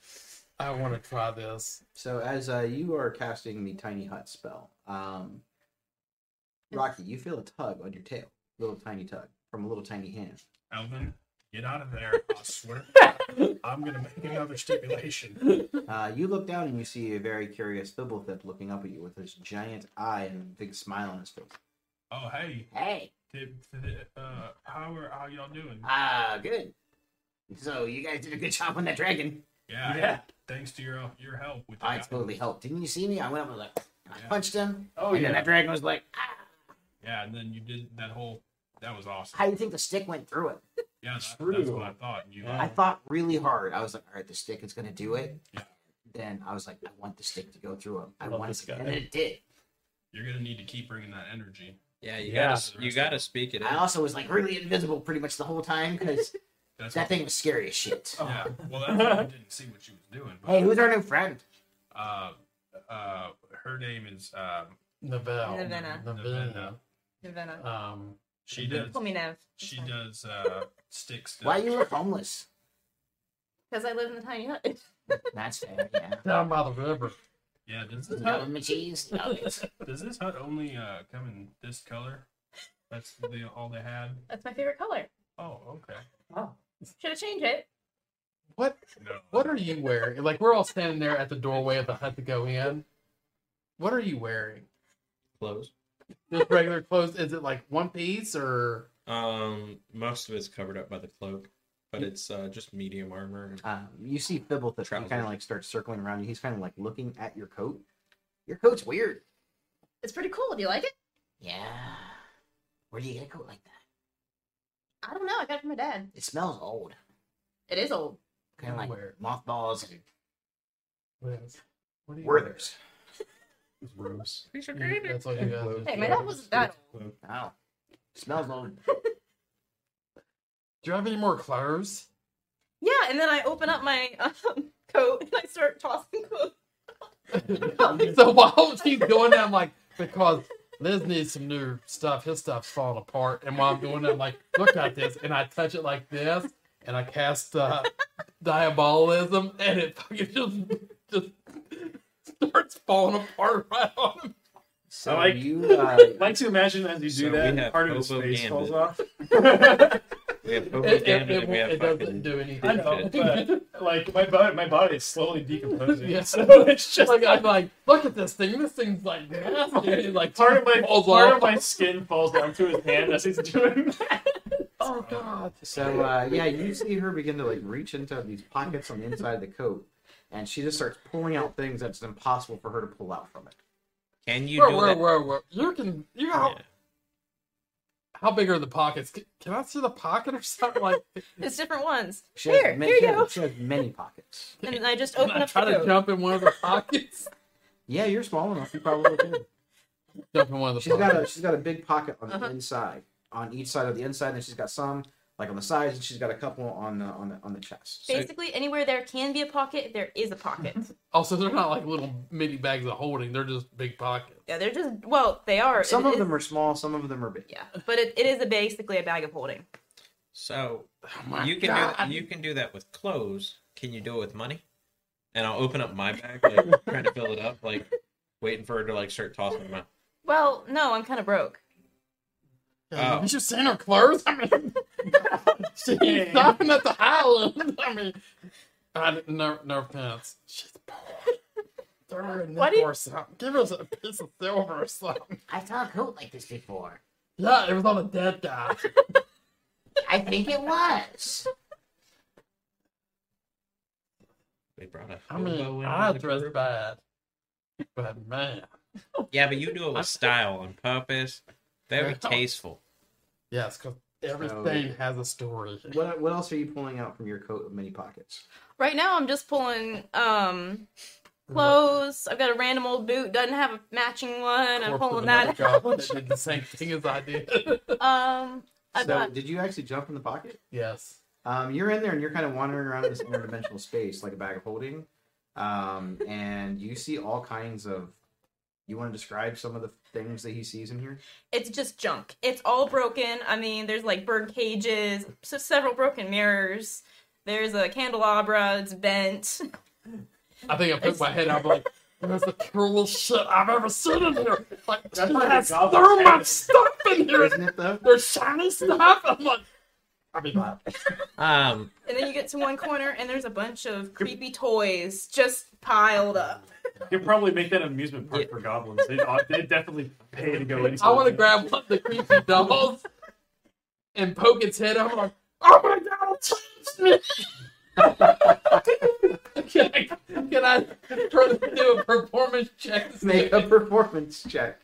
Speaker 2: I want to try this.
Speaker 3: So as uh, you are casting the tiny hut spell, um, Rocky, you feel a tug on your tail, little tiny tug from a little tiny hand.
Speaker 5: Elvin, get out of there. I swear. to God, I'm gonna make another stipulation.
Speaker 3: Uh, you look down and you see a very curious Bibblethip looking up at you with his giant eye and a big smile on his face.
Speaker 5: Oh hey.
Speaker 12: Hey,
Speaker 5: Did, did, uh how are how y'all doing?
Speaker 12: ah, good. So you guys did a good job on that dragon.
Speaker 5: Yeah.
Speaker 1: Yeah.
Speaker 5: Thanks to your your help with
Speaker 12: I
Speaker 5: that.
Speaker 12: totally helped. Didn't you see me? I went up and like, and I
Speaker 5: Yeah.
Speaker 12: punched him.
Speaker 1: Oh
Speaker 12: and then
Speaker 1: yeah.
Speaker 12: that dragon was like, ah,
Speaker 5: Yeah, and then you did that whole. That was awesome.
Speaker 12: how do you think the stick went through it?
Speaker 5: yeah, that, that's
Speaker 1: True.
Speaker 5: what I thought. You,
Speaker 1: Yeah.
Speaker 12: I thought really hard. I was like, all right, the stick is going to do it.
Speaker 5: Yeah.
Speaker 12: Then I was like, I want the stick to go through him. I
Speaker 1: Love
Speaker 12: want
Speaker 1: this
Speaker 12: it,
Speaker 1: guy.
Speaker 12: and it did.
Speaker 5: You're gonna need to keep bringing that energy.
Speaker 4: Yeah, you
Speaker 1: Yeah.
Speaker 4: gotta you gotta speak it.
Speaker 12: I
Speaker 4: in.
Speaker 12: also was like really invisible pretty much the whole time because
Speaker 5: That's
Speaker 12: that
Speaker 5: what-
Speaker 12: thing was scary as shit.
Speaker 1: Oh.
Speaker 5: Yeah. Well, that's why I didn't see what she was doing.
Speaker 12: Hey,
Speaker 5: But,
Speaker 12: who's our new friend?
Speaker 5: uh, uh, her name is um,
Speaker 2: Neville.
Speaker 6: Nevena.
Speaker 2: Nevena.
Speaker 6: Nevena.
Speaker 2: Um,
Speaker 5: She does.
Speaker 6: Call me Nev.
Speaker 5: She does uh, stick stuff.
Speaker 12: Why you look homeless?
Speaker 6: Because I live in the tiny hut.
Speaker 12: That's fair. Yeah.
Speaker 2: down by the river.
Speaker 5: Yeah. Does this hut,
Speaker 12: Government cheese. nuggets.
Speaker 5: does this hut only uh, come in this color? That's the, all they had.
Speaker 6: That's my favorite color.
Speaker 5: Oh, okay.
Speaker 6: Should have changed it.
Speaker 2: What
Speaker 5: No.
Speaker 2: What are you wearing? Like we're all standing there at the doorway of the hut to go in. What are you wearing?
Speaker 4: Close.
Speaker 2: Just regular clothes? Is it like one piece or
Speaker 4: Um, most of it's covered up by the cloak, but it's uh, just medium armor. and-
Speaker 3: Um, you see Bibblethip, he
Speaker 4: Trousers.
Speaker 3: kind of like starts circling around you. He's kind of like looking at your coat. Your coat's weird.
Speaker 6: It's pretty cool. Do you like it?
Speaker 12: Yeah. Where do you get a coat like that?
Speaker 6: I don't know. I got it from my dad.
Speaker 12: It smells old.
Speaker 6: It is old.
Speaker 12: Kind of like
Speaker 2: Nowhere.
Speaker 12: mothballs and
Speaker 2: what? Is, what are you
Speaker 12: Werthers.
Speaker 1: Gross.
Speaker 2: wearing? You- That's like you guys.
Speaker 6: Hey, my dad wasn't that old.
Speaker 12: Oh. Smells old.
Speaker 2: Do you have any more clothes?
Speaker 6: Yeah, and then I open up my um, coat and I start tossing clothes.
Speaker 2: so while she's going down, like because Liz needs some new stuff. His stuff's falling apart, and while I'm doing it, I'm like, look at this, and I touch it like this, and I cast uh, diabolism, and it fucking just just starts falling apart right on him.
Speaker 3: So
Speaker 1: like-
Speaker 3: you, uh,
Speaker 1: I like to imagine as you do
Speaker 4: So we
Speaker 1: that,
Speaker 4: have
Speaker 1: part of his
Speaker 4: Bobo
Speaker 1: face
Speaker 4: Gambit.
Speaker 1: falls off.
Speaker 4: We have
Speaker 2: It,
Speaker 4: Bobo
Speaker 2: it,
Speaker 4: Gambit
Speaker 2: it,
Speaker 4: and we have
Speaker 2: it
Speaker 4: fucking.
Speaker 2: doesn't do anything.
Speaker 1: I know, but like my body, my body is slowly decomposing.
Speaker 2: Yeah.
Speaker 1: So it's just
Speaker 2: like I'm like, look at this thing. This thing's like nasty. and, Like
Speaker 1: part of my
Speaker 2: falls
Speaker 1: part
Speaker 2: off.
Speaker 1: of my skin falls down to his hand as he's doing that.
Speaker 2: oh god.
Speaker 3: so uh, yeah, you see her begin to like reach into these pockets on the inside of the coat, and she just starts pulling out things that's impossible for her to pull out from it.
Speaker 4: Can you
Speaker 2: Whoa,
Speaker 4: do
Speaker 2: whoa,
Speaker 4: that?
Speaker 2: whoa, whoa. You can. You know how,
Speaker 4: Yeah.
Speaker 2: how big are the pockets? Can, can I see the pocket or something? Like,
Speaker 6: It's different ones.
Speaker 3: She
Speaker 6: Here,
Speaker 3: ma-
Speaker 6: here
Speaker 3: she
Speaker 6: you go.
Speaker 3: has, she has many pockets.
Speaker 6: And then I just
Speaker 2: can
Speaker 6: open
Speaker 2: I
Speaker 6: up
Speaker 2: try
Speaker 6: the
Speaker 2: to
Speaker 6: coat.
Speaker 2: jump in one of the pockets?
Speaker 3: Yeah, you're small enough. You probably could.
Speaker 2: Jump in one of the
Speaker 3: She's
Speaker 2: pockets.
Speaker 3: got a she's got a big pocket on
Speaker 6: Uh-huh.
Speaker 3: the inside, on each side of the inside, and she's got some like on the sides, and she's got a couple on the on the on the chest.
Speaker 6: Basically, anywhere there can be a pocket, there is a pocket.
Speaker 2: Also, they're not like little mini bags of holding; they're just big pockets.
Speaker 6: yeah, they're just well, they are.
Speaker 3: Some
Speaker 6: It
Speaker 3: of
Speaker 6: is-
Speaker 3: them are small, some of them are big.
Speaker 6: Yeah, but it, it is a, basically a bag of holding.
Speaker 4: So
Speaker 2: Oh my
Speaker 4: you can
Speaker 2: God.
Speaker 4: do you can do that with clothes. Can you do it with money? And I'll open up my bag, like trying to fill it up, like waiting for her to like start tossing them out.
Speaker 6: Well, no, I'm kind of broke.
Speaker 2: Yeah,
Speaker 4: Oh.
Speaker 2: You should send her clothes. I mean, she's stopping at the island. I mean, I didn't, no, no offense. She's poor. Throw her a nickel
Speaker 6: Why do you-
Speaker 2: or something. Give us a piece of silver or something.
Speaker 13: I saw a coat like this before.
Speaker 2: Yeah, it was on a dead guy.
Speaker 13: I think it was.
Speaker 4: They brought a
Speaker 2: I
Speaker 4: hobo
Speaker 2: mean,
Speaker 4: in
Speaker 2: I
Speaker 4: the
Speaker 2: dress
Speaker 4: group.
Speaker 2: bad, but man,
Speaker 4: Yeah, but you do it with style on purpose. Very
Speaker 2: Yeah.
Speaker 4: tasteful.
Speaker 2: yes, because everything has a story.
Speaker 3: What what else are you pulling out from your coat of many pockets?
Speaker 6: Right now, I'm just pulling um
Speaker 3: Mm-hmm.
Speaker 6: clothes. I've got a random old boot, doesn't have a matching one. I'm
Speaker 2: Corpse of
Speaker 6: pulling
Speaker 2: another
Speaker 6: that.
Speaker 2: goblin that did the same thing as I did.
Speaker 6: Um,
Speaker 13: Uh,
Speaker 6: I've
Speaker 3: so
Speaker 6: got
Speaker 3: did you actually jump in the pocket?
Speaker 2: yes.
Speaker 3: Um, you're in there and you're kind of wandering around this interdimensional space like a bag of holding. Um, and you see all kinds of. You want to describe some of the things that he sees in here?
Speaker 6: it's just junk. It's all broken. I mean, there's like bird cages, so several broken mirrors. There's a candelabra. It's bent.
Speaker 2: I think I put my head out like, that's the coolest shit I've ever seen in here. Like,
Speaker 1: That's
Speaker 2: she
Speaker 1: like a
Speaker 2: has
Speaker 1: goblin's
Speaker 2: so
Speaker 1: head.
Speaker 2: much stuff in here.
Speaker 3: Isn't it though?
Speaker 2: There's shiny stuff. I'm like, I mean,
Speaker 4: Um,
Speaker 6: And then you get to one corner, and there's a bunch of creepy toys just piled up.
Speaker 1: You could probably make that an amusement park for goblins. They'd, they'd definitely pay to go into
Speaker 2: I want to
Speaker 1: it.
Speaker 2: grab one of the creepy dolls and poke its head. I'm like, oh my god, it changed me. can, I, can I try to do a performance check? to see
Speaker 3: Make
Speaker 2: if
Speaker 3: a
Speaker 2: it-
Speaker 3: performance check.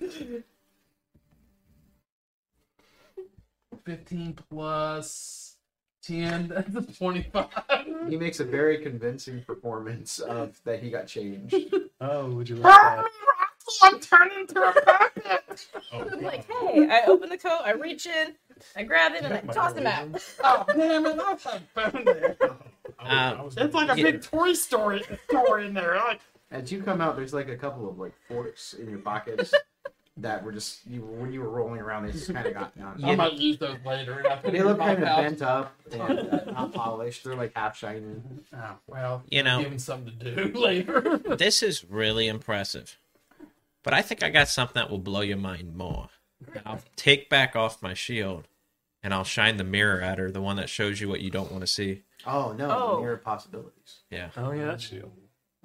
Speaker 2: 15 plus 10, that's 25.
Speaker 3: He makes a very convincing performance of that he got changed. Uh,
Speaker 1: Oh, would you like that?
Speaker 2: I'm turning into a puppet.
Speaker 6: I'm like, hey, I open the coat, I reach in, I grab it, and I
Speaker 1: Check my
Speaker 6: toss him out.
Speaker 2: Oh damn it! I've had fun there.
Speaker 4: um,
Speaker 2: It's like a
Speaker 4: Yeah.
Speaker 2: big Toy Story story in there. Like,
Speaker 3: As you come out, there's like a couple of like forks in your pockets that were just you when you were rolling around. They just kind of got on.
Speaker 2: I might use those later. And I put
Speaker 3: They
Speaker 2: it in
Speaker 3: look
Speaker 2: my
Speaker 3: kind of
Speaker 2: pouch.
Speaker 3: bent up and uh, not polished. They're like half shiny.
Speaker 2: Oh, well,
Speaker 4: You know.
Speaker 2: give him something to do later.
Speaker 4: this is really impressive. But I think I got something that will blow your mind more. I'll take back off my shield and I'll shine the mirror at her, the one that shows you what you don't want to see.
Speaker 3: Oh no,
Speaker 6: Oh.
Speaker 3: the mirror of possibilities.
Speaker 4: Yeah.
Speaker 1: Oh, yeah, that's you.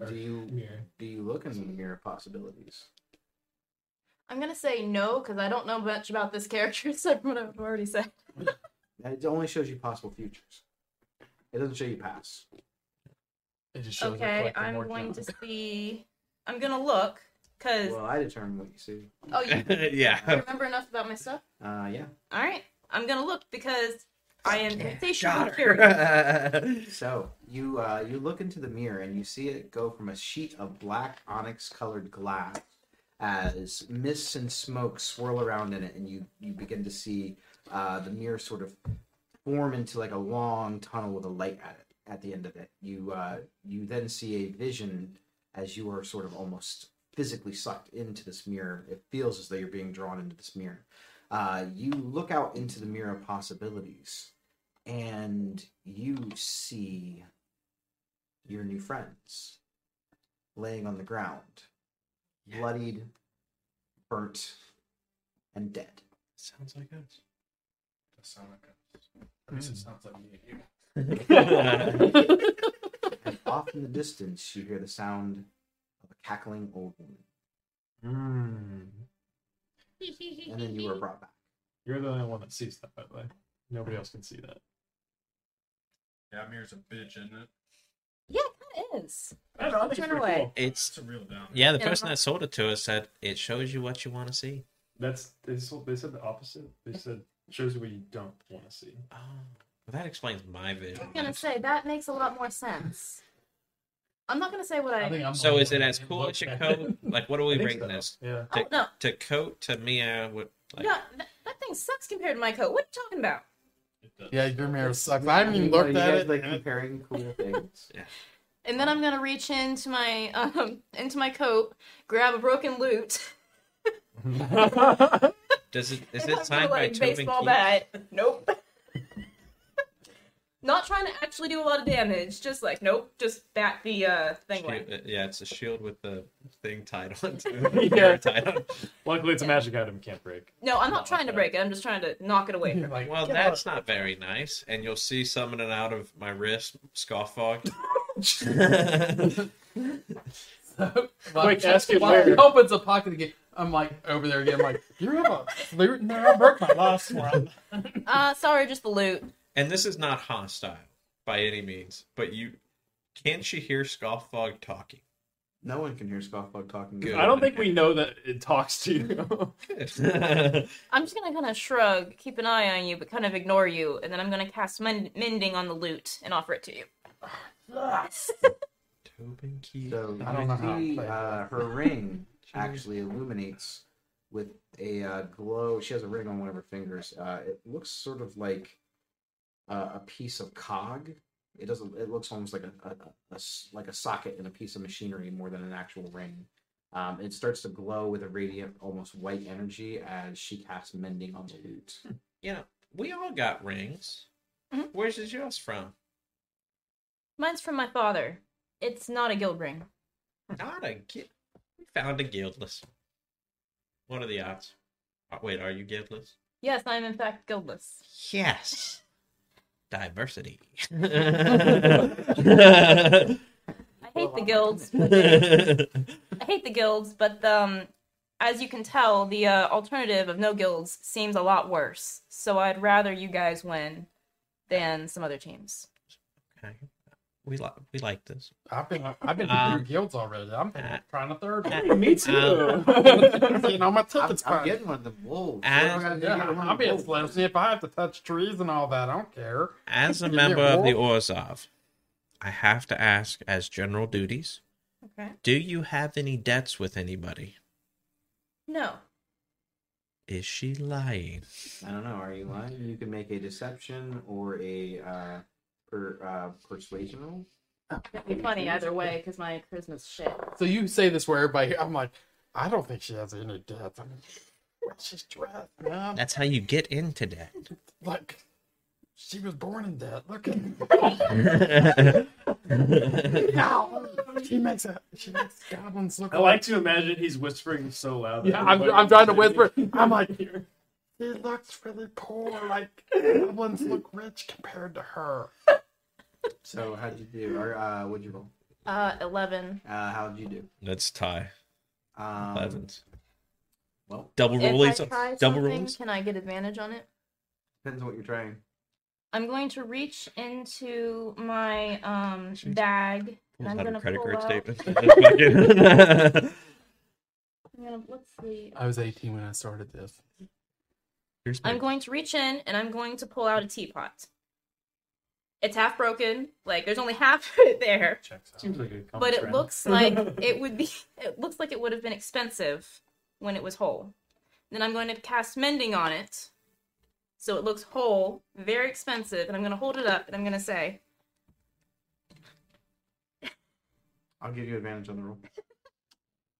Speaker 3: Do you
Speaker 1: Mirror.
Speaker 3: do you look in the mirror of possibilities?
Speaker 6: I'm gonna say no because I don't know much about this character except from what I've already said.
Speaker 3: And It only shows you possible futures. It doesn't show you past.
Speaker 2: It just shows her
Speaker 8: Okay,
Speaker 2: collecting
Speaker 8: I'm
Speaker 2: more
Speaker 8: going to
Speaker 2: junk.
Speaker 8: see.
Speaker 6: I'm gonna look because
Speaker 3: Well, I determine what you see.
Speaker 6: oh, you
Speaker 4: yeah.
Speaker 6: remember enough about my stuff.
Speaker 3: Uh, yeah.
Speaker 6: All right, I'm gonna look because I am insatiably curious.
Speaker 3: So you uh, you look into the mirror and you see it go from a sheet of black onyx colored glass as mists and smoke swirl around in it, and you you begin to see uh, the mirror sort of form into like a long tunnel with a light at it at the end of it. You uh, you then see a vision as you are sort of almost physically sucked into this mirror. It feels as though you're being drawn into this mirror. Uh, you look out into the mirror of possibilities and you see your new friends laying on the ground, bloodied, burnt, and dead.
Speaker 4: Sounds like us.
Speaker 14: That sound like a- At
Speaker 4: Hmm.
Speaker 14: least it sounds like me and you.
Speaker 3: And off in the distance, you hear the sound of a cackling old woman, and then you are brought back.
Speaker 1: You're the only one that sees that, by the way. Nobody else can see that.
Speaker 14: Yeah, Mirror's a bitch, isn't it?
Speaker 6: Yeah, it is.
Speaker 1: I don't know. I think
Speaker 6: Turn
Speaker 1: it's pretty
Speaker 6: away.
Speaker 1: cool.
Speaker 4: It's
Speaker 14: It's a real down.
Speaker 4: yeah, the
Speaker 6: Yeah.
Speaker 4: person that sold it to us said it shows you what you want to see.
Speaker 1: That's they sold, they said the opposite. They said shows you what you don't want to see.
Speaker 4: Oh, well, that explains Um, my vision.
Speaker 6: I'm gonna say that makes a lot more sense. I'm not gonna say what
Speaker 2: I
Speaker 6: I.
Speaker 2: think I'm the
Speaker 4: So
Speaker 2: only
Speaker 4: is it
Speaker 2: one
Speaker 4: as
Speaker 2: that
Speaker 4: cool
Speaker 2: looked
Speaker 4: as your
Speaker 2: at it.
Speaker 4: coat? Like, what are we
Speaker 1: think
Speaker 4: rating
Speaker 1: so.
Speaker 4: this?
Speaker 1: Yeah.
Speaker 6: Oh no,
Speaker 4: To coat, to Mia, what? Like,
Speaker 6: no, that, that thing sucks compared to my coat. What are you talking about?
Speaker 2: Yeah, your mirror sucks. I haven't even
Speaker 3: Are you
Speaker 2: looked at
Speaker 3: guys,
Speaker 2: it.
Speaker 3: Like
Speaker 2: and it-
Speaker 3: comparing cool things.
Speaker 6: And then I'm gonna reach into my um into my coat, grab a broken lute,
Speaker 4: does it? Is it
Speaker 6: and I'm
Speaker 4: signed by
Speaker 6: gonna, like
Speaker 4: Tobin
Speaker 6: baseball
Speaker 4: Keith?
Speaker 6: bat. Nope. Not trying to actually do a lot of damage. Just like nope. Just bat the uh thing away.
Speaker 4: Shield- Yeah, it's a shield with the thing tied onto it. Mirror tied on.
Speaker 1: Luckily, it's a magic item. Can't break.
Speaker 6: No, I'm not trying to break it. I'm just trying to knock it away.
Speaker 2: You're like,
Speaker 4: Well, that's not very nice. And you'll see summoning out of my wrist, scoff fog.
Speaker 2: so,
Speaker 1: Quick, ask it
Speaker 2: while he
Speaker 1: where.
Speaker 2: opens a pocket again. I'm like over there again. I'm like, you have a flute? No, I broke my last one.
Speaker 6: Uh, sorry, just the loot.
Speaker 4: and this is not hostile by any means, but you can't you hear scoff fog talking?
Speaker 3: No one can hear Scoffbug talking.
Speaker 4: Good.
Speaker 1: I don't think we know that it talks to you.
Speaker 6: I'm just gonna kind of shrug, keep an eye on you, but kind of ignore you, and then I'm gonna cast men- mending on the loot and offer it to you.
Speaker 4: Tobin Keith.
Speaker 3: So
Speaker 2: I don't know how
Speaker 3: you
Speaker 2: to
Speaker 3: see,
Speaker 2: play
Speaker 3: uh, her ring actually illuminates with a uh, glow. She has a ring on one of her fingers. Uh, it looks sort of like uh, a piece of cog. It doesn't. It looks almost like a, a, a s- like a socket in a piece of machinery more than an actual ring. Um, it starts to glow with a radiant, almost white energy as she casts mending on the lute.
Speaker 4: You know, we all got rings.
Speaker 1: Mm-hmm.
Speaker 6: Mhm.
Speaker 4: Where's is yours from?
Speaker 6: Mine's from my father. It's not a guild ring.
Speaker 4: Not a guild. We found a guildless. What are the odds? Uh, Wait, are you guildless?
Speaker 6: Yes, I am in fact guildless.
Speaker 4: Yes. Diversity. Guilds.
Speaker 6: I hate the guilds. I hate the guilds, but um, as you can tell, the uh, alternative of no guilds seems a lot worse. So I'd rather you guys win than some other teams.
Speaker 4: Okay. We like we like this.
Speaker 2: I've been I've been
Speaker 4: Um,
Speaker 2: through guilds already. I'm
Speaker 4: uh,
Speaker 2: trying a third one.
Speaker 1: Me
Speaker 4: Um,
Speaker 1: too.
Speaker 2: You know, my
Speaker 3: I'm,
Speaker 2: ticket's
Speaker 3: I'm
Speaker 2: fine.
Speaker 3: getting one of the wolves.
Speaker 4: As-
Speaker 3: Where do I get
Speaker 2: Yeah,
Speaker 3: one of
Speaker 2: I'm
Speaker 3: the
Speaker 2: being
Speaker 3: wolves?
Speaker 2: slow. See, if I have to touch trees and all that, I don't care.
Speaker 4: As a
Speaker 2: You're
Speaker 4: member of the Orzov, I have to ask as general duties,
Speaker 6: Okay.
Speaker 4: do you have any debts with anybody?
Speaker 6: No.
Speaker 4: Is she lying?
Speaker 3: I don't know. Are you lying? You can make a deception or a uh, per, uh, persuasion roll.
Speaker 6: It'd be funny either way because my charisma's shit.
Speaker 2: So you say this where everybody, I'm like, I don't think she has any debts. I mean, she's dressed, man.
Speaker 4: That's how you get into
Speaker 2: Like, she was born in debt. Look at
Speaker 4: debt.
Speaker 2: how she makes a, she makes goblins look
Speaker 1: I
Speaker 2: like.
Speaker 1: like to imagine he's whispering so loud. that
Speaker 2: Yeah, I'm,
Speaker 1: everybody
Speaker 2: I'm trying to
Speaker 1: can hear
Speaker 2: whisper.
Speaker 1: you.
Speaker 2: I'm like, she looks really poor. Like, goblins look rich compared to her.
Speaker 3: So how'd you do? Or uh, what'd you roll?
Speaker 6: Uh, eleven.
Speaker 3: Uh, how'd you do?
Speaker 4: That's tie.
Speaker 3: Um,
Speaker 4: Evans.
Speaker 3: Well,
Speaker 4: Double
Speaker 6: If
Speaker 4: rollies.
Speaker 6: I try
Speaker 4: Double
Speaker 6: something,
Speaker 4: rollies.
Speaker 6: can I get advantage on it?
Speaker 3: depends on what you're trying.
Speaker 6: I'm going to reach into my um bag and I'm
Speaker 4: Not a
Speaker 6: gonna
Speaker 4: credit
Speaker 6: pull
Speaker 4: card
Speaker 6: out.
Speaker 4: statement.
Speaker 6: I'm gonna let's see.
Speaker 2: I was 18 when I started this.
Speaker 4: Here's my-
Speaker 6: I'm going to reach in and I'm going to pull out a teapot. It's half broken, like there's only half of it there,
Speaker 5: Checks out.
Speaker 1: Seems like a common
Speaker 6: but it
Speaker 1: trend.
Speaker 6: looks like it would be. It looks like it would have been expensive when it was whole. Then I'm going to cast mending on it, so it looks whole, very expensive, and I'm going to hold it up and I'm going to say,
Speaker 3: I'll give you advantage on the roll.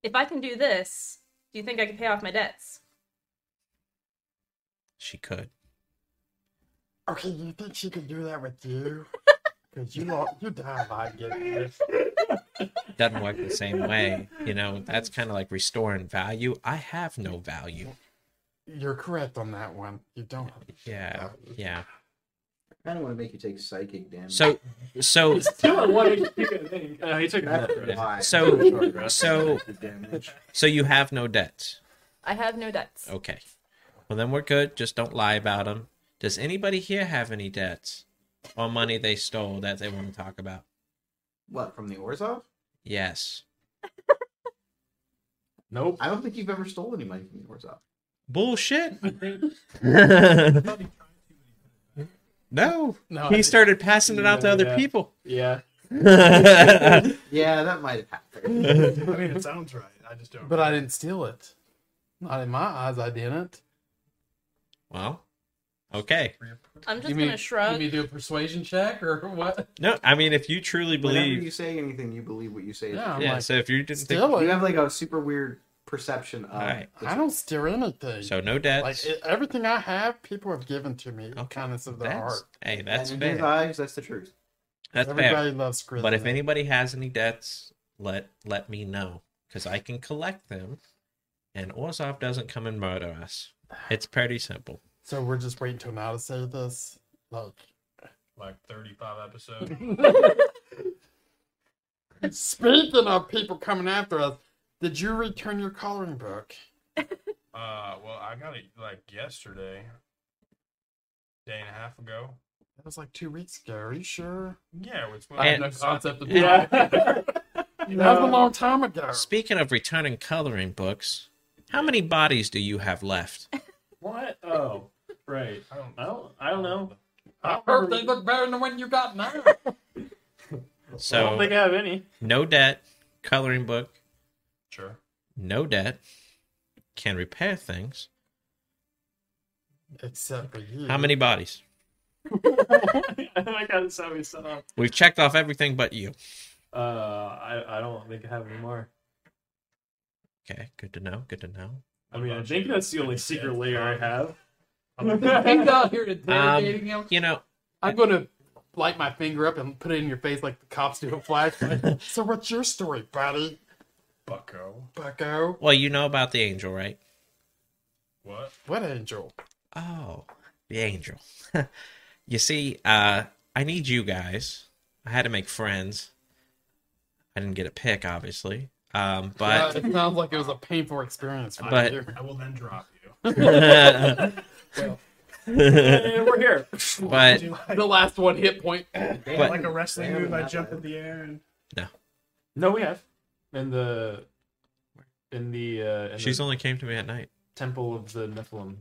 Speaker 6: "If I can do this, do you think I can pay off my debts?"
Speaker 4: She could.
Speaker 2: Okay, you think she can do that with you? Because you are, you die by getting this.
Speaker 4: Doesn't work the same way. You know, that's kind of like restoring value. I have no value.
Speaker 2: You're correct on that one. You don't.
Speaker 4: Yeah. Yeah.
Speaker 3: I don't want to make you take psychic damage.
Speaker 4: So, so,
Speaker 1: Still at one HP, I think. Uh, he took
Speaker 3: That's
Speaker 1: another.
Speaker 3: why.
Speaker 4: So- so-
Speaker 3: Psychic damage.
Speaker 4: so you have no debts.
Speaker 6: I have no debts.
Speaker 4: Okay. Well, then we're good. Just don't lie about them. Does anybody here have any debts or money they stole that they want to talk about?
Speaker 3: What from the Orzov?
Speaker 4: Yes.
Speaker 1: Nope.
Speaker 3: I don't think you've ever stolen any money from the Orzov.
Speaker 4: Bullshit. no.
Speaker 2: No, I
Speaker 4: He
Speaker 2: think-
Speaker 4: started passing it out to
Speaker 1: Yeah,
Speaker 4: other
Speaker 1: yeah.
Speaker 4: people.
Speaker 1: Yeah.
Speaker 3: Yeah, that might have happened.
Speaker 14: I mean, it sounds right. I just don't.
Speaker 2: But I didn't steal it. Not in my eyes, I didn't.
Speaker 4: well, okay.
Speaker 6: I'm just
Speaker 2: You mean-
Speaker 6: gonna shrug.
Speaker 2: You mean do a persuasion check or what?
Speaker 4: No, I mean, if you truly
Speaker 3: Whenever
Speaker 4: believe,
Speaker 3: you say anything, you believe what you say. is
Speaker 2: Yeah, I'm
Speaker 4: yeah.
Speaker 2: like,
Speaker 4: so if you didn't think,
Speaker 2: steal
Speaker 3: You
Speaker 2: it.
Speaker 3: have like a super weird perception of.
Speaker 4: Alright.
Speaker 3: this-
Speaker 2: I don't steal anything.
Speaker 4: so no debts.
Speaker 2: like it, everything I have, people have given to me. in
Speaker 4: Okay,
Speaker 2: Kindness of their heart.
Speaker 4: that's, hey, that's
Speaker 3: and uh, in his
Speaker 4: fair.
Speaker 3: eyes, that's the truth.
Speaker 4: That's fair.
Speaker 2: Everybody loves Christmas.
Speaker 4: But if anybody has any debts, let let me know because I can collect them, and Orzov doesn't come and murder us. It's pretty simple.
Speaker 2: so we're just waiting till now to say this. Look,
Speaker 14: Like 35 episodes.
Speaker 2: speaking of people coming after us, did you return your coloring book?
Speaker 14: Uh, well, I got it like yesterday, day and a half ago.
Speaker 2: That was like two weeks ago. Are you sure?
Speaker 14: Yeah, it's when
Speaker 2: I have
Speaker 4: And-
Speaker 2: no concept of
Speaker 4: Yeah.
Speaker 2: that. That
Speaker 4: Um,
Speaker 2: was a long time ago.
Speaker 4: Speaking of returning coloring books, how many bodies do you have left?
Speaker 1: What? Oh, right.
Speaker 14: I don't.
Speaker 1: I don't. I don't know.
Speaker 2: I heard they look better than the one you got now.
Speaker 1: I don't
Speaker 4: So
Speaker 1: think I have any.
Speaker 4: no debt, coloring book,
Speaker 14: Sure.
Speaker 4: no debt, can repair things.
Speaker 2: Except for you.
Speaker 4: How many bodies?
Speaker 1: I think I just have set up.
Speaker 4: We've checked off everything but you.
Speaker 1: Uh, I I don't think I have any more.
Speaker 4: Okay, good to know. Good to know.
Speaker 1: I mean, I think that's the only secret layer I have.
Speaker 2: He's out here
Speaker 4: Um,
Speaker 2: interrogating him.
Speaker 4: you know,
Speaker 2: I'm gonna light my finger up and put it in your face like the cops do a flashlight. so what's your story, buddy?
Speaker 14: Bucko.
Speaker 2: Bucko.
Speaker 4: well, you know about the angel, right?
Speaker 14: What?
Speaker 2: What angel?
Speaker 4: Oh, the angel. you see, uh, I need you guys. I had to make friends. I didn't get a pick, obviously. Um,
Speaker 2: Uh,
Speaker 4: but
Speaker 2: it sounds like it was a painful experience for
Speaker 4: But-
Speaker 2: you.
Speaker 14: I will then drop you.
Speaker 1: And we're here.
Speaker 4: but
Speaker 2: The last one hit point.
Speaker 14: They
Speaker 4: But-
Speaker 14: have like a wrestling
Speaker 3: They
Speaker 14: move. I
Speaker 3: haven't
Speaker 14: jump
Speaker 3: had
Speaker 14: in the air and
Speaker 1: No, we have. In the in the uh, in
Speaker 4: she's
Speaker 1: the
Speaker 4: only came to me at night.
Speaker 1: temple of the Nephilim.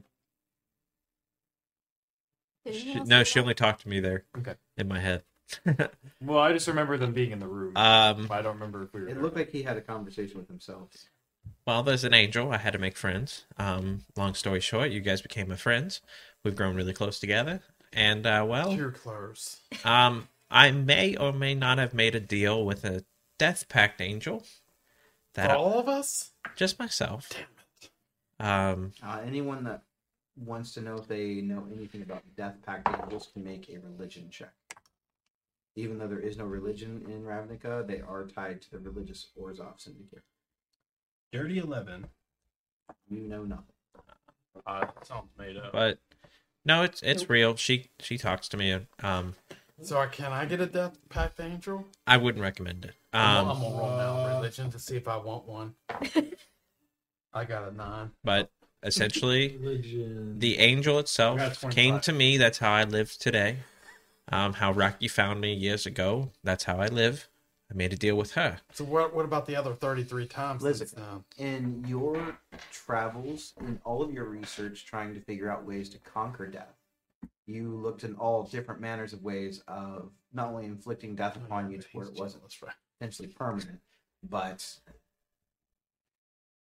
Speaker 4: She, no, she only talked to me there.
Speaker 1: Okay.
Speaker 4: In my head.
Speaker 1: Well, I just remember them being in the room.
Speaker 4: um,
Speaker 1: I don't remember if we were.
Speaker 3: It
Speaker 1: there.
Speaker 3: looked like he had a conversation with himself.
Speaker 4: well, there's an angel. I had to make friends. Um, long story short, you guys became my friends. We've grown really close together. And uh, well,
Speaker 2: Too close.
Speaker 4: Um, I may or may not have made a deal with a Death Pact angel.
Speaker 2: For
Speaker 4: That
Speaker 2: all of us?
Speaker 4: just myself. Um,
Speaker 3: Uh, anyone that wants to know if they know anything about Death Pact angels can make a religion check. Even though there is no religion in Ravnica, they are tied to the religious Orzov syndicate.
Speaker 14: dirty eleven.
Speaker 3: You know nothing.
Speaker 14: Uh, that sounds made up.
Speaker 4: but no, it's it's real. She she talks to me. Um,
Speaker 2: So I- can I get a death pact angel?
Speaker 4: I wouldn't recommend it.
Speaker 2: I'm,
Speaker 4: Um,
Speaker 2: gonna roll now religion to see if I want one. I got a nine.
Speaker 4: but essentially, the
Speaker 1: I
Speaker 4: angel
Speaker 1: got
Speaker 4: itself
Speaker 1: 25.
Speaker 4: came to me. That's how I live today. Um, how Rocky found me years ago. That's how I live. I made a deal with her.
Speaker 2: So what? What about the other thirty-three times?
Speaker 3: Listen.
Speaker 2: since
Speaker 15: um,
Speaker 2: then?
Speaker 3: in your travels in all of your research trying to figure out ways to conquer death you looked in all different manners of ways of not only inflicting death upon you to where it wasn't
Speaker 2: That's right.
Speaker 3: potentially permanent but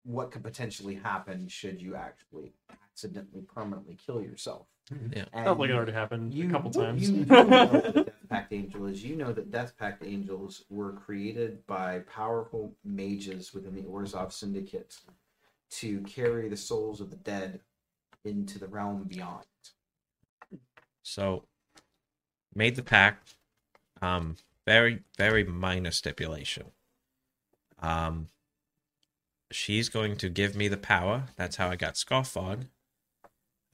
Speaker 3: what could potentially happen should you actually accidentally permanently kill yourself
Speaker 4: Yeah.
Speaker 3: And
Speaker 1: Sounds like it already happened
Speaker 3: you,
Speaker 1: a couple times.
Speaker 3: You
Speaker 4: Uh,
Speaker 3: know what the Death Pact Angel is. You know that Death Pact Angels were created by powerful mages within the Orzov Syndicate to carry the souls of the dead into the realm beyond.
Speaker 4: So made the pact. Um, very, very minor stipulation. Um, she's going to give me the power. That's how I got Scarfog.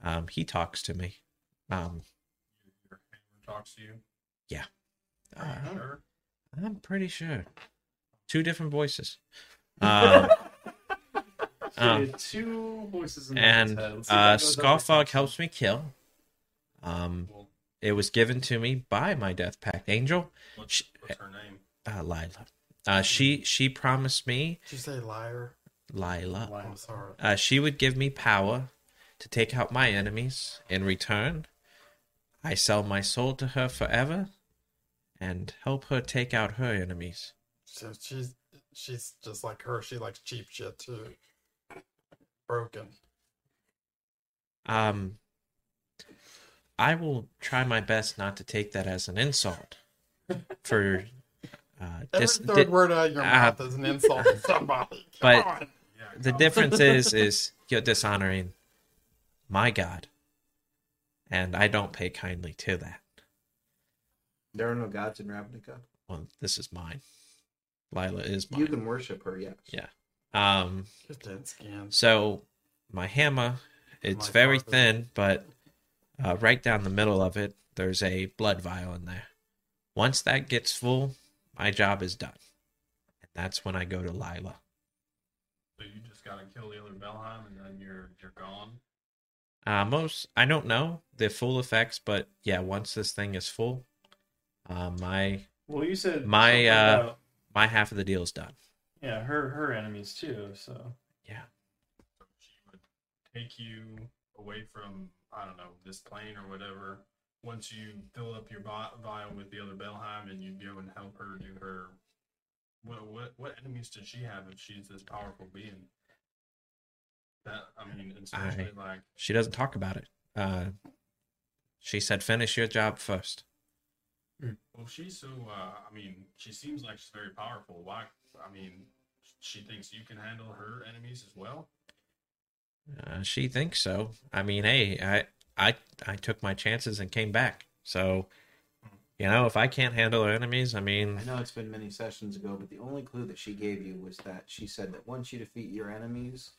Speaker 4: Um, he talks to me. Um,
Speaker 14: Your hammer talks to you.
Speaker 4: uh,
Speaker 14: Sure.
Speaker 4: I'm pretty sure. Two different voices. Um, um,
Speaker 1: She had two voices in
Speaker 4: and
Speaker 1: his head. Let's see if
Speaker 4: uh,
Speaker 1: that goes up.
Speaker 4: Scarfog helps me kill. Um, it was given to me by my Death Pact angel,
Speaker 14: What's,
Speaker 4: Sh-
Speaker 14: what's her name?
Speaker 4: uh, Lila. Uh,
Speaker 1: Hmm.
Speaker 4: she she promised me
Speaker 2: Did you say liar?
Speaker 4: Lila.
Speaker 2: I'm sorry.
Speaker 4: Uh, she would give me power to take out my enemies. In return, I sell my soul to her forever, and help her take out her enemies.
Speaker 15: So she's she's just like her. She likes cheap shit too. Broken.
Speaker 4: Um, I will try my best not to take that as an insult for uh,
Speaker 15: Every
Speaker 4: dis-
Speaker 15: third
Speaker 4: di-
Speaker 15: word out of your
Speaker 4: ah.
Speaker 15: mouth is an insult to somebody. Come
Speaker 4: But-
Speaker 15: on.
Speaker 4: the difference is is you're dishonoring my god and i don't pay kindly to that
Speaker 3: There are no gods in Ravnica.
Speaker 4: well this is mine lila is
Speaker 3: You
Speaker 4: mine
Speaker 3: can worship her, yes.
Speaker 4: um
Speaker 15: Just dead skin.
Speaker 4: so my hammer it's
Speaker 15: My
Speaker 4: very
Speaker 15: father.
Speaker 4: thin but uh, right down the middle of it there's a blood vial in there once that gets full my job is done and that's when i go to lila
Speaker 5: So you just gotta kill the other Belheim and then you're you're gone.
Speaker 4: Uh, most I don't know the full effects, but yeah, once this thing is full, uh, my
Speaker 1: Well, you said
Speaker 4: My,
Speaker 1: something
Speaker 4: uh,
Speaker 1: about-
Speaker 4: my half of the deal is done.
Speaker 1: yeah, her her enemies too. So
Speaker 5: She would take you away from I don't know this plane or whatever. Once you fill up your vi- vial with the other Belheim and you go and help her do her. What what what enemies does she have if she's this powerful being? That I mean, especially like
Speaker 4: She doesn't talk about it. Uh, she said, "Finish your job first.
Speaker 5: Well, she's so. Uh, I mean, she seems like she's very powerful. Why? I mean, she thinks you can handle her enemies as well.
Speaker 4: Uh, she thinks so. I mean, hey, I I I took my chances and came back. So, you know, if I can't handle her enemies, I mean,
Speaker 3: I know it's been many sessions ago, but the only clue that she gave you was that she said that once you defeat your enemies,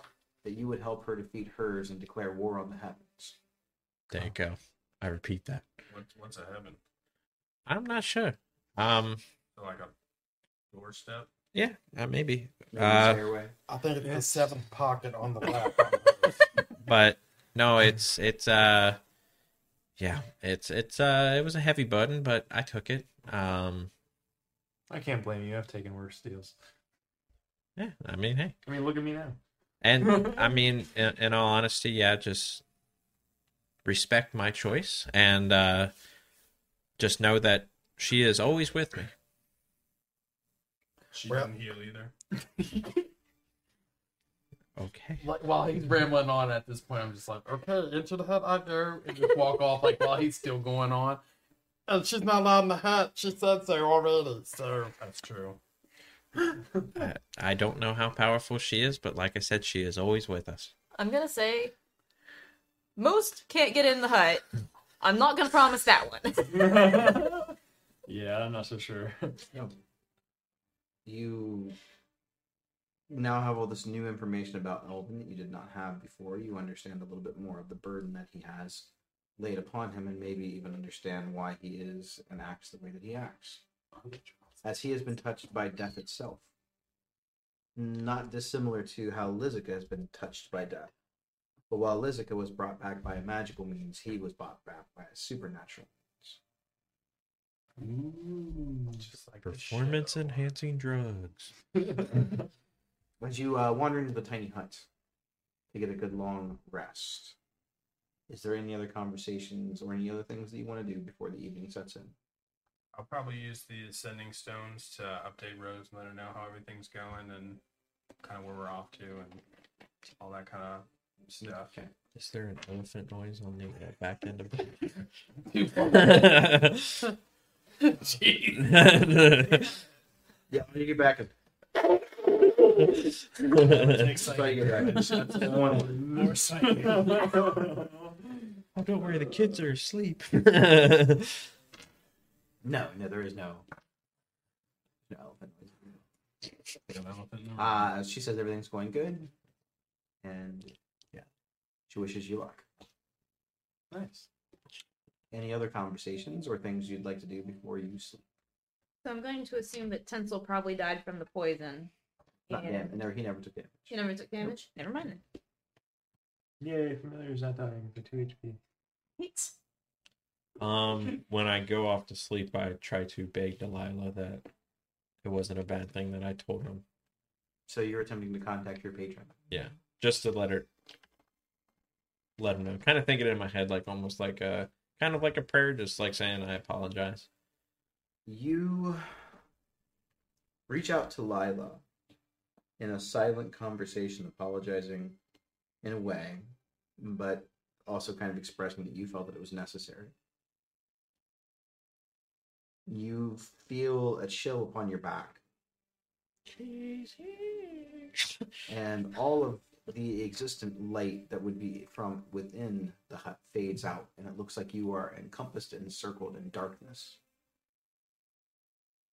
Speaker 3: that you would help her defeat hers and declare war on the heavens.
Speaker 4: there you go. I repeat that.
Speaker 5: What, what's a heaven?
Speaker 4: I'm not sure. Um,
Speaker 5: So like a doorstep.
Speaker 4: yeah, uh, maybe.
Speaker 3: Maybe
Speaker 4: Uh,
Speaker 3: stairway.
Speaker 15: I think it's the seventh pocket on the lap.
Speaker 4: but no it's it's uh yeah it's it's uh it was a heavy burden but i took it um
Speaker 1: I can't blame you. I've taken worse deals.
Speaker 4: yeah i mean hey
Speaker 1: I mean, look at me now.
Speaker 4: and i mean in, in all honesty yeah just respect my choice and uh just know that she is always with me
Speaker 5: She
Speaker 15: Well-
Speaker 5: didn't heal either.
Speaker 4: okay
Speaker 2: Like while he's rambling on at this point, I'm just like, okay, into the hut I go, and just walk off. Like while he's still going on,
Speaker 15: and she's not out in the hut. She said so already. So
Speaker 5: That's true.
Speaker 4: I, I don't know how powerful she is but like i said she is always with us
Speaker 16: I'm gonna say most can't get in the hut. I'm not gonna promise that one.
Speaker 1: Yeah, I'm not so sure.
Speaker 3: You now have all this new information about Elvin that you did not have before. You understand a little bit more of the burden that he has laid upon him, and maybe even understand why he is and acts the way that he acts. As he has been touched by death itself. Not dissimilar to how Lizica has been touched by death. But while Lizica was brought back by a magical means, he was brought back by a supernatural.
Speaker 5: Just like this shit.
Speaker 4: performance enhancing drugs
Speaker 3: As you uh, wander into the tiny hut to get a good long rest, is there any other conversations or any other things that you want to do before the evening sets in?
Speaker 5: I'll probably use the ascending stones to update Rose and let her know how everything's going and kind of where we're off to and all that kind of stuff.
Speaker 3: Okay.
Speaker 4: is there an elephant noise on the uh, back end of it
Speaker 3: Yeah, when you get back, and
Speaker 15: excited.
Speaker 5: More psychic.
Speaker 4: Oh, don't worry, the kids are asleep. That's
Speaker 3: no, no, there is no, no elephant noise.
Speaker 5: An elephant in the room.
Speaker 3: Uh, she says everything's going good, and yeah, she wishes you luck. Nice. Any other conversations or things you'd like to do before you sleep?
Speaker 6: So I'm going to assume that Tinsel probably died from the poison.
Speaker 3: Not
Speaker 6: And
Speaker 3: damn, never, he never took damage.
Speaker 6: She never took damage. Never mind. then.
Speaker 1: Yay, familiar is not dying for two HP.
Speaker 6: Neat.
Speaker 4: um, when I go off to sleep, I try to beg Delilah that it wasn't a bad thing that I told him,
Speaker 3: So you're attempting to contact your patron.
Speaker 4: just to let her let him know. Kind of thinking in my head, like almost like a kind of like a prayer, just like saying I apologize.
Speaker 3: you reach out to Lila in a silent conversation, apologizing in a way, but also kind of expressing that you felt that it was necessary. You feel a chill upon your back. and all of the existent light that would be from within the hut fades out, and it looks like you are encompassed and encircled in darkness.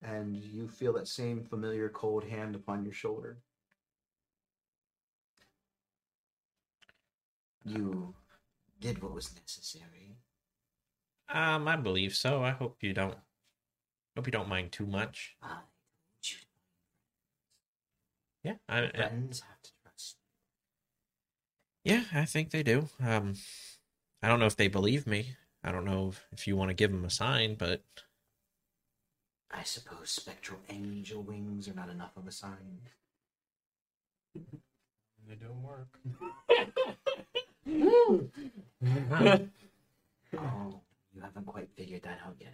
Speaker 3: And you feel that same familiar cold hand upon your shoulder. You did what was necessary.
Speaker 4: Um, I believe so. I hope you don't. Hope you don't mind too much.
Speaker 13: I shoot.
Speaker 4: Yeah, I, I
Speaker 13: Friends have to trust.
Speaker 4: yeah, I think they do. Um, I don't know if they believe me. I don't know if, if you want to give them a sign, but
Speaker 13: I suppose spectral angel wings are not enough of a sign.
Speaker 5: They don't work.
Speaker 13: Oh, you haven't quite figured that out yet.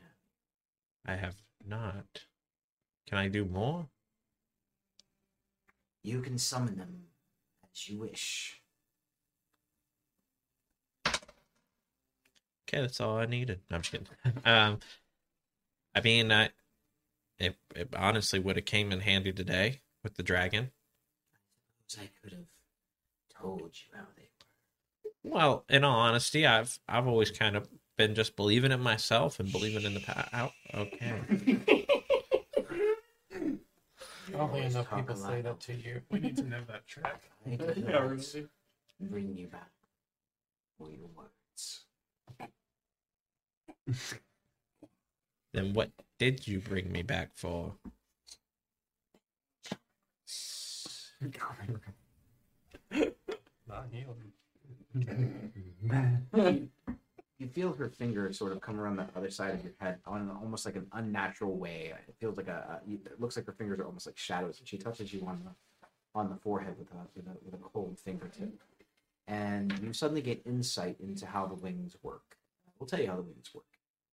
Speaker 4: I have not. Can I do more?
Speaker 13: You can summon them as you wish.
Speaker 4: Okay, that's all I needed. No, I'm just kidding. Um, I mean, I it, it honestly would have came in handy today with the dragon.
Speaker 13: I could have told you how they
Speaker 4: Well, in all honesty, I've I've always kind of been just believing in myself and believing in the power. okay.
Speaker 2: Probably
Speaker 13: Always
Speaker 2: enough
Speaker 13: talk
Speaker 2: people
Speaker 13: a
Speaker 2: say
Speaker 13: lot.
Speaker 2: that to you.
Speaker 5: We need to know that track.
Speaker 13: I could
Speaker 1: Yeah,
Speaker 13: not
Speaker 1: really.
Speaker 13: bring you back for your words.
Speaker 4: Then what did you bring me back for?
Speaker 5: Not healing.
Speaker 3: You feel her finger sort of come around the other side of your head on an, almost like an unnatural way. It feels like a, a. It looks like her fingers are almost like shadows, and she touches you on the on the forehead with a with a, with a cold fingertip, and you suddenly get insight into how the wings work. We'll tell you how the wings work.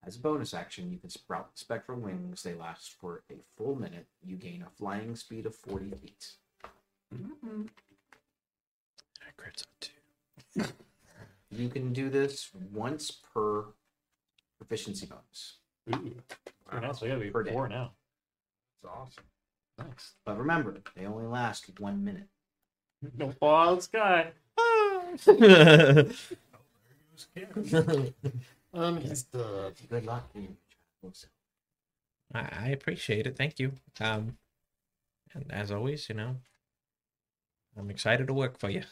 Speaker 3: As a bonus action, you can sprout spectral wings. They last for a full minute. You gain a flying speed of forty feet.
Speaker 4: Crits on two.
Speaker 3: You can do this once per proficiency bonus.
Speaker 1: Ooh. Now, so yeah, we
Speaker 3: Per
Speaker 1: have
Speaker 3: day.
Speaker 1: four now.
Speaker 5: It's awesome.
Speaker 1: Nice.
Speaker 3: But remember, they only last one minute.
Speaker 1: No fall out of the sky.
Speaker 15: And Um, he's dead.
Speaker 13: Good luck in your travels.
Speaker 4: I, I appreciate it. Thank you. Um, and as always, you know, I'm excited to work for you.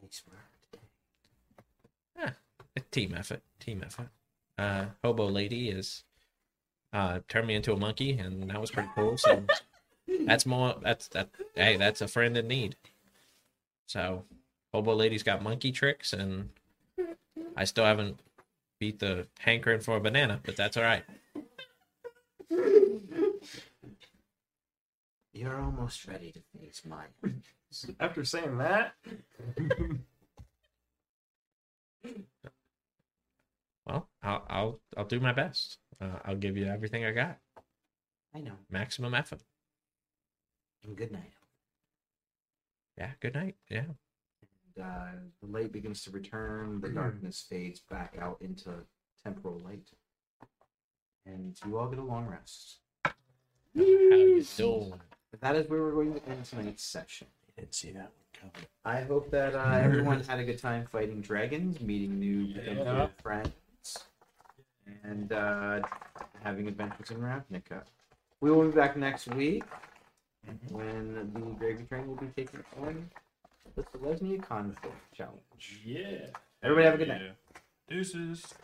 Speaker 13: Nice work today.
Speaker 4: A team effort. Team effort. Uh, Hobo Lady is uh turned me into a monkey, and that was pretty cool. So that's more. That's that. Hey, that's a friend in need. So Hobo Lady's got monkey tricks, and I still haven't beat the hankering for a banana, but that's all right.
Speaker 13: You're almost ready to face my
Speaker 1: After saying that,
Speaker 4: Well, I'll I'll I'll do my best. Uh, I'll give you everything I got.
Speaker 13: I know.
Speaker 4: Maximum effort.
Speaker 13: And good night.
Speaker 4: Yeah. Good night. Yeah.
Speaker 3: uh, the light begins to return, the darkness fades back out into temporal light. And you all get a long rest.
Speaker 4: How you doing?
Speaker 3: But that is where we're going to end tonight's session. I hope that uh, everyone had a good time fighting dragons, meeting new potential
Speaker 1: Yeah.
Speaker 3: friends, and uh, having adventures in Ravnica. We will be back next week when the Gravy Train will be taking on the Selesnya Conflict Challenge.
Speaker 1: yeah.
Speaker 3: Everybody have a good night.
Speaker 14: Deuces.